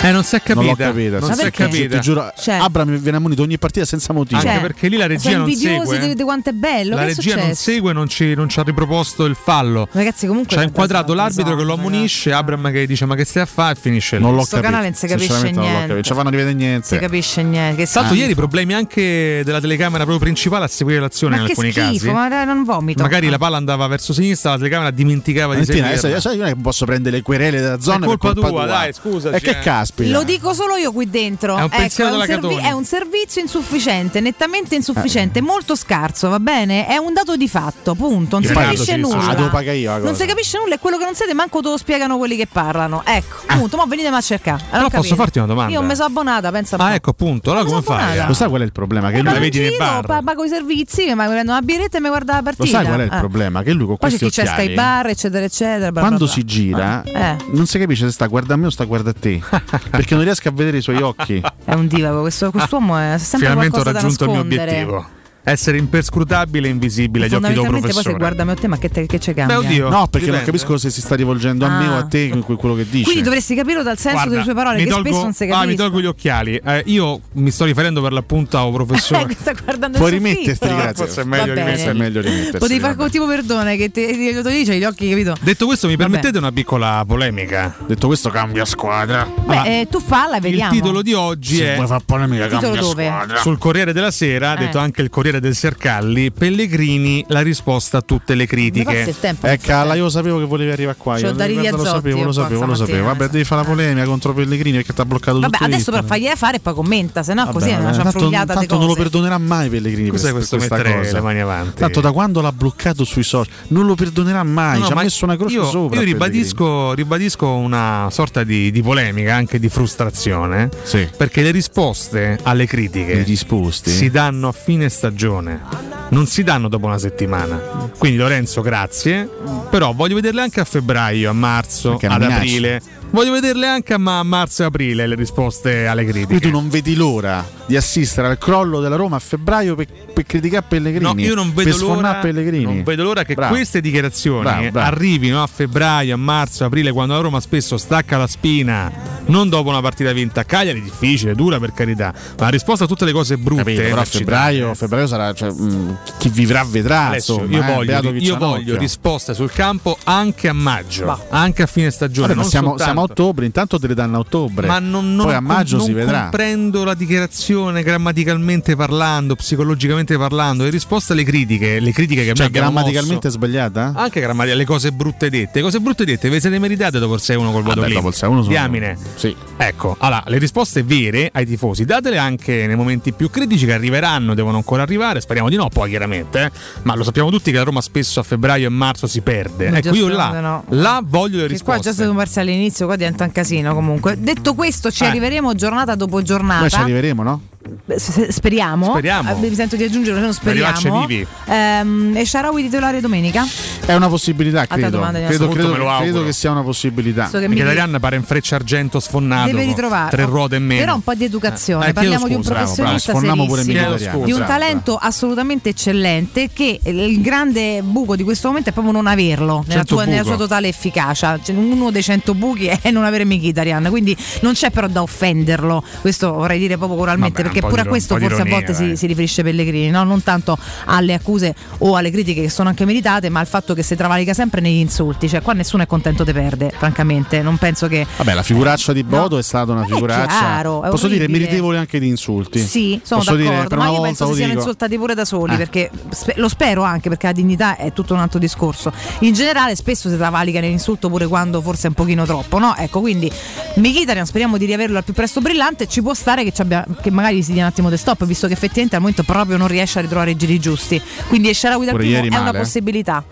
Speaker 7: Eh, non si è capita.
Speaker 6: Non l'ho capita.
Speaker 7: Non si
Speaker 6: sì.
Speaker 7: è Cioè. capita.
Speaker 6: Ti giuro, ah, Abram viene ammonito ogni partita senza motivo.
Speaker 7: Anche perché lì la regia
Speaker 3: Sei
Speaker 7: non
Speaker 3: Cioè, invidiosi
Speaker 7: segue. eh.
Speaker 3: di, di quanto è bello.
Speaker 7: la
Speaker 3: che è
Speaker 7: regia non
Speaker 3: successo?
Speaker 7: segue, non ci, non ci ha riproposto il fallo.
Speaker 3: Ragazzi, comunque.
Speaker 7: Ci ha
Speaker 3: è
Speaker 7: inquadrato l'arbitro che lo ammonisce, Abram che dice ma che stai a fare e finisce lì.
Speaker 6: Non l'ho
Speaker 3: esatto, Sto
Speaker 6: capito.
Speaker 3: canale non si capisce
Speaker 6: Sinceramente non l'ho
Speaker 3: niente.
Speaker 6: capito. Ci fanno rivedere niente.
Speaker 3: Si capisce niente. Che
Speaker 7: Tanto
Speaker 3: schifo.
Speaker 7: ieri problemi anche della telecamera proprio principale a seguire l'azione
Speaker 3: Ma
Speaker 7: in
Speaker 3: che
Speaker 7: alcuni
Speaker 3: schifo,
Speaker 7: casi.
Speaker 3: ma dai, non vomito.
Speaker 7: Magari la palla andava verso sinistra, la telecamera dimenticava di
Speaker 6: Valentina,
Speaker 7: seguirla.
Speaker 6: adesso, adesso io non è che posso prendere le querele della zona per
Speaker 7: colpa tua, dai, scusaci,
Speaker 6: E che
Speaker 7: eh.
Speaker 6: caspita.
Speaker 3: Lo dico solo io qui dentro.
Speaker 6: È un
Speaker 3: Ecco,
Speaker 6: pensiero della
Speaker 3: servi-
Speaker 6: Catoni.
Speaker 3: è un servizio insufficiente, nettamente
Speaker 6: Eh.
Speaker 3: insufficiente, molto scarso, va bene? È un dato di fatto, punto. Non si
Speaker 6: Pagato,
Speaker 3: capisce
Speaker 6: sì, sì.
Speaker 3: nulla.
Speaker 6: Ah, devo pagare io la
Speaker 3: Non
Speaker 6: cosa.
Speaker 3: si capisce nulla e quello che non siete manco te lo spiegano quelli che parlano. Ecco,
Speaker 6: Ah.
Speaker 3: punto. Ma venitemi a cercare.
Speaker 7: Però
Speaker 3: Allora,
Speaker 7: posso
Speaker 3: capite.
Speaker 7: farti una domanda?
Speaker 3: Io mi sono abbonata, pensa un
Speaker 7: Ah,
Speaker 3: po'.
Speaker 7: ecco appunto. Allora come fai?
Speaker 6: Lo sai qual è il problema? Che
Speaker 7: Eh,
Speaker 6: lui
Speaker 7: ma vedi nei
Speaker 3: Io pa- pago i servizi, ma mi prendo una birretta e mi guarda la
Speaker 6: Lo
Speaker 3: partita.
Speaker 6: sai qual è il
Speaker 3: Ah.
Speaker 6: problema? Che lui con
Speaker 3: Poi c'è
Speaker 6: questi
Speaker 3: chi c'è Sky
Speaker 6: occhiali.
Speaker 3: Bar, eccetera, eccetera. bla, bla,
Speaker 6: Quando
Speaker 3: bla.
Speaker 6: si gira,
Speaker 3: Eh.
Speaker 6: non si capisce se sta guardando a me o sta guardando a te. perché non riesco a vedere i suoi occhi.
Speaker 3: È un divago, questo quest'uomo è sempre
Speaker 6: Ah. Finalmente ho
Speaker 3: qualcosa da
Speaker 6: raggiunto il mio
Speaker 3: nascondere.
Speaker 6: obiettivo.
Speaker 7: essere imperscrutabile e invisibile agli occhi di un
Speaker 3: Fondamentalmente poi se
Speaker 7: professore.
Speaker 3: guardami a te, ma che, te, che c'è cambia?
Speaker 6: No, perché non
Speaker 7: dipende.
Speaker 6: capisco se si sta rivolgendo a me
Speaker 3: Ah.
Speaker 6: o a te con que- quello che dice.
Speaker 3: Quindi dovresti capirlo dal senso
Speaker 7: Guarda,
Speaker 3: delle sue parole,
Speaker 7: mi
Speaker 3: che
Speaker 7: tolgo-
Speaker 3: spesso non si
Speaker 7: ah, mi
Speaker 3: capisce.
Speaker 7: tolgo gli occhiali. Eh, io mi sto riferendo per l'appunto a un professore.
Speaker 3: Eh, sta guardando
Speaker 7: Puoi
Speaker 3: il soffitto.
Speaker 7: rimetterti, grazie. Forse è meglio
Speaker 3: Va bene.
Speaker 7: rimettersi. È meglio rimettersi,
Speaker 3: Potevi fare con tipo perdone che ti ti togli gli occhi, capito?
Speaker 7: Detto questo, mi
Speaker 3: Vabbè.
Speaker 7: permettete una piccola polemica.
Speaker 6: Detto questo, cambia squadra.
Speaker 3: Beh, eh, tu falla e
Speaker 7: il
Speaker 3: vediamo.
Speaker 7: titolo di oggi
Speaker 6: Se
Speaker 7: è
Speaker 6: vuoi far polemica,
Speaker 3: Titolo cambia dove? squadra.
Speaker 7: sul Corriere della Sera,
Speaker 3: Eh.
Speaker 7: detto anche il Corriere del Sercalli, Pellegrini la risposta a tutte le
Speaker 3: Mi
Speaker 7: critiche.
Speaker 3: passi il tempo,
Speaker 6: Eh, calla, io sapevo che volevi arrivare qua.
Speaker 3: C'ho
Speaker 6: Io
Speaker 3: da ridi
Speaker 6: guarda,
Speaker 3: a
Speaker 6: lo
Speaker 3: Zotti
Speaker 6: sapevo,
Speaker 3: io
Speaker 6: lo
Speaker 3: qua
Speaker 6: sapevo, lo
Speaker 3: stamattina,
Speaker 6: sapevo. Vabbè, devi fare la polemica contro Pellegrini perché ti ha bloccato
Speaker 3: Vabbè,
Speaker 6: tutto
Speaker 3: adesso però
Speaker 6: Twitter.
Speaker 3: fagli fare e poi commenta, se no
Speaker 6: Vabbè,
Speaker 3: così è una
Speaker 6: vabbè, tanto,
Speaker 3: cianfrugliata di
Speaker 6: tanto
Speaker 3: cose.
Speaker 6: non lo perdonerà mai Pellegrini per,
Speaker 7: Cos'è
Speaker 6: per
Speaker 7: questo
Speaker 6: questa
Speaker 7: mettere
Speaker 6: cosa.
Speaker 7: le mani avanti?
Speaker 6: Tanto da quando l'ha bloccato sui social non lo perdonerà mai.
Speaker 7: No, no,
Speaker 6: Ci ha
Speaker 7: ma
Speaker 6: messo una croce
Speaker 7: io,
Speaker 6: sopra.
Speaker 7: Io
Speaker 6: Pellegrini.
Speaker 7: ribadisco, ribadisco una sorta di, di polemica, anche di frustrazione. Perché le risposte alle critiche si danno a fine stagione. Non si danno dopo una settimana. Quindi Lorenzo, grazie. Però voglio vederle anche a febbraio, a marzo,
Speaker 6: Perché è una
Speaker 7: ad
Speaker 6: minaccia.
Speaker 7: aprile. Voglio vederle anche a ma- marzo e aprile le risposte alle critiche.
Speaker 6: Quindi tu non vedi l'ora di assistere al crollo della Roma a febbraio per, per criticare Pellegrini.
Speaker 7: No, io non
Speaker 6: per
Speaker 7: vedo,
Speaker 6: sfornare
Speaker 7: l'ora,
Speaker 6: Pellegrini.
Speaker 7: non vedo l'ora che
Speaker 6: Bravo.
Speaker 7: queste dichiarazioni
Speaker 6: Bravo, bravo.
Speaker 7: arrivino a febbraio, a marzo, aprile, quando la Roma spesso stacca la spina. Non dopo una partita vinta a Cagliari, difficile, dura per carità, ma la risposta a tutte le cose brutte.
Speaker 6: Capito, però a
Speaker 7: inaccettabili.
Speaker 6: febbraio, febbraio sarà. cioè, mm, chi vivrà vedrà.
Speaker 7: Alessio,
Speaker 6: insomma,
Speaker 7: io
Speaker 6: eh,
Speaker 7: voglio,
Speaker 6: beato chi
Speaker 7: io
Speaker 6: c'ha l'occhio.
Speaker 7: voglio risposte sul campo anche a maggio,
Speaker 6: Ma-
Speaker 7: anche a fine stagione.
Speaker 6: Vabbè, ma
Speaker 7: non
Speaker 6: siamo,
Speaker 7: soltanto-
Speaker 6: siamo a ottobre, intanto te le danno a ottobre.
Speaker 7: Ma non, non
Speaker 6: Poi a maggio
Speaker 7: non
Speaker 6: si vedrà.
Speaker 7: comprendo la dichiarazione grammaticalmente parlando, psicologicamente parlando, in risposta alle critiche, le critiche che
Speaker 6: Cioè,
Speaker 7: abbiamo
Speaker 6: grammaticalmente
Speaker 7: mosso.
Speaker 6: sbagliata?
Speaker 7: Anche grammatica, le cose brutte dette. Le cose brutte dette ve le siete meritate dopo il 6-1 col voto
Speaker 6: beh,
Speaker 7: lì.
Speaker 6: dopo il 6-1 sono-
Speaker 7: Diamine.
Speaker 6: Sì.
Speaker 7: Ecco, allora, le risposte vere ai tifosi datele anche nei momenti più critici che arriveranno, devono ancora arrivare, speriamo di no poi chiaramente, eh. ma lo sappiamo tutti che la Roma spesso a febbraio e marzo si perde.
Speaker 3: Ma
Speaker 7: ecco, io là,
Speaker 3: giustamente no.
Speaker 7: là voglio le
Speaker 3: Che qua già
Speaker 7: risposte.
Speaker 3: siamo persi all'inizio, qua diventa un casino comunque. Detto questo, ci
Speaker 7: Eh.
Speaker 3: arriveremo giornata dopo giornata.
Speaker 6: Noi ci arriveremo, no?
Speaker 3: S- s- Speriamo.
Speaker 6: Speriamo.
Speaker 3: Eh, Mi sento di aggiungere, non
Speaker 6: arrivarci
Speaker 3: speriamo.
Speaker 6: vivi.
Speaker 3: Ehm, e Sharawi titolare domenica?
Speaker 6: È una possibilità,
Speaker 3: Altra
Speaker 6: credo.
Speaker 3: domanda di
Speaker 6: Credo,
Speaker 3: nostro
Speaker 6: credo-
Speaker 7: punto, me lo auguro.
Speaker 6: credo che sia una possibilità.
Speaker 3: So che mi Mkhitaryan
Speaker 7: pare in freccia argento sfonnato.
Speaker 3: Deve ritrovare
Speaker 7: Tre
Speaker 3: oh,
Speaker 7: ruote e meno.
Speaker 3: Però un po' di educazione.
Speaker 7: Eh, chiedo
Speaker 3: Parliamo di un
Speaker 7: scusa, bravo, bravo.
Speaker 3: professionista
Speaker 7: Sforniamo pure
Speaker 3: serissimo,
Speaker 7: Mkhitaryan. Chiedo
Speaker 3: di un
Speaker 7: scusa.
Speaker 3: talento assolutamente eccellente. Che eh, il grande buco di questo momento è proprio non averlo nella,
Speaker 7: Cento
Speaker 3: tua, nella
Speaker 7: buco.
Speaker 3: sua totale efficacia. Cioè, uno dei cento buchi è non avere Mkhitaryan. Quindi non c'è però da offenderlo. Questo vorrei dire proprio coralmente,
Speaker 34: Vabbè, un
Speaker 3: perché
Speaker 34: po'
Speaker 3: pure a
Speaker 34: di-
Speaker 3: questo
Speaker 34: un po' di
Speaker 3: forse a
Speaker 34: ironia, eh.
Speaker 3: volte si,
Speaker 34: dai.
Speaker 3: si riferisce Pellegrini, no? non tanto alle accuse o alle critiche che sono anche meritate, ma al fatto che si travalica sempre negli insulti. Cioè, qua nessuno è contento di perde, francamente. Non penso che
Speaker 6: Vabbè, la figuraccia di Bodo è stata una figuraccia.
Speaker 3: chiaro, è
Speaker 6: posso dire
Speaker 3: orribile.
Speaker 6: meritevole anche di insulti.
Speaker 3: Sì, sono
Speaker 6: posso
Speaker 3: d'accordo,
Speaker 6: dire, per una
Speaker 3: ma io
Speaker 6: volta
Speaker 3: penso
Speaker 6: lo
Speaker 3: si siano
Speaker 6: dico.
Speaker 3: insultati pure da soli,
Speaker 6: Eh.
Speaker 3: perché spe- lo spero anche, perché la dignità è tutto un altro discorso. In generale spesso si travalica nell'insulto pure quando forse è un pochino troppo, no? Ecco, quindi Mkhitaryan speriamo di riaverlo al più presto brillante, ci può stare che, ci abbia- che magari si dia un attimo di stop, visto che effettivamente al momento proprio non riesce a ritrovare i giri giusti. Quindi Esharawi dal
Speaker 6: Pure
Speaker 3: primo
Speaker 6: ieri
Speaker 3: è una
Speaker 6: male, eh.
Speaker 3: possibilità.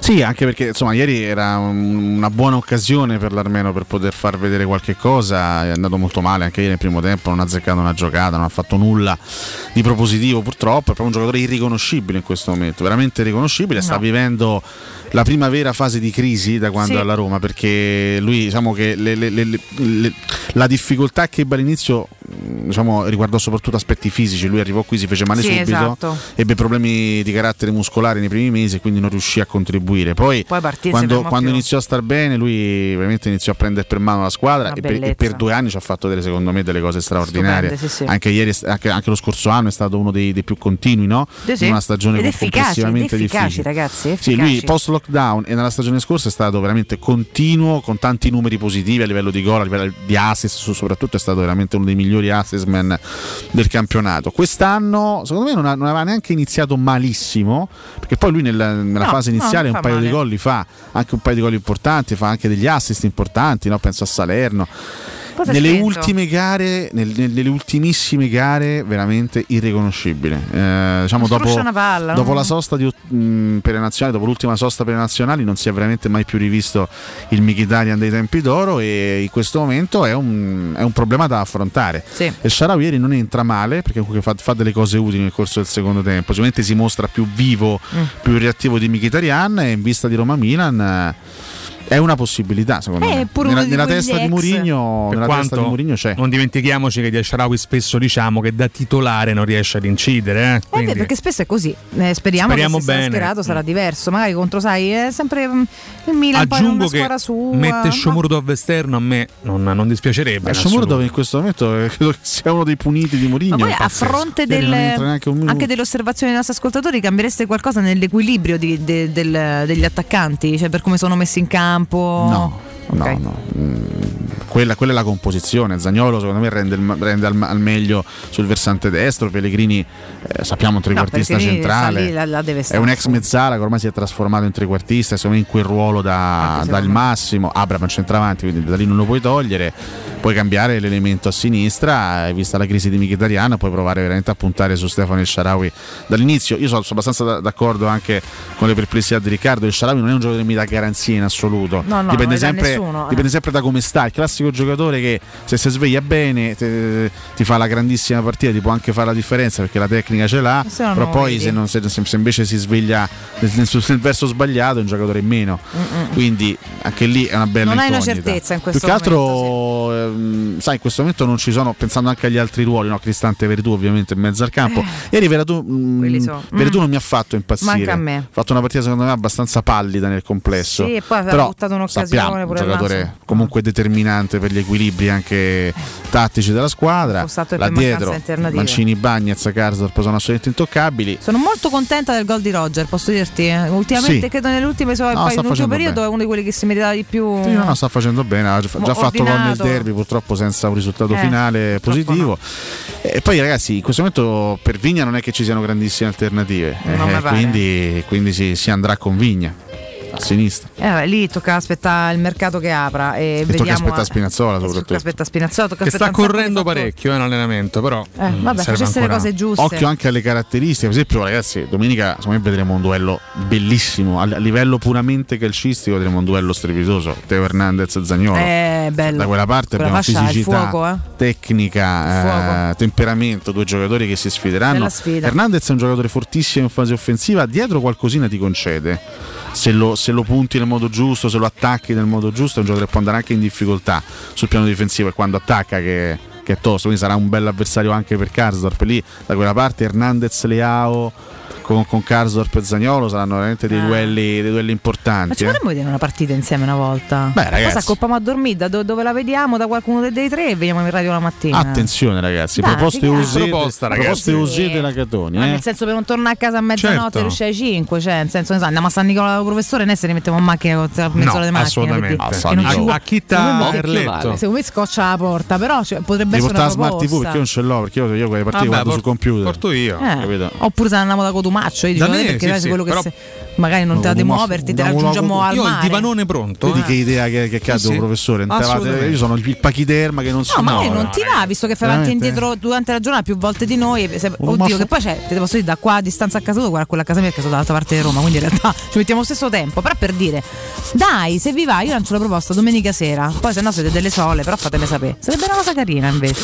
Speaker 6: Sì, anche perché insomma ieri era un- una buona occasione per l'Armeno per poter far vedere qualche cosa, è andato molto male anche ieri nel primo tempo, non ha azzeccato una giocata, non ha fatto nulla di propositivo purtroppo, è proprio un giocatore irriconoscibile in questo momento, veramente irriconoscibile, sta
Speaker 47: No.
Speaker 6: vivendo la prima vera fase di crisi da quando
Speaker 47: Sì.
Speaker 6: è alla Roma, perché lui diciamo che le- le- le- le- le- la difficoltà che ebbe all'inizio mh, diciamo, riguardò soprattutto aspetti fisici, lui arrivò qui, si fece male
Speaker 9: Sì,
Speaker 6: subito,
Speaker 9: esatto.
Speaker 6: ebbe problemi di carattere muscolare nei primi mesi e quindi non riuscì a contribuire. Poi,
Speaker 9: Poi partì,
Speaker 6: quando,
Speaker 9: sappiamo
Speaker 6: quando
Speaker 9: più.
Speaker 6: iniziò a star bene, lui veramente iniziò a prendere per mano la squadra
Speaker 9: Una
Speaker 6: e per, e
Speaker 9: bellezza.
Speaker 6: per due anni ci ha fatto delle, secondo me delle cose straordinarie.
Speaker 9: Stupende, sì, sì.
Speaker 6: Anche, ieri, anche, anche lo scorso anno è stato uno dei, dei più continui, no?
Speaker 3: Sì, sì.
Speaker 6: in una stagione
Speaker 3: Ed
Speaker 6: com-
Speaker 3: efficaci,
Speaker 6: complessivamente
Speaker 3: ed efficaci,
Speaker 6: difficile.
Speaker 3: ragazzi,
Speaker 6: Sì,
Speaker 3: efficaci.
Speaker 6: lui post lockdown e nella stagione scorsa è stato veramente continuo con tanti numeri positivi a livello di gol, a livello di assist, su- soprattutto è stato veramente uno dei migliori assist man del campionato. Quest'anno, secondo me, non, ha- non aveva neanche iniziato malissimo, perché poi lui nel- nella
Speaker 9: No,
Speaker 6: fase
Speaker 9: no,
Speaker 6: iniziale
Speaker 9: non
Speaker 6: un
Speaker 9: fa
Speaker 6: paio di
Speaker 9: male.
Speaker 6: gol li fa, anche un paio di gol importanti, fa anche degli assist importanti, no? penso a Salerno.
Speaker 9: Cosa ha
Speaker 6: Nelle
Speaker 9: scritto?
Speaker 6: ultime gare, nel- nel- nelle ultimissime gare, veramente irriconoscibile. Eh, diciamo
Speaker 3: Non
Speaker 6: dopo,
Speaker 3: struscia una palla,
Speaker 6: dopo
Speaker 3: non-
Speaker 6: la sosta di, ot- mh, per le nazionali, dopo l'ultima sosta per le nazionali, non si è veramente mai più rivisto il Mkhitaryan dei tempi d'oro e in questo momento è un, è un problema da affrontare.
Speaker 3: Sì.
Speaker 6: E Sharawi ieri non entra male perché comunque fa, fa delle cose utili nel corso del secondo tempo, sicuramente si mostra più vivo,
Speaker 3: Mm.
Speaker 6: più reattivo di Mkhitaryan e in vista di Roma-Milan... eh, È una possibilità, secondo
Speaker 3: Eh,
Speaker 6: me.
Speaker 3: pure
Speaker 6: nella
Speaker 3: uno di
Speaker 6: nella
Speaker 3: quegli
Speaker 6: testa di
Speaker 3: ex.
Speaker 6: Mourinho,
Speaker 7: Per
Speaker 6: nella testa
Speaker 7: quanto
Speaker 6: di Mourinho c'è.
Speaker 7: non dimentichiamoci che di Sharawi spesso diciamo che da titolare non riesce ad incidere. Eh?
Speaker 3: Eh, beh,
Speaker 7: Quindi,
Speaker 3: perché spesso è così. Eh, speriamo,
Speaker 7: Speriamo
Speaker 3: che se sarà
Speaker 7: bene. Mm.
Speaker 3: scherato sarà diverso. Magari contro, sai, è sempre mm, il Milan poi non
Speaker 7: aggiungo
Speaker 3: una
Speaker 7: che
Speaker 3: squadra sua.
Speaker 7: mette Shomurodov esterno a me non, non dispiacerebbe.
Speaker 6: Eh,
Speaker 7: in
Speaker 6: Shomurodov in questo momento eh, credo che sia uno dei puniti di Mourinho.
Speaker 3: Ma poi a
Speaker 6: Pazzesco.
Speaker 3: fronte
Speaker 6: Ieri
Speaker 3: del-
Speaker 6: non entra neanche un minuto.
Speaker 3: anche delle osservazioni dei nostri ascoltatori, cambiereste qualcosa nell'equilibrio di- de- del- degli attaccanti? Cioè per come sono messi in campo?
Speaker 6: No, no, no. Mm, Quella, quella è la composizione. Zagnolo, secondo me, rende, il ma- rende al, ma- al meglio sul versante destro. Pellegrini, eh, sappiamo, un trequartista
Speaker 3: perché lì sta
Speaker 6: centrale.
Speaker 3: lì, la- la deve
Speaker 6: è
Speaker 3: stare,
Speaker 6: un ex mezzala che ormai si è trasformato in trequartista. Secondo me, in quel ruolo da, dal massimo. Abram è un centravanti, quindi da lì non lo puoi togliere. Puoi cambiare l'elemento a sinistra. E vista la crisi di Mkhitaryan, puoi provare veramente a puntare su Stefano El Sharawi dall'inizio. Io sono, sono abbastanza da- d'accordo anche con le perplessità di Riccardo. Il Sharawi non è un giocatore che mi dà garanzie in assoluto.
Speaker 3: No, no, non
Speaker 6: dipende,
Speaker 3: le dà
Speaker 6: sempre,
Speaker 3: nessuno, eh.
Speaker 6: dipende sempre da come sta. Il classico giocatore che se si sveglia bene te- ti fa la grandissima partita, ti può anche fare la differenza perché la tecnica ce l'ha.
Speaker 3: Se no non
Speaker 6: però
Speaker 3: lo
Speaker 6: poi
Speaker 3: vedi.
Speaker 6: se, non- se- se invece si sveglia nel, nel- nel verso sbagliato è un giocatore in meno.
Speaker 3: Mm-mm.
Speaker 6: Quindi anche lì è una bella
Speaker 3: Non hai una
Speaker 6: incognita.
Speaker 3: certezza in questo
Speaker 6: Più che altro, ehm, sai, in questo momento non ci sono, pensando anche agli altri ruoli, no? Cristante e Verdù ovviamente in mezzo al campo. Ieri Verdù,
Speaker 3: Eh. Quelli so. Mm.
Speaker 6: Verdù non mi ha fatto impazzire.
Speaker 3: Manca a me.
Speaker 6: Ha fatto una partita secondo me abbastanza pallida nel complesso.
Speaker 3: Sì, e poi aveva
Speaker 6: Però
Speaker 3: buttato un'occasione
Speaker 6: sappiamo, un
Speaker 3: pure
Speaker 6: giocatore
Speaker 3: là,
Speaker 6: comunque determinante per gli equilibri anche tattici della squadra.
Speaker 3: Eh. Fossato e
Speaker 6: Là
Speaker 3: per mancanza
Speaker 6: dietro
Speaker 3: alternative.
Speaker 6: Mancini, Bagnez, Karsdorp sono assolutamente intoccabili.
Speaker 3: Sono molto contenta del gol di Roger, posso dirti. eh. Ultimamente
Speaker 6: Sì.
Speaker 3: credo nelle ultime sue
Speaker 6: No,
Speaker 3: poi
Speaker 6: sta
Speaker 3: nell'ultimo
Speaker 6: facendo
Speaker 3: periodo
Speaker 6: bene.
Speaker 3: è uno di quelli che si meritava di più.
Speaker 6: Sì, no, no, sta facendo bene, ha già
Speaker 3: Mo-
Speaker 6: fatto gol nel
Speaker 3: Eh, ordinato.
Speaker 6: derby purtroppo senza un risultato
Speaker 3: Eh,
Speaker 6: finale positivo. E poi ragazzi, in questo momento per Vigna non è che ci siano grandissime alternative, eh,
Speaker 3: Non mi pare.
Speaker 6: quindi, quindi si, si andrà con Vigna a sinistra.
Speaker 3: Eh, vabbè, lì tocca aspettare il mercato che apra e,
Speaker 6: E tocca
Speaker 3: vediamo. eh.
Speaker 6: aspettare Spinazzola
Speaker 3: Tocca
Speaker 6: soprattutto.
Speaker 3: aspettare Spinazzola, tocca
Speaker 7: Che sta
Speaker 3: aspettare un sacco di
Speaker 7: correndo
Speaker 3: fattori.
Speaker 7: parecchio eh, in allenamento, però.
Speaker 3: Eh,
Speaker 7: mm,
Speaker 3: vabbè,
Speaker 7: serve
Speaker 3: facesse le
Speaker 7: ancora-
Speaker 3: cose giuste.
Speaker 6: Occhio anche alle caratteristiche, per esempio ragazzi, domenica secondo me vedremo un duello bellissimo, a a livello puramente calcistico vedremo un duello strepitoso, Teo Hernandez e Zagnolo.
Speaker 3: Eh, bello.
Speaker 6: da quella parte
Speaker 3: Quella
Speaker 6: abbiamo
Speaker 3: fascia ha il
Speaker 6: fisicità,
Speaker 3: fuoco, eh.
Speaker 6: tecnica, eh, temperamento, due giocatori che si sfideranno.
Speaker 3: Bella sfida.
Speaker 6: Hernandez è un giocatore fortissimo in fase offensiva, dietro qualcosina ti concede. Se lo, se lo punti nel modo giusto, se lo attacchi nel modo giusto, è un giocatore che può andare anche in difficoltà sul piano difensivo e quando attacca che, che è tosto, quindi sarà un bel avversario anche per Karsdorp. Lì da quella parte Hernandez Leao con, con Karsdorp e Zagnolo saranno veramente dei,
Speaker 3: Ah.
Speaker 6: duelli, dei duelli importanti.
Speaker 3: Ma ci
Speaker 6: eh.
Speaker 3: potremmo vedere una partita insieme una volta? Beh,
Speaker 6: ragazzi.
Speaker 3: Cosa accoppiamo a dormire? Da do- dove la vediamo? Da qualcuno dei, dei tre e veniamo in radio la mattina.
Speaker 6: Attenzione ragazzi,
Speaker 3: Dai,
Speaker 6: proposte
Speaker 3: figata.
Speaker 6: usate,
Speaker 3: Proposta, ragazzi.
Speaker 6: proposte usate la Catoni.
Speaker 3: Ma
Speaker 6: eh.
Speaker 3: nel senso per non tornare a casa a mezzanotte
Speaker 6: Certo.
Speaker 3: riuscire alle 5, cioè nel senso ne so, andiamo a San Nicolao professore noi se ne mettiamo in macchina con la mezz'ora di macchina.
Speaker 7: assolutamente.
Speaker 3: per dire,
Speaker 7: Ah,
Speaker 3: che non
Speaker 7: San
Speaker 3: ci
Speaker 7: Nicolao.
Speaker 3: vuole. Cioè,
Speaker 7: A chi t'ha
Speaker 3: Secondo me-
Speaker 7: Erletto?
Speaker 3: Secondo me scoccia la porta, però cioè, potrebbe
Speaker 6: Devi
Speaker 3: essere
Speaker 6: portare
Speaker 3: una
Speaker 6: la smart TV
Speaker 3: proposta.
Speaker 6: perché io non ce l'ho, perché io, io quelle partite
Speaker 7: Vabbè, por-
Speaker 6: guardo sul computer.
Speaker 7: Porto io.
Speaker 3: Eh, Oppure se andiamo da Cotumaccio, io
Speaker 7: Da
Speaker 3: dico,
Speaker 7: me,
Speaker 3: "Vabbè, perché
Speaker 7: sì,
Speaker 3: dai,
Speaker 7: sì,
Speaker 3: quello che
Speaker 7: però-
Speaker 3: se- magari non te la devi muoverti, te la raggiungiamo al
Speaker 7: Io ho il
Speaker 3: mare.
Speaker 7: divanone pronto.
Speaker 6: Vedi
Speaker 7: eh.
Speaker 6: che idea che, che cade,
Speaker 7: sì.
Speaker 6: professore.
Speaker 7: Assolutamente.
Speaker 6: Io sono il pachiderma che non so.
Speaker 3: No, magari non ti va, visto che fai avanti e
Speaker 6: Veramente?
Speaker 3: indietro durante la giornata più volte di noi. e se- oddio,
Speaker 6: ma fu-
Speaker 3: che poi c'è, te posso dire, da qua a distanza a casa tua, guarda quella a casa mia, che sono dall'altra parte di Roma, quindi in realtà ci mettiamo lo stesso tempo. Però per dire, dai, se vi va, io lancio la proposta domenica sera. Poi se no siete delle sole, però fatemi sapere. Sarebbe una cosa carina invece.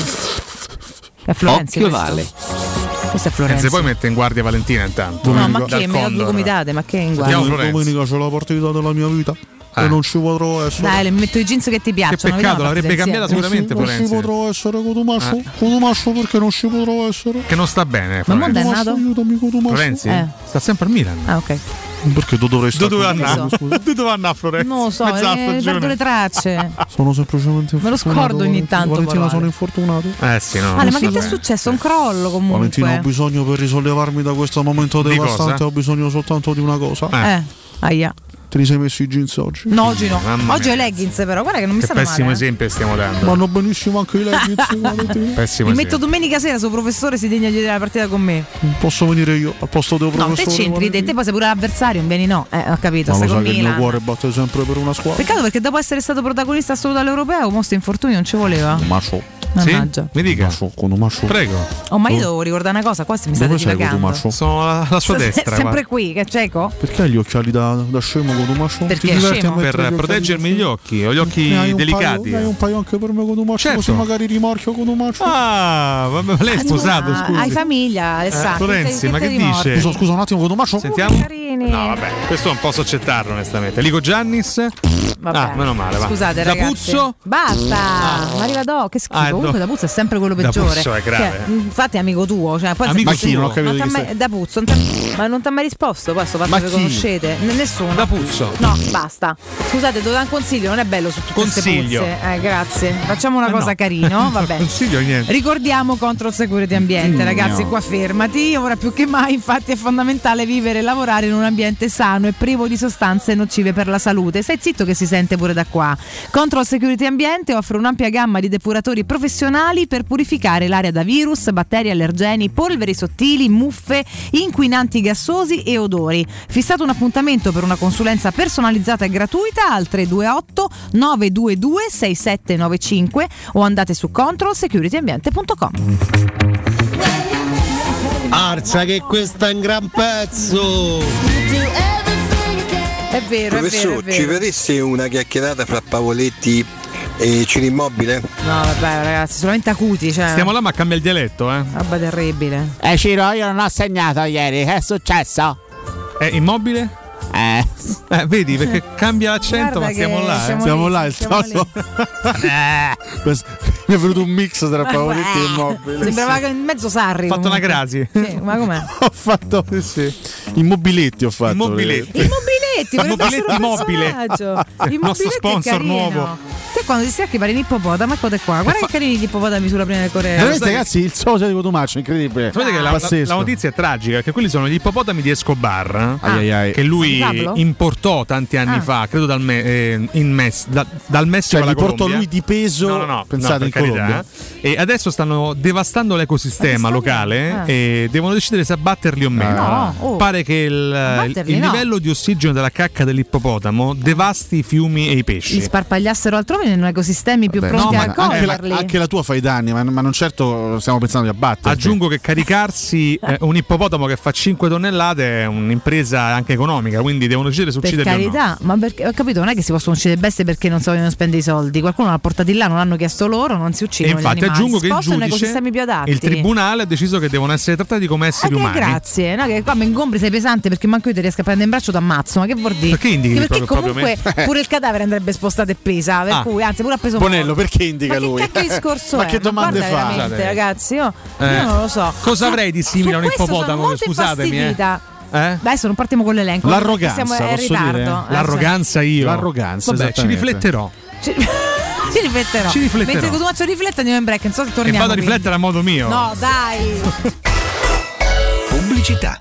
Speaker 3: È Florenzio. questo? Questo è
Speaker 7: Anzi,
Speaker 3: Florenzio.
Speaker 7: poi mette in guardia Valentina intanto. eh,
Speaker 3: No, ma che
Speaker 7: Dal
Speaker 3: me lo
Speaker 7: Condor.
Speaker 3: comitate, ma che in guardia.
Speaker 7: Andiamo, Florenzi.
Speaker 6: Domenica c'è la partita della mia vita.
Speaker 7: Eh.
Speaker 6: E non ci potrò essere.
Speaker 3: Dai, le metto i jeans che ti piacciono.
Speaker 7: peccato,
Speaker 3: vediamo la
Speaker 7: l'avrebbe
Speaker 3: partita
Speaker 7: cambiata
Speaker 3: insieme.
Speaker 7: sicuramente, Eh.
Speaker 6: non ci
Speaker 7: Florenzi.
Speaker 6: potrò essere Cotumascio. Cotumascio perché non ci potrò essere.
Speaker 7: Che non sta bene. eh,
Speaker 6: Ma
Speaker 7: Florenzi.
Speaker 6: Monda è nato? Cotumascio, aiutami, Cotumascio.
Speaker 7: Florenzi?
Speaker 6: Eh.
Speaker 7: Sta sempre al Milan.
Speaker 3: Ah, ok. Esatto.
Speaker 6: Perché tu dovresti
Speaker 7: Dove
Speaker 6: stare con
Speaker 7: andare?
Speaker 6: me, scusa.
Speaker 7: Dove doveva andare Florenzi? Esatto,
Speaker 3: Non lo so,
Speaker 7: Mezza
Speaker 3: eh,
Speaker 7: stagione.
Speaker 3: perdo le tracce.
Speaker 6: Sono semplicemente
Speaker 3: Me lo scordo
Speaker 6: infortunato,
Speaker 3: ogni
Speaker 6: Valentino.
Speaker 3: tanto,
Speaker 6: Valentina,
Speaker 3: Polare.
Speaker 6: sono infortunato.
Speaker 7: Eh sì, no.
Speaker 3: Ale, ma che ti è
Speaker 6: Vabbè.
Speaker 3: successo? Un crollo comunque.
Speaker 6: Valentina, ho bisogno per risollevarmi da questo momento
Speaker 7: Di
Speaker 6: devastante.
Speaker 7: cosa?
Speaker 6: Ho bisogno soltanto di una cosa.
Speaker 3: Eh, aia.
Speaker 6: Te li sei messi i jeans oggi?
Speaker 3: No, oggi no.
Speaker 7: Mamma
Speaker 3: Oggi
Speaker 7: mia.
Speaker 3: ho i leggings, però guarda che non mi
Speaker 7: Che
Speaker 3: stanno
Speaker 7: pessimo
Speaker 3: male. eh.
Speaker 7: esempio stiamo dando.
Speaker 6: Vanno benissimo anche i leggings. Valentina.
Speaker 7: Pessimo
Speaker 3: Li metto
Speaker 7: esempio.
Speaker 3: domenica sera, suo professore si degna di vedere la partita con me.
Speaker 6: Posso venire io al posto del
Speaker 3: No, te
Speaker 6: professore?
Speaker 3: c'entri, te, te poi sei pure l'avversario, non vieni no. Eh, ho capito,
Speaker 6: Ma
Speaker 3: stai
Speaker 6: lo sai
Speaker 3: con
Speaker 6: che il mio
Speaker 3: Milan.
Speaker 6: cuore batte sempre per una squadra.
Speaker 3: Peccato perché dopo essere stato protagonista assoluto all'europeo, mo sto infortunio non ci voleva.
Speaker 6: Macio.
Speaker 3: Mannaggia.
Speaker 6: Mi dica. Macio, con un macio.
Speaker 7: Prego.
Speaker 3: Oh, ma io devo ricordare una cosa, qua se mi state
Speaker 6: Dove sei con
Speaker 3: divagando.
Speaker 6: Tomasso?
Speaker 7: Sono alla, sua
Speaker 3: Se- sempre qui, che è cieco?
Speaker 6: Perché hai gli occhiali da, da scemo con Tomasso?
Speaker 3: Perché
Speaker 6: Ti
Speaker 3: è
Speaker 6: diverti
Speaker 3: scemo?
Speaker 6: a mettere
Speaker 7: Per
Speaker 6: gli occhiali?
Speaker 7: proteggermi gli occhi, ho gli
Speaker 6: Ne hai
Speaker 7: occhi
Speaker 6: un
Speaker 7: delicati. Certo.
Speaker 6: Paio, ne hai un paio anche per me con Tomasso, così magari rimorchio con Tomasso.
Speaker 7: Ah, vabbè, ma lei è sposato,
Speaker 3: Ah,
Speaker 7: scusi.
Speaker 3: Hai famiglia, Alessandro.
Speaker 7: Eh, Florenzi,
Speaker 3: te-
Speaker 7: ma
Speaker 3: te
Speaker 7: che
Speaker 3: rimorchi?
Speaker 7: dice?
Speaker 6: Scusa, scusa un attimo con Tomasso.
Speaker 7: Sentiamo. No, vabbè, questo non posso accettarlo onestamente. Ligo Giannis.
Speaker 3: vabbè.
Speaker 7: Ah, meno male, va.
Speaker 3: Scusate, ragazzi.
Speaker 7: Capuzzo?
Speaker 3: Basta,
Speaker 7: No.
Speaker 3: ma arriva Do, che schifo.
Speaker 7: Ah, è Do.
Speaker 3: Comunque da Puzzo è sempre quello
Speaker 7: Da
Speaker 3: peggiore.
Speaker 7: Puzzo è grave.
Speaker 3: Cioè, infatti è amico tuo, cioè, poi
Speaker 7: Amico
Speaker 3: se-
Speaker 7: chi? Non ho capito
Speaker 3: t'ha
Speaker 7: chi
Speaker 3: mai-
Speaker 7: sei.
Speaker 3: da Puzzo, non t'ha- ma non ti ha mai risposto, questo fatto
Speaker 7: Ma
Speaker 3: che
Speaker 7: chi?
Speaker 3: conoscete. N- nessuno.
Speaker 7: Da Puzzo.
Speaker 3: No, basta. Scusate, devo dare un consiglio, non è bello su tutte queste
Speaker 7: Consiglio.
Speaker 3: puzze. Eh, grazie. Facciamo una
Speaker 7: Eh,
Speaker 3: cosa oh,
Speaker 7: no.
Speaker 3: carino, vabbè.
Speaker 7: Consiglio niente.
Speaker 3: Ricordiamo Control Security Ambiente,
Speaker 7: Sì,
Speaker 3: ragazzi,
Speaker 7: no.
Speaker 3: qua fermati. Ora più che mai, infatti, è fondamentale vivere e lavorare in un ambiente sano e privo di sostanze nocive per la salute. Stai zitto che si sente pure da qua. Control Security Ambiente offre un'ampia gamma di depuratori professionali per purificare l'aria da virus, batteri allergeni, polveri sottili, muffe, inquinanti gassosi e odori. Fissate un appuntamento per una consulenza personalizzata e gratuita al 328 922 6795 o andate su controlsecurityambiente.com.
Speaker 48: Arza che questo è un gran pezzo!
Speaker 3: È vero, è vero, è
Speaker 2: Professor, ci
Speaker 3: vero.
Speaker 2: fareste una chiacchierata fra Pavoletti e Cirimmobile?
Speaker 3: No, vabbè, ragazzi, solamente acuti, cioè.
Speaker 7: Stiamo là, ma cambia il dialetto, eh.
Speaker 3: Roba terribile.
Speaker 1: Eh Ciro, io non ho segnato ieri, che è successo?
Speaker 7: È immobile?
Speaker 1: Eh.
Speaker 7: vedi, perché cambia l'accento, ma stiamo là. eh.
Speaker 6: Siamo là, il tono. Questo- Mi è venuto un mix tra Pavoletti e Immobile.
Speaker 3: Eh, Sembrava in mezzo Sarri.
Speaker 6: Fatto una
Speaker 3: comunque.
Speaker 6: Grazie.
Speaker 3: Sì, ma com'è?
Speaker 6: Ho fatto immobiletti ho fatto.
Speaker 7: Immobiletti.
Speaker 3: Immobiletti, vorrebbe essere un
Speaker 6: Immobile.
Speaker 3: personaggio.
Speaker 6: Il nostro
Speaker 3: Immobiletti è
Speaker 6: sponsor
Speaker 3: carino.
Speaker 6: nuovo.
Speaker 3: Te quando ti stacchi pare un ippopotamo, eccolo qua. Guarda che carini gli ippopotami sulla prima del Corea.
Speaker 6: Veramente, ragazzi, il socio di Cotumaccio è incredibile.
Speaker 7: Sapete che la, la-
Speaker 6: Pazzesco.
Speaker 7: la notizia è tragica, perché quelli sono gli ippopotami di Escobar, eh?
Speaker 6: Ai, ai, ai.
Speaker 7: che lui
Speaker 6: Ah, di Pablo?
Speaker 7: importò tanti anni fa, credo dal, Me- eh, in Mes- da- dal Messico
Speaker 6: Cioè,
Speaker 7: alla
Speaker 6: li portò
Speaker 7: Colombia.
Speaker 6: lui di peso,
Speaker 7: No, no, no,
Speaker 6: pensate,
Speaker 7: no,
Speaker 6: in
Speaker 7: per carità,
Speaker 6: Colombia.
Speaker 7: eh. E adesso stanno devastando l'ecosistema locale
Speaker 6: eh.
Speaker 7: e devono decidere se abbatterli o meno.
Speaker 6: Ah. No, oh.
Speaker 7: Pare che il,
Speaker 3: Abbatterli
Speaker 7: il
Speaker 3: no.
Speaker 7: livello di ossigeno della cacca dell'ippopotamo devasti i fiumi e i pesci.
Speaker 3: Li sparpagliassero altrove in ecosistemi più
Speaker 6: Beh,
Speaker 3: pronti
Speaker 6: no, ma
Speaker 3: a
Speaker 6: anche, la,
Speaker 3: accoglierli.
Speaker 6: anche la tua fai danni, ma, ma non certo stiamo pensando di abbattere.
Speaker 7: Aggiungo che caricarsi eh, un ippopotamo che fa 5 tonnellate è un'impresa anche economica, quindi devono decidere se
Speaker 3: Per
Speaker 7: ucciderli o no.
Speaker 3: carità, ma perché, ho capito, non è che si possono uccidere bestie perché non so, non spende i soldi. Qualcuno l'ha portati là, non l'hanno chiesto loro, non si
Speaker 7: E
Speaker 3: uccidono.
Speaker 7: infatti
Speaker 3: gli animali.
Speaker 7: aggiungo che il
Speaker 3: Spostano in
Speaker 7: giudice,
Speaker 3: ecosistemi più adatti.
Speaker 7: il tribunale ha deciso che devono essere trattati come esseri
Speaker 3: Eh,
Speaker 7: umani.
Speaker 3: grazie, no, che qua mi ingombri, sei pesante perché manco io ti riesco a prendere in braccio, ti ammazzo. Ma che vuol dire?
Speaker 7: Perché indichi
Speaker 3: Perché
Speaker 7: proprio- proprio
Speaker 3: comunque
Speaker 7: me? Eh.
Speaker 3: pure il cadavere andrebbe spostato e pesa. Per
Speaker 7: Ah.
Speaker 3: cui, anzi, pure ha preso un
Speaker 6: Bonello, perché indica
Speaker 3: Ma che
Speaker 6: lui?
Speaker 3: cacchio di discorso
Speaker 6: ma
Speaker 3: è?
Speaker 6: che domande
Speaker 3: guarda
Speaker 6: fa?
Speaker 3: veramente, ragazzi, io, io
Speaker 7: Eh.
Speaker 3: non lo so.
Speaker 7: Cosa avrei di simile a un
Speaker 3: questo sono
Speaker 7: ippopotamo?
Speaker 3: molto
Speaker 7: Scusatemi. eh.
Speaker 3: infastidita.
Speaker 7: Eh?
Speaker 3: Adesso non partiamo con l'elenco. siamo in ritardo. Eh, cioè.
Speaker 7: L'arroganza io.
Speaker 6: L'arroganza,
Speaker 7: Vabbè, ci
Speaker 6: esattamente.
Speaker 7: rifletterò.
Speaker 3: Ci, ci rifletterò.
Speaker 7: Ci rifletterò.
Speaker 3: Mentre Cotumaccio riflette andiamo in break, non so se torniamo.
Speaker 7: e vado a
Speaker 3: quindi.
Speaker 7: riflettere a modo mio.
Speaker 3: No, dai.
Speaker 36: Pubblicità.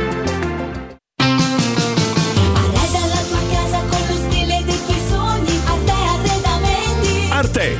Speaker 49: Arredala la tua casa con lo stile dei tuoi sogni, Arte Arredamenti.
Speaker 30: Artex,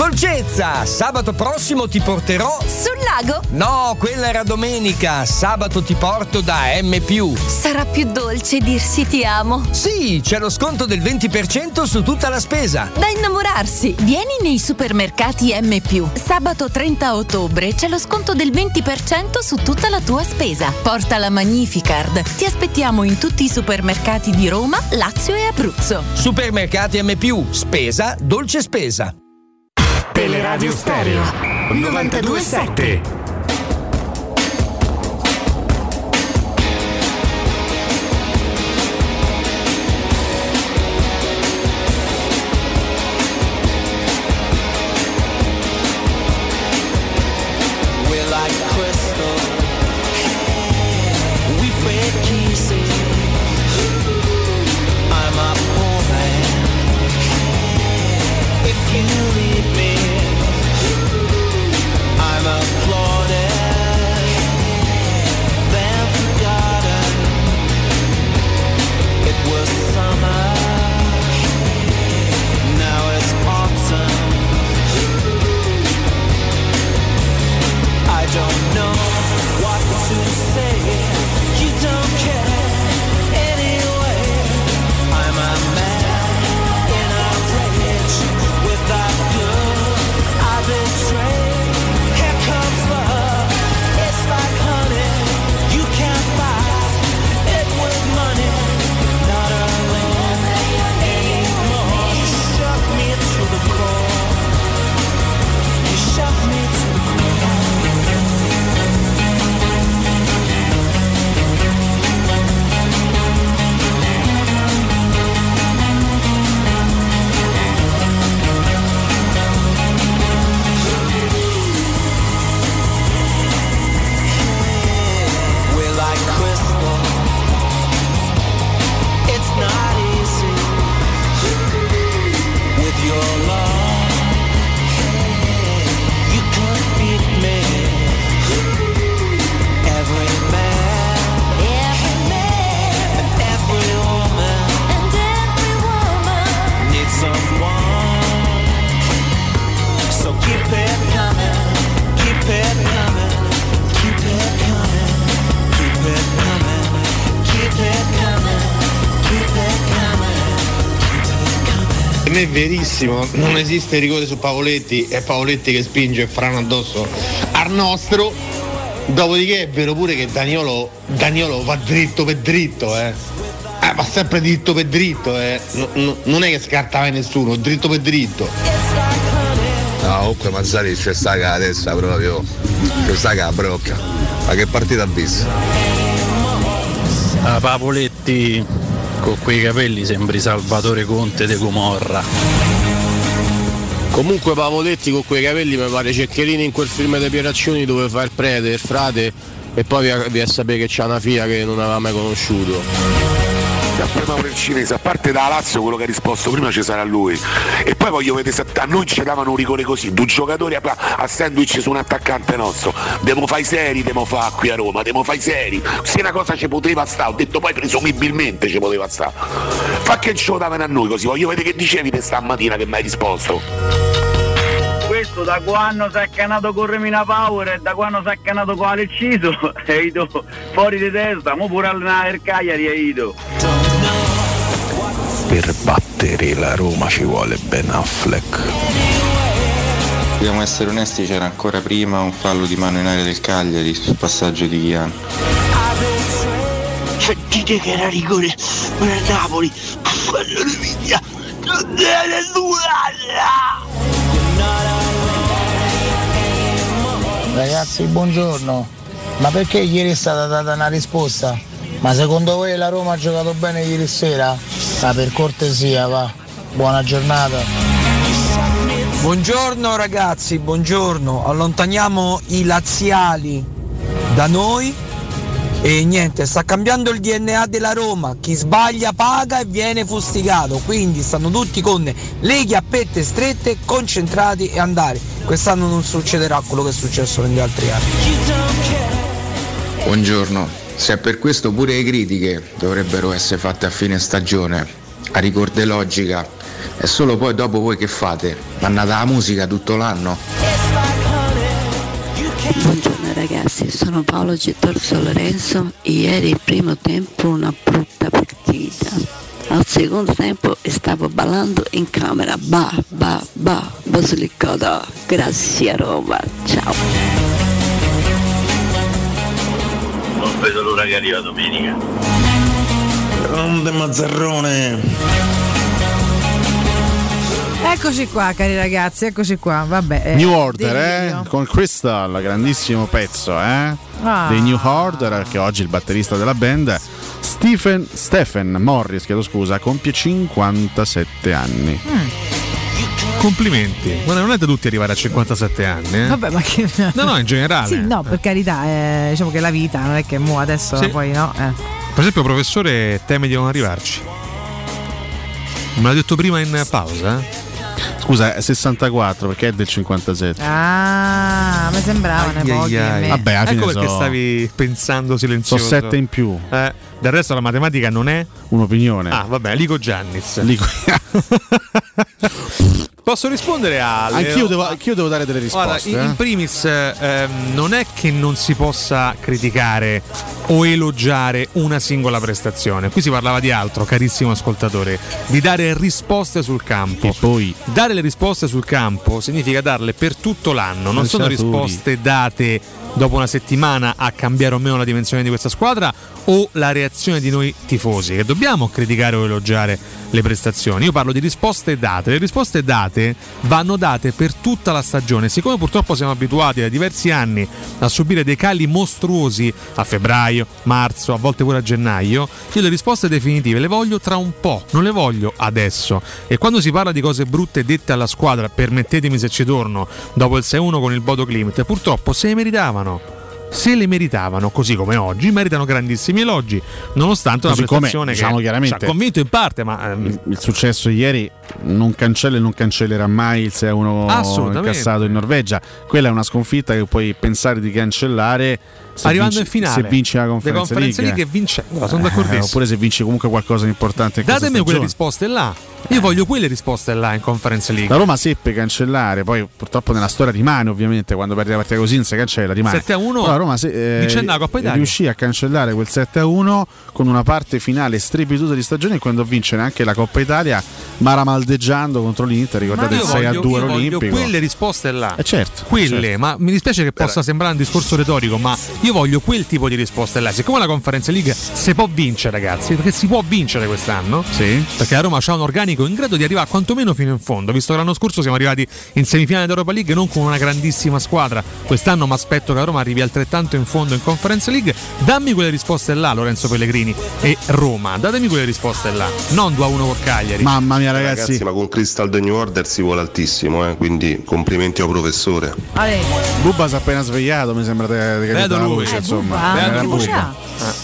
Speaker 50: Dolcezza, sabato prossimo ti porterò
Speaker 13: Sul lago
Speaker 50: No, quella era domenica. Sabato ti porto da M.
Speaker 13: sarà più dolce dirsi ti amo.
Speaker 50: Sì, c'è lo sconto del 20% su tutta la spesa.
Speaker 13: Da innamorarsi! Vieni nei supermercati M. Sabato 30 ottobre c'è lo sconto del 20% su tutta la tua spesa. Porta la Magnificard. Ti aspettiamo in tutti i supermercati di Roma, Lazio e Abruzzo.
Speaker 50: Supermercati M. Spesa, dolce spesa.
Speaker 30: Teleradio Stereo 927.
Speaker 16: We're like crystal. We break pieces. I'm a poor man. If you leave me, I'm applauded. Then forgotten. It was summer. Now it's autumn. I don't know what to say. You don't care anyway. I'm a man in a rage. Without you, I betray. Here comes love. It's like honey. You can't buy it with money. Not alone anymore. You shook me to the core. You shook me to the We're like crystal. It's not easy with your love. You could beat me. Every man, every man, and every woman, and every woman needs someone. So keep it coming, keep it coming, keep it coming. Keep it coming, keep it coming, keep it coming.
Speaker 1: Per me è verissimo, non esiste rigore su Pavoletti, è Pavoletti che spinge Frano addosso al nostro. Dopodiché è vero pure che Daniolo, Daniolo va dritto per dritto, eh. Eh, va sempre dritto per dritto, eh. No- no- non è che scarta mai nessuno, dritto per dritto.
Speaker 51: No, comunque Mazzari c'è sta che la testa proprio, c'è sta che la brocca. Ma che partita ha visto?
Speaker 52: A Pavoletti con quei capelli sembri Salvatore Conte de Gomorra.
Speaker 1: Comunque Pavoletti con quei capelli mi pare Ceccherini in quel film dei Pieraccioni dove fa il prete, il frate e poi vi vi a sapere che c'ha una figlia che non aveva mai conosciuto.
Speaker 27: Da prima pure il cinese, a parte da Lazio quello che ha risposto prima ci sarà lui. E poi voglio vedere se a noi ci davano un rigore così, due giocatori a, a sandwich su un attaccante nostro. Devo fare i seri, devo fare qui a Roma, devo fare i seri. Se una cosa ci poteva stare, ho detto poi presumibilmente ci poteva stare. Fa che ci lo davano a noi così, voglio vedere che dicevi te stamattina che mi hai risposto.
Speaker 53: Questo da quando si è canato con Remina Power e da quando si è canato con Aleciso è ido fuori di testa, mo pure allenare il Cagliari è ido.
Speaker 54: Per battere la Roma ci vuole Ben Affleck.
Speaker 29: Dobbiamo essere onesti, c'era ancora prima un fallo di mano in area del Cagliari sul passaggio di Ghian.
Speaker 16: Cioè, dite che era rigore per il Napoli. Quello di Vigna. Non è nulla!
Speaker 55: Ragazzi, buongiorno. Ma perché ieri è stata data una risposta? Ma secondo voi la Roma ha giocato bene ieri sera? Ma per cortesia, va. Buona giornata.
Speaker 1: Buongiorno ragazzi, buongiorno. Allontaniamo i laziali da noi e niente, sta cambiando il DNA della Roma. Chi sbaglia paga e viene fustigato. Quindi stanno tutti con le chiappette strette, concentrati e andare. Quest'anno non succederà quello che è successo negli altri anni.
Speaker 29: Buongiorno, se è per questo pure le critiche dovrebbero essere fatte a fine stagione, a ricorde logica, è solo poi dopo voi che fate? Mannata la musica tutto l'anno?
Speaker 47: Buongiorno ragazzi, sono Paolo Gettorso Lorenzo. Ieri il primo tempo una brutta partita. Al secondo tempo stavo ballando in camera. Ba, ba, ba, basilicata. Grazie Roma, ciao.
Speaker 16: Non vedo l'ora che arriva domenica.
Speaker 29: Grande Mazzarrone!
Speaker 3: Eccoci qua, cari ragazzi, eccoci qua. Vabbè, eh,
Speaker 6: New Order,
Speaker 3: delirio.
Speaker 6: eh? Con Crystal, grandissimo pezzo, eh?
Speaker 3: Ah.
Speaker 6: Dei New Order, che oggi è il batterista della band, Stephen, Stephen Morris, chiedo scusa, compie 57 anni.
Speaker 7: Complimenti. Guarda, non è da tutti arrivare a 57 anni, eh?
Speaker 3: Vabbè, ma che.
Speaker 7: No, no, in generale.
Speaker 3: Sì, no, per carità, eh, diciamo che la vita non è che mo adesso
Speaker 7: Sì.
Speaker 3: poi no. eh.
Speaker 7: Per esempio, professore teme di non arrivarci. Me l'ha detto prima in pausa?
Speaker 6: Scusa, è 64 perché è del 57.
Speaker 3: Ah, mi sembrava una pochi. a me.
Speaker 6: Vabbè, alla
Speaker 7: ecco
Speaker 6: fine
Speaker 7: perché
Speaker 6: so-
Speaker 7: stavi pensando silenzioso.
Speaker 6: So sette in più.
Speaker 7: Eh, del resto la matematica non è
Speaker 6: un'opinione.
Speaker 7: Ah, vabbè, Lico Giannis.
Speaker 6: Lico-
Speaker 7: Posso rispondere a
Speaker 6: Anch'io devo, anch'io devo dare delle
Speaker 7: Guarda,
Speaker 6: risposte.
Speaker 7: in- in
Speaker 6: eh.
Speaker 7: primis eh, ehm, non è che non si possa criticare o elogiare una singola prestazione. Qui si parlava di altro, carissimo ascoltatore, di dare risposte sul campo. E
Speaker 6: poi
Speaker 7: dare le risposte sul campo significa darle per tutto l'anno, non sono
Speaker 6: Calciatori.
Speaker 7: risposte date dopo una settimana a cambiare o meno la dimensione di questa squadra o la reazione di noi tifosi che dobbiamo criticare o elogiare le prestazioni. Io parlo di risposte date, le risposte date vanno date per tutta la stagione, siccome purtroppo siamo abituati da diversi anni a subire dei cali mostruosi a febbraio, marzo, a volte pure a gennaio, io le risposte definitive le voglio tra un po', non le voglio adesso. E quando si parla di cose brutte dette alla squadra, permettetemi se ci torno, dopo il 6-1 con il Bodo Klimt, purtroppo se le meritavano. Se le meritavano, così come oggi, meritano grandissimi elogi, nonostante
Speaker 6: Così
Speaker 7: una
Speaker 6: come,
Speaker 7: prestazione
Speaker 6: diciamo
Speaker 7: che
Speaker 6: chiaramente,
Speaker 7: ci ha convinto in parte, ma ehm,
Speaker 6: il successo ieri non cancella e non cancellerà mai il 6-1
Speaker 7: Assolutamente.
Speaker 6: incassato in Norvegia. Quella è una sconfitta che puoi pensare di cancellare se
Speaker 7: arrivando
Speaker 6: vinci,
Speaker 7: in finale
Speaker 6: se vinci la conferenza
Speaker 7: le conferenze
Speaker 6: League.
Speaker 7: League e vince. No, sono
Speaker 6: Eh,
Speaker 7: d'accordissimo.
Speaker 6: oppure se vinci comunque qualcosa di importante in questa
Speaker 7: Datemi quelle
Speaker 6: stagione. Eh,
Speaker 7: risposte là. Io voglio quelle risposte là in conference league.
Speaker 6: La Roma seppe cancellare, poi purtroppo nella storia rimane ovviamente, quando perdi la partita così non si cancella, rimane.
Speaker 7: 7-1
Speaker 6: Però la Roma se- eh,
Speaker 7: vincenna la Coppa Italia.
Speaker 6: riuscì a cancellare quel 7-1 con una parte finale strepitosa di stagione e quando vincere anche la Coppa Italia, maramaldeggiando contro l'Inter, ricordate
Speaker 7: io
Speaker 6: il 6-2
Speaker 7: voglio, io voglio
Speaker 6: all'Olimpico.
Speaker 7: quelle risposte là.
Speaker 6: Eh, certo,
Speaker 7: Quelle,
Speaker 6: certo.
Speaker 7: ma mi dispiace che possa sembrare un discorso retorico, ma io voglio quel tipo di risposte là. Siccome la conferenza league si può vincere, ragazzi, perché si può vincere quest'anno.
Speaker 6: Sì.
Speaker 7: Perché la Roma ha un organico in grado di arrivare quantomeno fino in fondo, visto che l'anno scorso siamo arrivati in semifinale d'Europa League non con una grandissima squadra. Quest'anno mi aspetto che la Roma arrivi altrettanto in fondo in conference league. Dammi quelle risposte là, Lorenzo Pellegrini e Roma. Datemi quelle risposte là. Non 2-1 con Cagliari.
Speaker 6: Mamma mia
Speaker 7: ragazzi.
Speaker 18: "Eh, ma con Crystal The New Order si vuole altissimo, eh, quindi complimenti al professore.
Speaker 6: Bubba si è appena svegliato, mi sembra di di capire
Speaker 18: Beato
Speaker 6: la
Speaker 18: lui.
Speaker 6: voce,
Speaker 18: Eh,
Speaker 6: insomma.
Speaker 3: Bubba,
Speaker 6: Era
Speaker 3: che
Speaker 6: Bubba.
Speaker 3: voce ha?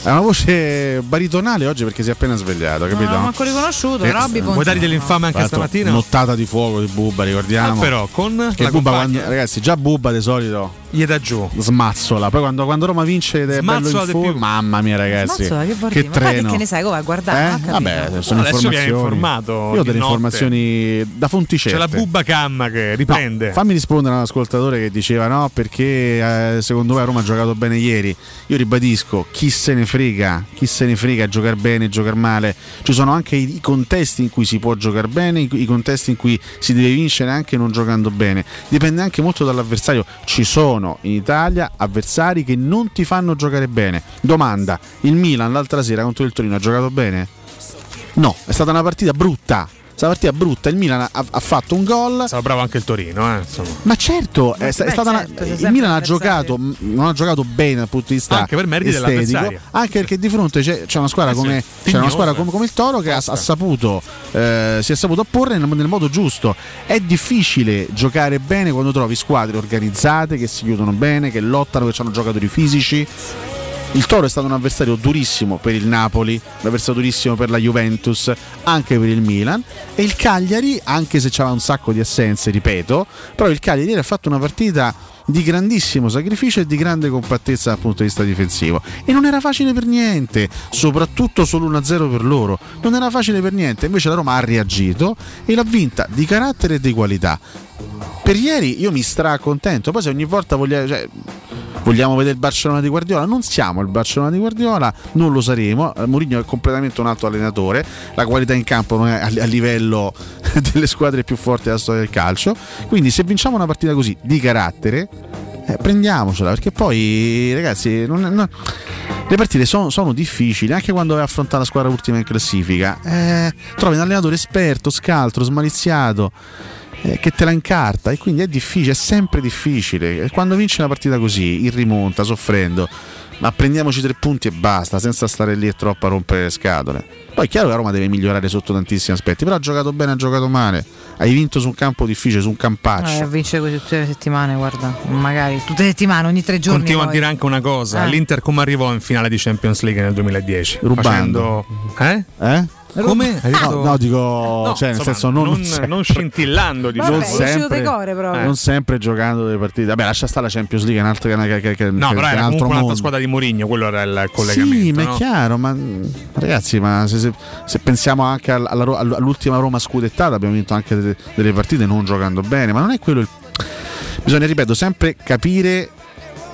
Speaker 6: È una voce baritonale oggi perché si è appena svegliato, capito?
Speaker 3: Non l'ho manco riconosciuto,
Speaker 6: Eh,
Speaker 3: Robby
Speaker 6: vuoi dare
Speaker 7: dell'infame anche
Speaker 6: Tra l'altro,
Speaker 7: stamattina?
Speaker 6: Nottata di fuoco di Bubba, ricordiamo.
Speaker 7: Ah, però, con
Speaker 6: Che
Speaker 7: la
Speaker 6: Bubba
Speaker 7: compagna.
Speaker 6: quando- ragazzi, già Bubba di solito
Speaker 7: gli dà giù.
Speaker 6: Smazzola. Poi quando, quando Roma vince ed è bello in
Speaker 7: Smazzola di
Speaker 6: fu-
Speaker 7: più.
Speaker 6: mamma mia ragazzi.
Speaker 3: Mazzola, che, bordi,
Speaker 6: che
Speaker 3: ma poi
Speaker 6: treno.
Speaker 3: che ne sai come va a guardare?
Speaker 6: Eh?
Speaker 3: ho capito.
Speaker 6: Vabbè,
Speaker 7: Adesso
Speaker 6: sono
Speaker 7: viene
Speaker 6: informazioni.
Speaker 7: informato
Speaker 6: Io ho
Speaker 7: di
Speaker 6: delle
Speaker 7: notte.
Speaker 6: informazioni da fonti
Speaker 7: C'è
Speaker 6: certe.
Speaker 7: la bubba camma che riprende.
Speaker 6: No, fammi rispondere a un ascoltatore che diceva no perché eh, secondo me Roma ha giocato bene ieri. Io ribadisco, chi se ne frega, chi se ne frega giocare bene, giocare male. Ci sono anche i, i contesti in cui si può giocare bene, i, i contesti in cui si deve vincere anche non giocando bene. Dipende anche molto dall'avversario. Ci sono in Italia avversari che non ti fanno giocare bene. Domanda, il Milan l'altra sera contro il Torino ha giocato bene? No, è stata una partita brutta. È stata una partita brutta. Il Milan ha, ha fatto un gol.
Speaker 7: Stava bravo anche il Torino, eh, insomma.
Speaker 6: Ma certo, è, sta- è
Speaker 7: beh,
Speaker 6: stata una-
Speaker 7: certo, c'è
Speaker 6: il
Speaker 7: sempre
Speaker 6: Milan ha
Speaker 7: l'avversario.
Speaker 6: giocato, mh, non ha giocato bene dal punto di vista
Speaker 7: Anche per meriti
Speaker 6: estetico,
Speaker 7: dell'avversario.
Speaker 6: Anche perché di fronte c'è, c'è una squadra,
Speaker 7: Eh sì,
Speaker 6: come,
Speaker 7: Tignone.
Speaker 6: c'è una squadra come, come il Toro che ha, ha saputo, eh, si è saputo opporre nel, nel modo giusto. È difficile giocare bene quando trovi squadre organizzate, che si chiudono bene, che lottano, che hanno giocatori fisici. Il Toro è stato un avversario durissimo per il Napoli, un avversario durissimo per la Juventus, anche per il Milan e il Cagliari, anche se c'era un sacco di assenze, ripeto, però il Cagliari ieri ha fatto una partita di grandissimo sacrificio e di grande compattezza dal punto di vista difensivo e non era facile per niente, soprattutto solo 1-0 per loro, non era facile per niente, invece la Roma ha reagito e l'ha vinta di carattere e di qualità. Per ieri io mi stracontento, poi se ogni volta voglia- cioè, vogliamo vedere il Barcellona di Guardiola, non siamo il Barcellona di Guardiola, non lo saremo, Eh, Mourinho è completamente un altro allenatore, la qualità in campo non è a, a livello delle squadre più forti della storia del calcio, quindi se vinciamo una partita così di carattere, eh, prendiamocela, perché poi ragazzi non- non- le partite sono, sono difficili, anche quando affronta la squadra ultima in classifica, eh, trovi un allenatore esperto, scaltro, smaliziato eh, che te la incarta e quindi è difficile, è sempre difficile. E Quando vince una partita così, in rimonta, soffrendo, ma prendiamoci tre punti e basta, senza stare lì e troppo a rompere le scatole. Poi è chiaro che la Roma deve migliorare sotto tantissimi aspetti, però ha giocato bene, ha giocato male, hai vinto su un campo difficile, su un
Speaker 7: Ah,
Speaker 6: campaccio.
Speaker 3: Eh, vince così tutte le settimane, guarda, magari tutte le settimane, ogni tre giorni.
Speaker 7: Continuo a
Speaker 3: poi.
Speaker 7: dire anche una cosa:
Speaker 3: Eh.
Speaker 7: l'Inter come arrivò in finale di Champions League nel 2010?
Speaker 6: Rubando.
Speaker 7: Facendo-
Speaker 6: Eh?
Speaker 7: Come? Hai detto-
Speaker 6: No, no, dico, cioè, nel
Speaker 7: insomma,
Speaker 6: senso, non,
Speaker 7: non-
Speaker 6: sempre-
Speaker 7: non scintillando, diciamo.
Speaker 6: non
Speaker 7: Vabbè, uscito
Speaker 6: sempre,
Speaker 7: decore proprio.
Speaker 6: non sempre giocando delle partite. Vabbè, lascia stare la Champions League, è un altro, che- che- che-
Speaker 7: No,
Speaker 6: che-
Speaker 7: però
Speaker 6: che è
Speaker 7: era comunque
Speaker 6: un altro
Speaker 7: un'altra
Speaker 6: mondo.
Speaker 7: squadra di Mourinho, quello era il collegamento.
Speaker 6: Sì, ma
Speaker 7: no?
Speaker 6: è chiaro, ma mh, ragazzi, ma se, se- se pensiamo anche al- alla Ro- all- all'ultima Roma scudettata, abbiamo vinto anche delle, delle partite non giocando bene, ma non è quello il... Bisogna, ripeto, sempre capire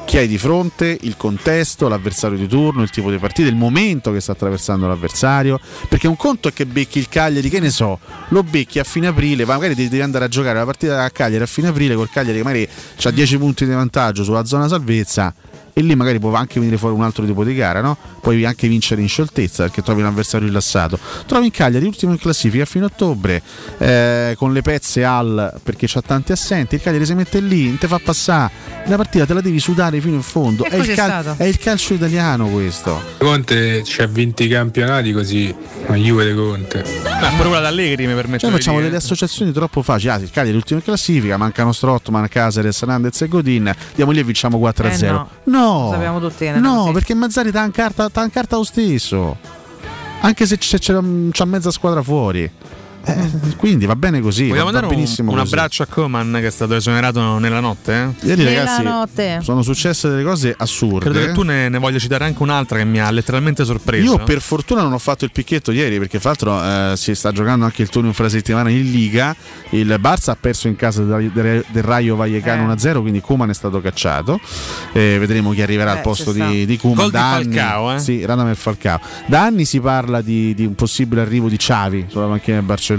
Speaker 6: chi hai di fronte, il contesto, l'avversario di turno, il tipo di partita, il momento che sta attraversando l'avversario, perché un conto è che becchi il Cagliari, che ne so, lo becchi a fine aprile, ma magari devi devi andare a giocare la partita a Cagliari a fine aprile col Cagliari che magari ha 10 punti di vantaggio sulla zona salvezza e lì magari può anche venire fuori un altro tipo di gara, no? Puoi anche vincere in scioltezza perché trovi un avversario rilassato. Trovi in Cagliari ultimo in classifica fino a ottobre eh, con le pezze al perché c'ha tanti assenti, il Cagliari si mette lì, non te fa passare, la partita te la devi sudare fino in fondo.
Speaker 9: E
Speaker 6: È il,
Speaker 9: cos'è
Speaker 6: cal-
Speaker 9: stato?
Speaker 6: è il calcio italiano questo.
Speaker 9: Conte ci ha vinti i campionati così, ma Juve de Conte.
Speaker 7: Ah, pure quella d'Allegri mi permette
Speaker 6: Cioè
Speaker 7: di
Speaker 6: facciamo
Speaker 7: dire.
Speaker 6: delle associazioni troppo facili. Ah, sì, il Cagliari è l'ultimo in classifica, mancano Strottman, Casares, Hernandez e Godin. Andiamo lì e vinciamo 4-0.
Speaker 3: Eh, no.
Speaker 6: No,
Speaker 3: Lo sapevamo tutti che ne
Speaker 6: no, perché Mazzari t'ha in carta, t'ha in carta lo stesso. Anche se c'è, c'è- c'ha mezza squadra fuori. Eh, quindi va bene così.
Speaker 7: Vogliamo
Speaker 6: va, va
Speaker 7: dare un,
Speaker 6: benissimo
Speaker 7: un
Speaker 6: così.
Speaker 7: abbraccio a Coman che è stato esonerato nella notte? eh?
Speaker 6: Ieri,
Speaker 3: Nella
Speaker 6: ragazzi,
Speaker 3: notte.
Speaker 6: sono successe delle cose assurde.
Speaker 7: Credo che tu ne, ne voglia citare anche un'altra che mi ha letteralmente sorpreso.
Speaker 6: Io per fortuna non ho fatto il picchetto ieri perché fra l'altro eh, si sta giocando anche il turno fra settimana in Liga. Il Barça ha perso in casa del, del- del Raio
Speaker 3: Eh.
Speaker 6: Vallecano 1-0, quindi Kuman è stato cacciato. Eh, vedremo chi arriverà
Speaker 7: Eh,
Speaker 6: al posto
Speaker 7: ci sta.
Speaker 6: di, di Kuman.
Speaker 7: Gol di
Speaker 6: Da anni-
Speaker 7: Falcao, eh.
Speaker 6: Sì, Radamel Falcao. Da anni si parla di, di un possibile arrivo di Xavi sulla panchina del Barcellona,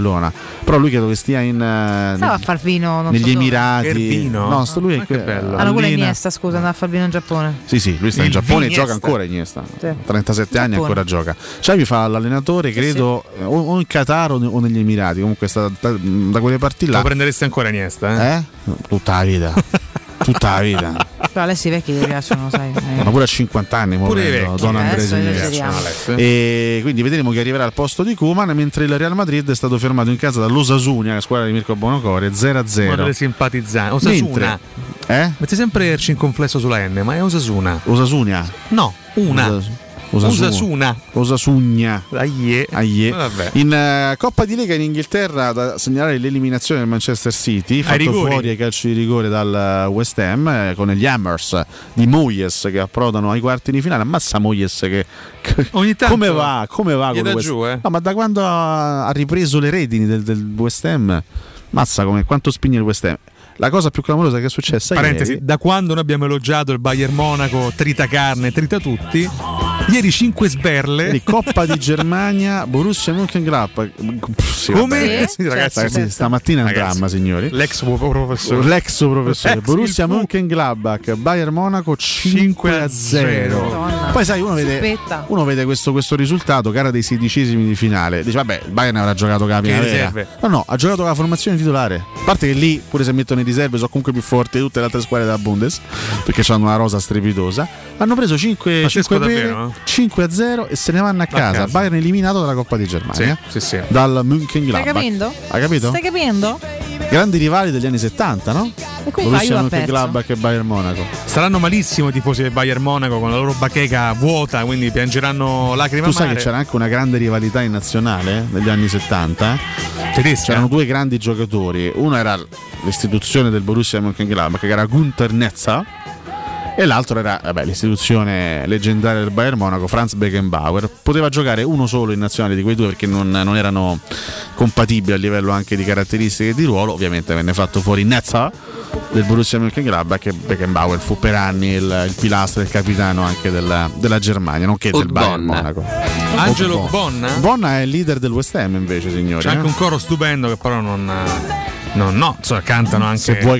Speaker 6: però lui credo che stia in... eh,
Speaker 3: Stava a far vino, non
Speaker 6: negli
Speaker 3: so dove.
Speaker 6: Emirati,
Speaker 7: Ervino?
Speaker 6: no, sto lui è que-
Speaker 3: Ah, no, quella è
Speaker 6: Allina.
Speaker 3: Iniesta, scusa, andava a far vino in Giappone.
Speaker 6: Sì, sì, lui sta in
Speaker 3: Il
Speaker 6: Giappone e
Speaker 3: Iniesta.
Speaker 6: gioca ancora Iniesta.
Speaker 3: Sì.
Speaker 6: 37 anni
Speaker 3: Giappone.
Speaker 6: ancora gioca. Xavi fa l'allenatore, credo, eh, o o in Qatar o ne- o negli Emirati, comunque è stata da, da quelle parti là.
Speaker 7: Lo prenderesti ancora Iniesta? Eh?
Speaker 6: Eh? Tutta la vita. Tutta la vita.
Speaker 3: Però Alessi i vecchi gli piacciono, sai. eh.
Speaker 6: Ma pure a 50 anni, mo
Speaker 3: Pure i
Speaker 6: prendo
Speaker 3: vecchi.
Speaker 6: Don
Speaker 3: Eh,
Speaker 6: Andrés
Speaker 3: adesso
Speaker 6: Iniesta.
Speaker 3: esageriamo.
Speaker 6: E quindi vedremo chi arriverà al posto di Kuman, mentre il Real Madrid è stato fermato in casa dall'Osasunia, la squadra di Mirko Bonocore, 0-0.
Speaker 7: Uno delle simpatizzanti. Osasuna.
Speaker 6: Mentre- eh?
Speaker 7: Metti sempre il circonflesso sulla N, ma è Osasuna.
Speaker 6: Osasunia?
Speaker 7: No, una.
Speaker 6: Osas- Osasu-
Speaker 7: Osasuna.
Speaker 6: Osasugna.
Speaker 7: Aie.
Speaker 6: Aie.
Speaker 7: Vabbè.
Speaker 6: In eh, Coppa di Lega in Inghilterra da segnalare l'eliminazione del Manchester City, fatto
Speaker 7: rigori.
Speaker 6: fuori ai calci di rigore dal West Ham eh, con gli Hammers di Moyes che approdano ai quarti di finale. Ammazza Moyes che, che- come va? Come va
Speaker 7: gli
Speaker 6: con
Speaker 7: dà
Speaker 6: il West
Speaker 7: giù, eh.
Speaker 6: No, ma da quando ha ha ripreso le redini del, del West Ham? Mazza come quanto spinge il West Ham. La cosa più clamorosa che è successa
Speaker 7: Parentesi,
Speaker 6: ieri
Speaker 7: da quando noi abbiamo elogiato il Bayern Monaco, trita carne, trita tutti, ieri 5 sberle.
Speaker 6: Ieri Coppa di Germania, Borussia Mönchengladbach. Pff, sì,
Speaker 7: Come?
Speaker 6: vabbè.
Speaker 7: Sì, ragazzi.
Speaker 6: Ragazzi, stamattina è un dramma, signori.
Speaker 7: L'ex professore.
Speaker 6: L'ex professore
Speaker 7: L'ex
Speaker 6: Borussia Mönchengladbach, Bayern Monaco 5 a 0.
Speaker 7: Madonna.
Speaker 6: Poi sai, uno vede,
Speaker 3: Suppetta.
Speaker 6: uno vede questo, questo risultato, gara dei sedicesimi di finale. Dice, vabbè, il Bayern avrà giocato con la
Speaker 7: Che
Speaker 6: primavera.
Speaker 7: riserve.
Speaker 6: No, no, ha giocato con la formazione titolare. A parte che lì, pure se mettono i riserve, sono comunque più forti di tutte le altre squadre della Bundes, perché hanno una rosa strepitosa. Hanno preso 5,
Speaker 7: Pazzesco
Speaker 6: 5
Speaker 7: davvero, eh?
Speaker 6: 5 a 0 e se ne vanno a casa.
Speaker 7: casa.
Speaker 6: Bayern eliminato dalla Coppa di Germania.
Speaker 7: Sì, sì, sì.
Speaker 6: Dal Mönchengladbach.
Speaker 3: Stai capendo?
Speaker 6: Hai capito?
Speaker 3: Stai capendo?
Speaker 6: Grandi rivali degli anni 70, no?
Speaker 3: E quindi
Speaker 6: Borussia
Speaker 3: Bayern ha
Speaker 6: Mönchengladbach e Bayern Monaco.
Speaker 7: Staranno malissimo i tifosi del Bayern Monaco con la loro bacheca vuota, quindi piangeranno lacrime
Speaker 6: Tu
Speaker 7: amare.
Speaker 6: sai che c'era anche una grande rivalità in nazionale negli anni 70? C'erano due grandi giocatori. Uno era l'istituzione del Borussia Mönchengladbach, che era Gunther Netza, e l'altro era vabbè, l'istituzione leggendaria del Bayern Monaco, Franz Beckenbauer. Poteva giocare uno solo in nazionale di quei due perché non, non erano compatibili a livello anche di caratteristiche e di ruolo. Ovviamente venne fatto fuori Netza del Borussia Mönchengladbach e Beckenbauer fu per anni il, il pilastro e il capitano anche della, della Germania, nonché del Bayern Monaco.
Speaker 7: Angelo
Speaker 6: Bon-
Speaker 7: Bonna?
Speaker 6: Bonna è il leader del West Ham invece, signori.
Speaker 7: C'è anche
Speaker 6: eh.
Speaker 7: un coro stupendo che però non. No, no, insomma, cantano anche.
Speaker 6: Se vuoi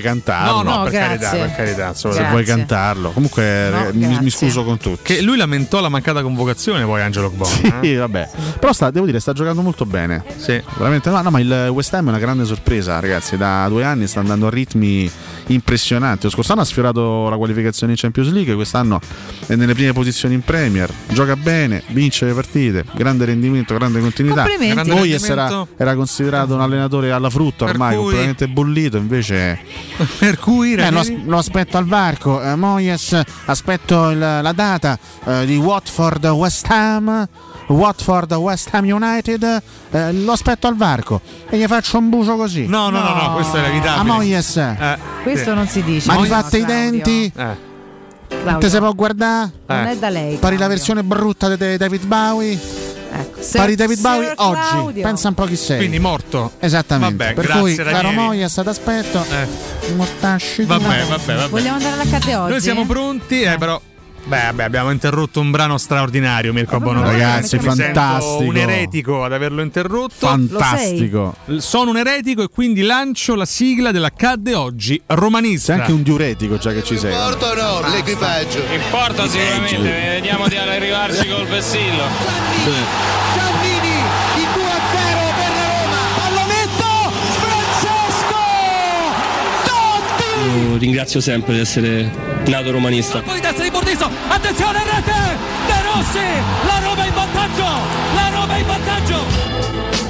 Speaker 7: No,
Speaker 6: cantarlo.
Speaker 7: no,
Speaker 6: No,
Speaker 7: per
Speaker 6: grazie.
Speaker 7: carità, per carità.
Speaker 6: Se
Speaker 7: insomma.
Speaker 6: vuoi cantarlo. Comunque
Speaker 7: No,
Speaker 6: eh, mi,
Speaker 7: grazie.
Speaker 6: mi scuso con tutti.
Speaker 7: Che lui lamentò la mancata convocazione poi Angelo Bonna. eh.
Speaker 6: Sì, vabbè. Però sta, devo dire, sta giocando molto bene.
Speaker 7: Sì.
Speaker 6: Veramente, no, no, ma il West Ham è una grande sorpresa, ragazzi. Da due anni sta andando a ritmi impressionanti. Lo scorso anno ha sfiorato la qualificazione in Champions League, quest'anno è nelle prime posizioni in Premier. Gioca bene, vince le partite, grande rendimento, grande continuità.
Speaker 3: Complimenti. Grande
Speaker 6: Poi era,
Speaker 3: rendimento.
Speaker 6: era considerato un allenatore alla frutta
Speaker 7: Per
Speaker 6: ormai,
Speaker 7: cui-
Speaker 6: completamente bollito, invece
Speaker 7: Per cui,
Speaker 6: eh, lo,
Speaker 7: ragazzi.
Speaker 6: as- lo aspetto al varco, eh, Moyes, aspetto il- la data eh, di Watford West Ham, Watford West Ham United, eh, lo aspetto al varco e gli faccio un bucio così.
Speaker 7: No, no, no, no, questo Eh. era evitabile.
Speaker 6: A Moyes.
Speaker 3: Questo non si dice.
Speaker 6: Ma
Speaker 3: No,
Speaker 6: ti fatte i
Speaker 3: Claudio.
Speaker 6: denti?
Speaker 7: Eh.
Speaker 6: Non te se può guardare?
Speaker 3: Non è da lei.
Speaker 6: Pari la versione brutta di- di David Bowie.
Speaker 3: Sir-
Speaker 6: Pari David
Speaker 3: Ecco. Sir
Speaker 6: Bowie oggi.
Speaker 3: Claudio.
Speaker 6: Pensa un po' chi sei.
Speaker 7: Quindi morto.
Speaker 6: Esattamente.
Speaker 7: Vabbè,
Speaker 6: per
Speaker 7: grazie,
Speaker 6: cui,
Speaker 7: Ranieri.
Speaker 6: caro Moyes, t'aspetto. Mortasci.
Speaker 7: Vabbè, vabbè, vabbè.
Speaker 3: Vogliamo andare all'HT oggi?
Speaker 7: Noi siamo pronti, eh, però. Beh, vabbè, abbiamo interrotto un brano straordinario, Mirko Bono.
Speaker 6: Ragazzi, fantastico.
Speaker 7: un eretico ad averlo interrotto.
Speaker 6: Fantastico.
Speaker 7: L- Sono un eretico e quindi lancio la sigla dell'Accadde oggi,
Speaker 6: C'è
Speaker 7: romanista.
Speaker 6: anche un diuretico già che ci sei.
Speaker 32: o no? L'equipaggio. In porta sicuramente, vediamo di arrivarci col vessillo.
Speaker 36: Giannini, il 2 a 0 per la Roma. Pallonetto, Francesco Totti.
Speaker 56: Io ringrazio sempre di essere nato romanista.
Speaker 36: Poi testa di Bordiso, attenzione rete, De Rossi, la Roma in vantaggio, la Roma in vantaggio.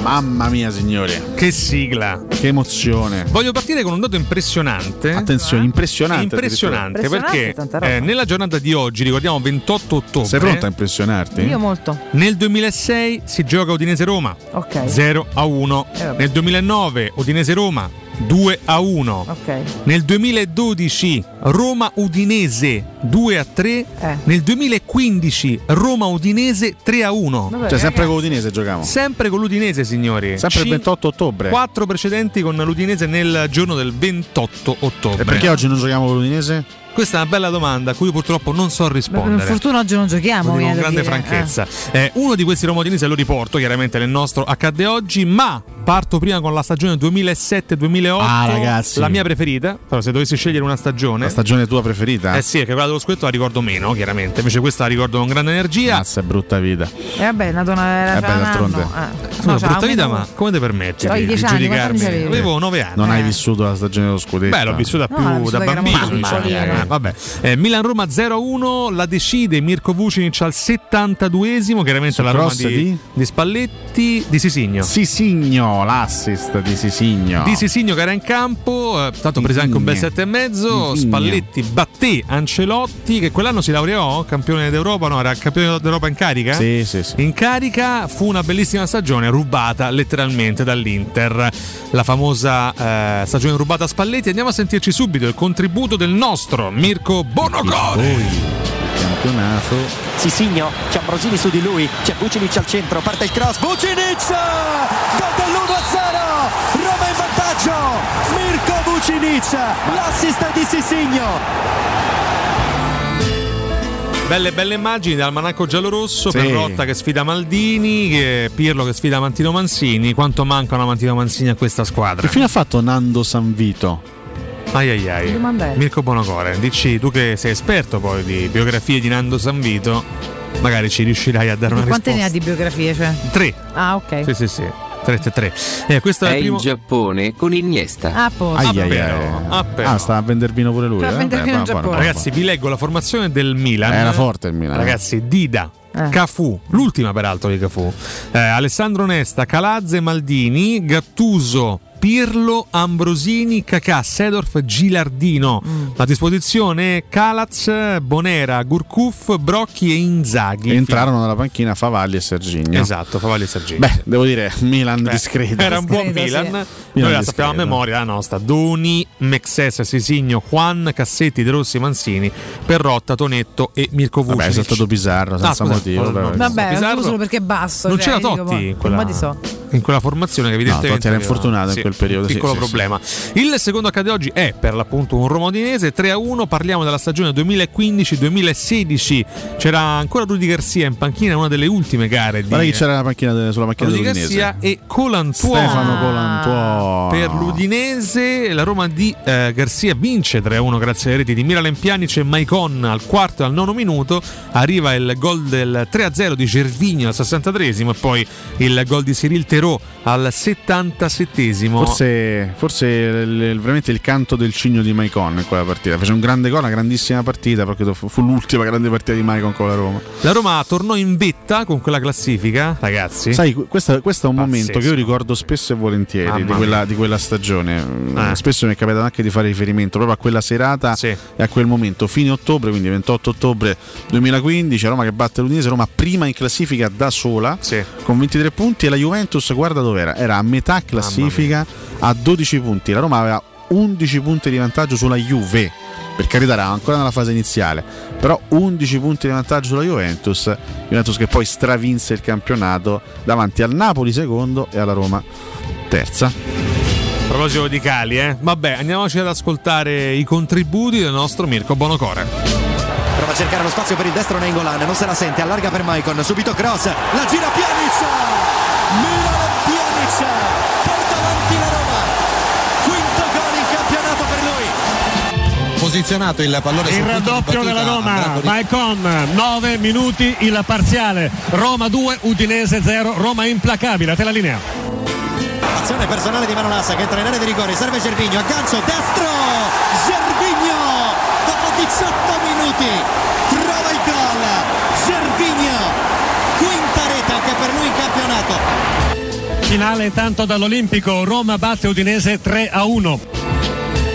Speaker 6: Mamma mia, signori.
Speaker 7: Che sigla.
Speaker 6: Che emozione.
Speaker 7: Voglio partire con un dato impressionante.
Speaker 6: Attenzione, impressionante.
Speaker 7: Impressionante,
Speaker 6: addirittura.
Speaker 7: perché
Speaker 3: tanta roba.
Speaker 7: eh, nella giornata di oggi, ricordiamo 28 ottobre.
Speaker 6: Sei pronto a impressionarti?
Speaker 3: Io molto.
Speaker 7: Nel 2006 si gioca Udinese-Roma
Speaker 3: Ok. Eh,
Speaker 7: 0 a 1. Nel 2009 Udinese-Roma 2 a 1.
Speaker 3: Ok.
Speaker 7: Nel 2012 Roma-Udinese 2 a 3.
Speaker 3: Eh.
Speaker 7: Nel 2015 Roma-Udinese 3 a 1.
Speaker 6: Cioè, sempre con l'Udinese giochiamo.
Speaker 7: Sempre con l'Udinese, signori.
Speaker 6: Sempre il
Speaker 7: Cin-
Speaker 6: 28 ottobre.
Speaker 7: Quattro precedenti con l'Udinese nel giorno del 28 ottobre.
Speaker 6: E perché oggi non giochiamo con l'Udinese?
Speaker 7: Questa è una bella domanda a cui io purtroppo non so rispondere.
Speaker 3: Per fortuna oggi non giochiamo.
Speaker 7: Lo dico
Speaker 3: viene
Speaker 7: con grande
Speaker 3: da dire. ah.
Speaker 7: franchezza. Eh, uno di questi romodini se lo riporto chiaramente nel nostro accadde oggi, ma parto prima con la stagione 2007-2008.
Speaker 6: Ah, ragazzi.
Speaker 7: La mia preferita, però se dovessi scegliere una stagione.
Speaker 6: La stagione tua preferita?
Speaker 7: Eh sì, perché quella dello scudetto la ricordo meno, chiaramente. Invece questa la ricordo con grande energia.
Speaker 6: Mazza, è brutta vita.
Speaker 3: Eh. E vabbè, è nata una.
Speaker 6: Eh
Speaker 3: era
Speaker 6: beh,
Speaker 3: fra un
Speaker 6: d'altronde.
Speaker 3: anno, eh.
Speaker 7: Tu una
Speaker 3: c'ha
Speaker 7: brutta
Speaker 3: un
Speaker 7: vita,
Speaker 3: minuto.
Speaker 7: ma come ti permetti
Speaker 3: Ce l'ho Cioè, i
Speaker 7: di, di
Speaker 3: dieci anni, quanti
Speaker 7: giudicarmi?
Speaker 3: anni avevi? Eh.
Speaker 7: Avevo 9 anni.
Speaker 6: Non hai vissuto la stagione dello scudetto?
Speaker 7: Beh, l'ho vissuta
Speaker 3: No,
Speaker 7: più
Speaker 3: l'ho vissuta
Speaker 7: da
Speaker 3: che eravamo
Speaker 7: bambino.
Speaker 3: più
Speaker 7: diciamo.
Speaker 3: piccolini,
Speaker 7: Eh,
Speaker 3: eh.
Speaker 7: vabbè. Eh, Milan-Roma 0-1, la decide Mirko Vucinic al 72esimo, chiaramente la Roma
Speaker 6: cross
Speaker 7: di,
Speaker 6: di?
Speaker 7: di Spalletti, di Sisigno.
Speaker 6: Sisigno, l'assist di Sisigno.
Speaker 7: Di Sisigno che era in campo, eh, tanto prese anche un bel 7 e mezzo.
Speaker 6: Vitigna.
Speaker 7: Spalletti batté Ancelotti, che quell'anno si laureò, campione d'Europa, no, era campione d'Europa in carica.
Speaker 6: Sì, sì, sì.
Speaker 7: In carica fu una bellissima stagione rubata letteralmente dall'Inter, la famosa eh, stagione rubata a Spalletti. Andiamo a sentirci subito il contributo del nostro Mirko Bonocori.
Speaker 6: Campionato.
Speaker 17: Sisigno, c'è Ambrosini su di lui, c'è Vucinic al centro, parte il cross, Vucinic! Gol dell'1-0! Roma in vantaggio! Mirko Vucinic, l'assist di Sisigno!
Speaker 7: Belle belle immagini dal Manacco giallorosso,
Speaker 6: Sì.
Speaker 7: Perrotta che sfida Maldini, che- Pirlo che sfida Mantino Mansini. Quanto mancano Mantino Mansini a questa squadra?
Speaker 6: Che fine ha fatto Nando Sanvito?
Speaker 7: Ai ai ai.
Speaker 6: domanda è?
Speaker 7: Mirko Bonocore, dici tu che sei esperto poi di biografie di Nando Sanvito, magari ci riuscirai a dare una
Speaker 3: E Quante
Speaker 7: risposta.
Speaker 3: ne ha di biografie? Cioè?
Speaker 7: Tre.
Speaker 3: Ah, ok.
Speaker 7: Sì, sì, sì. 3 3 Eh, questo è, il primo...
Speaker 13: Giappone con Iniesta.
Speaker 3: Ah, posto.
Speaker 6: Ai, ai,
Speaker 7: però,
Speaker 6: ai.
Speaker 7: ah, però.
Speaker 6: Ah, sta a vendere vino pure lui.
Speaker 7: Sta a
Speaker 6: eh?
Speaker 7: vendere
Speaker 6: Beh,
Speaker 7: vino in
Speaker 6: buono, buono, buono.
Speaker 7: Ragazzi, vi leggo la formazione del Milan.
Speaker 6: Era forte il Milan, eh.
Speaker 7: Ragazzi, Dida.
Speaker 6: Eh.
Speaker 7: Cafu, l'ultima peraltro di Cafu, eh, Alessandro Nesta, Calazze, Maldini, Gattuso, Pirlo, Ambrosini, Cacà, Sedorf, Gilardino. A disposizione Calaz, Bonera, Gurkuf, Brocchi e Inzaghi.
Speaker 6: Entrarono dalla panchina Favalli e Serginio.
Speaker 7: Esatto, Favalli e Serginio.
Speaker 6: Beh, devo dire, Milan
Speaker 7: Beh,
Speaker 6: discreto.
Speaker 7: Era un buon Milan. Noi la
Speaker 6: discreto.
Speaker 7: sappiamo a memoria la nostra. Doni, Mexes, Sisigno, Juan, Cassetti, De Rossi, Mansini, Perrotta, Tonetto e Mirko Vucic.
Speaker 6: Vabbè, è saltato Pizarro senza motivo, però-
Speaker 3: Vabbè,
Speaker 7: Pizarro
Speaker 3: lo uso solo perché è basso.
Speaker 7: Non
Speaker 3: cioè,
Speaker 7: c'era
Speaker 3: dico,
Speaker 7: Totti
Speaker 3: boh,
Speaker 7: in quella-
Speaker 3: un po' di so.
Speaker 7: in quella formazione che evidentemente
Speaker 6: No, Totti era
Speaker 7: aveva-
Speaker 6: infortunato in
Speaker 7: sì,
Speaker 6: quel periodo, sì,
Speaker 7: Piccolo
Speaker 6: sì,
Speaker 7: problema. Il secondo accade oggi è per l'appunto un romodinese 3 a 1. Parliamo della stagione 2015-2016. C'era ancora Rudy Garcia in panchina, una delle ultime gare di
Speaker 6: Guarda che c'era la panchina de- sulla panchina
Speaker 7: Rudy
Speaker 6: dell'Udinese.
Speaker 7: Garcia e Colantuono.
Speaker 17: Ah.
Speaker 6: Stefano Colantuono.
Speaker 7: Ah, Per l'Udinese la Roma di eh, Garzia vince 3-1 grazie alle reti di Miralem Pjanic e Maicon al quarto e al nono minuto. Arriva il gol del 3-0 di Gervigno al 63esimo e poi il gol di Cyril Terò al 77esimo.
Speaker 6: Forse, forse il- il- veramente il canto del cigno di Maicon in quella partita. Fece un grande gol, una grandissima partita. Perché fu fu l'ultima grande partita di Maicon con la Roma.
Speaker 7: La Roma tornò in vetta con quella classifica, ragazzi.
Speaker 6: Sai, que- questo, questo è un momento
Speaker 7: Pazzesco.
Speaker 6: che io ricordo spesso e volentieri di
Speaker 7: Mamma
Speaker 6: quella,
Speaker 7: mia.
Speaker 6: di quella stagione. Mm,
Speaker 7: Eh.
Speaker 6: Spesso mi è capitato anche di fare riferimento proprio a quella serata e a quel momento, fine ottobre, quindi 28 ottobre 2015. Roma che batte l'Udinese, Roma prima in classifica da sola con 23 punti. E la Juventus, guarda dov'era, era a metà classifica a 12 punti. La Roma aveva 11 punti di vantaggio sulla Juve. Per carità, era ancora nella fase iniziale, però 11 punti di vantaggio sulla Juventus. Juventus che poi stravinse il campionato davanti al Napoli secondo e alla Roma terza.
Speaker 7: A proposito di Cali, eh. Vabbè, andiamoci ad ascoltare i contributi del nostro Mirko Bonocore.
Speaker 17: Prova a cercare lo spazio per il destro Nengolan, non se la sente, allarga per Maicon, subito cross, la gira Pjanic! Milan Pjanic porta avanti la Roma. Quinto gol in campionato per lui.
Speaker 57: posizionato il pallone
Speaker 18: Il raddoppio della Roma, Maicon, 9 minuti il parziale, Roma 2, Udinese 0, Roma implacabile, a te la linea.
Speaker 17: Azione personale di Manolassa che entra in area di rigore, serve Gervigno, aggancio destro, Gervigno dopo 18 minuti trova il gol, Gervigno, quinta rete anche per lui in campionato.
Speaker 18: Finale intanto dall'Olimpico, Roma batte Udinese 3 a 1.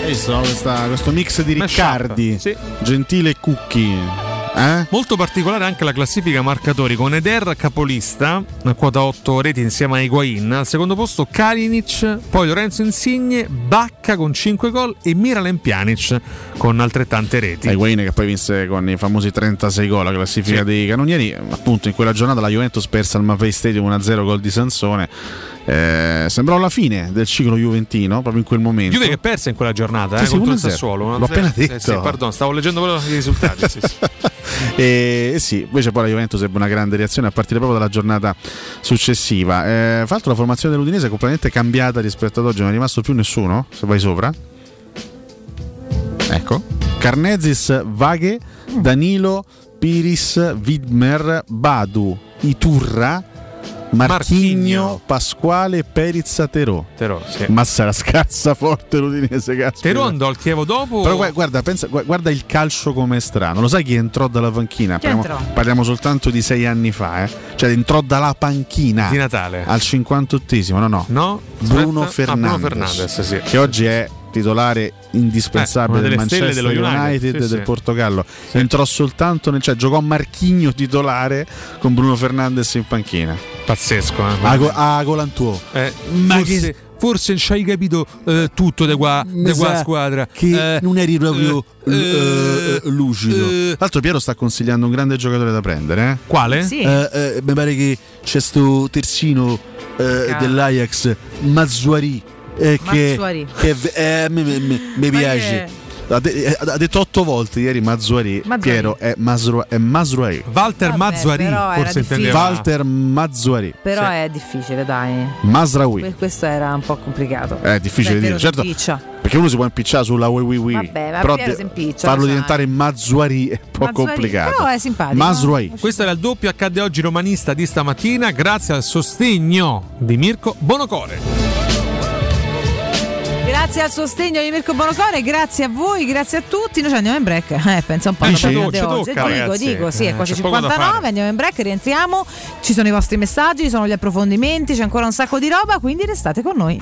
Speaker 6: Hai visto no? Questa- questo mix di Riccardi, Gentile e Cucchi. Eh?
Speaker 7: Molto particolare anche la classifica marcatori con Eder capolista, a quota 8 reti insieme a Higuain, al secondo posto Kalinic, poi Lorenzo Insigne, Bacca con 5 gol e Miralem Pjanic con altrettante reti.
Speaker 6: Higuain che poi vinse con i famosi 36 gol la classifica dei canonieri. Appunto, in quella giornata la Juventus perse al Mapei Stadium 1-0 gol di Sansone. Eh, sembrò la fine del ciclo juventino, proprio in quel momento.
Speaker 7: Juve che perse in quella giornata
Speaker 6: Sì,
Speaker 7: eh,
Speaker 6: sì,
Speaker 7: contro il
Speaker 6: 1-0.
Speaker 7: Sassuolo.
Speaker 6: L'ho
Speaker 7: 1-0.
Speaker 6: appena
Speaker 7: Sì,
Speaker 6: detto.
Speaker 7: sì, pardon, stavo leggendo quello i risultati. sì, sì.
Speaker 6: E, e sì, invece poi la Juventus ebbe una grande reazione a partire proprio dalla giornata successiva. Eh, fra l'altro la formazione dell'Udinese è completamente cambiata rispetto ad oggi, non è rimasto più nessuno, se vai sopra. Ecco. Carnezis, Vaghe, Danilo, Piris, Widmer, Badu, Iturra, Marchigno, Pasquale, Perizza, Terò.
Speaker 7: Terò, sì.
Speaker 6: Ma sarà scazza forte l'Udinese, caspita.
Speaker 7: Terò andò al Chievo dopo.
Speaker 6: Però gua- guarda, pensa- gu- guarda il calcio come è strano. Lo sai chi entrò dalla panchina?
Speaker 7: Chi
Speaker 6: parliamo,
Speaker 7: entrò?
Speaker 6: parliamo soltanto di sei anni fa, eh? Cioè entrò dalla panchina.
Speaker 7: Di Natale.
Speaker 6: Al 58esimo, no no.
Speaker 7: No?
Speaker 6: Bruno
Speaker 7: Aspetta. Ah,
Speaker 6: Fernandes.
Speaker 7: Bruno Fernandes, sì.
Speaker 6: Che oggi è titolare indispensabile
Speaker 7: Eh, una
Speaker 6: del
Speaker 7: delle stelle
Speaker 6: Manchester
Speaker 7: dello
Speaker 6: United,
Speaker 7: United, sì,
Speaker 6: del
Speaker 7: sì.
Speaker 6: Portogallo. Entrò soltanto nel, cioè giocò Marchigno titolare con Bruno Fernandes in panchina.
Speaker 7: Pazzesco, eh.
Speaker 6: A, go- a Golantuo.
Speaker 7: Eh,
Speaker 6: Ma
Speaker 7: forse,
Speaker 6: che-
Speaker 7: forse non ci hai capito eh, tutto di qua, di
Speaker 6: Mi
Speaker 7: qua
Speaker 6: sa
Speaker 7: squadra.
Speaker 6: che
Speaker 7: Eh,
Speaker 6: non eri proprio
Speaker 7: eh,
Speaker 6: eh, eh, lucido. Tra l'altro Piero sta consigliando un grande giocatore da prendere. eh.
Speaker 7: Quale? Sì.
Speaker 6: Eh, eh, mi pare che c'è sto terzino eh,
Speaker 7: Cavolo.
Speaker 6: dell'Ajax, Mazzuari, eh,
Speaker 3: Mazzuari.
Speaker 6: che, che v- eh, mi, mi- mi- mi
Speaker 3: Ma
Speaker 6: piace. Ha, de- eh, ha detto otto volte ieri Mazzuari,
Speaker 3: Mazzuari.
Speaker 6: Piero è, Masru- è Mazzuari.
Speaker 7: Walter
Speaker 3: Vabbè, Mazzuari, però era forse difficile. intendeva.
Speaker 6: Walter Mazzuari.
Speaker 3: Però è difficile, dai.
Speaker 6: Masraoui. Eh,
Speaker 3: Que- Questo era un po' complicato.
Speaker 6: È difficile
Speaker 3: Beh,
Speaker 6: dire,
Speaker 3: Piero
Speaker 6: certo.
Speaker 3: si impiccia.
Speaker 6: Perché uno si può impicciare sulla Wii Wii Wii.
Speaker 3: Vabbè, ma
Speaker 6: però
Speaker 3: Piero
Speaker 6: de-
Speaker 3: si impiccia,
Speaker 6: farlo
Speaker 3: lo sai.
Speaker 6: diventare Mazzuari è un po'
Speaker 3: Mazzuari,
Speaker 6: complicato.
Speaker 3: però Oh, è simpatico.
Speaker 6: Masruai.
Speaker 7: eh, Questo era il doppio accade oggi romanista di stamattina grazie al sostegno di Mirko Bonocore.
Speaker 3: Grazie al sostegno di Mirko Bonocore, grazie a voi, grazie a tutti. Noi ci andiamo in break. Eh, pensa un po' alla
Speaker 7: Dici?
Speaker 3: partita
Speaker 7: Ci
Speaker 3: di oggi.
Speaker 7: tocca,
Speaker 3: dico,
Speaker 7: ragazzi.
Speaker 3: dico, sì, è
Speaker 7: Eh,
Speaker 3: quasi
Speaker 7: c'è poco da
Speaker 3: 59,
Speaker 7: fare.
Speaker 3: andiamo in break, rientriamo. Ci sono i vostri messaggi, ci sono gli approfondimenti, c'è ancora un sacco di roba, quindi restate con noi.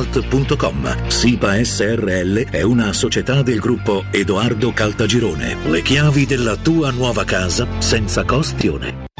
Speaker 49: SIPA SRL è una società del gruppo Edoardo Caltagirone. Le chiavi della tua nuova casa senza costi o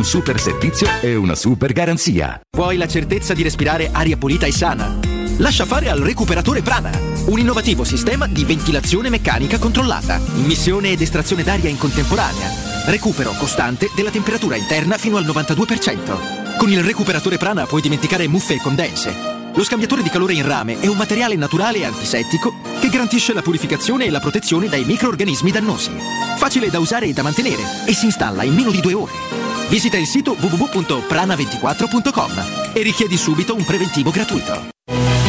Speaker 30: un super servizio e una super garanzia.
Speaker 1: Vuoi la certezza di respirare aria pulita e sana? Lascia fare al recuperatore Prana, un innovativo sistema di ventilazione meccanica controllata, immissione ed estrazione d'aria in contemporanea, recupero costante della temperatura interna fino al 92%. Con il recuperatore Prana puoi dimenticare muffe e condense. Lo scambiatore di calore in rame è un materiale naturale e antisettico che garantisce la purificazione e la protezione dai microorganismi dannosi. Facile da usare e da mantenere e si installa in meno di due ore. Visita il sito www.prana24.com e richiedi subito un preventivo gratuito.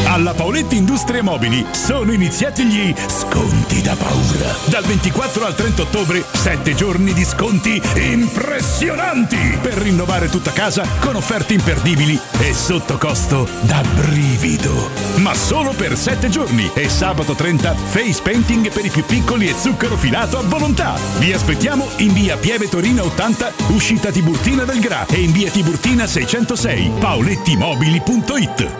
Speaker 58: Alla Paoletti Industrie Mobili sono iniziati gli sconti da paura. Dal 24 al 30 ottobre, 7 giorni di sconti impressionanti per rinnovare tutta casa con offerte imperdibili e sotto costo da brivido. Ma solo per 7 giorni e sabato 30 face painting per i più piccoli e zucchero filato a volontà. Vi aspettiamo in via Pieve Torina 80, uscita Tiburtina del Gra e in via Tiburtina 606, paolettimobili.it.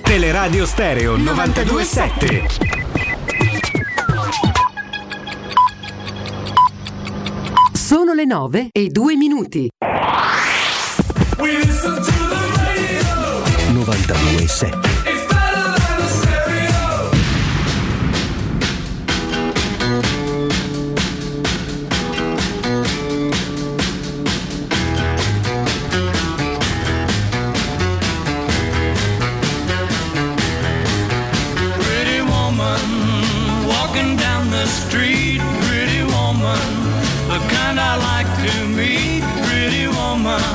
Speaker 59: Teleradio Stereo 927.
Speaker 60: Sono le 9 e 2 minuti.
Speaker 1: 927.
Speaker 16: Pretty woman walking down the street. Pretty woman, the kind I like to meet. Pretty woman,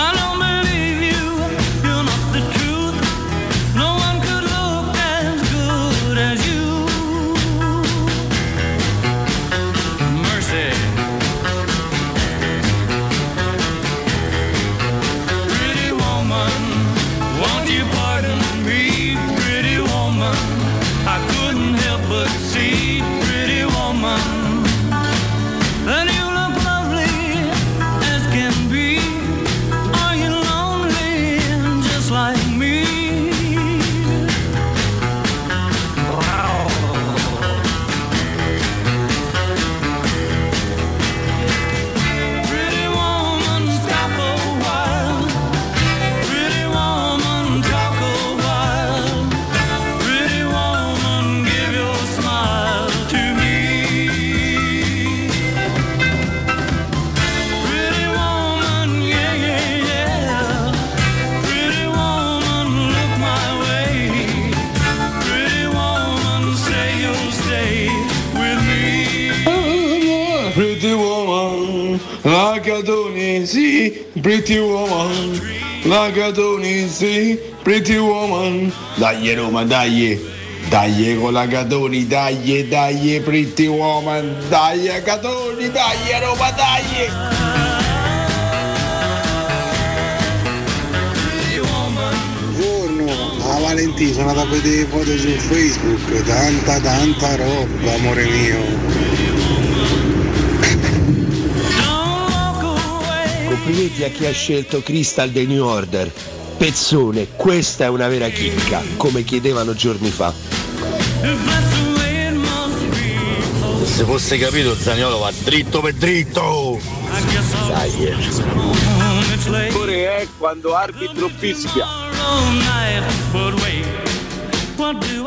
Speaker 16: I don't believe you. You're not the truth. No one could look as good as you. Mercy. Pretty woman, won't you pardon me, pretty woman? I couldn't help but see, pretty woman, that you look lovely as can be. Are you lonely just like me? Wow. Pretty woman, stop a while. Pretty woman, talk a while. Pretty woman, give your smile to me. Pretty woman, yeah, yeah, yeah. Pretty woman, look my way. Pretty woman, say you'll stay with me.
Speaker 1: Pretty woman, like Adonis, pretty woman, like Adonis, pretty woman. Dai Roma, dai, dai con la Catoni, dai, dai, pretty woman, dai Catoni, dai Roma, dai.
Speaker 6: Buongiorno, a Valentì sono andato a vedere foto su Facebook, tanta tanta roba, amore mio.
Speaker 61: Complimenti a chi ha scelto Crystal dei New Order. Pezzone, questa è una vera chicca, come chiedevano giorni fa.
Speaker 62: Se fosse capito Zagnolo va dritto per dritto! Dai,
Speaker 1: Pure è quando arbitro fischia.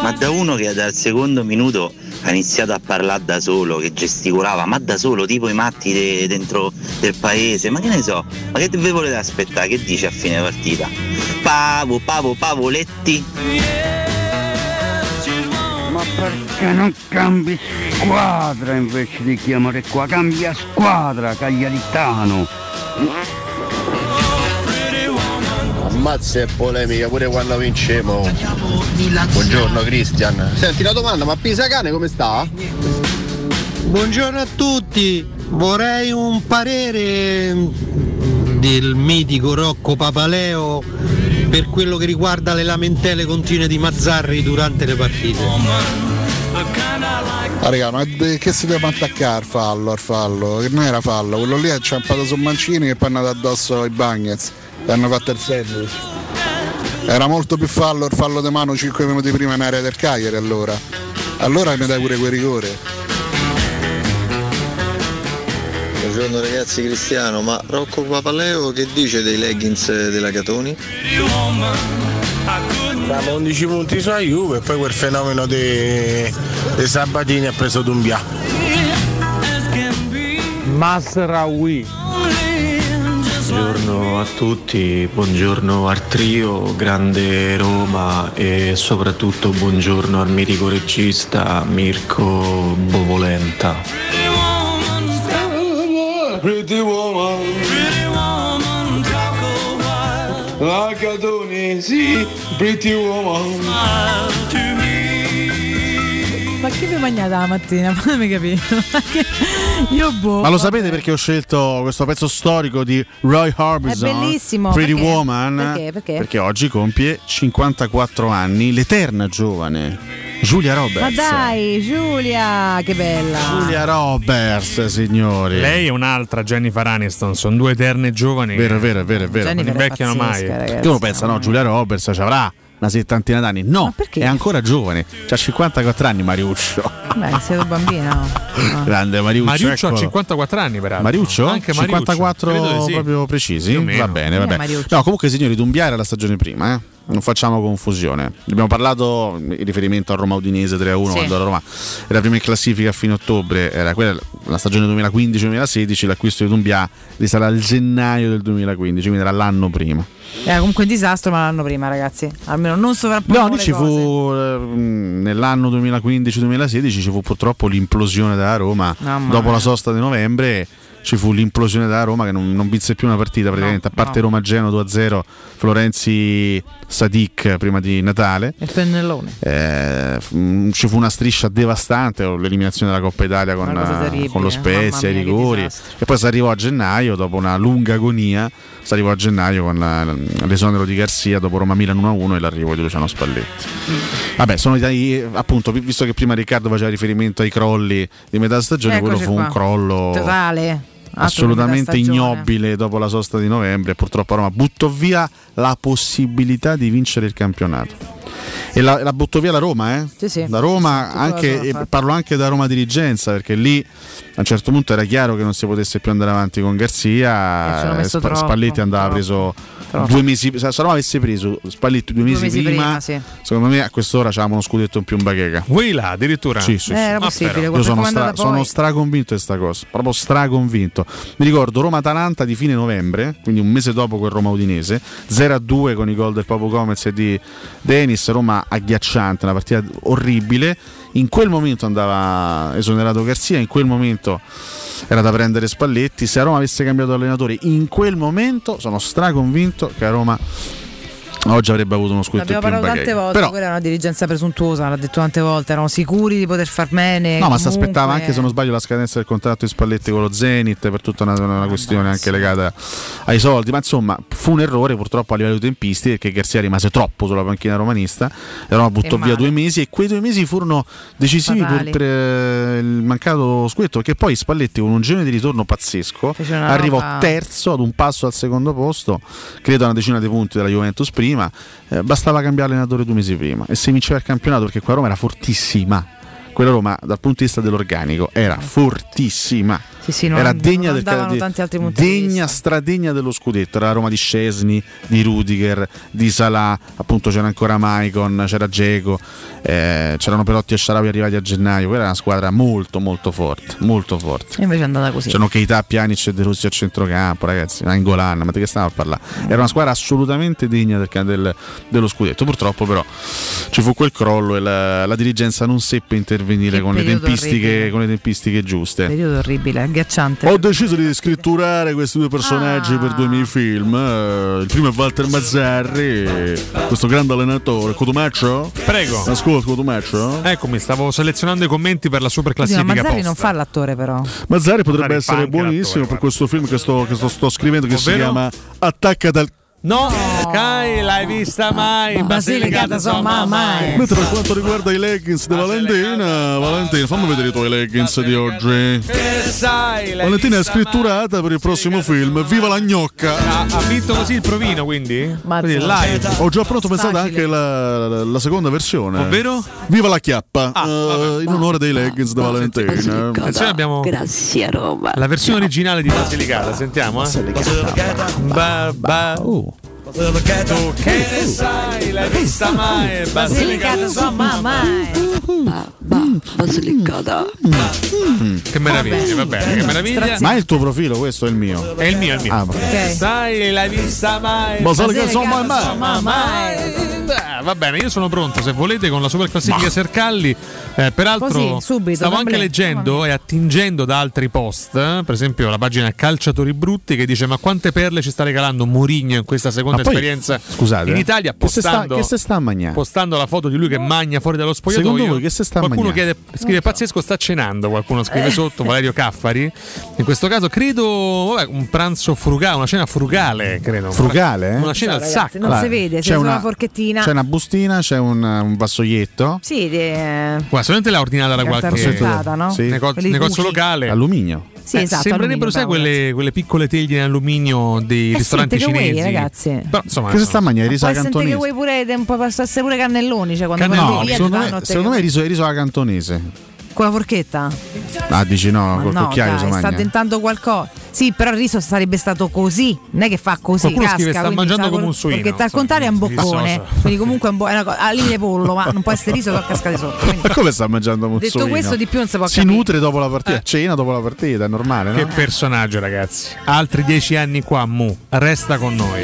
Speaker 63: Ma da uno che dal secondo minuto ha iniziato a parlare da solo, che gesticolava, ma da solo, tipo i matti de- dentro del paese, ma che ne so, ma che vi volete aspettare? Che dice a fine partita? Pavo, pavo, pavoletti.
Speaker 20: Ma perché non cambi squadra invece di chiamare qua? Cambia squadra, Cagliaritano!
Speaker 62: Ammazza e polemica pure quando vincemo. Buongiorno Cristian. Senti la domanda, ma Pisacane come sta?
Speaker 64: Buongiorno a tutti, vorrei un parere del mitico Rocco Papaleo per quello che riguarda le lamentele continue di Mazzarri durante le partite.
Speaker 6: Ah, raga, ma de- che si deve attaccare al fallo, al fallo? Che non era fallo, quello lì ha inciampato su Mancini e poi è andato addosso ai Bagnets e hanno fatto il sandwich. Era molto più fallo il fallo di mano 5 minuti prima in area del Cagliari allora. Allora mi dai pure quel rigore.
Speaker 2: Buongiorno ragazzi Cristiano, ma Rocco Papaleo che dice dei leggings eh, della Catoni?
Speaker 65: Siamo 11 punti sulla Juve e poi quel fenomeno dei de Sabatini ha preso Dumbia.
Speaker 66: Masraoui.
Speaker 67: Buongiorno a tutti, buongiorno al trio, grande Roma e soprattutto buongiorno al mitico regista Mirko Bovolenta.
Speaker 1: Pretty woman, like a
Speaker 16: Lagatoni, sì, pretty woman.
Speaker 3: Ma che vi mangiate la mattina? Fammi capire. Ma che- Io boh.
Speaker 6: Ma lo sapete perché ho scelto questo pezzo storico di Roy Orbison?
Speaker 3: È bellissimo,
Speaker 6: Pretty
Speaker 3: perché?
Speaker 6: Woman.
Speaker 3: Perché? Perché?
Speaker 6: oggi compie 54 anni l'eterna giovane Giulia
Speaker 3: Ma
Speaker 6: Roberts.
Speaker 3: dai, Giulia, che bella.
Speaker 6: Giulia Roberts, signori.
Speaker 7: Lei è un'altra Jennifer Aniston, sono due eterne giovani.
Speaker 6: Vero, vero, vero, vero.
Speaker 7: Non invecchiano mai.
Speaker 6: Che uno pensa, no, Giulia Roberts ci avrà una settantina d'anni. No, è ancora giovane. Ha 54 anni Mariuccio.
Speaker 3: Beh, sei un bambino.
Speaker 6: Grande Mariuccio.
Speaker 7: Mariuccio ha
Speaker 6: eccolo.
Speaker 7: 54 anni, peraltro.
Speaker 6: Mariuccio?
Speaker 7: Anche Mariuccio.
Speaker 6: 54
Speaker 7: Credo di sì.
Speaker 6: proprio precisi?
Speaker 7: Più o meno.
Speaker 6: Va bene,
Speaker 7: Chi
Speaker 6: va
Speaker 7: è
Speaker 6: bene.
Speaker 7: Mariuccio?
Speaker 6: No, comunque signori, Dumbiare era la stagione prima, eh. Non facciamo confusione. Abbiamo parlato in riferimento al Roma Udinese 3-1
Speaker 9: Sì.
Speaker 6: quando la Roma era prima in classifica fino a ottobre, era quella la stagione 2015-2016, l'acquisto di Dumbia risale al gennaio del 2015, quindi era l'anno prima.
Speaker 3: Era comunque un disastro, ma l'anno prima, ragazzi. Almeno non
Speaker 6: No,
Speaker 3: sovrapponiamo
Speaker 6: lì
Speaker 3: le
Speaker 6: ci
Speaker 3: cose.
Speaker 6: fu eh, mh, nell'anno 2015-2016 ci fu purtroppo l'implosione della Roma.
Speaker 3: Mamma
Speaker 6: Dopo
Speaker 3: mia.
Speaker 6: la sosta di novembre ci fu l'implosione della Roma che non, non vinse più una partita praticamente,
Speaker 3: No,
Speaker 6: a parte
Speaker 3: no.
Speaker 6: Roma Geno 2-0, Florenzi Sadik prima di Natale.
Speaker 3: Il pennellone.
Speaker 6: Eh, f- mh, ci fu una striscia devastante, oh, l'eliminazione della Coppa Italia con,
Speaker 3: Una cosa
Speaker 6: eh,
Speaker 3: terribile,
Speaker 6: con lo Spezia, i
Speaker 3: mamma mia, che
Speaker 6: rigori.
Speaker 3: disastro.
Speaker 6: E poi si arrivò a gennaio, dopo una lunga agonia, si arrivò a gennaio con la- l'esonero di Garzia dopo Roma Milan 1-1 e l'arrivo di Luciano Spalletti. Vabbè, sono i- appunto, vi- visto che prima Riccardo faceva riferimento ai crolli di metà stagione, quello
Speaker 3: Eh, Eccoci
Speaker 6: fu un
Speaker 3: qua.
Speaker 6: crollo
Speaker 3: Totale. Altro
Speaker 6: assolutamente
Speaker 3: che metà stagione.
Speaker 6: ignobile dopo la sosta di novembre. Purtroppo Roma buttò via la possibilità di vincere il campionato. E la, la buttò via la Roma, eh?
Speaker 3: Sì, sì.
Speaker 6: Da Roma,
Speaker 3: Sì, sì, tutta la
Speaker 6: anche,
Speaker 3: Roma ha
Speaker 6: e
Speaker 3: fatto.
Speaker 6: parlo anche da Roma dirigenza, perché lì a un certo punto era chiaro che non si potesse più andare avanti con
Speaker 3: E Eh, ci hanno
Speaker 6: Garzia. eh,
Speaker 3: messo troppo,
Speaker 6: Spalletti andava preso
Speaker 3: troppo.
Speaker 6: due mesi. Se se Roma avesse preso Spalletti due mesi,
Speaker 3: mesi
Speaker 6: prima,
Speaker 3: prima, sì.
Speaker 6: secondo me a quest'ora c'avevamo uno scudetto in più in bacheca.
Speaker 7: Willa addirittura.
Speaker 6: Sì, sì,
Speaker 3: Eh,
Speaker 6: sì.
Speaker 3: era possibile,
Speaker 6: però.
Speaker 3: guarda
Speaker 6: Io sono,
Speaker 3: com'è andata poi.
Speaker 6: sono straconvinto di sta cosa, proprio straconvinto. Mi ricordo Roma-Atalanta di fine novembre, quindi un mese dopo quel Roma-Udinese, 0-2 con i gol del Papo Gomez e di Denis, Roma agghiacciante, una partita orribile. In quel momento andava esonerato Garzia, in quel momento era da prendere Spalletti. Se a Roma avesse cambiato allenatore in quel momento, sono straconvinto che a Roma oggi avrebbe avuto uno scudetto
Speaker 3: L'abbiamo
Speaker 6: in più in
Speaker 3: parlato tante
Speaker 6: bacheca.
Speaker 3: volte,
Speaker 6: Però
Speaker 3: quella era una dirigenza presuntuosa, l'ha detto tante volte, erano sicuri di poter far bene.
Speaker 6: No, ma si
Speaker 3: comunque-
Speaker 6: aspettava anche, se non sbaglio, la scadenza del contratto di Spalletti con lo Zenit per tutta una, una
Speaker 9: Eh,
Speaker 6: questione anche legata ai soldi. Ma insomma, fu un errore purtroppo a livello tempisti perché Garzia rimase troppo sulla panchina romanista. E Roma buttò
Speaker 9: E
Speaker 6: via
Speaker 9: male.
Speaker 6: due mesi e quei due mesi furono decisivi per,
Speaker 9: Fatali.
Speaker 6: per, eh, il mancato scudetto. Perché poi Spalletti, con un giro di ritorno pazzesco,
Speaker 9: Fece una
Speaker 6: arrivò
Speaker 9: roba-
Speaker 6: terzo ad un passo al secondo posto, credo a una decina di punti dalla Juventus prima. Eh, bastava cambiare allenatore due mesi prima e se vinceva il campionato perché qua Roma era fortissima quella Roma dal punto di vista dell'organico era fortissima.
Speaker 3: non-
Speaker 6: era
Speaker 3: non
Speaker 6: degna del
Speaker 3: andavano
Speaker 6: di-
Speaker 3: tanti altri punti di
Speaker 6: degna, stradegna dello scudetto. Era la Roma di Scesni, di Rudiger, di Salah, appunto c'era ancora Maicon, c'era Geco, c'erano Perotti e Sciarabi arrivati a gennaio. Quella era una squadra molto molto forte, molto forte.
Speaker 3: E invece è andata così.
Speaker 6: C'erano Keita, Pjanic e De Rossi a centrocampo, ragazzi, Angolan, ma di che stiamo a parlare? Era una squadra assolutamente degna del- del- dello scudetto. Purtroppo però ci fu quel crollo e la, la dirigenza non seppe intervenire con le,
Speaker 3: periodo
Speaker 6: tempistiche,
Speaker 3: orribile.
Speaker 6: con le tempistiche giuste.
Speaker 3: Periodo orribile, agghiacciante.
Speaker 6: Ho deciso di scritturare questi due personaggi per due miei film. Eh, Il primo è Walter Mazzarri, eh, questo grande allenatore. Cotumaccio?
Speaker 7: Prego.
Speaker 6: Ascolta, Cotumaccio?
Speaker 7: Eccomi, stavo selezionando i commenti per la super
Speaker 3: Scusi, ma
Speaker 7: classifica.
Speaker 3: Mazzarri non fa l'attore però.
Speaker 6: Mazzari
Speaker 7: Mazzarri
Speaker 6: potrebbe
Speaker 7: punk,
Speaker 6: essere buonissimo per questo film che sto, che sto- sto scrivendo che si
Speaker 7: Ovvero?
Speaker 6: chiama Attacca dal...
Speaker 7: No, Kai, l'hai vista mai?
Speaker 3: Basilicata, insomma,
Speaker 7: Eh,
Speaker 3: mai.
Speaker 6: Mentre per quanto riguarda i leggings di Valentina, Valentina, fammi vedere i tuoi leggings di oggi. Valentina è scritturata per il prossimo film Viva la gnocca!
Speaker 7: Ha, ha vinto così il provino, quindi? Quindi live.
Speaker 6: Ho già pronto pensato anche la, la- la seconda versione.
Speaker 7: Ovvero?
Speaker 6: Viva la chiappa!
Speaker 7: Ah,
Speaker 6: eh, in onore dei leggings di Valentina. Mm.
Speaker 7: Attenzione, abbiamo
Speaker 68: Grazie Roma.
Speaker 7: la versione originale di Basilicata, sentiamo. Eh. Ba, ba. uh. Tu che ne sai, l'hai vista mai?
Speaker 3: Basilicata, insomma, mai.
Speaker 68: Basilicata. Mm.
Speaker 7: Che meraviglia, va bene, che meraviglia.
Speaker 6: Mm. Ma è il tuo profilo, questo è il mio.
Speaker 7: È il mio, è il mio.
Speaker 6: Ah, va bene.
Speaker 7: Sai, l'hai vista mai?
Speaker 6: Basilicata, insomma, mai.
Speaker 7: mai. Beh, va bene, io sono pronto. Se volete, con la super classifica Sercalli. Eh, peraltro,
Speaker 3: Così, subito,
Speaker 7: stavo
Speaker 3: non
Speaker 7: anche
Speaker 3: bleh.
Speaker 7: leggendo e attingendo da altri post. eh, per esempio, la pagina Calciatori Brutti che dice: Ma quante perle ci sta regalando Mourinho in questa seconda
Speaker 6: Ma poi,
Speaker 7: esperienza
Speaker 6: scusate,
Speaker 7: in
Speaker 6: eh,
Speaker 7: Italia?
Speaker 6: che se sta-
Speaker 7: Postando,
Speaker 6: che se sta a magnà?
Speaker 7: postando la foto di lui che magna fuori dallo spogliatoio.
Speaker 6: Secondo voi che se sta a
Speaker 7: qualcuno
Speaker 6: magnà?
Speaker 7: chiede, scrive: Pazzesco, sta cenando. Qualcuno
Speaker 3: Eh.
Speaker 7: scrive sotto, Valerio Caffari. In questo caso, credo vabbè, un pranzo frugale, una cena frugale, credo.
Speaker 6: Frugale? eh?
Speaker 7: Una cena al sacco.
Speaker 3: non si vede, si usa una forchettina.
Speaker 6: C'è una bustina, c'è un, un vassoietto.
Speaker 3: Sì, eh, de-
Speaker 7: Guarda, solamente l'ha ordinata da
Speaker 3: Carta
Speaker 7: qualche
Speaker 3: rossettata, no? Sì.
Speaker 7: nego-
Speaker 3: Quelli
Speaker 7: negozio
Speaker 3: buchi.
Speaker 7: locale.
Speaker 6: Alluminio.
Speaker 3: Sì, esatto, alluminio,
Speaker 7: Eh, sembrerebbero, sai,
Speaker 3: bravo,
Speaker 7: quelle, quelle piccole teglie in alluminio dei
Speaker 3: Eh sì,
Speaker 7: ristoranti
Speaker 3: takeaway,
Speaker 7: cinesi.
Speaker 3: ragazzi.
Speaker 7: Però, insomma,
Speaker 6: Che se
Speaker 7: insomma,
Speaker 6: sta a mangiare? Riso
Speaker 3: Poi
Speaker 6: alla
Speaker 3: senti che
Speaker 6: cantonese.
Speaker 3: vuoi pure un po' passasse pure cannelloni, cioè quando
Speaker 6: Cannelloni.
Speaker 3: vanno via ti
Speaker 6: secondo,
Speaker 3: danno
Speaker 6: me,
Speaker 3: te-
Speaker 6: secondo me riso, riso alla cantonese.
Speaker 3: con la forchetta.
Speaker 6: Ah, dici no,
Speaker 3: Ma
Speaker 6: col
Speaker 3: no,
Speaker 6: cucchiaio
Speaker 3: dai,
Speaker 6: si
Speaker 3: sta
Speaker 6: mangia.
Speaker 3: tentando qualcosa. Sì, però il riso sarebbe stato così, non è che fa così.
Speaker 7: Qualcuno
Speaker 3: casca,
Speaker 7: scrive, sta
Speaker 3: quindi
Speaker 7: mangiando
Speaker 3: sa
Speaker 7: come
Speaker 3: col-
Speaker 7: un suino,
Speaker 3: Perché al
Speaker 7: insomma,
Speaker 3: contrario è un
Speaker 7: il
Speaker 3: boccone,
Speaker 7: riso-
Speaker 3: quindi comunque è un bo- è una cosa, al limite pollo, ma non può essere riso da cascate sotto. quindi-
Speaker 6: Ma come sta mangiando Mussolini?
Speaker 3: questo di più non si può
Speaker 6: Si
Speaker 3: capire. Eh.
Speaker 6: nutre dopo la partita, cena dopo la partita, è normale,
Speaker 7: Che
Speaker 6: Ah, no?
Speaker 7: personaggio, ragazzi. Altri dieci anni qua, Mu. Resta con noi.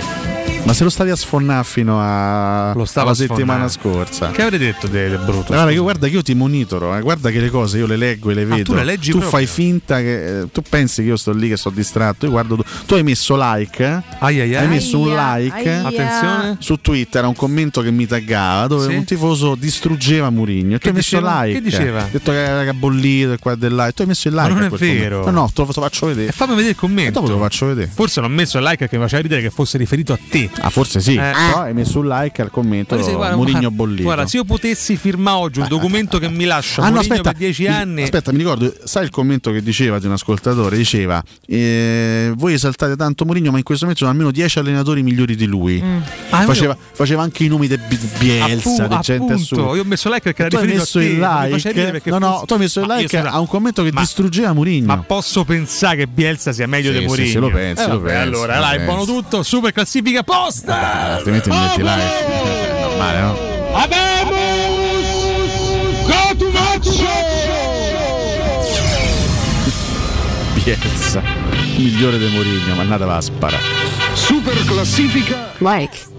Speaker 6: Ma se lo stavi a sfonnare fino a
Speaker 7: Lo stava
Speaker 6: alla
Speaker 7: a sfonnare.
Speaker 6: settimana scorsa.
Speaker 7: Che avrei detto del brutto?
Speaker 6: Guarda, che- guarda che io ti monitoro, eh, guarda che le cose io le leggo e le vedo.
Speaker 7: Ah, tu le leggi proprio?
Speaker 6: fai finta che. eh, tu pensi che io sto lì che sto distratto. Io guardo. tu- Tu hai messo like. eh?
Speaker 7: Ai, ai, ai.
Speaker 6: Hai messo un
Speaker 7: Aia,
Speaker 6: like.
Speaker 7: aia. Attenzione.
Speaker 6: Su Twitter era un commento che mi taggava dove
Speaker 7: Sì.
Speaker 6: un tifoso distruggeva Murigno. E tu
Speaker 7: Che
Speaker 6: hai messo
Speaker 7: diceva?
Speaker 6: like.
Speaker 7: Che diceva?
Speaker 6: Hai detto che era bollito e qua e del là. E tu hai messo il like.
Speaker 7: non
Speaker 6: a
Speaker 7: è
Speaker 6: quel
Speaker 7: vero.
Speaker 6: commento. No, no, te lo te lo faccio vedere.
Speaker 7: E fammi vedere il commento.
Speaker 6: dopo te lo faccio vedere.
Speaker 7: Forse l'ho messo il like perché mi faceva ridere che fosse riferito a te.
Speaker 6: Ah, forse sì.
Speaker 7: Eh.
Speaker 6: Però hai messo un like al commento.
Speaker 7: Guarda, guarda,
Speaker 6: Murigno
Speaker 7: guarda,
Speaker 6: bollito.
Speaker 7: Guarda, se io potessi firmare oggi un documento che mi lascia
Speaker 6: Ah, no,
Speaker 7: Cioè, Mourinho
Speaker 6: aspetta,
Speaker 7: per dieci
Speaker 6: il-
Speaker 7: anni.
Speaker 6: Aspetta, mi ricordo, sai il commento che diceva di un ascoltatore? Diceva: eh, Voi esaltate tanto Mourinho, ma in questo momento sono almeno 10 allenatori migliori di lui.
Speaker 7: Mm. Ah, io-
Speaker 6: faceva, faceva anche i nomi di Bi- Bielsa,
Speaker 7: Appu-
Speaker 6: di
Speaker 7: appunto,
Speaker 6: gente assurda.
Speaker 7: Io ho messo like perché era
Speaker 6: tu hai
Speaker 7: riferito
Speaker 6: messo
Speaker 7: a te.
Speaker 6: il
Speaker 7: non mi faceva ridere
Speaker 6: like,
Speaker 7: perché
Speaker 6: no, no,
Speaker 7: fosse-
Speaker 6: tu hai messo il
Speaker 7: Ma io
Speaker 6: like
Speaker 7: sono-
Speaker 6: a un commento che
Speaker 7: Ma-
Speaker 6: distruggeva Mourinho.
Speaker 7: Ma posso pensare che Bielsa sia meglio
Speaker 6: Sì,
Speaker 7: di
Speaker 6: sì,
Speaker 7: Mourinho?
Speaker 6: sì, lo pensi,
Speaker 7: Eh,
Speaker 6: lo
Speaker 7: vabbè,
Speaker 6: pensi,
Speaker 7: Allora,
Speaker 6: lo
Speaker 7: dai,
Speaker 6: pensi.
Speaker 7: buono tutto, super classifica posta!
Speaker 6: Ah, Altrimenti mi metti
Speaker 7: Oh,
Speaker 6: like. È normale, no?
Speaker 16: Abemus
Speaker 6: Bielsa, migliore di Mourinho, mannata Vaspara.
Speaker 16: Super classifica
Speaker 7: Like.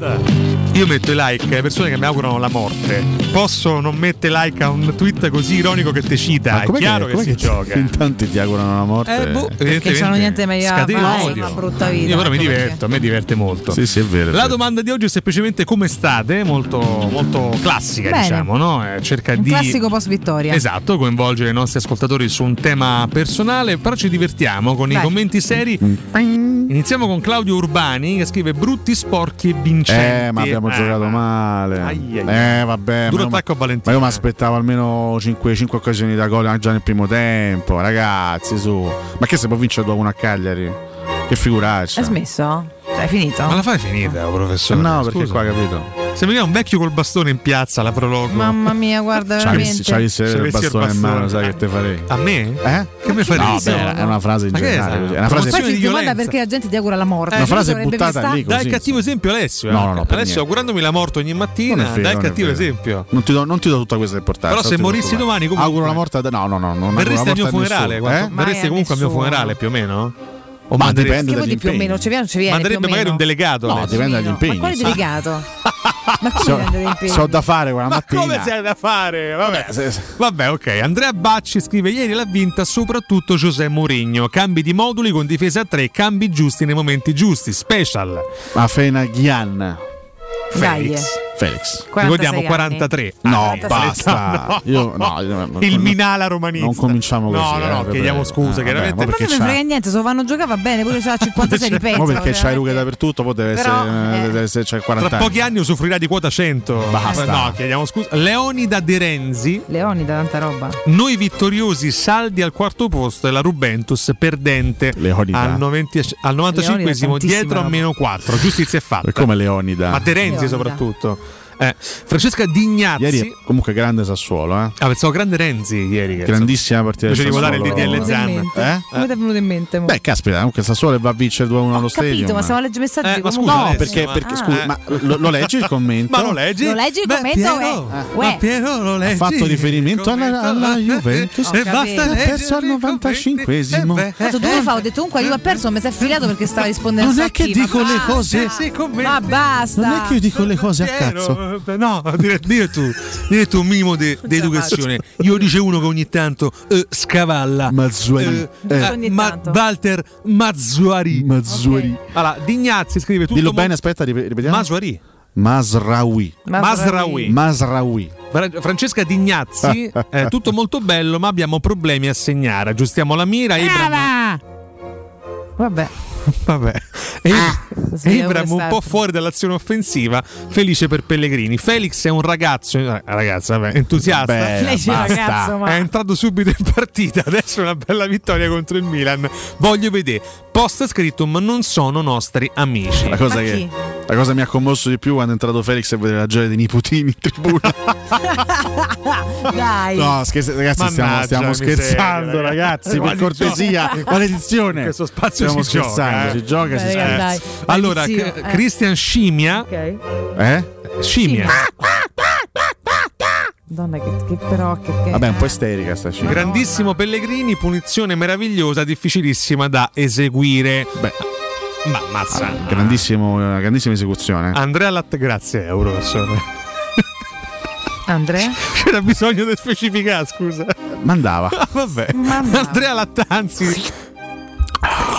Speaker 7: Io metto i like alle persone che mi augurano la morte. Posso non mettere like a un tweet così ironico che te cita? È
Speaker 6: Com'è
Speaker 7: chiaro che,
Speaker 6: com'è
Speaker 7: si gioca.
Speaker 6: In tanti ti augurano la morte.
Speaker 7: Eh, boh,
Speaker 3: Perché non c'hanno niente meglio da
Speaker 7: Scatena
Speaker 3: fare,
Speaker 7: odio.
Speaker 3: una brutta vita.
Speaker 7: Io però mi
Speaker 3: Ecco perché.
Speaker 7: diverto, a me diverte molto.
Speaker 6: Sì, sì, è vero. è
Speaker 7: La
Speaker 6: vero.
Speaker 7: domanda di oggi è semplicemente come state, molto, molto classica
Speaker 3: Bene.
Speaker 7: diciamo, no? Eh, cerca
Speaker 3: Un
Speaker 7: di...
Speaker 3: classico post vittoria.
Speaker 7: Esatto, coinvolgere i nostri ascoltatori su un tema personale, però ci divertiamo con i
Speaker 3: Dai.
Speaker 7: commenti seri.
Speaker 6: Mm.
Speaker 7: Iniziamo con Claudio Urbani che scrive brutti, sporchi e vincenti.
Speaker 6: Eh, ma abbiamo
Speaker 7: Ah,
Speaker 6: giocato male.
Speaker 7: Ai, ai, ai.
Speaker 6: Eh, vabbè.
Speaker 7: Duro
Speaker 6: ma io
Speaker 7: attacco a
Speaker 6: ma-
Speaker 7: Valentino.
Speaker 6: Ma io mi aspettavo almeno 5, occasioni da gol già nel primo tempo, ragazzi, su. Ma che se può vincere 2-1 a Cagliari? Che figuraccia.
Speaker 3: Hai smesso? Cioè, È finito?
Speaker 7: Eh, Ma la fai finita, professore?
Speaker 6: No, perché qua, capito?
Speaker 7: Sembra un vecchio col bastone in piazza, la prologo.
Speaker 3: Mamma mia, guarda
Speaker 6: Ci
Speaker 3: veramente.
Speaker 6: avessi, ci avessi
Speaker 7: Se
Speaker 6: il
Speaker 7: avessi il
Speaker 6: bastone in
Speaker 7: bastone.
Speaker 6: mano, sai che te farei?
Speaker 7: A me?
Speaker 6: Eh?
Speaker 7: Che mi
Speaker 6: No,
Speaker 7: farei?
Speaker 6: beh, è una frase in
Speaker 7: Ma che
Speaker 6: generale.
Speaker 7: esatto?
Speaker 6: così, È una frase
Speaker 3: Poi
Speaker 7: di
Speaker 3: si domanda
Speaker 7: violenza.
Speaker 3: perché la gente ti augura la morte.
Speaker 7: Una
Speaker 6: frase
Speaker 3: Dovrebbe
Speaker 6: buttata
Speaker 3: vista-
Speaker 6: lì,
Speaker 7: Dai il
Speaker 6: così,
Speaker 7: cattivo esempio Alessio. eh.
Speaker 6: No, no, no, per
Speaker 7: Alessio,
Speaker 6: niente.
Speaker 7: augurandomi la morte ogni mattina,
Speaker 6: Non è vero,
Speaker 7: dai il
Speaker 6: non è
Speaker 7: cattivo
Speaker 6: vero.
Speaker 7: esempio.
Speaker 6: Non ti, do, non ti do tutta questa importanza.
Speaker 7: Però se
Speaker 6: non ti do
Speaker 7: morissi
Speaker 6: tutta-
Speaker 7: domani, comunque-
Speaker 6: Auguro la morte. a- No, no, no. Non
Speaker 7: Verresti
Speaker 6: auguro
Speaker 7: al mio
Speaker 6: la morte a
Speaker 7: funerale?
Speaker 6: nessuno,
Speaker 7: quanto-
Speaker 6: eh?
Speaker 7: Verresti
Speaker 3: a
Speaker 7: comunque al mio
Speaker 3: nessuno.
Speaker 7: funerale più o meno? O
Speaker 6: Ma
Speaker 7: manderesti-
Speaker 6: dipende
Speaker 3: Che vuol dire più o meno? Ci viene, ci viene.
Speaker 7: Manderebbe
Speaker 3: più o
Speaker 7: magari un
Speaker 3: meno.
Speaker 7: delegato.
Speaker 6: No,
Speaker 7: Alessio.
Speaker 6: dipende dagli
Speaker 3: Ma
Speaker 6: impegni.
Speaker 3: quale
Speaker 6: sì.
Speaker 3: delegato? Ma come
Speaker 6: Se ho-
Speaker 3: prendere impegni?
Speaker 6: Se ho da fare quella
Speaker 7: Ma
Speaker 6: mattina.
Speaker 7: come c'è da fare? Vabbè. Vabbè, ok. Andrea Bacci scrive: Ieri l'ha vinta soprattutto José Mourinho. Cambi di moduli con difesa a 3, cambi giusti nei momenti giusti. Special.
Speaker 6: Ma Fena Ghian.
Speaker 3: Dai, eh.
Speaker 6: Felix.
Speaker 3: 46
Speaker 7: Ricordiamo
Speaker 3: anni. Ah,
Speaker 7: 43.
Speaker 6: No,
Speaker 7: anni.
Speaker 6: basta.
Speaker 7: No.
Speaker 6: Io, no, io- no,
Speaker 7: Il
Speaker 6: no.
Speaker 7: Minala romanista.
Speaker 6: Non cominciamo così.
Speaker 7: No, no, no,
Speaker 6: eh,
Speaker 7: chiediamo
Speaker 6: vabbè.
Speaker 7: scusa,
Speaker 6: Ah,
Speaker 7: chiaramente.
Speaker 6: vabbè, ma
Speaker 3: Ma non
Speaker 6: perché
Speaker 3: mi
Speaker 6: c'ha-
Speaker 3: frega niente, se lo fanno giocare va bene, pure se ha 56 ripeti.
Speaker 6: ma perché c'hai rughe dappertutto, poi deve
Speaker 3: Però,
Speaker 6: essere,
Speaker 3: eh.
Speaker 6: deve essere c'hai 40
Speaker 7: Tra
Speaker 6: anni.
Speaker 7: pochi anni usufruirà di quota 100.
Speaker 6: Basta.
Speaker 7: No, chiediamo scusa. Leonida De Renzi.
Speaker 3: Leonida, tanta roba.
Speaker 7: Noi vittoriosi saldi al quarto posto e la Rubentus perdente
Speaker 6: Leonida.
Speaker 7: al, 90 al 95esimo
Speaker 6: Leonida,
Speaker 7: dietro a
Speaker 6: tantissima
Speaker 7: meno 4. Giustizia è fatta.
Speaker 6: E come Leonida.
Speaker 7: Ma De Renzi
Speaker 6: Leonida.
Speaker 7: soprattutto. Eh, Francesca Dignazzi.
Speaker 6: Ieri è comunque grande Sassuolo, eh.
Speaker 7: Ah, pensavo grande Renzi ieri. che-
Speaker 6: Grandissima partita del
Speaker 7: Invece di guardare il
Speaker 6: Sassuolo.
Speaker 7: DDL
Speaker 3: Venuto in
Speaker 7: Zan.
Speaker 3: mente.
Speaker 7: Eh?
Speaker 3: Come ti è venuto in mente? mo?
Speaker 6: Beh, caspita, comunque Sassuolo va a vincere 2-1 allo stadio.
Speaker 3: Capito, ma stiamo a leggere messaggi
Speaker 7: Eh, ma
Speaker 3: comunque.
Speaker 7: scusa,
Speaker 6: No,
Speaker 7: adesso,
Speaker 6: perché,
Speaker 7: ma-
Speaker 6: perché
Speaker 7: ah.
Speaker 6: scusa, ma lo, lo leggi il commento?
Speaker 7: Ma lo leggi?
Speaker 3: Lo leggi il
Speaker 7: Beh,
Speaker 3: commento?
Speaker 7: Piero,
Speaker 3: uè,
Speaker 7: ma
Speaker 3: uè.
Speaker 7: Piero lo leggi? Eh,
Speaker 6: Ha fatto riferimento alla, alla Juventus
Speaker 3: Ho capito.
Speaker 6: ha perso al 95esimo.
Speaker 3: Tanto due fa ho detto comunque lui ha perso, mi si è filato perché stava rispondendo
Speaker 6: Non
Speaker 3: a
Speaker 6: è che
Speaker 3: chi, ma
Speaker 6: dico le
Speaker 3: basta.
Speaker 6: cose-
Speaker 3: Ma basta.
Speaker 6: Non è che io dico le cose a cazzo,
Speaker 7: no, eh, no, dire, dire tu, dire tu un minimo di di educazione. Io dice uno che ogni tanto eh, scavalla.
Speaker 6: Mazzuari.
Speaker 7: eh,
Speaker 6: Ogni
Speaker 7: ma- Walter Mazzuari.
Speaker 6: Mazzuari.
Speaker 7: Allora, Dignazzi scrive tutto.
Speaker 6: Dillo
Speaker 7: mo-
Speaker 6: bene, aspetta, rip-
Speaker 7: Eh.
Speaker 6: ripetiamo.
Speaker 7: Masuari.
Speaker 6: Masraoui.
Speaker 7: Masraoui.
Speaker 6: Masraoui.
Speaker 7: Fra- Francesca Dignazzi, eh, tutto molto bello, ma abbiamo problemi a segnare. Aggiustiamo la mira. Ibram,
Speaker 3: Vabbè.
Speaker 7: vabbè. E
Speaker 6: Ah,
Speaker 3: se ne vuole
Speaker 7: Ibram un po'
Speaker 3: starsene.
Speaker 7: fuori dall'azione offensiva, felice per Pellegrini. Felix è un ragazzo, eh, ragazza, vabbè, entusiasta.
Speaker 6: Beh, Lei dice basta. ragazzo, ma-
Speaker 7: È entrato subito in partita. Adesso è una bella vittoria contro il Milan. Voglio vedere. Post scrittum, non sono nostri amici.
Speaker 6: La cosa, che, la cosa che mi ha commosso di più quando è entrato Felix e vedere la gioia dei nipotini in tribuna.
Speaker 3: Dai.
Speaker 6: No, scherzi, ragazzi, stiamo,
Speaker 7: Mannaggia
Speaker 6: stiamo
Speaker 7: la miseria,
Speaker 6: scherzando, ragazzi. Per
Speaker 7: Quasi
Speaker 6: cortesia,
Speaker 7: gioca.
Speaker 6: maledizione.
Speaker 7: In questo spazio
Speaker 6: stiamo
Speaker 7: si
Speaker 6: scherzando,
Speaker 7: gioca, eh.
Speaker 6: si gioca, si
Speaker 7: Beh,
Speaker 6: scherza.
Speaker 7: dai. Allora,
Speaker 3: Dai, zio,
Speaker 7: C-
Speaker 3: eh.
Speaker 7: Christian Scimmia.
Speaker 3: Ok.
Speaker 6: Eh?
Speaker 7: Scimmia.
Speaker 3: Donna, che, che però. Che, che...
Speaker 6: Vabbè, un po' isterica sta scena.
Speaker 7: Grandissimo Pellegrini, punizione meravigliosa, difficilissima da eseguire. Ma mazza.
Speaker 6: Grandissimo, eh, grandissima esecuzione.
Speaker 7: Andrea Latte, grazie euro. insomma.
Speaker 3: Andrea?
Speaker 7: C'era bisogno di specificare, scusa. Ah,
Speaker 6: Mandava.
Speaker 7: Vabbè. Andrea Lattanzi.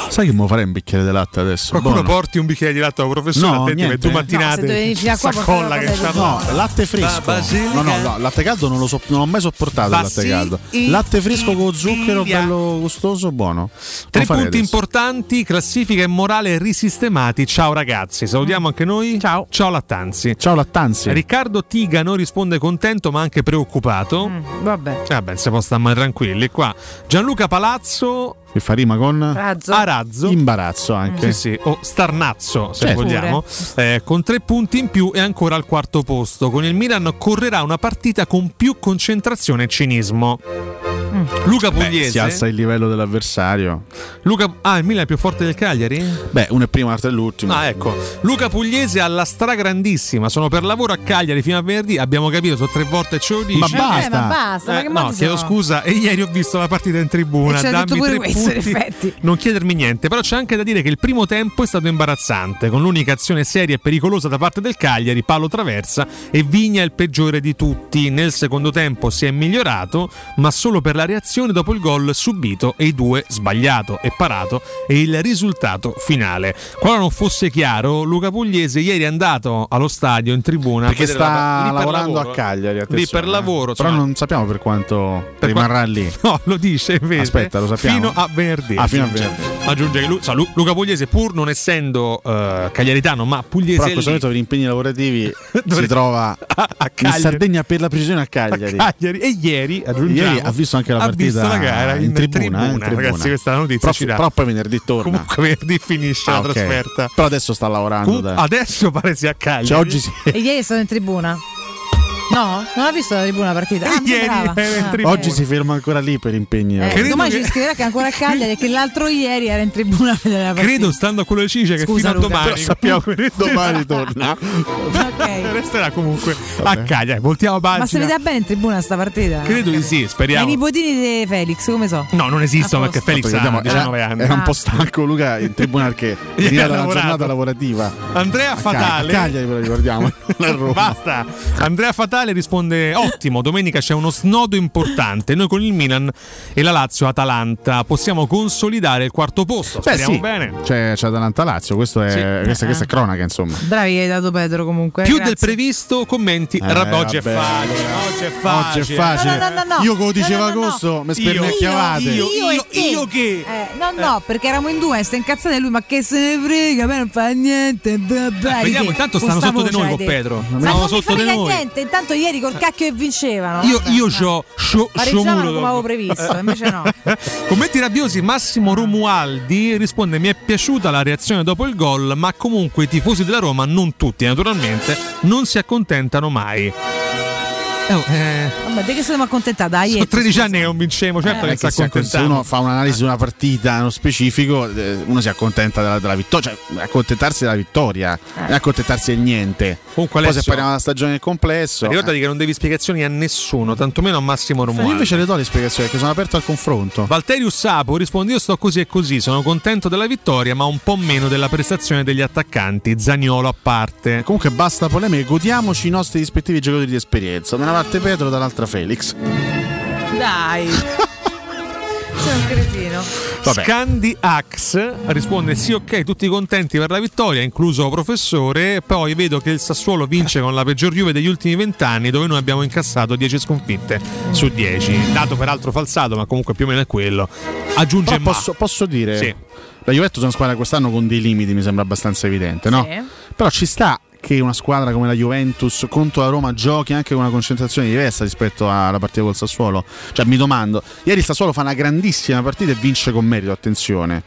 Speaker 6: Sai che mi farei un bicchiere di latte adesso?
Speaker 7: Qualcuno
Speaker 6: Buono.
Speaker 7: porti un bicchiere di latte a un professore,
Speaker 6: No,
Speaker 7: attenti che
Speaker 6: niente.
Speaker 7: tu mattinate.
Speaker 3: No, se dovevi finire qua,
Speaker 7: sta
Speaker 3: portava
Speaker 7: colla che
Speaker 3: cose
Speaker 7: c'ha.
Speaker 3: così.
Speaker 6: No, latte
Speaker 7: La
Speaker 6: fresco.
Speaker 7: basilica.
Speaker 6: No, no, no, latte caldo non lo so, non ho mai sopportato il latte
Speaker 7: Basilica.
Speaker 6: caldo. Latte fresco con zucchero, bello gustoso, buono.
Speaker 7: Tre
Speaker 6: Lo farei
Speaker 7: punti
Speaker 6: adesso.
Speaker 7: importanti, classifica e morale risistemati. Ciao ragazzi, salutiamo anche noi. Ciao. Ciao Lattanzi.
Speaker 6: Ciao Lattanzi.
Speaker 7: Riccardo Tigano risponde contento ma anche preoccupato.
Speaker 3: Mm, vabbè.
Speaker 7: Cioè, beh, se può stare mai tranquilli qua. Gianluca Palazzo
Speaker 6: Che fa rima con
Speaker 3: Razzo.
Speaker 7: a razzo.
Speaker 6: imbarazzo anche.
Speaker 7: Sì, sì, o starnazzo se
Speaker 6: Certo.
Speaker 7: vogliamo, Eh, con tre punti in più e ancora al quarto posto. Con il Milan correrà una partita con più concentrazione e cinismo.
Speaker 3: Mm.
Speaker 7: Luca
Speaker 6: Beh,
Speaker 7: Pugliese.
Speaker 6: si alza il livello dell'avversario.
Speaker 7: Luca... Ah, il Milan è più forte del Cagliari?
Speaker 6: Beh, uno è prima, l'altro è l'ultimo.
Speaker 7: Ah, ecco. Luca Pugliese alla stragrandissima. Sono per lavoro a Cagliari fino a venerdì. Abbiamo capito, sono tre volte ce lo dici.
Speaker 6: Ma Eh, basta.
Speaker 3: ma basta, ma che
Speaker 7: no,
Speaker 3: matti
Speaker 7: chiedo
Speaker 3: sono?
Speaker 7: scusa. E ieri ho visto la partita in tribuna.
Speaker 3: E c'era
Speaker 7: Dammi
Speaker 3: detto pure
Speaker 7: tre
Speaker 3: questo, in
Speaker 7: punti.
Speaker 3: effetti.
Speaker 7: Non chiedermi niente. Però c'è anche da dire che il primo tempo è stato imbarazzante. Con l'unica azione seria e pericolosa da parte del Cagliari, palo traversa e Vigna è il peggiore di tutti. Nel secondo tempo si è migliorato, ma solo per la reazione dopo il gol subito e i due sbagliato e parato e il risultato finale. Qualora non fosse chiaro, Luca Pugliese ieri è andato allo stadio in tribuna
Speaker 6: Perché
Speaker 7: a vedere la- lì
Speaker 6: sta
Speaker 7: per
Speaker 6: lavorando
Speaker 7: lavoro.
Speaker 6: a Cagliari.
Speaker 7: Lì
Speaker 6: attenzione,
Speaker 7: per
Speaker 6: eh.
Speaker 7: lavoro, cioè.
Speaker 6: Però
Speaker 7: insomma.
Speaker 6: non sappiamo per quanto
Speaker 7: Per qua-
Speaker 6: rimarrà lì.
Speaker 7: No, lo dice invece.
Speaker 6: Aspetta, lo sappiamo.
Speaker 7: Fino a venerdì.
Speaker 6: Ah, fino a
Speaker 7: aggiunge.
Speaker 6: venerdì.
Speaker 7: Aggiunge che Lu- sa, Lu- Luca Pugliese, pur non essendo eh, cagliaritano, ma pugliese.
Speaker 6: Però a questo
Speaker 7: lì-
Speaker 6: momento per impegni lavorativi si trova
Speaker 7: a
Speaker 6: in
Speaker 7: Cagliari.
Speaker 6: Sardegna per la precisione a Cagliari.
Speaker 7: Cagliari. E ieri, aggiungiamo,
Speaker 6: Ieri ha visto anche la
Speaker 7: ha
Speaker 6: partita
Speaker 7: visto la gara
Speaker 6: in, tribuna, eh, in tribuna.
Speaker 7: Ragazzi, questa è la notizia
Speaker 6: però,
Speaker 7: ci dà.
Speaker 6: però poi venerdì torna.
Speaker 7: Comunque venerdì finisce
Speaker 6: Ah,
Speaker 7: la
Speaker 6: ok.
Speaker 7: trasferta.
Speaker 6: Però adesso sta lavorando.
Speaker 7: Comunque,
Speaker 6: dai.
Speaker 7: adesso pare sia a Cagliari.
Speaker 6: Cioè, oggi si-
Speaker 3: E ieri è stato in tribuna. No, non ha visto la tribuna la partita. Ah, mi
Speaker 7: Ieri
Speaker 3: sembrava.
Speaker 7: era in
Speaker 3: Ah,
Speaker 7: tribuna.
Speaker 6: oggi si ferma ancora lì per impegni.
Speaker 3: eh,
Speaker 6: lavorativi.
Speaker 3: domani ci scriverà che è ancora a Cagliari e che l'altro ieri era in tribuna a vedere la partita.
Speaker 7: Credo, stando a quello che ci dice, che
Speaker 3: Scusa,
Speaker 7: fino
Speaker 3: Luca.
Speaker 7: a domani.
Speaker 3: Però sappiamo
Speaker 6: che domani torna.
Speaker 7: Resterà comunque a Cagliari. Voltiamo pagina.
Speaker 3: Ma se vedeva bene in tribuna sta partita?
Speaker 7: Credo di sì,
Speaker 3: Ma I
Speaker 7: speriamo.
Speaker 3: nipotini di Felix, come so?
Speaker 7: No, non esistono
Speaker 3: A posto.
Speaker 7: perché Felix
Speaker 6: Perché,
Speaker 7: ha
Speaker 6: diciamo,
Speaker 7: 19 anni. Ah.
Speaker 6: Era un po' stanco Luca in tribunale che
Speaker 7: Ieri
Speaker 6: veniva
Speaker 7: ha
Speaker 6: dalla
Speaker 7: lavorato.
Speaker 6: giornata lavorativa.
Speaker 7: Andrea
Speaker 6: A Ca-
Speaker 7: Fatale.
Speaker 6: A Cagliari però ricordiamo. Ah, non a Roma.
Speaker 7: Basta. Andrea Fatale risponde: Ottimo, domenica c'è uno snodo importante. Noi con il Milan e la Lazio Atalanta possiamo consolidare il quarto posto.
Speaker 6: Beh,
Speaker 7: Speriamo
Speaker 6: sì.
Speaker 7: bene.
Speaker 6: C'è, c'è Atalanta Lazio, questo è,
Speaker 7: Sì.
Speaker 6: questa,
Speaker 3: Ah.
Speaker 6: questa è cronaca, insomma.
Speaker 3: Bravi che hai dato Pedro comunque.
Speaker 7: Più del
Speaker 3: grazie.
Speaker 7: previsto, commenti.
Speaker 6: Eh,
Speaker 7: Rabbè, oggi è
Speaker 6: vabbè.
Speaker 7: facile. Oggi è
Speaker 6: Oggi
Speaker 7: facile.
Speaker 6: è facile.
Speaker 3: No, no, no, no.
Speaker 6: Io che lo dicevo
Speaker 3: No, no, no, no.
Speaker 6: agosto, mi
Speaker 7: Io-
Speaker 6: spermecchiavate.
Speaker 7: io-
Speaker 3: e
Speaker 7: io-
Speaker 3: te.
Speaker 7: io che?
Speaker 3: Eh, no, no, perché eravamo in due, sta incazzata e lui, ma che se ne frega, a me non fa niente. bla, bla,
Speaker 7: Eh, vediamo,
Speaker 3: di che?
Speaker 7: intanto
Speaker 3: Con
Speaker 7: stanno
Speaker 3: sta
Speaker 7: sotto di
Speaker 3: voce
Speaker 7: noi
Speaker 3: hai
Speaker 7: con
Speaker 3: detto.
Speaker 7: Pedro.
Speaker 3: Ma
Speaker 7: Stavano
Speaker 3: non mi
Speaker 7: sotto di
Speaker 3: frega
Speaker 7: noi.
Speaker 3: niente, intanto ieri col cacchio che vincevano.
Speaker 7: Io,
Speaker 3: vabbè.
Speaker 7: io c'ho scio,
Speaker 3: Pareggiavano
Speaker 7: sciomuro.
Speaker 3: come avevo previsto, invece no.
Speaker 7: Commenti rabbiosi, Massimo Romualdi risponde: Mi è piaciuta la reazione dopo il gol, ma comunque i tifosi della Roma, non tutti naturalmente, non si accontentano mai. Oh, eh,
Speaker 3: Vabbè, di che siamo accontentati? Dai, eh.
Speaker 7: sono 13 anni che non vincemo, certo
Speaker 6: Eh,
Speaker 7: che
Speaker 6: perché
Speaker 7: sta
Speaker 6: se- se
Speaker 7: accontentando.
Speaker 6: uno fa un'analisi di una partita nello specifico, eh, uno si accontenta della, della vittoria, cioè accontentarsi della vittoria, non accontentarsi del niente.
Speaker 7: Comunque,
Speaker 6: Poi se
Speaker 7: Alessio-
Speaker 6: parliamo della stagione nel complesso, eh,
Speaker 7: Ricordati che non devi spiegazioni a nessuno, tantomeno a Massimo
Speaker 6: io
Speaker 7: Romualdo.
Speaker 6: invece le do le spiegazioni perché sono aperto al confronto.
Speaker 7: Valterius Sapo risponde: Io sto così e così, sono contento della vittoria, ma un po' meno della prestazione degli attaccanti, Zaniolo a parte.
Speaker 6: Comunque basta polemiche, godiamoci i nostri rispettivi giocatori di esperienza. Da una parte Pedro, dall'altra Felix.
Speaker 3: Dai. Sei un cretino.
Speaker 6: Vabbè.
Speaker 7: Scandi Ax risponde: Sì, ok, tutti contenti per la vittoria, incluso professore. Poi vedo che il Sassuolo vince con la peggior Juve degli ultimi vent'anni, dove noi abbiamo incassato 10 sconfitte su 10. Dato peraltro falsato, ma comunque più o meno è quello. Aggiunge
Speaker 6: Però
Speaker 7: ma.
Speaker 6: posso, posso dire,
Speaker 7: Sì.
Speaker 6: la Juventus è una squadra quest'anno con dei limiti, mi sembra abbastanza evidente, no? Però ci sta che una squadra come la Juventus contro la Roma giochi anche con una concentrazione diversa rispetto alla partita col Sassuolo. Cioè, mi domando, ieri il Sassuolo fa una grandissima partita e vince con merito, attenone.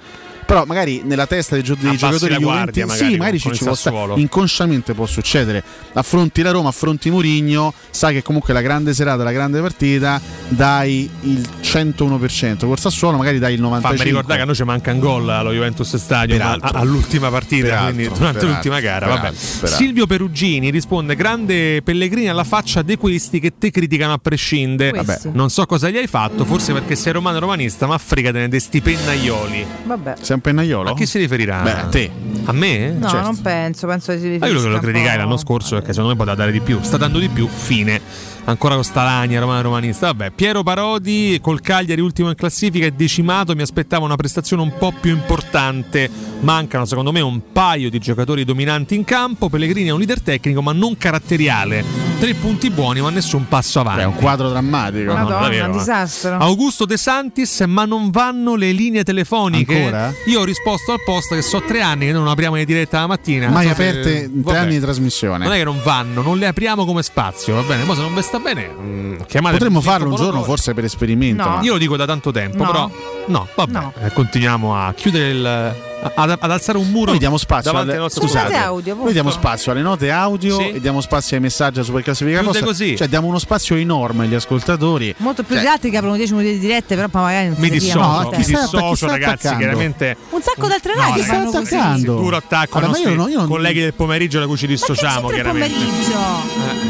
Speaker 6: Però magari nella testa dei, gio- dei
Speaker 7: Abbassi
Speaker 6: giocatori
Speaker 7: la guardia,
Speaker 6: Juventus,
Speaker 7: magari,
Speaker 6: sì, magari ci,
Speaker 7: con
Speaker 6: ci
Speaker 7: il
Speaker 6: può stare.
Speaker 7: Sassuolo.
Speaker 6: inconsciamente può succedere. Affronti la Roma, affronti Murigno, sai che comunque la grande serata, la grande partita, dai il 101%. Col Sassuolo magari dai il 95%.
Speaker 7: Fammi ricordare che a noi ci manca un gol allo Juventus Stadium a-
Speaker 6: Peraltro.
Speaker 7: all'ultima partita,
Speaker 6: Peraltro,
Speaker 7: quindi durante
Speaker 6: peraltro,
Speaker 7: l'ultima gara. vabbè.
Speaker 6: peraltro, peraltro.
Speaker 7: Silvio Perugini risponde: Grande Pellegrini alla faccia di questi che te criticano a prescindere.
Speaker 3: Questi. Vabbè.
Speaker 7: Non so cosa gli hai fatto, forse perché sei romano e romanista, ma fregatene dei sti pennaioli.
Speaker 3: Vabbè.
Speaker 6: Sei un pennaiolo?
Speaker 7: A chi si riferirà?
Speaker 6: Beh, a te.
Speaker 7: A me?
Speaker 3: No,
Speaker 7: Certo.
Speaker 3: non penso, penso che si
Speaker 7: Ma io
Speaker 3: riferisca
Speaker 7: lo, lo
Speaker 3: un
Speaker 7: criticai
Speaker 3: po'.
Speaker 7: l'anno scorso perché secondo me poteva dare di più. Sta dando di più, fine. Ancora con Stalagna, Romano Romanista. Vabbè, Piero Parodi col Cagliari ultimo in classifica è decimato. Mi aspettavo una prestazione un po' più importante. Mancano secondo me un paio di giocatori dominanti in campo. Pellegrini è un leader tecnico ma non caratteriale. Tre punti buoni ma nessun passo avanti. È un
Speaker 6: quadro drammatico.
Speaker 3: Madonna, un disastro.
Speaker 7: eh. Augusto De Santis, ma non vanno le linee telefoniche.
Speaker 6: Ancora?
Speaker 7: Io ho risposto al post che so tre anni che noi non apriamo le dirette la mattina. Eh,
Speaker 6: Mai
Speaker 7: Non so se-
Speaker 6: aperte in tre
Speaker 7: vabbè.
Speaker 6: anni di trasmissione.
Speaker 7: Non è che non vanno, non le apriamo come spazio, va bene? Ma se non vi sta bene, mm, chiamate.
Speaker 6: Potremmo
Speaker 7: il
Speaker 6: farlo un giorno
Speaker 7: proponatore.
Speaker 6: forse per esperimento. ma-
Speaker 7: Io lo dico da tanto tempo,
Speaker 6: No.
Speaker 7: però. No, vabbè. eh, continuiamo a chiudere il. a- Ad, ad alzare un muro.
Speaker 6: Noi diamo spazio,
Speaker 7: davanti
Speaker 6: alle,
Speaker 7: alle nostre
Speaker 6: scusate,
Speaker 7: scusate.
Speaker 6: noi diamo spazio alle note audio e diamo spazio ai messaggi super classifica
Speaker 7: Chiude
Speaker 6: posta.
Speaker 7: così.
Speaker 6: Cioè diamo uno spazio enorme agli ascoltatori. Cioè,
Speaker 3: Molto più
Speaker 7: Cioè,
Speaker 3: didattica, aprono 10 minuti di dirette, però poi magari non
Speaker 6: Mi
Speaker 3: si capiva
Speaker 6: dissocio,
Speaker 3: molto.
Speaker 6: mi Chi sta- dissocio, chi sta
Speaker 7: ragazzi,
Speaker 6: attaccando?
Speaker 7: chiaramente.
Speaker 3: Un sacco di altre
Speaker 7: No,
Speaker 3: radio
Speaker 7: ragazzi,
Speaker 3: fanno così.
Speaker 7: sì, Duro attacco
Speaker 6: Allora,
Speaker 7: ai
Speaker 6: ma
Speaker 7: nostri
Speaker 6: io no- io non-
Speaker 7: colleghi del pomeriggio da cui ci dissociamo,
Speaker 3: Sempre
Speaker 7: chiaramente.
Speaker 3: pomeriggio.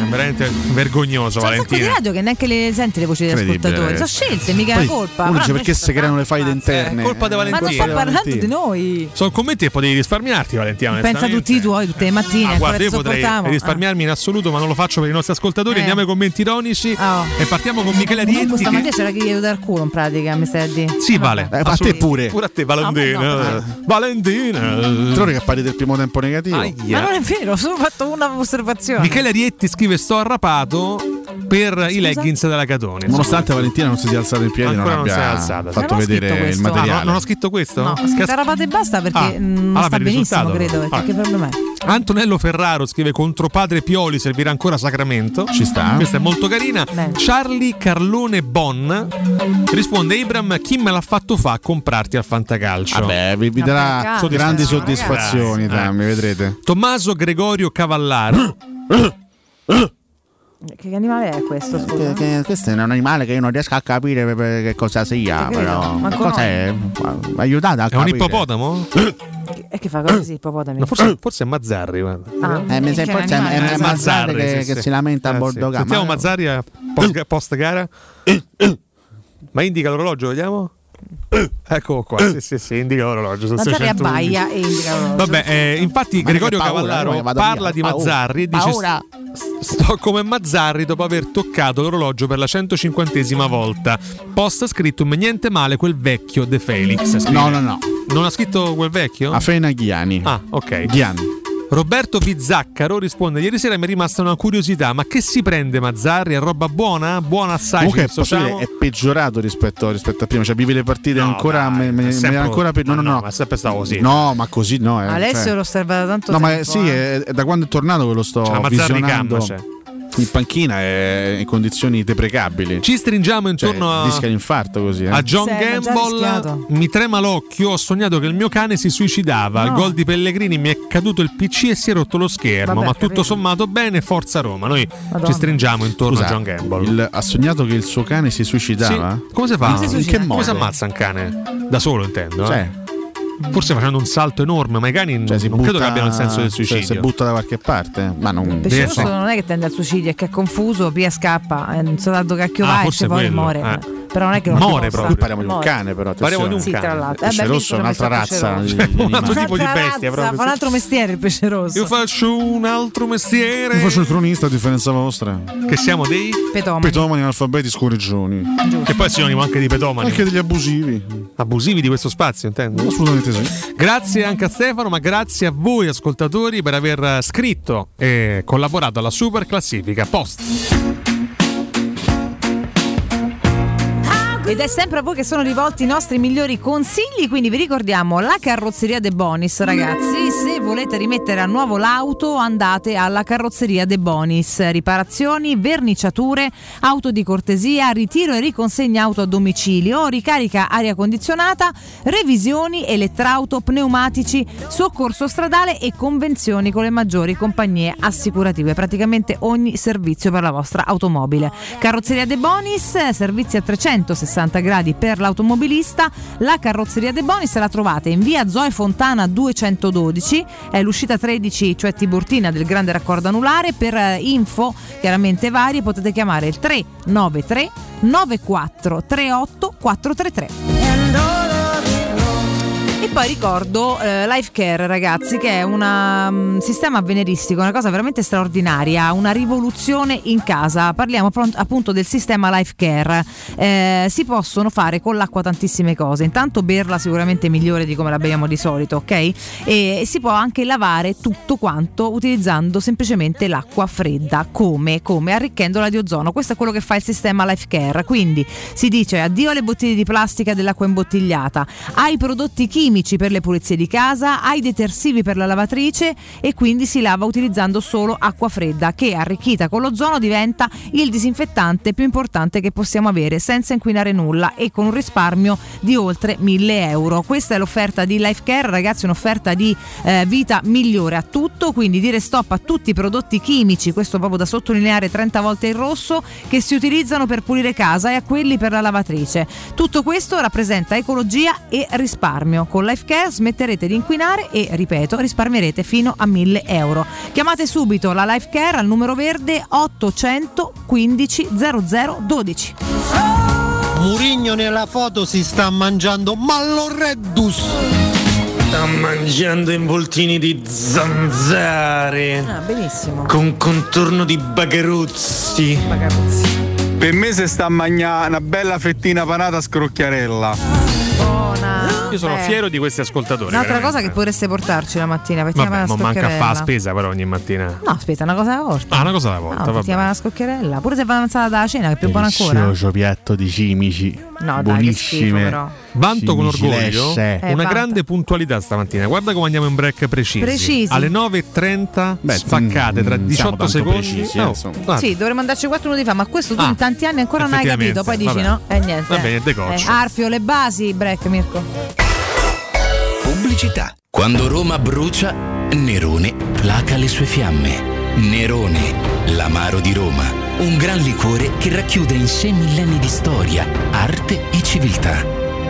Speaker 7: Eh, è veramente vergognoso,
Speaker 3: Un sacco di
Speaker 7: Valentina.
Speaker 3: radio che neanche le sente le voci degli
Speaker 7: Incredibile,
Speaker 3: ascoltatori. Sono
Speaker 7: ragazzi.
Speaker 3: scelte, mica
Speaker 7: Poi
Speaker 3: la colpa.
Speaker 6: Uno dice
Speaker 3: Ah,
Speaker 6: perché si creano le faide interne. Eh,
Speaker 7: È colpa di
Speaker 3: Ma non
Speaker 7: Valentina.
Speaker 3: sto parlando di noi.
Speaker 7: Sono commenti che potevi risparmiarti, Valentina.
Speaker 3: Pensa a
Speaker 7: onestamente.
Speaker 3: tutti i tuoi tutte le mattine.
Speaker 7: Ah,
Speaker 3: ancora
Speaker 7: guarda, io
Speaker 3: ti
Speaker 7: potrei
Speaker 3: sopportavo.
Speaker 7: risparmiarmi in assoluto, ma non lo faccio per i nostri ascoltatori. Andiamo ai commenti ironici e partiamo con Michela
Speaker 3: Ah.
Speaker 7: Rietti.
Speaker 3: Questa
Speaker 7: che-
Speaker 3: mattina c'era chi gli dare il culo in pratica, mi stai a dire.
Speaker 7: Sì, vale.
Speaker 6: Eh, ma a te pure.
Speaker 7: Pure a te, Valentina. Valentina.
Speaker 6: Trovi che parli del primo tempo negativo.
Speaker 3: Ma non è vero, ho solo fatto una osservazione.
Speaker 7: Michele Rietti scrive: Sto arrapato per i leggings della Catone.
Speaker 6: Nonostante Valentina non si sia alzata in piedi,
Speaker 7: Ancora
Speaker 6: non
Speaker 7: non si è
Speaker 6: abbia
Speaker 7: alzata.
Speaker 6: fatto
Speaker 7: Non ho scritto
Speaker 6: vedere il
Speaker 7: questo. Ah,
Speaker 6: materiale.
Speaker 7: no, non ho scritto questo?
Speaker 3: No, ho scritto arrabate e basta perché
Speaker 7: Ah.
Speaker 3: mm, non
Speaker 7: Ah,
Speaker 3: sta
Speaker 7: per il
Speaker 3: benissimo,
Speaker 7: risultato.
Speaker 3: credo. Perché
Speaker 7: Ah.
Speaker 3: che problema è?
Speaker 7: Antonello Ferraro scrive contro padre Pioli servirà ancora Sacramento. Ci
Speaker 6: sta.
Speaker 7: Questa è molto carina. Charlie Carlone Bon risponde Ibram chi me l'ha fatto fa a comprarti al Fantacalcio.
Speaker 6: Vabbè, vi, vi darà grandi soddisfazioni,
Speaker 7: Grazie.
Speaker 6: Tammy, vedrete.
Speaker 7: Eh.
Speaker 6: Ah,
Speaker 7: Tommaso Gregorio Cavallaro.
Speaker 3: Che animale è questo? Scusa.
Speaker 6: Che- questo è un animale che io non riesco a capire per- per che cosa sia,
Speaker 3: Ti credo,
Speaker 6: però.
Speaker 3: manco noi.
Speaker 6: Cos'è? Aiutate a
Speaker 7: È un
Speaker 6: capire.
Speaker 7: ippopotamo?
Speaker 3: E che fa così, ippopotami?
Speaker 7: No, forse, forse è Mazzarri. guarda.
Speaker 3: Ah,
Speaker 6: Eh, mi sa-
Speaker 3: che
Speaker 6: forse è-
Speaker 3: animale.
Speaker 6: è Mazzarri che- che si lamenta a
Speaker 7: sì.
Speaker 6: bordo gamma.
Speaker 7: Sentiamo Mazzarri a post, post gara. Ma indica l'orologio, vediamo. Eccolo qua, sì, sì, sì, indica l'orologio. sono
Speaker 3: Mazzarri
Speaker 7: 611.
Speaker 3: abbaia e indica l'orologio.
Speaker 7: Vabbè, eh, infatti
Speaker 6: Ma
Speaker 7: Gregorio
Speaker 6: che paura,
Speaker 7: Cavallaro
Speaker 6: eh, vado
Speaker 7: parla
Speaker 6: via,
Speaker 7: di
Speaker 6: paura,
Speaker 7: Mazzarri e dice
Speaker 6: paura.
Speaker 7: "S- sto come Mazzarri dopo aver toccato l'orologio per la 150esima volta. Post scrittum niente male quel vecchio De Felix. scrive.
Speaker 6: No, no, no.
Speaker 7: Non ha scritto quel vecchio?
Speaker 6: Afena Ghiani.
Speaker 7: Ah, ok.
Speaker 6: Ghiani.
Speaker 7: Roberto Pizzaccaro risponde: Ieri sera mi è rimasta una curiosità, ma che si prende Mazzarri? È roba buona? Buona assai.
Speaker 6: Comunque
Speaker 7: ci
Speaker 6: posso
Speaker 7: dissociamo?
Speaker 6: dire, è peggiorato rispetto, rispetto a prima, cioè vive le partite ancora, me- me-
Speaker 7: è sempre-
Speaker 6: me- eh, ancora pe- no, no, no,
Speaker 7: ma è sempre stato così.
Speaker 6: No, ma così no. eh,
Speaker 3: Alessio
Speaker 6: cioè.
Speaker 3: l'ho osservata tanto
Speaker 6: No, ma
Speaker 3: tempo.
Speaker 6: eh, sì, è, è da quando è tornato che lo sto
Speaker 7: C'è la Mazzarri
Speaker 6: visionando.
Speaker 7: Gamma, c'è.
Speaker 6: in panchina è in condizioni deprecabili.
Speaker 7: Ci stringiamo intorno a-
Speaker 6: Cioè, Rischia l'infarto così. eh.
Speaker 7: A John
Speaker 3: Sì, l'ho già
Speaker 7: Gamble
Speaker 3: rischiato.
Speaker 7: mi trema l'occhio, ho sognato che il mio cane si suicidava. Al
Speaker 3: No.
Speaker 7: gol di Pellegrini mi è caduto il PC e si è rotto lo schermo,
Speaker 3: Vabbè,
Speaker 7: ma tutto
Speaker 3: capito.
Speaker 7: sommato bene, forza Roma. Noi
Speaker 3: Madonna.
Speaker 7: ci stringiamo intorno
Speaker 6: Scusa,
Speaker 7: a John Gamble.
Speaker 6: il- ha sognato che il suo cane si suicidava?
Speaker 7: Sì. Come si fa?
Speaker 6: In che modo?
Speaker 7: Come si ammazza un cane? Da solo intendo.
Speaker 6: Cioè.
Speaker 7: eh. Forse facendo un salto enorme, ma i cani non credo che
Speaker 6: Butta-
Speaker 7: abbiano il senso del
Speaker 6: cioè,
Speaker 7: suicidio.
Speaker 6: si butta da qualche parte, ma non.
Speaker 3: Pesce rosso non è che tende al suicidio, è che è confuso, via scappa, eh, non so tanto cacchio
Speaker 6: Ah,
Speaker 3: va e
Speaker 6: forse
Speaker 3: se poi
Speaker 6: quello,
Speaker 3: muore.
Speaker 6: eh.
Speaker 3: Però non è che non
Speaker 6: More
Speaker 3: possa.
Speaker 6: proprio. Qui parliamo di un
Speaker 3: Muore.
Speaker 6: cane, però,
Speaker 7: Parliamo di un
Speaker 3: sì,
Speaker 7: cane.
Speaker 3: tra l'altro.
Speaker 6: Pesce
Speaker 3: Eh, beh,
Speaker 6: rosso è
Speaker 3: mi
Speaker 6: un'altra
Speaker 3: sono messo
Speaker 6: razza. di-
Speaker 3: pesce rosso.
Speaker 6: di
Speaker 7: Un altro
Speaker 6: animali.
Speaker 7: tipo di
Speaker 3: Un'altra
Speaker 7: bestia,
Speaker 3: razza,
Speaker 7: proprio.
Speaker 3: Fa un altro mestiere il pesce rosso.
Speaker 7: Io faccio un altro mestiere.
Speaker 6: Io faccio il cronista a differenza vostra.
Speaker 7: Che siamo dei
Speaker 3: petomani.
Speaker 6: Petomani analfabeti scorreggioni.
Speaker 7: Che poi è sinonimo anche di petomani.
Speaker 6: Anche degli abusivi.
Speaker 7: Abusivi di questo spazio, intendo?
Speaker 6: Assolutamente sì.
Speaker 7: Grazie anche a Stefano, ma grazie a voi ascoltatori per aver scritto e collaborato alla super classifica post.
Speaker 3: Ed è sempre a voi che sono rivolti i nostri migliori consigli, quindi vi ricordiamo la carrozzeria De Bonis, ragazzi. Se volete rimettere a nuovo l'auto, andate alla carrozzeria De Bonis. Riparazioni, verniciature, auto di cortesia, ritiro e riconsegna auto a domicilio, ricarica aria condizionata, revisioni, elettrauto, pneumatici, soccorso stradale e convenzioni con le maggiori compagnie assicurative. Praticamente ogni servizio per la vostra automobile. Carrozzeria De Bonis, servizi a 360 gradi per l'automobilista. La carrozzeria De Bonis la trovate in via Zoe Fontana 212, è l'uscita 13, cioè Tiburtina del grande raccordo anulare. Per eh, info chiaramente varie potete chiamare il 393 94 38 433. E poi ricordo eh, Life Care, ragazzi, che è un sistema avveniristico, una cosa veramente straordinaria, una rivoluzione in casa. Parliamo appro- appunto del sistema Life Care. Eh, si possono fare con l'acqua tantissime cose. Intanto berla sicuramente migliore di come la beviamo di solito, ok? E, e si può anche lavare tutto quanto utilizzando semplicemente l'acqua fredda, come? Come? Arricchendola di ozono. Questo è quello che fa il sistema Life Care. Quindi si dice addio alle bottiglie di plastica dell'acqua imbottigliata, ai prodotti chimici per le pulizie di casa, ai detersivi per la lavatrice e quindi si lava utilizzando solo acqua fredda che arricchita con l'ozono diventa il disinfettante più importante che possiamo avere senza inquinare nulla e con un risparmio di oltre 1000 euro. Questa è l'offerta di Life Care, ragazzi, un'offerta di eh, vita migliore a tutto, quindi dire stop a tutti i prodotti chimici, questo proprio da sottolineare 30 volte in rosso, che si utilizzano per pulire casa e a quelli per la lavatrice. Tutto questo rappresenta ecologia e risparmio. Con Life Care smetterete di inquinare e, ripeto, risparmierete fino a 1000 euro. Chiamate subito la Life Care al numero verde 815 0012.
Speaker 69: Murigno nella foto si sta mangiando Malloreddus.
Speaker 1: Sta mangiando involtini di zanzare.
Speaker 3: Ah, benissimo.
Speaker 1: Con contorno di bagaruzzi.
Speaker 70: Per me se sta a mangiare una bella fettina panata a scrocchiarella.
Speaker 7: Io sono
Speaker 3: Beh.
Speaker 7: fiero di questi ascoltatori.
Speaker 3: Eh. Un'altra
Speaker 7: veramente.
Speaker 3: cosa che potreste portarci la mattina, perché
Speaker 7: Vabbè, non manca a fare la spesa però ogni mattina.
Speaker 3: No, aspetta, una cosa oh, alla volta.
Speaker 7: Ah, una cosa alla volta,
Speaker 3: No,
Speaker 7: vabbè.
Speaker 3: ti chiama la scocchiarella. Pure se va avanzata dalla cena, che è più buona ancora.
Speaker 6: Delicioso piatto di cimici.
Speaker 3: No, dai, che schifo,
Speaker 6: buonissime.
Speaker 3: però.
Speaker 7: Vanto con
Speaker 6: Cimici
Speaker 7: orgoglio
Speaker 6: lesce.
Speaker 3: Eh,
Speaker 7: una
Speaker 3: vanta.
Speaker 7: grande puntualità stamattina. Guarda come andiamo in break precisi.
Speaker 3: Precisi.
Speaker 7: Alle 9.30 spaccate tra
Speaker 6: mm,
Speaker 7: 18
Speaker 6: siamo tanto
Speaker 7: secondi.
Speaker 6: precisi, eh, insomma.
Speaker 7: guarda.
Speaker 3: Sì, dovremmo andarci quattro minuti fa, ma questo tu
Speaker 7: Ah,
Speaker 3: in tanti anni ancora non hai capito. Poi dici no?
Speaker 7: effettivamente,
Speaker 3: E eh, niente.
Speaker 7: Va bene,
Speaker 3: eh.
Speaker 7: decoccio.
Speaker 3: Eh, Arfio, le basi, break, Mirko.
Speaker 17: Pubblicità. Quando Roma brucia, Nerone placa le sue fiamme. Nerone, l'amaro di Roma. Un gran liquore che racchiude in sé millenni di storia, arte e civiltà.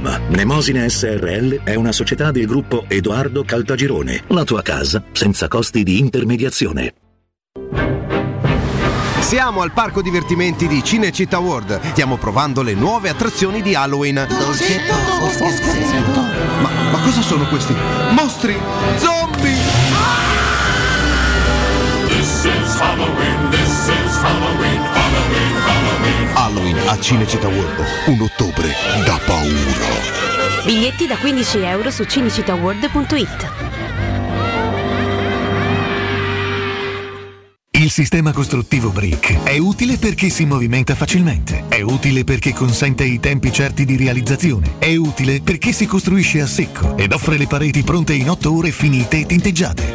Speaker 49: Mnemosina Nemosina SRL è una società del gruppo Edoardo Caltagirone. La tua casa senza costi di intermediazione.
Speaker 36: Siamo al parco divertimenti di Cinecittà World. Stiamo provando le nuove attrazioni di Halloween.
Speaker 1: Dolcetto o scherzetto?
Speaker 36: Ma, ma cosa sono questi? Mostri! Zombie!
Speaker 71: This is Halloween, this is Halloween, Halloween, Halloween.
Speaker 36: Halloween a Cinecittà World. Un ottobre da paura.
Speaker 47: Biglietti da 15 euro su cinicitaworld.it.
Speaker 9: Il sistema costruttivo Brick è utile perché si movimenta facilmente, è utile perché consente i tempi certi di realizzazione, è utile perché si costruisce a secco ed offre le pareti pronte in 8 ore finite e tinteggiate,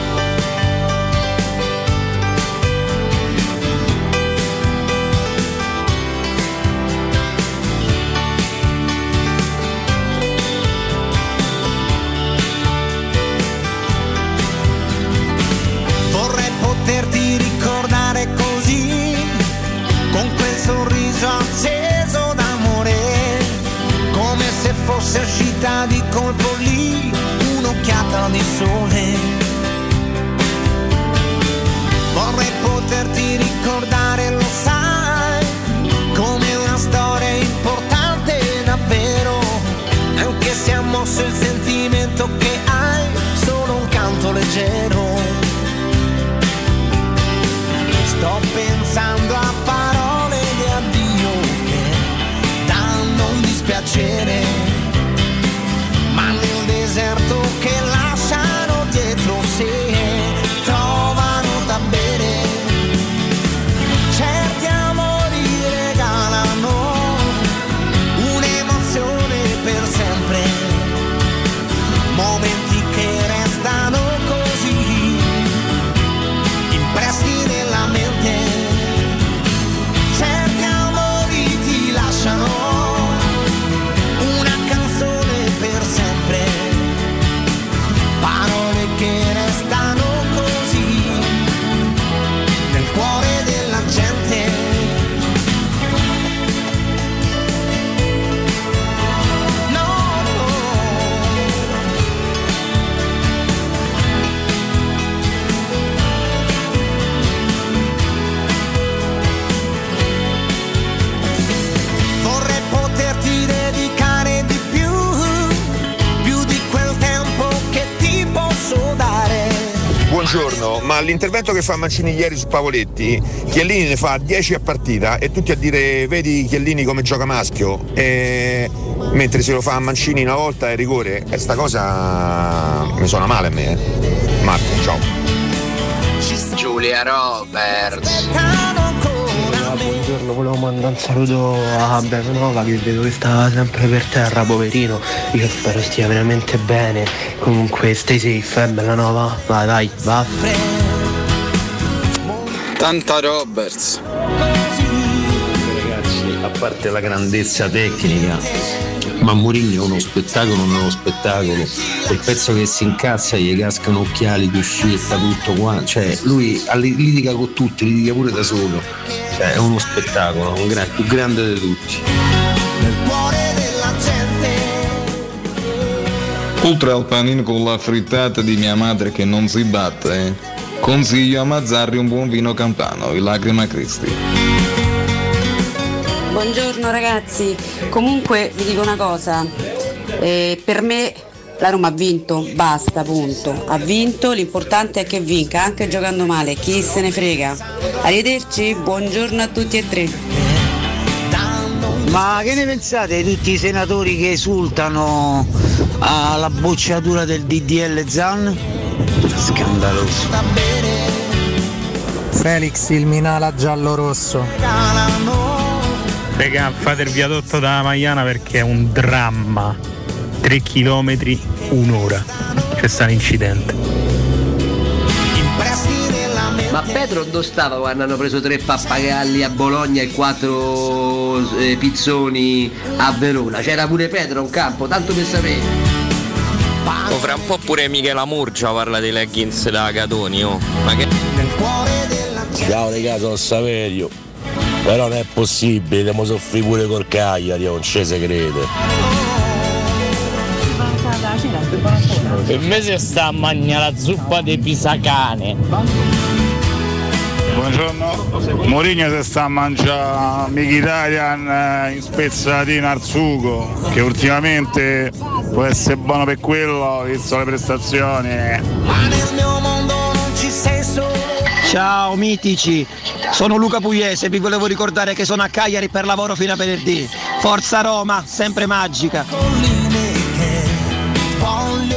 Speaker 16: Vorrei poterti ricordare così, con quel sorriso acceso d'amore, come se fosse uscita di colpo lì un'occhiata di sole. Vorrei poterti ricordare, lo sai, come una storia importante davvero, anche se ha mosso il sentimento che hai, solo un canto leggero. Sto pensando a parole di addio che danno un dispiacere, ma nel deserto che lasciano dietro se trovano da bere. Certi amori regalano un'emozione per sempre, momenti che restano così impressi nella mente. Certi amori ti lasciano una canzone per sempre. Parole che restano così nel cuore della gente. No, no. Vorrei poterti dedicare di più, più di quel tempo che ti posso dare.
Speaker 9: Buongiorno, ma l'intervento che fa Mancini ieri su Pavoletti, Chiellini ne fa 10 a partita e tutti a dire vedi Chiellini come gioca maschio, e... mentre se lo fa a Mancini una volta è rigore, e sta cosa mi suona male a me. eh. Marco, ciao.
Speaker 16: Giulia Roberts.
Speaker 1: Lontano
Speaker 72: Ah, manda un saluto a Bevanova che vedo che stava sempre per terra, poverino. Io spero stia veramente bene. Comunque stay safe, eh, Bellanova. Vai, vai, va.
Speaker 73: Tanta Roberts.
Speaker 1: Ragazzi, a parte la grandezza tecnica, ma Mourinho è uno spettacolo non è uno spettacolo. Il pezzo che si incazza gli cascano occhiali di uscita, tutto qua. Cioè, lui alli- litiga con tutti, litiga pure da solo. Cioè, è uno spettacolo, un gra- più grande di tutti.
Speaker 74: Oltre al panino con la frittata di mia madre che non si batte, consiglio a Mazzarri un buon vino campano, il Lacrima Christi.
Speaker 75: Buongiorno ragazzi, comunque vi dico una cosa, eh, per me la Roma ha vinto, basta, punto, ha vinto, l'importante è che vinca, anche giocando male, chi se ne frega. Arrivederci, buongiorno a tutti e tre.
Speaker 76: Ma che ne pensate di tutti i senatori che esultano alla bocciatura del DDL Zan?
Speaker 1: Scandaloso.
Speaker 77: Felix il Minala giallo-rosso.
Speaker 32: Raga, fate il viadotto da Maiana perché è un dramma. 3 km un'ora. C'è stato un incidente. Ma Pedro dove stava quando hanno preso tre pappagalli a Bologna e quattro eh, pizzoni a Verona? C'era pure Pedro un campo, tanto per sapere.
Speaker 16: Oh, fra un po' pure Michela Murgia parla dei leggings da Catoni, oh. Ma che.
Speaker 78: Ciao regà, sono Saverio. Però non è possibile, dobbiamo soffrire pure col Cagliari, non ci si crede.
Speaker 79: Per me si sta a mangiare la zuppa dei pisacane.
Speaker 58: Buongiorno, Mourinho si sta a mangiare Mkhitaryan eh, in spezzatina al sugo, che ultimamente può essere buono per quello, visto le prestazioni.
Speaker 16: Ciao mitici, sono Luca Pugliese, vi volevo ricordare che sono a Cagliari per lavoro fino a venerdì. Forza Roma, sempre magica.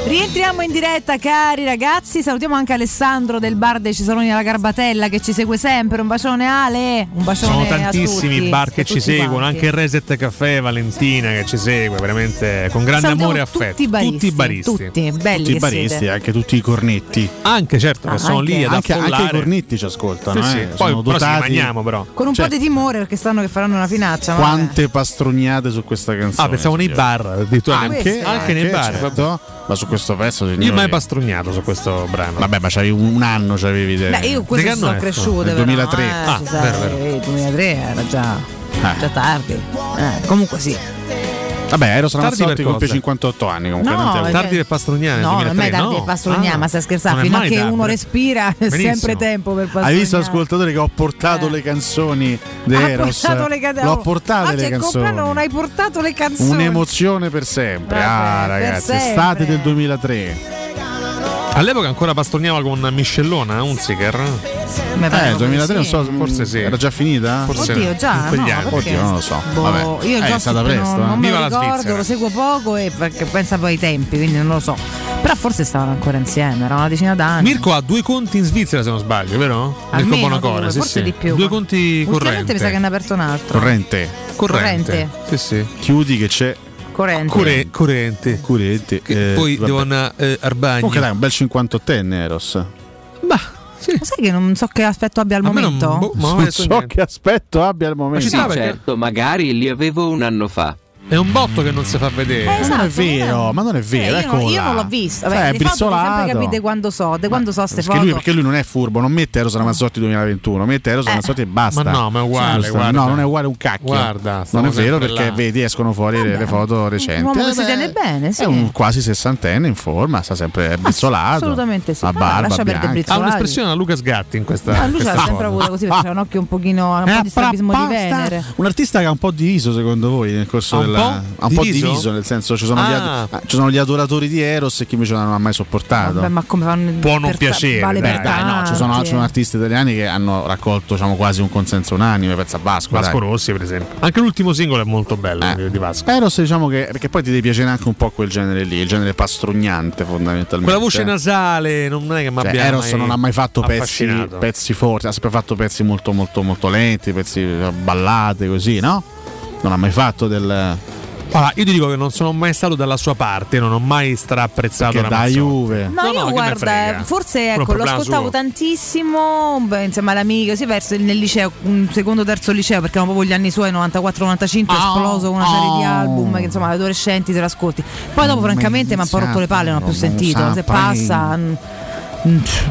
Speaker 3: Rientriamo in diretta cari ragazzi, salutiamo anche Alessandro del bar dei Cisaloni alla Garbatella che ci segue sempre, un bacione Ale, un bacione
Speaker 7: Sono
Speaker 3: a
Speaker 7: tantissimi
Speaker 3: tutti,
Speaker 7: i bar che
Speaker 3: a
Speaker 7: ci
Speaker 3: tutti
Speaker 7: seguono,
Speaker 3: quanti.
Speaker 7: anche il Reset Caffè, Valentina che ci segue, veramente con grande
Speaker 3: Salutiamo
Speaker 7: amore e
Speaker 3: tutti i
Speaker 7: affetto. tutti i
Speaker 3: baristi,
Speaker 7: eh. baristi.
Speaker 3: tutti, belli
Speaker 6: Tutti i
Speaker 3: che
Speaker 6: baristi,
Speaker 3: siete.
Speaker 6: anche tutti i cornetti.
Speaker 7: Anche certo, che
Speaker 3: Ah,
Speaker 7: sono lì ad
Speaker 6: anche,
Speaker 7: affollare.
Speaker 6: anche i cornetti ci ascoltano,
Speaker 7: Sì, sì,
Speaker 6: eh,
Speaker 7: poi-
Speaker 6: sono
Speaker 7: però se li
Speaker 6: dotati.
Speaker 7: mangiamo, però.
Speaker 3: Con un
Speaker 6: Cioè,
Speaker 3: po' di timore perché sanno che faranno una finaccia. ma vabbè.
Speaker 6: quante pastroniate su questa canzone.
Speaker 7: Ah, pensavo nei
Speaker 6: signori.
Speaker 7: bar, addirittura.
Speaker 3: Ah,
Speaker 7: anche,
Speaker 3: queste,
Speaker 7: anche nei
Speaker 6: Anche,
Speaker 7: bar.
Speaker 6: certo. Ma su questo pezzo, signori.
Speaker 7: mai pastrognato su questo brano.
Speaker 6: Vabbè, ma c'avevi un anno, c'avevi te.
Speaker 3: Beh, io
Speaker 6: Di
Speaker 3: questo
Speaker 6: che
Speaker 3: ci sono
Speaker 6: anno è?
Speaker 3: cresciuto.
Speaker 6: Nel
Speaker 3: però,
Speaker 6: 2003.
Speaker 3: eh,
Speaker 6: Ah,
Speaker 3: ci sa-
Speaker 6: vero, vero.
Speaker 3: eh, 2003 era già,
Speaker 6: Ah.
Speaker 3: già tardi. Eh, comunque sì.
Speaker 6: Vabbè, Eros
Speaker 7: Tardi per
Speaker 6: Ramazzotti compie
Speaker 7: cosa?
Speaker 6: 58 anni comunque.
Speaker 3: No,
Speaker 6: non te-
Speaker 3: perché- Tardi per
Speaker 7: pastroniare
Speaker 3: No, non è mai tardi per pastroniare, ma stai scherzando,
Speaker 6: Ah, Non è
Speaker 3: fino a
Speaker 6: mai
Speaker 3: che
Speaker 6: tardi.
Speaker 3: uno respira è
Speaker 6: Benissimo.
Speaker 3: sempre tempo per pastroniare.
Speaker 6: Hai visto ascoltatore che ho portato le canzoni di
Speaker 3: Eh. Ha
Speaker 6: Eros?
Speaker 3: portato le can-
Speaker 6: L'ho portate
Speaker 3: Ah,
Speaker 6: le
Speaker 3: cioè,
Speaker 6: canzoni.
Speaker 3: compleanno non hai portato le canzoni.
Speaker 6: Un'emozione per sempre. ah,
Speaker 3: per
Speaker 6: ragazzi,
Speaker 3: sempre.
Speaker 6: estate del 2003.
Speaker 7: All'epoca ancora pastroniava con Miscellona, un Unziker.
Speaker 3: Mi pare
Speaker 6: Eh, 2003 non so,
Speaker 7: forse sì.
Speaker 6: Era già finita?
Speaker 7: Forse
Speaker 3: Oddio, già,
Speaker 6: In quegli
Speaker 3: no,
Speaker 6: anni.
Speaker 3: perché?
Speaker 6: Oddio, non lo so.
Speaker 3: Boh,
Speaker 6: Vabbè.
Speaker 3: Io
Speaker 6: Eh,
Speaker 3: già
Speaker 6: è stata presto.
Speaker 3: non,
Speaker 6: eh.
Speaker 3: non me lo ricordo, lo seguo poco e perché pensa poi ai tempi, quindi non lo so. Però forse stavano ancora insieme, era una decina d'anni.
Speaker 7: Mirko ha due conti in Svizzera, se non sbaglio, vero?
Speaker 3: Almeno
Speaker 7: Mirko Bonacore,
Speaker 3: due,
Speaker 7: sì,
Speaker 3: forse
Speaker 7: sì.
Speaker 3: di più.
Speaker 7: Due conti
Speaker 3: Ultimamente mi sa che
Speaker 7: correnti.
Speaker 3: ne ha aperto un altro.
Speaker 6: Corrente.
Speaker 3: Corrente.
Speaker 7: Sì, sì.
Speaker 6: Chiudi che c'è.
Speaker 3: Corrente.
Speaker 7: Corre- corrente.
Speaker 6: Corrente. eh,
Speaker 7: Poi
Speaker 6: vabbè.
Speaker 7: devo andare eh, Arbagna.
Speaker 6: Comunque dai, un bel 58enne Eros.
Speaker 3: Ma sai che non so che aspetto abbia al
Speaker 7: Boh,
Speaker 3: momento?
Speaker 6: non so che aspetto abbia al momento.
Speaker 16: Sì, certo, magari li avevo un anno fa.
Speaker 7: È un botto che non si fa vedere.
Speaker 3: Eh, esatto,
Speaker 6: non è vero, cioè, ma non è
Speaker 3: Eh,
Speaker 6: vero. ecco
Speaker 3: io, non,
Speaker 6: eccola.
Speaker 3: io non l'ho visto. Vabbè,
Speaker 6: Cioè, è
Speaker 3: le foto mi sempre
Speaker 6: brizzolato.
Speaker 3: capite quando so, de quando so ste
Speaker 6: Perché lui,
Speaker 3: foto.
Speaker 6: perché lui non è furbo, non mette Eros Ramazzotti 2021, mette
Speaker 3: Eh.
Speaker 6: Eros Ramazzotti e basta.
Speaker 7: Ma no, ma è uguale,
Speaker 6: Giusto?
Speaker 7: guarda.
Speaker 6: No, non è uguale un cacchio.
Speaker 7: Guarda,
Speaker 6: non
Speaker 7: stiamo
Speaker 6: è vero
Speaker 7: sempre
Speaker 6: perché
Speaker 7: là.
Speaker 6: vedi escono fuori le, le foto recenti.
Speaker 3: Un uomo
Speaker 6: Eh,
Speaker 3: che si
Speaker 6: beh,
Speaker 3: tiene bene, sì.
Speaker 6: È un quasi sessantenne in forma, sta sempre brizzolato.
Speaker 3: assolutamente sì.
Speaker 6: A
Speaker 3: Ma
Speaker 6: barba,
Speaker 3: lascia perdere
Speaker 6: bianca.
Speaker 3: brizzolati. Ha un'espressione
Speaker 7: a Luca Sgatti in questa.
Speaker 3: Ah, lui ce l'ha
Speaker 6: Esatto.
Speaker 3: sempre avuto così
Speaker 6: Eh,
Speaker 3: perché c'era un occhio un pochino un po' di strabismo di Venere.
Speaker 6: Un artista che ha un po' diviso secondo voi nel corso
Speaker 7: Ha un
Speaker 6: della
Speaker 7: po'
Speaker 6: po', un po' diviso, nel senso ci sono,
Speaker 3: Ah.
Speaker 6: gli ad- ah, ci sono gli adoratori di Eros e chi invece non ha mai sopportato.
Speaker 3: Vabbè, ma come fanno
Speaker 7: Può non piacere,
Speaker 3: vale
Speaker 6: Beh,
Speaker 3: per
Speaker 6: dai, no, ci sono,
Speaker 3: tanti,
Speaker 6: ci sono
Speaker 3: eh.
Speaker 6: artisti italiani che hanno raccolto diciamo, quasi un consenso unanime, pensa a Vasco.
Speaker 7: Vasco
Speaker 6: dai. Eh.
Speaker 7: Rossi, per esempio. Anche l'ultimo singolo è molto bello quello di Vasco.
Speaker 6: Eros diciamo che perché poi ti deve piacere anche un po' quel genere lì, il genere pastrugnante fondamentalmente.
Speaker 7: Quella voce nasale non è che mi
Speaker 6: Cioè,
Speaker 7: abbia
Speaker 6: Eros
Speaker 7: mai
Speaker 6: non ha mai fatto pezzi,
Speaker 7: affascinato.
Speaker 6: pezzi forti, ha sempre fatto pezzi molto molto molto lenti, pezzi eh, ballate così, no? Non ha mai fatto del
Speaker 7: Allora, io ti dico che non sono mai stato dalla sua parte, non ho mai straapprezzato la
Speaker 6: Perché da
Speaker 7: Mazzotti.
Speaker 6: Juve.
Speaker 3: No, io
Speaker 7: che me
Speaker 3: guarda,
Speaker 7: frega.
Speaker 3: forse
Speaker 7: Quello è
Speaker 3: ecco,
Speaker 7: un
Speaker 3: lo
Speaker 7: problema
Speaker 3: ascoltavo
Speaker 7: suo.
Speaker 3: tantissimo, beh, insomma l'amico, sì, verso nel liceo, mm, secondo terzo liceo, perché erano proprio gli anni suoi, 94-95,
Speaker 6: Ah,
Speaker 3: è esploso con una serie di album che insomma adolescenti te l'ascolti. Poi
Speaker 6: Mm,
Speaker 3: dopo francamente mi ha un po' rotto le palle, non ho più sentito, se passa... mm, mm,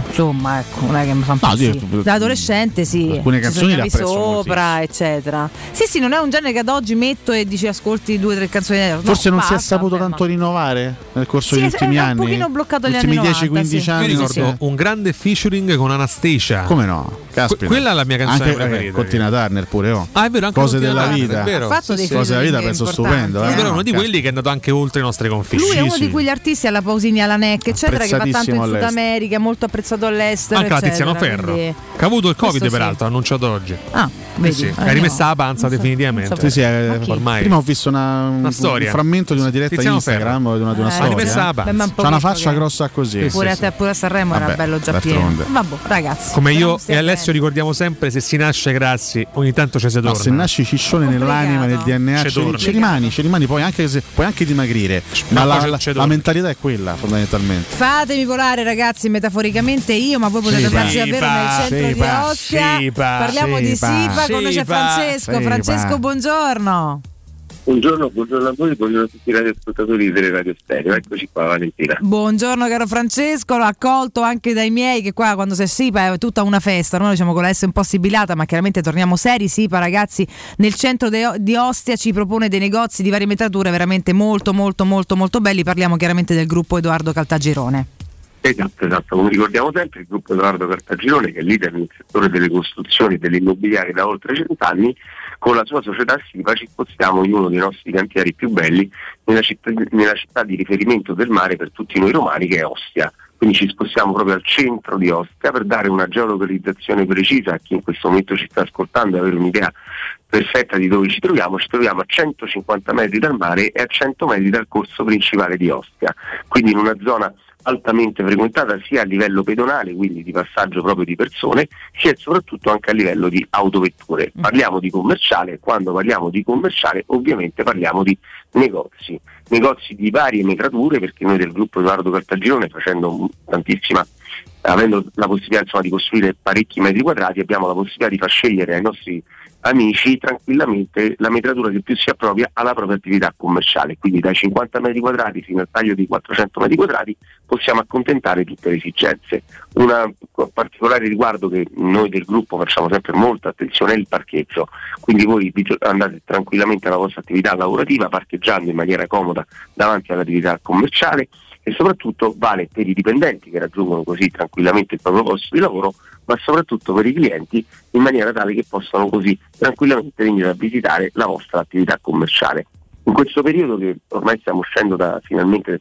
Speaker 3: Insomma, ecco, non è che mi fa impazzire.
Speaker 6: io-
Speaker 3: da adolescente sì,
Speaker 6: Alcune
Speaker 3: ci
Speaker 6: canzoni le
Speaker 3: sognavi
Speaker 6: apprezzo
Speaker 3: sopra, eccetera. Sì, sì, non è un genere che ad oggi metto e dici ascolti due o tre canzoni. eh, No,
Speaker 6: Forse non si è
Speaker 3: basta,
Speaker 6: saputo
Speaker 3: ferma.
Speaker 6: tanto rinnovare nel corso
Speaker 3: Sì,
Speaker 6: degli
Speaker 3: è-
Speaker 6: ultimi
Speaker 3: è un
Speaker 6: anni.
Speaker 3: pochino bloccato agli
Speaker 6: ultimi
Speaker 3: anni 90,
Speaker 6: 10-15
Speaker 3: sì.
Speaker 6: anni.
Speaker 7: Io ricordo
Speaker 6: forse.
Speaker 7: un grande featuring con Anastasia.
Speaker 6: Come no? Caspita.
Speaker 7: Que- quella è la mia canzone
Speaker 6: Anche,
Speaker 7: preferita.
Speaker 6: eh, con Tina Turner pure oh.
Speaker 7: Ah, è vero, anche
Speaker 6: Cose
Speaker 7: con Tina
Speaker 6: della
Speaker 7: Turner,
Speaker 6: vita.
Speaker 7: è vero. Ha fatto dei
Speaker 6: Cose della vita
Speaker 3: featuring
Speaker 6: penso
Speaker 3: importanti,
Speaker 6: stupendo.
Speaker 7: Lui
Speaker 6: eh.
Speaker 7: però è uno di
Speaker 6: Caspita.
Speaker 7: quelli che è andato anche oltre i nostri confini.
Speaker 3: Lui è uno di quegli artisti alla Pausini, alla Neck, eccetera, che va tanto in
Speaker 7: Apprezzatissimo
Speaker 3: Sud
Speaker 7: all'estero.
Speaker 3: America, molto apprezzato all'estero.
Speaker 7: Anche la
Speaker 3: eccetera,
Speaker 7: Tiziano Ferro,
Speaker 3: quindi-
Speaker 7: che ha avuto il Covid,
Speaker 3: cioè, Questo sì.
Speaker 7: peraltro, ha annunciato oggi.
Speaker 3: Ah,
Speaker 7: Eh
Speaker 3: vedi,
Speaker 7: sì,
Speaker 3: eh,
Speaker 7: è rimessa
Speaker 3: no.
Speaker 7: la panza definitivamente.
Speaker 6: Sì, sì, eh,
Speaker 7: ormai.
Speaker 6: Prima ho visto una- un,
Speaker 7: storia.
Speaker 6: un frammento di una diretta
Speaker 7: Tiziano
Speaker 6: Instagram
Speaker 7: Ferro.
Speaker 6: di una, di una
Speaker 7: Eh,
Speaker 6: storia.
Speaker 7: rimessa la
Speaker 6: eh.
Speaker 7: panza.
Speaker 6: C'ha
Speaker 3: Beh, ma un
Speaker 6: una
Speaker 3: pochino
Speaker 6: faccia
Speaker 3: che-
Speaker 6: grossa così.
Speaker 3: pure, a te- pure a Sanremo era
Speaker 6: Vabbè,
Speaker 3: bello già
Speaker 6: d'altronde.
Speaker 3: pieno. Vabbè, ragazzi.
Speaker 7: Come io
Speaker 3: speriamo
Speaker 7: e Alessio ricordiamo sempre, se si nasce grassi, ogni tanto ci si
Speaker 6: No,
Speaker 7: torna.
Speaker 6: se nasci ciccione nell'anima, nel DNA,
Speaker 7: Ci
Speaker 6: ci,
Speaker 7: torna.
Speaker 6: ci rimani, ci rimani, puoi anche, se- puoi anche dimagrire. Ma
Speaker 7: poi
Speaker 6: la,
Speaker 7: ci-
Speaker 6: la-
Speaker 7: ci torna.
Speaker 6: la mentalità è quella, fondamentalmente.
Speaker 3: Fatemi volare ragazzi metaforicamente io, ma voi potete
Speaker 6: Sipa.
Speaker 3: andarci davvero nel
Speaker 6: Sipa.
Speaker 3: centro
Speaker 6: Sipa.
Speaker 3: di Ostia.
Speaker 6: Sipa.
Speaker 3: Parliamo di
Speaker 6: Sipa.
Speaker 3: Sipa, con noi c'è
Speaker 6: Sipa.
Speaker 3: Francesco.
Speaker 6: Sipa.
Speaker 3: Francesco, buongiorno.
Speaker 28: Buongiorno, buongiorno a voi, buongiorno a tutti i radioascoltatori di Tele Radio Stereo. Eccoci qua, Valentina.
Speaker 3: Buongiorno caro Francesco, l'ho accolto anche dai miei che qua quando sei Sipa è tutta una festa, noi diciamo con la S un po' sibilata ma chiaramente torniamo seri, Sipa ragazzi nel centro de- di Ostia ci propone dei negozi di varie metrature veramente molto molto molto molto belli, parliamo chiaramente del gruppo Edoardo Caltagirone.
Speaker 28: Esatto, esatto. Come ricordiamo sempre, il gruppo Edoardo Cartagirone, che è leader nel settore delle costruzioni e dell'immobiliare da oltre cent'anni, con la sua società SIPA ci spostiamo in uno dei nostri cantieri più belli nella citt- nella città, di riferimento del mare per tutti noi romani, che è Ostia. Quindi ci spostiamo proprio al centro di Ostia per dare una geolocalizzazione precisa a chi in questo momento ci sta ascoltando e avere un'idea perfetta di dove ci troviamo, ci troviamo a 150 metri dal mare e a 100 metri dal corso principale di Ostia, quindi in una zona altamente frequentata sia a livello pedonale, quindi di passaggio proprio di persone, sia e soprattutto anche a livello di autovetture. Parliamo di commerciale, quando parliamo di commerciale ovviamente parliamo di negozi, negozi di varie metrature perché noi del gruppo Edoardo Cartagirone facendo tantissima avendo la possibilità insomma, di costruire parecchi metri quadrati, abbiamo la possibilità di far scegliere ai nostri amici tranquillamente la metratura che più si appropria alla propria attività commerciale. Quindi dai 50 metri quadrati fino al taglio di 400 metri quadrati possiamo accontentare tutte le esigenze. Un particolare riguardo che noi del gruppo facciamo sempre molta attenzione è il parcheggio. Quindi voi vi tro- andate tranquillamente alla vostra attività lavorativa parcheggiando in maniera comoda davanti all'attività commerciale e soprattutto vale per i dipendenti che raggiungono così tranquillamente il proprio posto di lavoro, ma soprattutto per i clienti in maniera tale che possano così tranquillamente venire a visitare la vostra attività commerciale. In questo periodo che ormai stiamo uscendo da finalmente,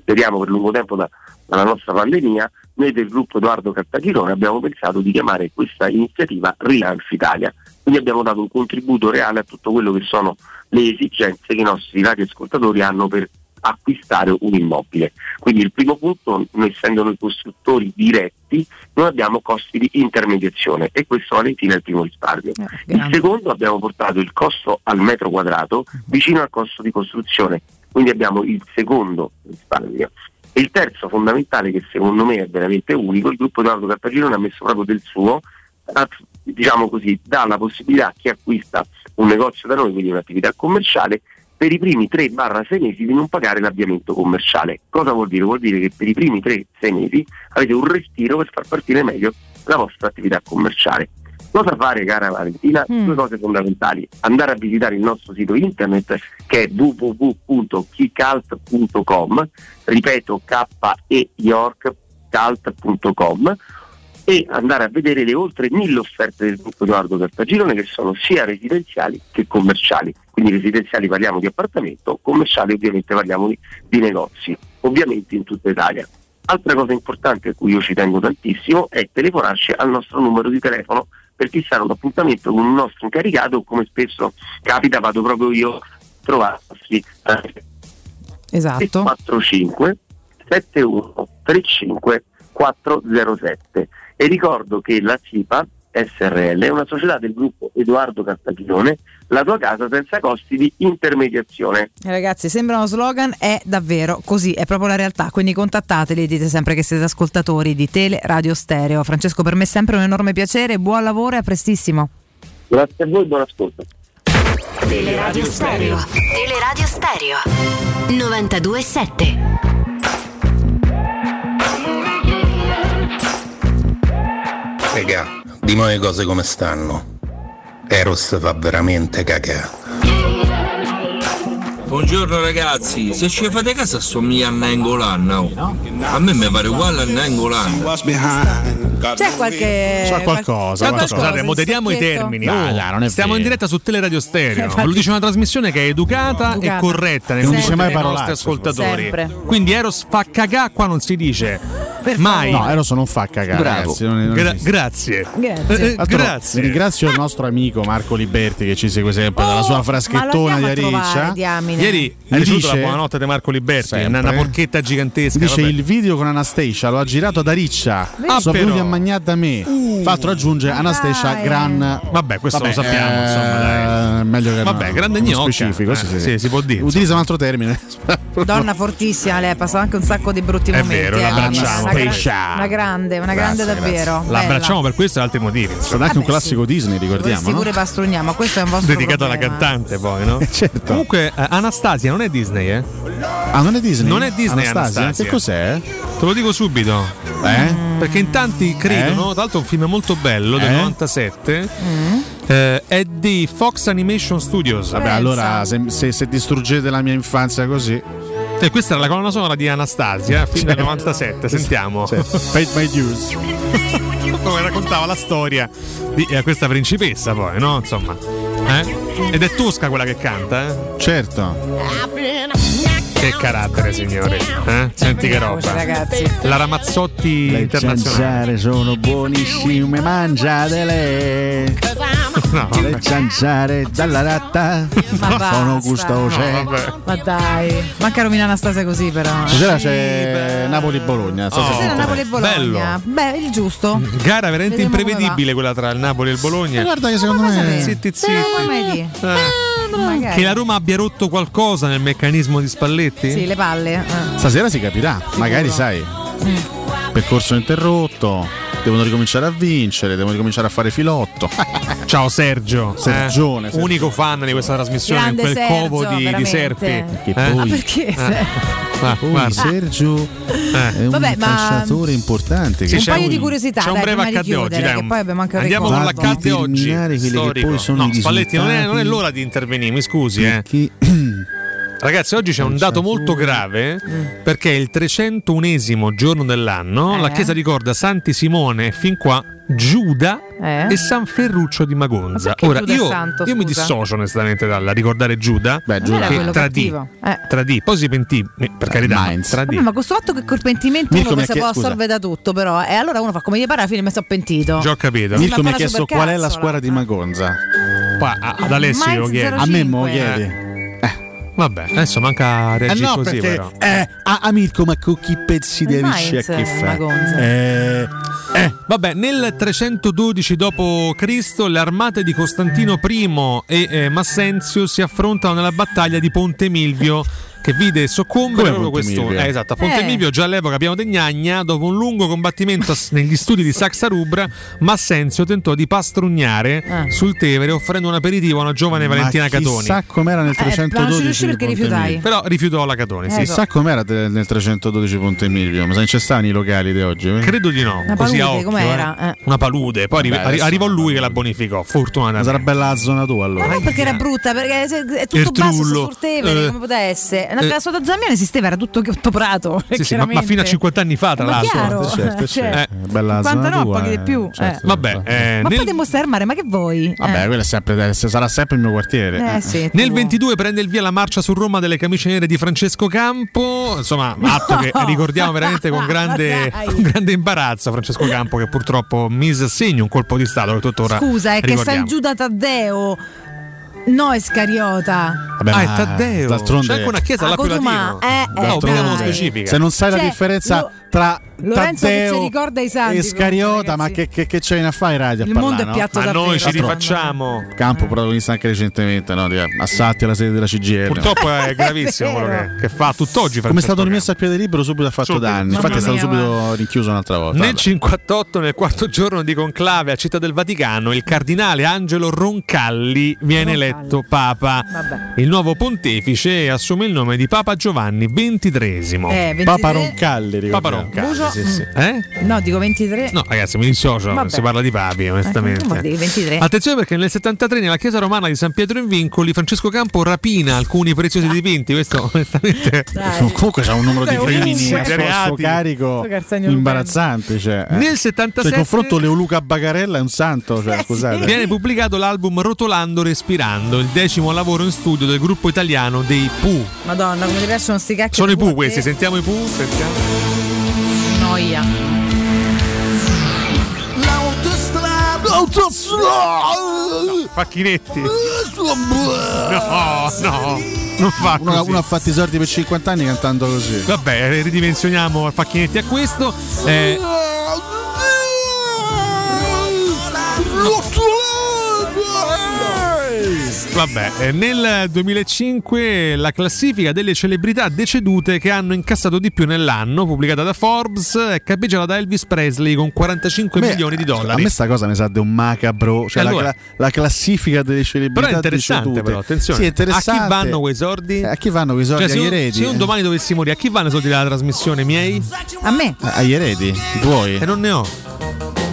Speaker 28: speriamo per lungo tempo, da- dalla nostra pandemia, noi del gruppo Edoardo Cartagirone abbiamo pensato di chiamare questa iniziativa Rilancio Italia. Quindi abbiamo dato un contributo reale a tutto quello che sono le esigenze che i nostri radioascoltatori hanno per acquistare un immobile. Quindi il primo punto, noi essendo noi costruttori diretti, non abbiamo costi di intermediazione e questo Valentina è il primo risparmio. il secondo abbiamo portato il costo al metro quadrato vicino al costo di costruzione, quindi abbiamo il secondo risparmio. E il terzo fondamentale che secondo me è veramente unico, il gruppo Edoardo Cartagirone ha messo proprio del suo a- diciamo così, dà la possibilità a chi acquista un negozio da noi, quindi un'attività commerciale, per i primi 3-6 mesi di non pagare l'avviamento commerciale. Cosa vuol dire? Vuol dire che per i primi 3-6 mesi avete un respiro per far partire meglio la vostra attività commerciale. Cosa fare cara Valentina? Due cose fondamentali. Andare a visitare il nostro sito internet che è www.kicalt.com, ripeto k e york cult.com e andare a vedere le oltre mille offerte del gruppo Edoardo Cartagirone che sono sia residenziali che commerciali. Quindi residenziali parliamo di appartamento, commerciali ovviamente parliamo di, di negozi, ovviamente in tutta Italia. Altra cosa importante a cui io ci tengo tantissimo è telefonarci al nostro numero di telefono per fissare un appuntamento con un nostro incaricato, come spesso capita vado proprio io eh, a trovarsi.
Speaker 3: Esatto.
Speaker 28: 45 71 35 407 e ricordo che la SIPA SRL è una società del gruppo Edoardo Castaglione, la tua casa senza costi di intermediazione.
Speaker 3: Ragazzi, sembra uno slogan, è davvero così, è proprio la realtà. Quindi contattateli e dite sempre che siete ascoltatori di Tele Radio Stereo. Francesco, per me è sempre un enorme piacere, buon lavoro e a prestissimo.
Speaker 28: Grazie a voi, buon ascolto.
Speaker 47: Teleradio Stereo. Teleradio Stereo. 927.
Speaker 17: Regà, dimmi le cose come stanno. Eros fa veramente cacà.
Speaker 1: Buongiorno ragazzi, se ci fate caso assomiglia a Nangolan, no? A me mi pare uguale a Nangolan.
Speaker 3: C'è qualche.
Speaker 6: C'è qualcosa,
Speaker 3: c'è
Speaker 6: qualcosa.
Speaker 7: Scusate, moderiamo i
Speaker 3: secchietto.
Speaker 7: termini.
Speaker 6: No,
Speaker 7: Oh,
Speaker 6: dai, non è
Speaker 7: Stiamo in
Speaker 6: vero.
Speaker 7: diretta su Teleradio Stereo.
Speaker 3: Infatti.
Speaker 7: Ve Lo dice una trasmissione che è educata,
Speaker 3: Educata.
Speaker 7: e corretta nei
Speaker 6: Non
Speaker 7: confronti
Speaker 6: dice mai
Speaker 7: dei nostri
Speaker 6: parolacce.
Speaker 7: ascoltatori.
Speaker 3: Sempre.
Speaker 7: Quindi Eros fa cagà, qua non si dice. Mai.
Speaker 6: No, Eros non fa cagare.
Speaker 7: Bravo.
Speaker 6: Ragazzi, non- non
Speaker 7: Gra-
Speaker 6: esiste.
Speaker 7: grazie.
Speaker 3: Grazie.
Speaker 7: Eh, eh,
Speaker 6: Altro,
Speaker 7: grazie.
Speaker 6: Ringrazio il nostro amico Marco Liberti che ci segue sempre dalla sua fraschettona
Speaker 3: Oh, ma
Speaker 6: di
Speaker 3: lo andiamo a
Speaker 6: Ariccia.
Speaker 3: trovare, diamine.
Speaker 7: Ieri
Speaker 6: E
Speaker 7: è ricevuto
Speaker 6: dice-
Speaker 7: la buonanotte di Marco Liberti,
Speaker 6: Sempre.
Speaker 7: una, una porchetta gigantesca.
Speaker 6: Dice
Speaker 7: vabbè.
Speaker 6: il video con Anastasia lo ha girato ad Ariccia.
Speaker 7: Ah,
Speaker 6: sono
Speaker 7: però. Uh.
Speaker 6: venuti a mangiare da me. Fatto raggiunge Anastasia
Speaker 3: Dai.
Speaker 6: Gran.
Speaker 7: Vabbè, questo
Speaker 6: Vabbè,
Speaker 7: lo sappiamo,
Speaker 6: eh,
Speaker 7: insomma, dai.
Speaker 6: meglio che
Speaker 7: Vabbè,
Speaker 6: no,
Speaker 7: grande
Speaker 6: nello
Speaker 7: gnocca.
Speaker 6: specifico,
Speaker 7: Eh,
Speaker 6: sì, sì.
Speaker 7: sì, si può dire,
Speaker 6: Utilizza un altro termine.
Speaker 3: Donna fortissima, lei ha passato anche un sacco di brutti
Speaker 7: È
Speaker 3: momenti.
Speaker 7: vero,
Speaker 3: eh.
Speaker 7: l'abbracciamo.
Speaker 3: Una, gra-
Speaker 6: Pescia.
Speaker 3: una grande, una grande
Speaker 6: Grazie,
Speaker 3: davvero.
Speaker 7: La abbracciamo
Speaker 3: L'abbracciamo
Speaker 7: per questo e altri motivi.
Speaker 6: È stato anche un classico Disney, ricordiamo.
Speaker 3: Questi
Speaker 6: no?
Speaker 3: pure pastrugniamo, questo è un vostro
Speaker 7: Dedicato alla
Speaker 3: problema.
Speaker 7: cantante, poi, no?
Speaker 6: Certo.
Speaker 7: Comunque, eh, Anastasia non è Disney, eh?
Speaker 6: Ah, non è Disney?
Speaker 7: Non è Disney, Anastasia.
Speaker 6: Che cos'è?
Speaker 7: Te lo dico subito.
Speaker 6: Eh?
Speaker 7: Perché in tanti credono,
Speaker 6: Eh?
Speaker 7: tra l'altro è un film molto bello del
Speaker 6: Eh?
Speaker 7: 97,
Speaker 3: Mm.
Speaker 7: eh, è di Fox Animation Studios.
Speaker 3: Eh,
Speaker 6: Vabbè, allora se, se- se distruggete la mia infanzia così.
Speaker 7: E Eh, questa era la colonna sonora di Anastasia, eh, film del 97, sentiamo.
Speaker 6: Cioè, paid my dues.
Speaker 7: Come raccontava la storia di eh, questa principessa poi, no? Insomma. eh? Ed è Tosca quella che canta, eh?
Speaker 6: Certo.
Speaker 7: Che carattere, signore. eh? Senti che
Speaker 3: Vediamoci,
Speaker 7: roba.
Speaker 3: ragazzi.
Speaker 7: La Ramazzotti internazionale.
Speaker 6: sono buonissime, mangiatele.
Speaker 7: No,
Speaker 6: Le zanzare dalla ratta
Speaker 3: Ma basta.
Speaker 6: sono cioè. gustose.
Speaker 7: vabbè.
Speaker 3: Ma dai, manca Romina Anastasia così però. eh.
Speaker 6: Stasera c'è Napoli-Bologna.
Speaker 7: Oh.
Speaker 3: Stasera Napoli e Bologna. Beh, il giusto.
Speaker 7: Gara veramente
Speaker 3: Vediamo
Speaker 7: imprevedibile quella tra il Napoli e il
Speaker 6: Eh,
Speaker 7: Bologna.
Speaker 6: guarda che secondo me.
Speaker 7: Zitti zitti.
Speaker 3: Speriamo lunedì.
Speaker 7: Eh.
Speaker 3: Magari.
Speaker 7: Che la Roma abbia rotto qualcosa nel meccanismo di Spalletti?
Speaker 3: Sì, le palle. eh.
Speaker 6: Stasera si capirà, Ah, magari sai. Percorso interrotto, devono ricominciare a vincere, devono ricominciare a fare filotto.
Speaker 7: Ciao Sergio.
Speaker 6: Sergione,
Speaker 7: Eh,
Speaker 6: Sergio.
Speaker 7: Unico fan di questa trasmissione
Speaker 3: Grande
Speaker 7: in quel
Speaker 3: Sergio,
Speaker 7: covo di, di
Speaker 3: veramente.
Speaker 7: serpi.
Speaker 6: Che
Speaker 7: Eh?
Speaker 3: Ah,
Speaker 6: poi-
Speaker 3: perché? se-
Speaker 7: Ah,
Speaker 6: Poi
Speaker 7: guarda. Eh.
Speaker 6: Sergio è un
Speaker 3: Vabbè, ma-
Speaker 6: calciatore importante.
Speaker 7: Sì,
Speaker 6: che
Speaker 3: Un
Speaker 7: c'è
Speaker 3: paio
Speaker 7: un-
Speaker 3: di curiosità.
Speaker 7: C'è un
Speaker 3: dai,
Speaker 7: breve
Speaker 3: prima di
Speaker 7: accadde oggi.
Speaker 3: chiudere,
Speaker 7: Dai,
Speaker 3: che poi abbiamo anche un
Speaker 7: Andiamo con
Speaker 3: ricordo.
Speaker 6: ricordo.
Speaker 7: l'accadde
Speaker 6: Fatti
Speaker 7: oggi.
Speaker 6: terminare quelli che
Speaker 7: storico.
Speaker 6: poi sono
Speaker 7: no,
Speaker 6: i
Speaker 7: Spalletti, non è, non è
Speaker 6: risultati.
Speaker 7: l'ora di intervenire, mi scusi. Eh.
Speaker 6: Perché-
Speaker 7: Ragazzi, oggi c'è un dato molto grave perché è il 301esimo giorno dell'anno.
Speaker 3: Eh.
Speaker 7: La chiesa ricorda Santi Simone e fin qua Giuda
Speaker 3: Eh?
Speaker 7: e San Ferruccio di Magonza.
Speaker 3: Ma perché
Speaker 7: Ora,
Speaker 3: Giuda è
Speaker 7: io,
Speaker 3: santo,
Speaker 7: io mi
Speaker 3: scusa?
Speaker 7: dissocio onestamente dalla ricordare Giuda
Speaker 6: Beh,
Speaker 3: Non
Speaker 6: Giuda.
Speaker 3: era quello
Speaker 7: che tradì,
Speaker 3: cattivo. Eh.
Speaker 7: tradì, poi si pentì, eh, per carità, ma
Speaker 6: Mainz.
Speaker 7: tradì.
Speaker 3: Vabbè, ma questo fatto che col pentimento
Speaker 6: Mirko
Speaker 3: uno
Speaker 6: mi ha
Speaker 3: che si può
Speaker 6: chie- scusa.
Speaker 3: assolvere da tutto, però. E allora uno fa come gli pare, alla fine mi sono pentito.
Speaker 7: Già ho capito.
Speaker 3: Mi-
Speaker 6: Mirko mi ha
Speaker 3: ancora
Speaker 6: chiesto
Speaker 3: super
Speaker 6: qual è la
Speaker 3: cazzola.
Speaker 6: squadra di Magonza.
Speaker 7: Qua, a- ad Alessio
Speaker 3: Mainz
Speaker 7: glielo chiedo.
Speaker 3: 05.
Speaker 6: A me mo lo
Speaker 3: Cinque.
Speaker 6: chiedi.
Speaker 7: Eh. Vabbè, adesso manca
Speaker 6: Eh
Speaker 7: reagire
Speaker 6: no,
Speaker 7: così
Speaker 6: perché
Speaker 7: però.
Speaker 6: eh, a, a Mirko, ma con chi pezzi
Speaker 3: Il
Speaker 6: devi
Speaker 3: Mainz
Speaker 6: scegliere
Speaker 3: è
Speaker 6: che
Speaker 3: una gonza.
Speaker 6: fa? Eh,
Speaker 7: Vabbè, nel 312 d.C. le armate di Costantino I e eh, Massenzio si affrontano nella battaglia di Ponte Milvio che vide
Speaker 6: Come
Speaker 7: soccombere proprio
Speaker 6: Ponte
Speaker 7: questo.
Speaker 6: Milvio?
Speaker 7: Eh, esatto, a Ponte
Speaker 3: Eh.
Speaker 7: Milvio già all'epoca abbiamo De Gnagna, dopo un lungo combattimento a- negli studi di Saxarubra, Massenzio tentò di pastrugnare
Speaker 3: Eh.
Speaker 7: sul Tevere offrendo un aperitivo a una giovane Valentina
Speaker 6: ma
Speaker 7: Catoni.
Speaker 6: Chissà com'era nel
Speaker 3: Eh, ma non ci
Speaker 6: 312
Speaker 3: riuscì perché
Speaker 6: Ponte
Speaker 3: rifiutai.
Speaker 6: Milvio.
Speaker 7: Però rifiutò la Catoni, sì.
Speaker 3: Eh,
Speaker 6: Chissà com'era te- nel 312 Ponte Milvio, ma se non ci stavano i locali di oggi. eh?
Speaker 7: Credo di no,
Speaker 3: Una
Speaker 7: così a
Speaker 3: palude,
Speaker 7: occhio,
Speaker 3: com'era?
Speaker 7: eh.
Speaker 3: Eh.
Speaker 7: Una palude, poi arri-
Speaker 6: Vabbè,
Speaker 7: arri-
Speaker 6: adesso-
Speaker 7: arrivò lui che la bonificò,
Speaker 6: Ma
Speaker 7: fortunatamente.
Speaker 6: sarà bella la zona tua allora.
Speaker 3: Ma non perché era brutta, perché se- è tutto basso
Speaker 7: Ertrullo.
Speaker 3: sul Tevere,
Speaker 7: Eh.
Speaker 3: come poteva essere? la terrazza da Zammiano esisteva, era tutto ottoprato.
Speaker 7: Sì, sì, ma, ma fino a 50 anni fa, tra
Speaker 3: Ma chiaro,
Speaker 7: l'altro.
Speaker 3: Certo, sì. cioè,
Speaker 6: bella
Speaker 3: 59,
Speaker 6: zona tua,
Speaker 3: pochi di
Speaker 6: eh,
Speaker 3: più,
Speaker 6: certo,
Speaker 3: eh.
Speaker 7: Eh. Vabbè, eh,
Speaker 3: Ma
Speaker 7: nel-
Speaker 3: poi devo stare mare, ma che vuoi?
Speaker 6: Vabbè, quello è sempre- sarà sempre il mio quartiere.
Speaker 3: Eh, sì,
Speaker 7: Nel
Speaker 3: tuo.
Speaker 7: 22 prende il via la marcia su Roma delle camicie nere di Francesco Campo, insomma,
Speaker 3: No.
Speaker 7: atto che ricordiamo veramente con grande,
Speaker 3: Ma dai.
Speaker 7: con grande imbarazzo Francesco Campo che purtroppo mise a segno un colpo di Stato che tuttora
Speaker 3: Scusa, è che San
Speaker 7: ricordiamo.
Speaker 3: Giuda Taddeo, no Iscariota.
Speaker 7: ah, è
Speaker 6: ma
Speaker 7: Taddeo.
Speaker 6: d'altronde-
Speaker 7: C'è anche una chiesa
Speaker 3: Ah,
Speaker 7: all'Appio
Speaker 3: Cosumà,
Speaker 7: Latino.
Speaker 3: eh, eh,
Speaker 7: no,
Speaker 6: D'altronde,
Speaker 7: vediamo specifica.
Speaker 6: Se non sai la
Speaker 3: Cioè,
Speaker 6: differenza
Speaker 3: lo-
Speaker 6: tra
Speaker 3: Lorenzo che
Speaker 6: Taddeo
Speaker 3: si ricorda i santi,
Speaker 6: e Scariota, ma che, che, che c'è in affare radio a
Speaker 3: Il mondo
Speaker 6: parlare,
Speaker 3: è piatto
Speaker 6: no?
Speaker 7: Ma noi ci
Speaker 6: D'altronde,
Speaker 7: rifacciamo.
Speaker 6: Campo protagonista anche recentemente, no? Di assatti alla sede della CGL.
Speaker 7: Purtroppo è gravissimo quello che, che fa tutt'oggi.
Speaker 6: Come è
Speaker 7: Francesco
Speaker 6: stato rimesso a piede libero subito ha fatto
Speaker 7: Subito.
Speaker 6: danni.
Speaker 7: Mamma
Speaker 6: Infatti è stato
Speaker 7: mia,
Speaker 6: subito rinchiuso un'altra volta.
Speaker 7: Nel 58, nel quarto giorno di conclave a Città del Vaticano, il cardinale Angelo Roncalli viene eletto Papa. Il nuovo pontefice assume il nome di Papa Giovanni XXIII.
Speaker 3: Eh, 23. Papa Roncalli,
Speaker 7: Papa
Speaker 3: ricordiamo. Buso-
Speaker 7: Roncalli, sì, sì.
Speaker 3: mm.
Speaker 7: Eh?
Speaker 3: No, dico 23.
Speaker 7: No, ragazzi, mi dissocio,
Speaker 3: Vabbè.
Speaker 7: si parla di papi,
Speaker 3: Eh, ma
Speaker 7: onestamente.
Speaker 3: devi 23.
Speaker 7: Attenzione perché nel 73 nella chiesa romana di San Pietro in Vincoli Francesco Campo rapina alcuni
Speaker 3: Ah.
Speaker 7: preziosi dipinti, questo onestamente
Speaker 6: Comunque c'è un numero di
Speaker 7: Beh, ovunque.
Speaker 6: crimini a suo- a suo
Speaker 7: Reati.
Speaker 6: carico
Speaker 3: Sto Carzagno
Speaker 6: imbarazzante. Cioè, eh.
Speaker 7: Nel
Speaker 6: Cioè,
Speaker 7: 77
Speaker 6: in confronto Leoluca Bagarella è un santo,
Speaker 3: Eh,
Speaker 6: cioè, scusate.
Speaker 7: Viene pubblicato l'album Rotolando Respirando, il decimo lavoro in studio del gruppo italiano dei Pooh.
Speaker 3: Madonna, come ti piacciono sti cacchi.
Speaker 7: Sono
Speaker 3: di
Speaker 7: i Pooh
Speaker 3: a te?
Speaker 7: questi, sentiamo i Pooh. sentiamo.
Speaker 3: Noia.
Speaker 80: L'autostrada! L'autostrada!
Speaker 7: Facchinetti! No, no, non fa
Speaker 6: Uno,
Speaker 7: così.
Speaker 6: uno ha fatto i sordi per 50 anni cantando così.
Speaker 7: Vabbè, ridimensioniamo Facchinetti a questo. Eh, Vabbè, eh, nel 2005 la classifica delle celebrità decedute che hanno incassato di più nell'anno, pubblicata da Forbes, è capeggiata da Elvis Presley con 45
Speaker 6: Beh,
Speaker 7: milioni di
Speaker 6: A
Speaker 7: dollari.
Speaker 6: me sta cosa mi sa di un macabro, cioè
Speaker 7: Eh,
Speaker 6: la,
Speaker 7: allora.
Speaker 6: cla- la classifica delle celebrità
Speaker 7: Però è interessante,
Speaker 6: decedute.
Speaker 7: però, attenzione.
Speaker 6: Sì, è
Speaker 7: A chi
Speaker 6: interessante.
Speaker 7: vanno quei sordi?
Speaker 6: Eh, a chi vanno quei sordi?
Speaker 7: Cioè, se,
Speaker 6: agli
Speaker 7: io,
Speaker 6: eredi? eh.
Speaker 7: se io un domani dovessi morire, a chi vanno i soldi della trasmissione miei?
Speaker 3: A me,
Speaker 6: Eh, agli eredi? Tuoi?
Speaker 7: E non ne ho.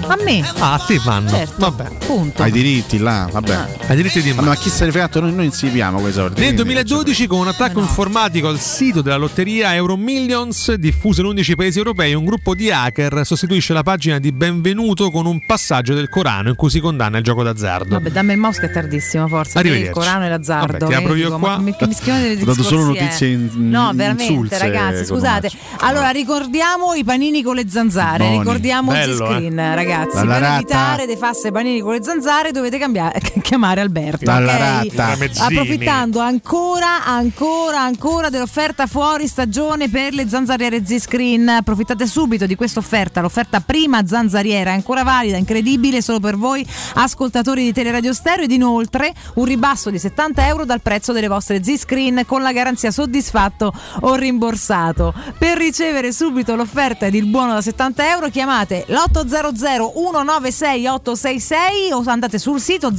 Speaker 3: a me.
Speaker 7: Ah, a te vanno.
Speaker 3: Certo.
Speaker 7: Vabbè.
Speaker 3: Punto. Ah.
Speaker 6: Ai diritti là, vabbè.
Speaker 7: Ai diritti di
Speaker 6: Ma chi se ne frega? Noi, noi insipiamo quei sordi.
Speaker 7: Nel
Speaker 6: quindi.
Speaker 7: 2012, con un attacco informatico al sito della lotteria Euro Millions, diffuso in 11 paesi europei, un gruppo di hacker sostituisce la pagina di Benvenuto con un passaggio del Corano in cui si condanna il gioco d'azzardo.
Speaker 3: Vabbè, dammi il mouse che è tardissimo, forse.
Speaker 7: Arrivederci.
Speaker 3: Il Corano e l'azzardo.
Speaker 7: Vabbè, ti
Speaker 3: che
Speaker 7: apro io
Speaker 3: dico,
Speaker 7: qua.
Speaker 3: ma che- che mischione delle
Speaker 6: Ho dato
Speaker 3: discorsie
Speaker 6: solo
Speaker 3: è?
Speaker 6: notizie in-
Speaker 3: No, veramente,
Speaker 6: insulse,
Speaker 3: ragazzi,
Speaker 6: Cotumaccio.
Speaker 3: scusate. Allora, ricordiamo i panini con le zanzare,
Speaker 6: Buoni.
Speaker 3: ricordiamo
Speaker 6: Bello,
Speaker 3: il screen,
Speaker 6: eh.
Speaker 3: ragazzi.
Speaker 6: Dalla
Speaker 3: per
Speaker 6: ratta.
Speaker 3: evitare di farsi i panini con le zanzare dovete cambiare- chiamare Alberto.
Speaker 6: Dalla
Speaker 3: ok?
Speaker 6: ratta. Tramezzini.
Speaker 3: Approfittando ancora, ancora, ancora dell'offerta fuori stagione per le zanzariere Z-Screen. Approfittate subito di questa offerta, l'offerta prima zanzariera, è ancora valida, incredibile solo per voi ascoltatori di Teleradio Stereo ed inoltre un ribasso di 70 euro dal prezzo delle vostre Z-Screen con la garanzia soddisfatto o rimborsato. Per ricevere subito l'offerta ed il buono da 70 euro chiamate l'800 196 866 o andate sul sito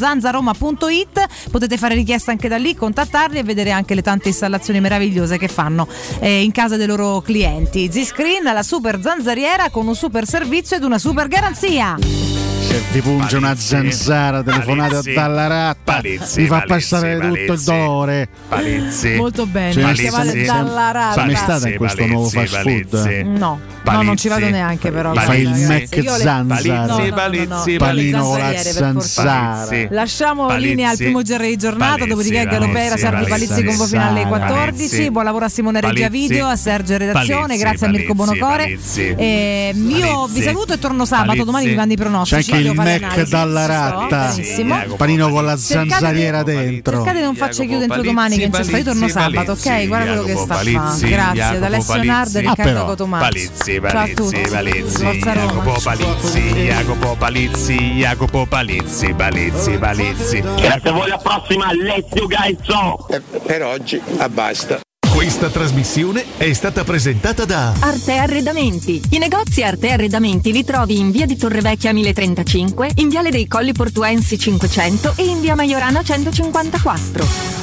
Speaker 3: zanzaroma.it, potete fare richiesta anche da lì, contattarli e vedere anche le tante installazioni meravigliose che fanno eh, in casa dei loro clienti. Z-Screen, la super zanzariera con un super servizio ed una super garanzia.
Speaker 6: Se vi punge una zanzara telefonata
Speaker 16: Palizzi.
Speaker 6: dalla ratta,
Speaker 16: Palizzi,
Speaker 6: vi fa
Speaker 16: Palizzi,
Speaker 6: passare tutto il
Speaker 16: Palizzi.
Speaker 6: dolore.
Speaker 16: Palizzi.
Speaker 3: Molto bene,
Speaker 6: Cioè,
Speaker 16: Palizzi.
Speaker 3: chiamate dalla ratta.
Speaker 6: Sei mai stata in questo
Speaker 16: Palizzi,
Speaker 6: nuovo fast food?
Speaker 16: Palizzi.
Speaker 3: No, no,
Speaker 16: Palizzi.
Speaker 3: non ci vado neanche però.
Speaker 6: Fai
Speaker 3: guarda,
Speaker 6: il
Speaker 3: ragazzi.
Speaker 6: Mac
Speaker 3: Io le-
Speaker 6: Zanzara.
Speaker 3: No, no, no, no, no,
Speaker 16: Palizzi, Palizzi,
Speaker 3: Palino
Speaker 16: Palizzi.
Speaker 3: la zanzara.
Speaker 16: Palizzi.
Speaker 3: Lasciamo
Speaker 16: Palizzi.
Speaker 3: linea al primo GR di giornata,
Speaker 16: Palizzi,
Speaker 3: dopodiché Galopera,
Speaker 16: Palizzi,
Speaker 3: Sergio
Speaker 16: Palizzi,
Speaker 3: Palizzi con voi fino alle
Speaker 16: Palizzi.
Speaker 3: 14. Buon lavoro a Simone Regia
Speaker 16: Palizzi.
Speaker 3: Video, a Sergio Redazione,
Speaker 16: Palizzi,
Speaker 3: grazie a Mirko
Speaker 16: Palizzi,
Speaker 3: Bonocore.
Speaker 16: Palizzi.
Speaker 3: Eh, Io vi
Speaker 16: Palizzi.
Speaker 3: saluto e torno sabato,
Speaker 16: Palizzi.
Speaker 3: domani vi mando i pronostici.
Speaker 6: C'è anche
Speaker 3: devo
Speaker 6: il
Speaker 3: fare
Speaker 6: Mac
Speaker 3: analisi,
Speaker 6: dalla
Speaker 3: so,
Speaker 6: ratta.
Speaker 3: benissimo.
Speaker 6: Panino con la
Speaker 3: Cercate di-
Speaker 6: zanzariera dentro.
Speaker 3: Cercate di non farci chiudere entro domani che non c'è sta, io torno sabato, ok? Guarda quello che sta a fa. Grazie, da Alessio Nardo e
Speaker 7: Ah,
Speaker 3: Riccardo Cotomazzi.
Speaker 16: Palizzi,
Speaker 3: Ciao a tutti.
Speaker 16: Palizzi, Palizzi,
Speaker 3: Forza Roma.
Speaker 16: Jacopo Palizzi, Jacopo Palizzi, Jacopo Palizzi, Palizzi, Palizzi.
Speaker 1: Grazie a voi, alla prossima, Alessio Gaizzo!
Speaker 81: Eh, Per oggi, a basta.
Speaker 9: Questa trasmissione è stata presentata da
Speaker 13: Arte Arredamenti. I negozi Arte Arredamenti li trovi in via di Torrevecchia 1035, in viale dei Colli Portuensi 500 e in via Maiorana 154.